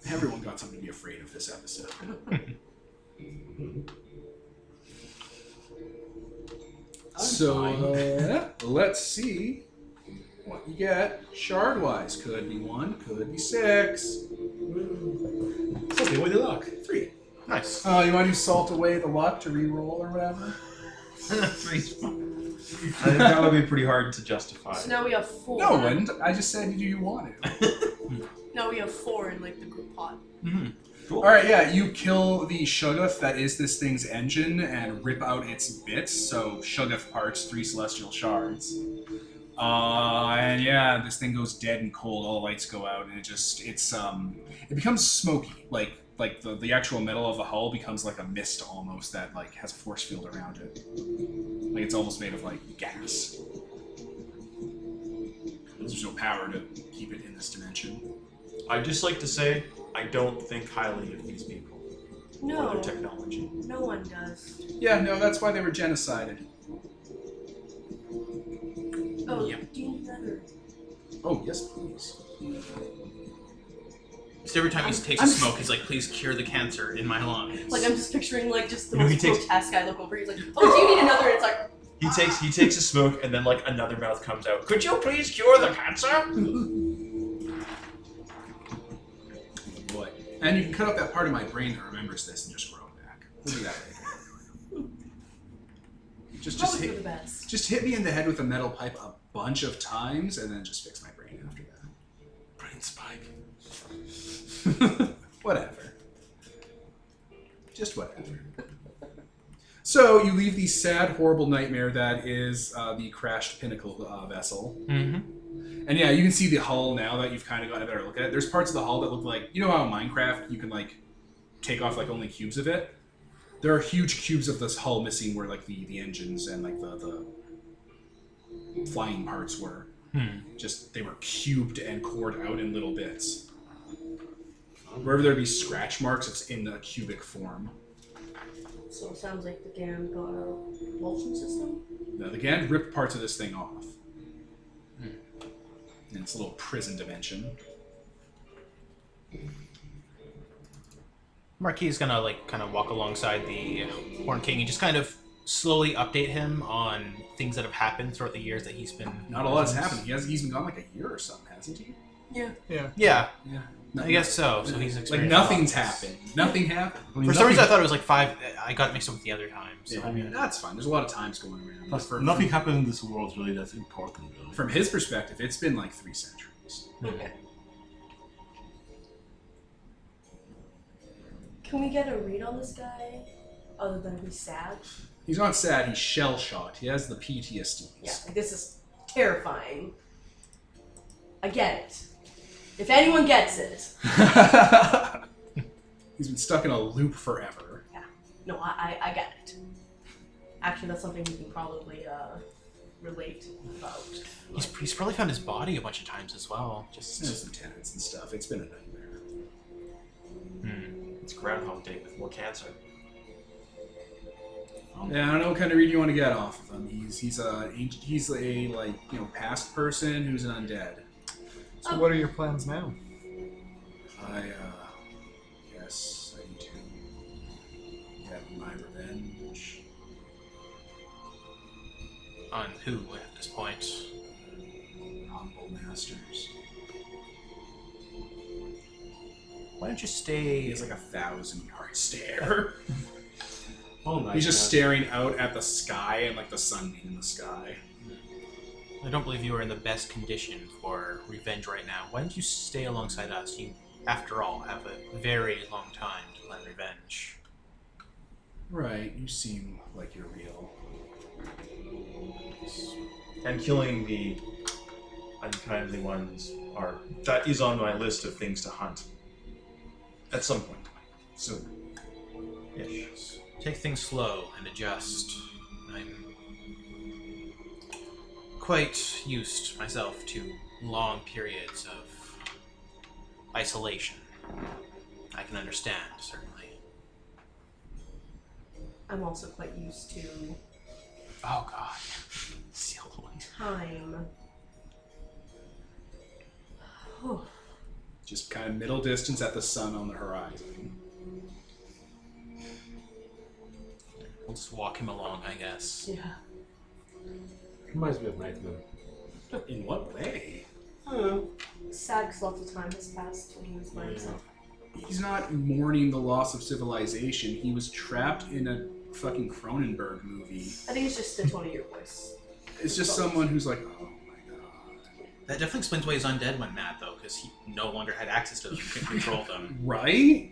[SPEAKER 1] Everyone got something to be afraid of this episode. So uh, let's see what you get. Shard wise, could be one, could be six,
[SPEAKER 5] Something with the luck.
[SPEAKER 1] three.
[SPEAKER 7] Nice.
[SPEAKER 1] Oh, you want to salt away the luck to re-roll or whatever?
[SPEAKER 6] Three's fine. I think that would be pretty hard to justify.
[SPEAKER 2] So now we have four.
[SPEAKER 1] No, and I just said, do you want it?
[SPEAKER 2] Now we have four in like the group pot.
[SPEAKER 7] Mhm.
[SPEAKER 1] All right, yeah, you kill the Shuggoth that is this thing's engine and rip out its bits. So Shuggoth parts three celestial shards. Uh, and yeah, this thing goes dead and cold. All the lights go out, and it just it's um it becomes smoky. Like like the the actual metal of the hull becomes like a mist almost that like has a force field around it. Like it's almost made of like gas. There's no power to keep it in this dimension.
[SPEAKER 6] I'd just like to say, I don't think highly of these people or
[SPEAKER 2] No,
[SPEAKER 6] their technology.
[SPEAKER 2] no one does.
[SPEAKER 1] Yeah, no, that's why they were genocided.
[SPEAKER 2] Oh,
[SPEAKER 7] Yep.
[SPEAKER 2] do you need another?
[SPEAKER 1] Oh yes, please.
[SPEAKER 7] So every time he
[SPEAKER 2] I'm-
[SPEAKER 7] takes
[SPEAKER 2] I'm-
[SPEAKER 7] a smoke, he's like, please cure the cancer in my lungs.
[SPEAKER 2] Like I'm just picturing like just the
[SPEAKER 6] No, he
[SPEAKER 2] most
[SPEAKER 6] takes-
[SPEAKER 2] grotesque guy look over. He's like, oh, do you need another? It's like,
[SPEAKER 6] He takes he takes a smoke and then like another mouth comes out. Could you please cure the cancer?
[SPEAKER 1] Oh, Boy. And you can cut out that part of my brain that remembers this and just grow it back. We'll do that later. just just
[SPEAKER 2] probably for the
[SPEAKER 1] hit,
[SPEAKER 2] best.
[SPEAKER 1] just hit me in the head with a metal pipe a bunch of times and then just fix my brain after that.
[SPEAKER 5] Brain spike.
[SPEAKER 1] Whatever. Just whatever. So you leave the sad, horrible nightmare that is uh, the crashed pinnacle uh, vessel.
[SPEAKER 7] Mm-hmm.
[SPEAKER 1] And yeah, you can see the hull now that you've kind of got a better look at it. There's parts of the hull that look like you know how in Minecraft you can like take off like only cubes of it. There are huge cubes of this hull missing where like the the engines and like the the flying parts were.
[SPEAKER 7] Hmm.
[SPEAKER 1] Just they were cubed and cored out in little bits. Wherever there be scratch marks, it's in the cubic form.
[SPEAKER 2] So it sounds like the damn got a propulsion system.
[SPEAKER 1] Now, again, ripped parts of this thing off. And it's a little prison dimension.
[SPEAKER 7] Marquis is gonna like kind of walk alongside the Horn King and just kind of slowly update him on things that have happened throughout the years that he's been.
[SPEAKER 1] Not a lot has happened. He has, he's been gone like a year or something, hasn't he?
[SPEAKER 2] Yeah.
[SPEAKER 7] Yeah.
[SPEAKER 1] Yeah.
[SPEAKER 7] I guess so. So he's
[SPEAKER 1] Like
[SPEAKER 7] experienced
[SPEAKER 1] nothing's
[SPEAKER 7] loss.
[SPEAKER 1] happened. Nothing happened. I mean,
[SPEAKER 7] For some reason, I
[SPEAKER 1] nothing-
[SPEAKER 7] thought it was like five. I got mixed up with the other time. So.
[SPEAKER 5] I mean,
[SPEAKER 1] that's fine. There's a lot of times going around.
[SPEAKER 5] plus,
[SPEAKER 1] For-
[SPEAKER 5] nothing happens in this world really that's important, really.
[SPEAKER 1] From his perspective, it's been like three centuries.
[SPEAKER 2] Okay. Can we get a read on this guy, other than he's sad?
[SPEAKER 1] He's not sad. He's shell shocked. He has the PTSD.
[SPEAKER 2] Yeah, like, this is terrifying. I get it. If anyone gets it,
[SPEAKER 1] He's been stuck in a loop forever.
[SPEAKER 2] no, I, I, I get it. Actually, that's something we can probably uh, relate about.
[SPEAKER 7] He's, he's probably found his body a bunch of times as well. Just
[SPEAKER 1] There's some tenants and stuff. It's been a nightmare.
[SPEAKER 7] Hmm.
[SPEAKER 6] It's Groundhog Day with more cancer.
[SPEAKER 1] Yeah, I don't know what kind of read you want to get off of him. He's he's a he's a like you know past person who's an undead.
[SPEAKER 3] So, what are your plans now?
[SPEAKER 1] I uh, guess I need to get my revenge.
[SPEAKER 7] on who at this point?
[SPEAKER 1] Humble masters.
[SPEAKER 7] Why don't
[SPEAKER 1] He
[SPEAKER 7] you stay?
[SPEAKER 1] has like a thousand yard stare.
[SPEAKER 5] All night,
[SPEAKER 1] He's just
[SPEAKER 5] man.
[SPEAKER 1] staring out at the sky and like the sun being in the sky.
[SPEAKER 7] I don't believe you are in the best condition for revenge right now. Why don't you stay alongside us? You, after all, have a very long time to plan revenge.
[SPEAKER 1] Right, you seem like you're real.
[SPEAKER 6] And killing the unkindly ones are that is on my list of things to hunt. At some point.
[SPEAKER 1] So
[SPEAKER 6] Yes.
[SPEAKER 7] Take things slow and adjust. I'm quite used myself to long periods of isolation. I can understand, certainly.
[SPEAKER 2] I'm also quite used to
[SPEAKER 7] Oh god. It's the other one.
[SPEAKER 2] time. Whew.
[SPEAKER 1] just kind of middle distance at the sun on the horizon.
[SPEAKER 7] We'll just walk him along, I guess.
[SPEAKER 2] yeah.
[SPEAKER 5] Reminds me of Nightmare.
[SPEAKER 1] In what way?
[SPEAKER 2] Sad 'cause lots of time has passed when he was by himself.
[SPEAKER 1] He's not mourning the loss of civilization. He was trapped in a fucking Cronenberg movie.
[SPEAKER 2] I think it's just the 20 year voice.
[SPEAKER 1] It's just someone who's like, oh my god.
[SPEAKER 7] That definitely explains why his undead went mad, though, because he no longer had access to them, could control them.
[SPEAKER 1] Right?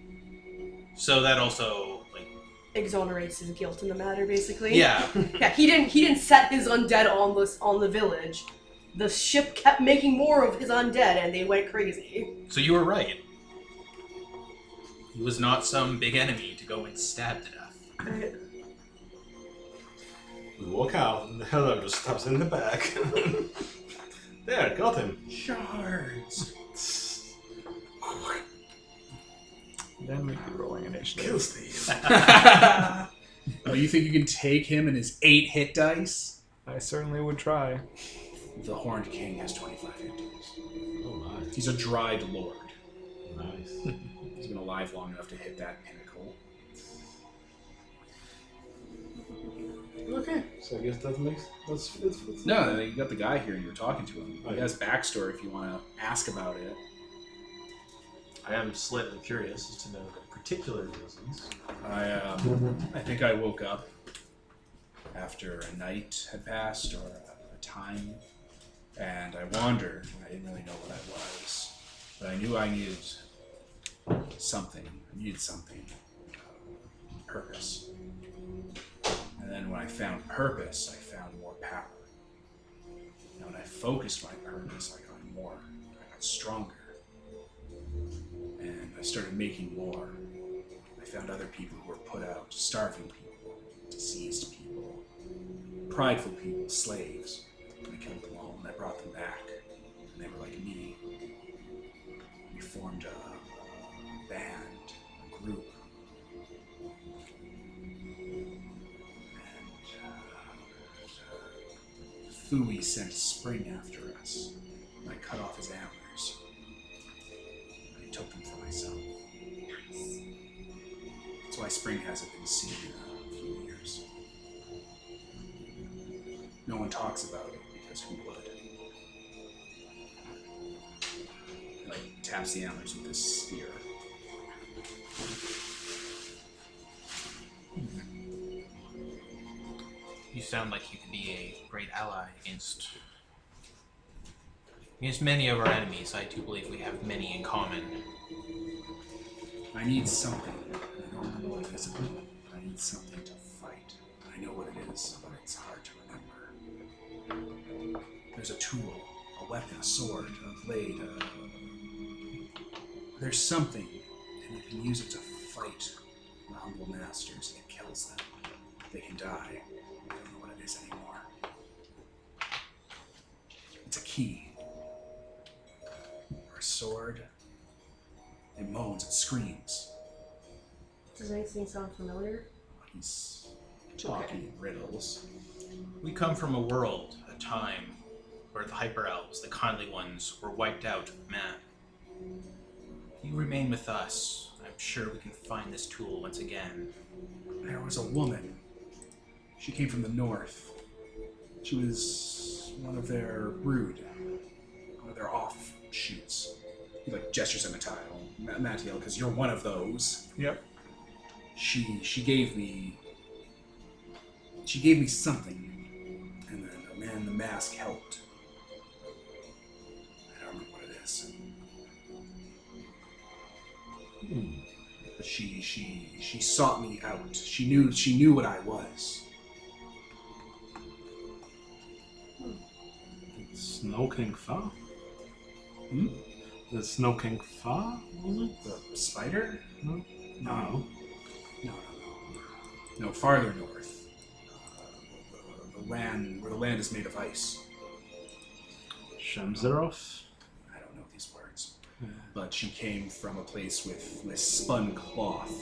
[SPEAKER 7] So that also, like,
[SPEAKER 2] Exonerates his guilt in the matter, basically.
[SPEAKER 7] yeah.
[SPEAKER 2] Yeah, he didn't he didn't set his undead on this on the village. The ship kept making more of his undead and they went crazy.
[SPEAKER 7] So you were right. He was not some big enemy to go and stab to death.
[SPEAKER 5] We walk out, and the Heller just stabs in the back. there, got him.
[SPEAKER 1] Shards.
[SPEAKER 3] Then we'd be rolling initiative.
[SPEAKER 5] Kills these.
[SPEAKER 1] Oh, you think you can take him and his eight hit dice?
[SPEAKER 3] I certainly would try.
[SPEAKER 1] The Horned King has 25 hit dice.
[SPEAKER 5] Oh, nice.
[SPEAKER 1] He's a dried lord.
[SPEAKER 5] Nice.
[SPEAKER 1] He's been alive long enough to hit that pinnacle.
[SPEAKER 5] okay, so I guess that makes that's it.
[SPEAKER 1] No, no, you got the guy here. You're talking to him.
[SPEAKER 5] Oh,
[SPEAKER 1] He
[SPEAKER 5] yeah.
[SPEAKER 1] has backstory if you want to ask about it.
[SPEAKER 6] I am slightly curious as to know the particular reasons.
[SPEAKER 1] I, um, I think I woke up after a night had passed or a, a time, and I wandered. and I didn't really know what I was, but I knew I needed something. I needed something, uh, purpose. And then when I found purpose, I found more power. And when I focused my purpose, I got more. I got stronger. And I started making more. I found other people who were put out, starving people, diseased people, prideful people, slaves. And I killed them all and I brought them back. And they were like me. We formed a band, a group. And uh, Fui sent spring after us. And I cut off his antlers. And I took them for myself. That's why spring hasn't been seen in a few years. No one talks about it because who would? Like taps the antlers with his spear.
[SPEAKER 7] You sound like you could be a great ally against against many of our enemies. I do believe we have many in common.
[SPEAKER 1] I need something. I don't remember what it is, but I need something to fight. I know what it is, but it's hard to remember. There's a tool, a weapon, a sword, a blade. A... There's something, and you can use it to fight the humble masters, and it kills them. They can die. I don't know what it is anymore. It's a key, or a sword. It moans, it screams.
[SPEAKER 2] Does anything sound familiar?
[SPEAKER 1] He's
[SPEAKER 2] okay.
[SPEAKER 1] talking riddles.
[SPEAKER 7] We come from a world, a time, where the Hyper Elves, the kindly ones, were wiped out of man. You remain with us. I'm sure we can find this tool once again.
[SPEAKER 1] There was a woman. She came from the north. She was one of their brood, one of their offshoots. He like gestures at Mattiel, Ma- Mattiel, because you're one of those.
[SPEAKER 8] Yep.
[SPEAKER 1] She she gave me. She gave me something, and then a man in the mask helped. I don't remember what it is.
[SPEAKER 5] Hmm.
[SPEAKER 1] She she she sought me out. She knew she knew what I was.
[SPEAKER 5] Snow King Fa?
[SPEAKER 1] Hmm?
[SPEAKER 5] The Snow King Fa? Was it?
[SPEAKER 1] The spider?
[SPEAKER 5] No.
[SPEAKER 1] No. No, no, no. No, farther north. Uh, the- the land where the land is made of ice.
[SPEAKER 5] Shemzeroth?
[SPEAKER 1] I don't know these words.
[SPEAKER 5] Yeah.
[SPEAKER 1] But she came from a place with, with spun cloth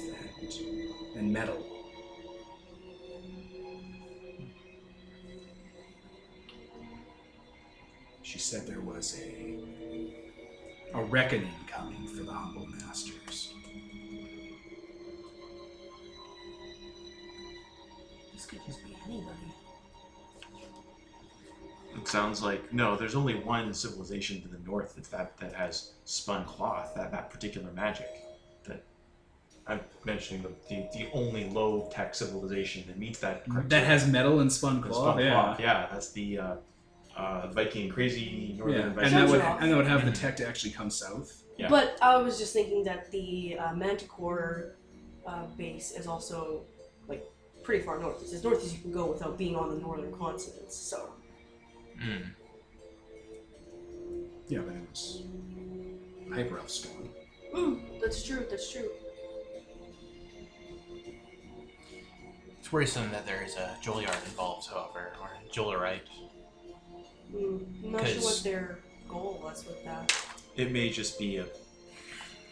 [SPEAKER 1] and and metal. She said there was a a reckoning coming for the humble masters.
[SPEAKER 2] This could just be anybody.
[SPEAKER 6] It sounds like no. There's only one civilization to the north that that, that has spun cloth that that particular magic. That I'm mentioning the the, the only low tech civilization that meets that criteria.
[SPEAKER 1] That has metal and spun
[SPEAKER 6] That's
[SPEAKER 1] cloth.
[SPEAKER 6] spun
[SPEAKER 1] yeah.
[SPEAKER 6] cloth, yeah. That's the uh, uh, Viking crazy northern
[SPEAKER 1] Yeah,
[SPEAKER 6] Viking.
[SPEAKER 1] and that would
[SPEAKER 2] Sounds
[SPEAKER 1] and that would have the tech to actually come south.
[SPEAKER 6] Yeah.
[SPEAKER 2] But I was just thinking that the uh, Manticore uh, base is also like pretty far north. It's as north as you can go without being on the northern continent. So
[SPEAKER 7] Mm.
[SPEAKER 1] Yeah, but it was hyper elf spawn.
[SPEAKER 2] Mm, that's true. That's true.
[SPEAKER 7] It's worrisome that there is a Joliard involved, however, or a Jolierite.
[SPEAKER 2] Mm, I'm not sure what
[SPEAKER 7] Because-
[SPEAKER 2] their goal was with that.
[SPEAKER 6] It may just be a.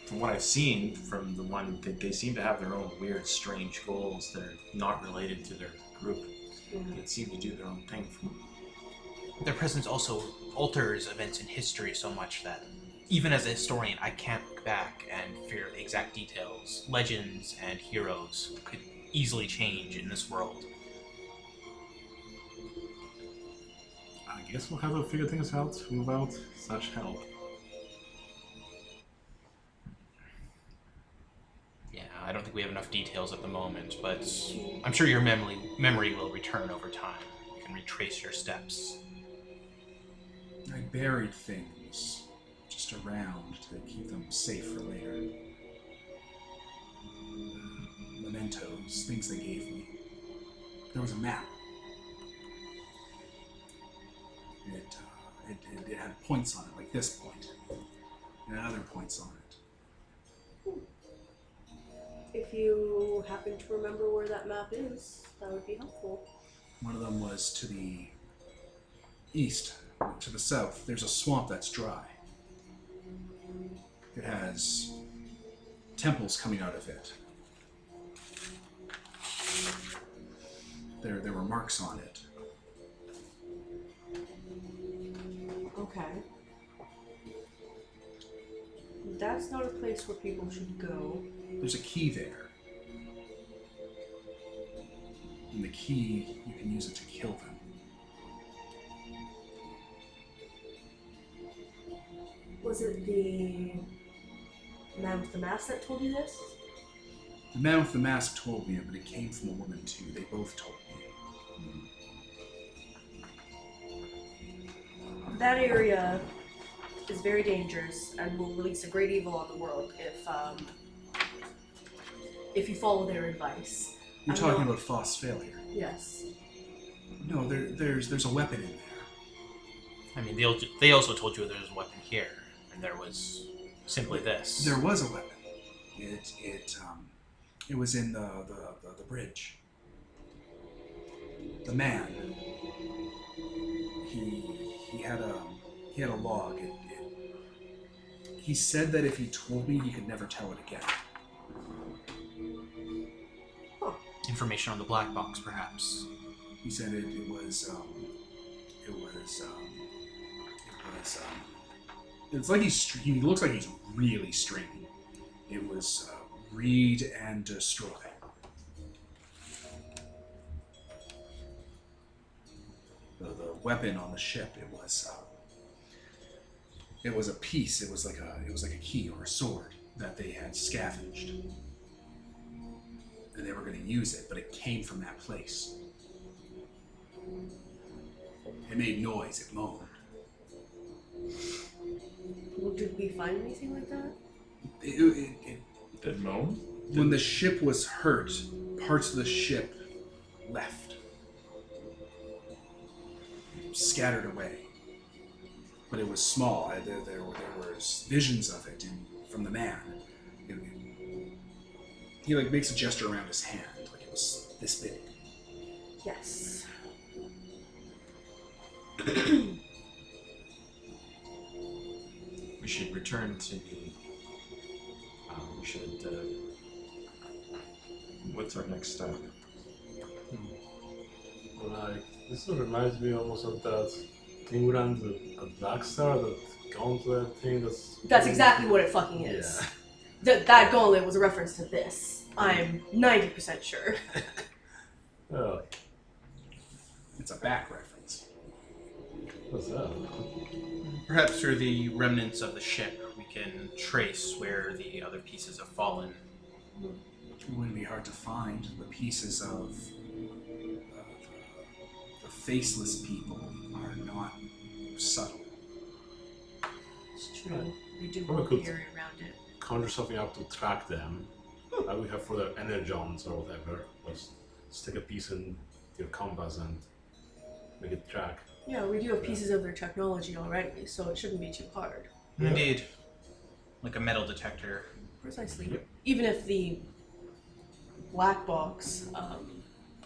[SPEAKER 6] From what I've seen, from the one that they seem to have their own weird, strange goals that are not related to their group.
[SPEAKER 2] Mm.
[SPEAKER 6] They seem to do their own thing. From
[SPEAKER 7] Their presence also alters events in history so much that even as a historian, I can't look back and figure out the exact details. Legends and heroes could easily change in this world.
[SPEAKER 5] I guess we'll have to figure things out without such help.
[SPEAKER 7] Yeah, I don't think we have enough details at the moment, but I'm sure your memory memory will return over time. You can retrace your steps.
[SPEAKER 1] I buried things just around to keep them safe for later. Mementos, things they gave me. There was a map. It, uh, it, it, it had points on it, like this point, and other points on it.
[SPEAKER 2] If you happen to remember where that map is, that would be helpful.
[SPEAKER 1] One of them was to the east, to the south. There's a swamp that's dry. It has temples coming out of it. There, there were marks on it.
[SPEAKER 2] Okay. That's not a place where people should go.
[SPEAKER 1] There's a key there. And the key, you can use it to kill them.
[SPEAKER 2] Was it the The man with the mask that told you this?
[SPEAKER 9] The man with the mask told me, but it came from the woman too. They both told me.
[SPEAKER 2] That area is very dangerous and will release a great evil on the world if um, if you follow their advice.
[SPEAKER 9] You're
[SPEAKER 2] I'm
[SPEAKER 9] talking
[SPEAKER 2] not-
[SPEAKER 9] about false failure.
[SPEAKER 2] Yes.
[SPEAKER 9] No, there, there's there's a weapon in there.
[SPEAKER 7] I mean, they al- they also told you there was a weapon here, and there was simply this.
[SPEAKER 9] There was a weapon. It it um, it was in the the, the, the bridge. The man. He he had a he had a log. It, it, he said that if he told me, he could never tell it again.
[SPEAKER 7] information on the black box, perhaps.
[SPEAKER 9] He said it, it was, um, it was, um, it was, um, it's like he's, str- he looks like he's really straining. It was, uh, read and destroy. The, the weapon on the ship, it was, uh, it was a piece, it was like a, it was like a key or a sword that they had scavenged. And they were going to use it, but it came from that place. It made noise, it moaned.
[SPEAKER 2] Well, did we find anything like that?
[SPEAKER 9] It- it- it-
[SPEAKER 6] Did moan?
[SPEAKER 9] when the ship was hurt, parts of the ship left, scattered away. But it was small. I- There, there, were- there were visions of it in, from the man. It- it- he like makes a gesture around his hand, like it was this big.
[SPEAKER 2] Yes.
[SPEAKER 6] We should return to the. Um, we should. Uh, what's our next step?
[SPEAKER 5] Right. This reminds me almost of that thing we ran the a Black Star, that gauntlet thing. That's
[SPEAKER 2] That's exactly what it fucking is. Th- that gauntlet was a reference to this. I'm 90% sure.
[SPEAKER 5] Yeah. Oh,
[SPEAKER 9] It's a back reference.
[SPEAKER 5] what's that?
[SPEAKER 4] Perhaps through the remnants of the ship, we can trace where the other pieces have fallen.
[SPEAKER 9] It wouldn't be hard to find the pieces of uh, the faceless people are not subtle.
[SPEAKER 2] It's true. We do
[SPEAKER 5] Oh,
[SPEAKER 2] want
[SPEAKER 5] cool.
[SPEAKER 2] the area around it.
[SPEAKER 5] Conjure something up to track them.
[SPEAKER 2] Hmm.
[SPEAKER 5] That we have for the energons or whatever. Let's stick a piece in your compass and make it track.
[SPEAKER 2] Yeah, we do have pieces of their technology already, so it shouldn't be too hard.
[SPEAKER 5] Yeah.
[SPEAKER 4] Indeed. Like a metal detector.
[SPEAKER 2] Precisely. Even if the black box um,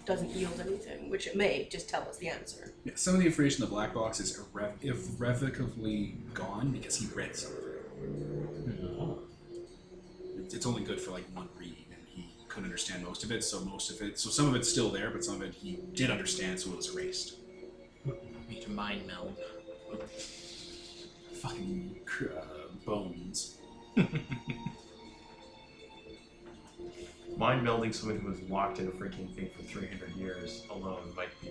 [SPEAKER 2] doesn't yield anything, which it may, just tell us the answer.
[SPEAKER 1] Yeah, some of the information in the black box is irre- irrevocably gone because he read some of it. Hmm. It's- It's only good for like one read, and he couldn't understand most of it, so most of it, so some of it's still there, but some of it he did understand, so it was erased.
[SPEAKER 4] Need to mind meld.
[SPEAKER 1] Fucking cr- uh, bones.
[SPEAKER 6] Mind melding someone who was locked in a freaking thing for 300 years alone might be.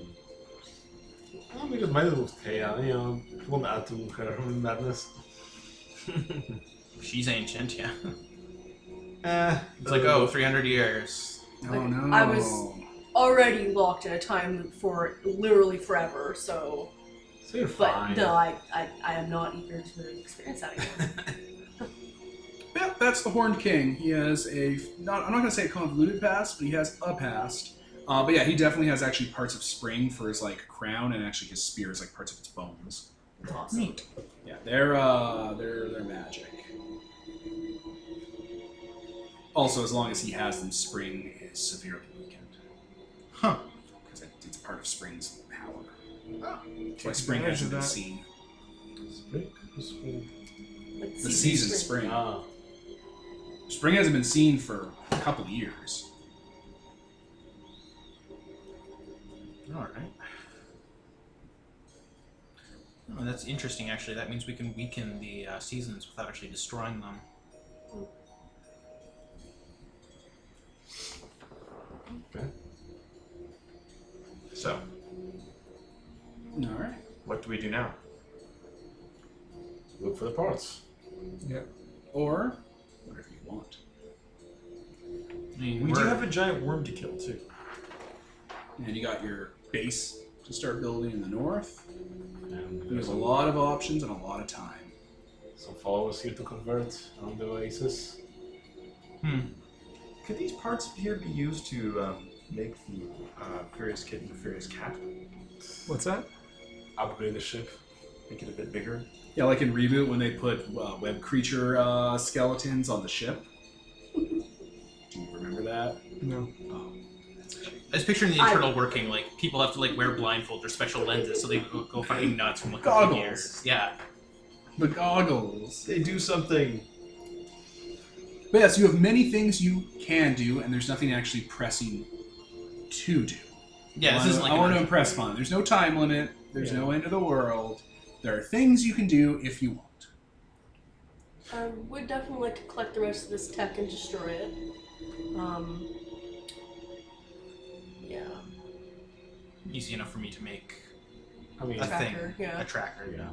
[SPEAKER 5] Well, we just might as well stay on, you know, won't add to her madness.
[SPEAKER 4] She's ancient, yeah.
[SPEAKER 5] Eh,
[SPEAKER 4] It's like, oh, 300 years.
[SPEAKER 9] Oh no!
[SPEAKER 2] I was- Already locked in a time loop for literally forever, so.
[SPEAKER 5] So you're
[SPEAKER 2] But
[SPEAKER 5] fine.
[SPEAKER 2] no, I, I, I am not eager to experience that again.
[SPEAKER 1] Yeah, that's the Horned King. He has a not. I'm not gonna say a convoluted past, but he has a past. Uh, but yeah, he definitely has actually parts of spring for his like crown, and actually his spear is like parts of its bones.
[SPEAKER 2] It's awesome.
[SPEAKER 1] Yeah, they're uh, they're they're magic. Also, as long as he has them, spring is severely weakened
[SPEAKER 4] Huh.
[SPEAKER 1] because it, it's part of spring's power. That's why spring
[SPEAKER 3] advantage
[SPEAKER 1] hasn't
[SPEAKER 3] of
[SPEAKER 1] been
[SPEAKER 3] that.
[SPEAKER 1] seen.
[SPEAKER 5] Spring? Spring.
[SPEAKER 2] Like
[SPEAKER 1] The season spring.
[SPEAKER 5] Ah,
[SPEAKER 1] Spring hasn't been seen for a couple of years.
[SPEAKER 4] Alright. Oh, that's interesting, actually. That means we can weaken the uh, seasons without actually destroying them.
[SPEAKER 6] So,
[SPEAKER 1] All right.
[SPEAKER 6] what do we do now?
[SPEAKER 5] look for the parts.
[SPEAKER 1] Or whatever you want.
[SPEAKER 4] I mean,
[SPEAKER 6] We do
[SPEAKER 4] we're-
[SPEAKER 6] have a giant worm to kill too.
[SPEAKER 1] And you got your base to start building in the north. There's a lot of options and a lot of time.
[SPEAKER 5] Some followers here to convert on the oasis.
[SPEAKER 6] Could these parts here be used to um, make the uh, furious kitten the furious cat?
[SPEAKER 3] What's that?
[SPEAKER 5] Upgrade the ship.
[SPEAKER 6] Make it a bit bigger.
[SPEAKER 1] Yeah, like in Reboot when they put uh, web creature uh, skeletons on the ship. Do you remember that?
[SPEAKER 3] No.
[SPEAKER 6] Um,
[SPEAKER 4] I was picturing the internal working, like people have to like wear blindfolds or special lenses so they go, go fucking nuts from looking at the
[SPEAKER 1] Goggles.
[SPEAKER 4] gears. Yeah.
[SPEAKER 1] The goggles.
[SPEAKER 6] They do something.
[SPEAKER 1] But yes, you have many things you can do, and there's nothing actually pressing to do.
[SPEAKER 4] Yeah,
[SPEAKER 1] I
[SPEAKER 4] this
[SPEAKER 1] wanna-
[SPEAKER 4] is like
[SPEAKER 1] I
[SPEAKER 4] an
[SPEAKER 1] want to impress upon. There's no time limit. There's no end of the world. There are things you can do if you want.
[SPEAKER 2] I would Um, definitely like to collect the rest of this tech and destroy it. Um, yeah,
[SPEAKER 4] easy enough for me to make
[SPEAKER 5] I mean,
[SPEAKER 4] a
[SPEAKER 2] tracker.
[SPEAKER 4] thing,
[SPEAKER 2] Yeah.
[SPEAKER 4] a tracker. Yeah.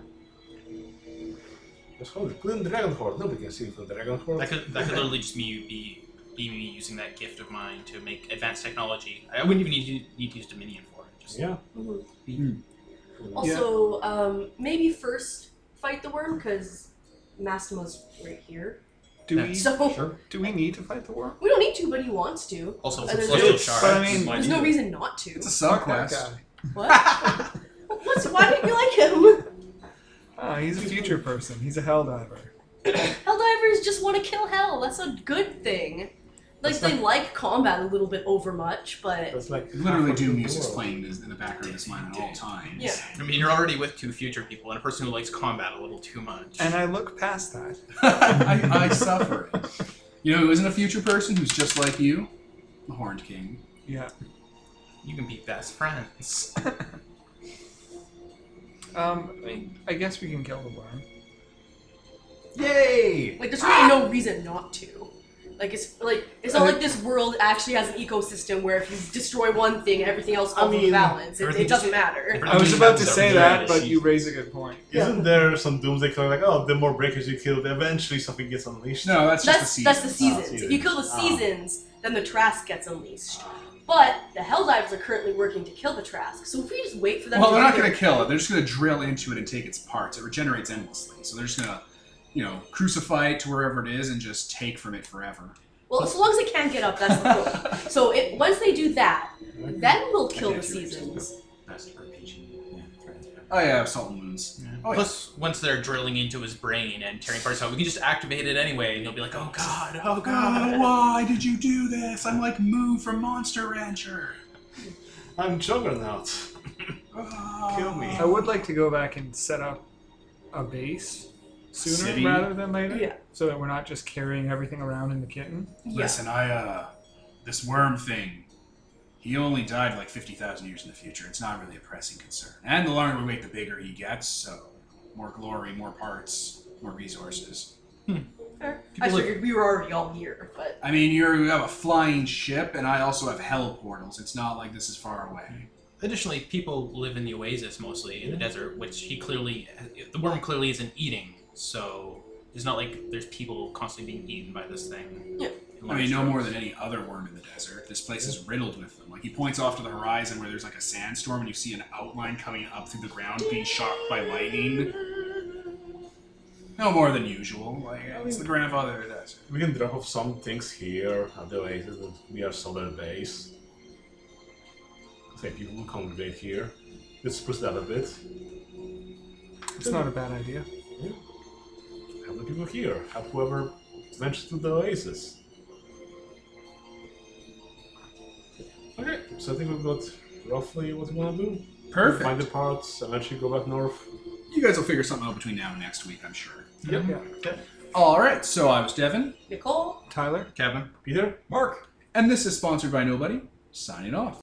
[SPEAKER 5] just hold it. Put it in the dragon horde. Nobody can see it in the dragon horde.
[SPEAKER 4] That could that could literally just me be be me using that gift of mine to make advanced technology. I wouldn't even need to need to use Dominion for it. Just
[SPEAKER 5] Yeah.
[SPEAKER 2] Mhm.
[SPEAKER 5] Yeah.
[SPEAKER 2] Also, um, maybe first fight the worm because Mastima's right here.
[SPEAKER 3] Do we
[SPEAKER 4] That's-
[SPEAKER 2] So
[SPEAKER 6] Sure.
[SPEAKER 3] do we need to fight the worm?
[SPEAKER 2] we don't need to, but he wants to.
[SPEAKER 4] also
[SPEAKER 2] Uh,
[SPEAKER 4] it's a
[SPEAKER 2] there's
[SPEAKER 4] celestial
[SPEAKER 2] no-
[SPEAKER 4] shard.
[SPEAKER 3] But I mean-
[SPEAKER 4] Why
[SPEAKER 2] There's
[SPEAKER 4] do
[SPEAKER 2] no
[SPEAKER 4] you-
[SPEAKER 2] reason not to.
[SPEAKER 1] It's a
[SPEAKER 3] Fuck that
[SPEAKER 1] subquest.
[SPEAKER 3] guy.
[SPEAKER 2] What? What's, why didn't you like him?
[SPEAKER 3] Ah, he's a future person. He's a hell diver.
[SPEAKER 2] Helldivers just want to kill hell. That's a good thing. Like
[SPEAKER 5] That's
[SPEAKER 2] they like combat a little bit overmuch, but
[SPEAKER 5] That's like
[SPEAKER 1] Literally,
[SPEAKER 5] half of the
[SPEAKER 1] Doom music's
[SPEAKER 5] world.
[SPEAKER 1] playing in the background of mine at all times.
[SPEAKER 2] yeah.
[SPEAKER 4] I mean, you're already with two future people and a person who likes combat a little too much.
[SPEAKER 3] And I look past that.
[SPEAKER 1] I, I suffer it. You know who isn't a future person who's just like you? The Horned King.
[SPEAKER 3] Yeah.
[SPEAKER 4] you can be best friends.
[SPEAKER 3] Um, I mean, I guess we can kill the worm.
[SPEAKER 6] Yay!
[SPEAKER 2] Like there's really no reason not to. Like it's like it's not like this world actually has an ecosystem where if you destroy one thing, everything else falls into
[SPEAKER 5] mean,
[SPEAKER 2] balance. It, it
[SPEAKER 4] everything's-
[SPEAKER 2] doesn't matter.
[SPEAKER 3] I was about to say that,
[SPEAKER 6] Yeah.
[SPEAKER 3] but you raise a good point.
[SPEAKER 5] Isn't there some doomsday clock like, oh, the more breakers you kill, eventually something gets unleashed?
[SPEAKER 1] No, that's just the
[SPEAKER 2] That's
[SPEAKER 1] season.
[SPEAKER 2] that's the seasons.
[SPEAKER 5] seasons.
[SPEAKER 2] If you kill the
[SPEAKER 5] Ah.
[SPEAKER 2] seasons, then the Trask gets unleashed. But the Helldivers are currently working to kill the Trask, so if we just wait for them,
[SPEAKER 1] Well,
[SPEAKER 2] to
[SPEAKER 1] they're not
[SPEAKER 2] do
[SPEAKER 1] going
[SPEAKER 2] it-
[SPEAKER 1] to kill it. They're just going to drill into it and take its parts. It regenerates endlessly. So they're just going to, you know, crucify it to wherever it is and just take from it forever.
[SPEAKER 2] Well, so long as it can get up, that's the point. so it, once they do that, then we'll kill the seasons.
[SPEAKER 6] That's RPG.
[SPEAKER 1] Oh, yeah, salt and wounds. Oh, yeah.
[SPEAKER 4] Plus, once they're drilling into his brain and tearing parts out, we can just activate it anyway, and he'll be like, "Oh God, oh God!"
[SPEAKER 1] why did you do this? I'm like Moo from Monster Rancher.
[SPEAKER 5] I'm Juggernaut.
[SPEAKER 1] Ah.
[SPEAKER 5] Kill me.
[SPEAKER 3] I would like to go back and set up a base sooner
[SPEAKER 1] City?
[SPEAKER 3] rather than later.
[SPEAKER 2] Yeah.
[SPEAKER 3] So that we're not just carrying everything around in the kitten.
[SPEAKER 2] Yes.
[SPEAKER 1] Listen, I, uh, this worm thing, he only died like 50,000 years in the future. It's not really a pressing concern. And the longer we wait, the bigger he gets, so more glory, more parts, more resources.
[SPEAKER 2] I
[SPEAKER 4] People are-
[SPEAKER 2] figured we were already all here, but
[SPEAKER 1] I mean, you're, you have a flying ship, and I also have hell portals. It's not like this is far away.
[SPEAKER 4] Additionally, people live in the oasis mostly in the desert, which he clearly, the worm clearly isn't eating. So it's not like there's people constantly being eaten by this thing.
[SPEAKER 2] Yeah.
[SPEAKER 4] In
[SPEAKER 1] I
[SPEAKER 4] large
[SPEAKER 1] mean, no more
[SPEAKER 4] droves.
[SPEAKER 1] than any other worm in the desert. This place is riddled with them. Like, he points off to the horizon where there's like a sandstorm, and you see an outline coming up through the ground being shot by lightning. No more than usual. Like, it's the grandfather of the desert.
[SPEAKER 5] We can drop off some things here at the oasis. that We are solar base. Say people will congregate here. Let's push that a bit.
[SPEAKER 3] It's not a bad idea.
[SPEAKER 5] Have the people here. Have whoever ventures to the oasis. Okay, so I think we've got roughly what we want to do. Find the parts, eventually go back north.
[SPEAKER 1] You guys will figure something out between now and next week, I'm sure.
[SPEAKER 6] Yep.
[SPEAKER 3] Yeah.
[SPEAKER 1] All right, so I was Devin,
[SPEAKER 2] Nicole,
[SPEAKER 3] Tyler?
[SPEAKER 4] Kevin.
[SPEAKER 5] Peter?
[SPEAKER 6] Mark.
[SPEAKER 1] and this is sponsored by Nobody, signing off.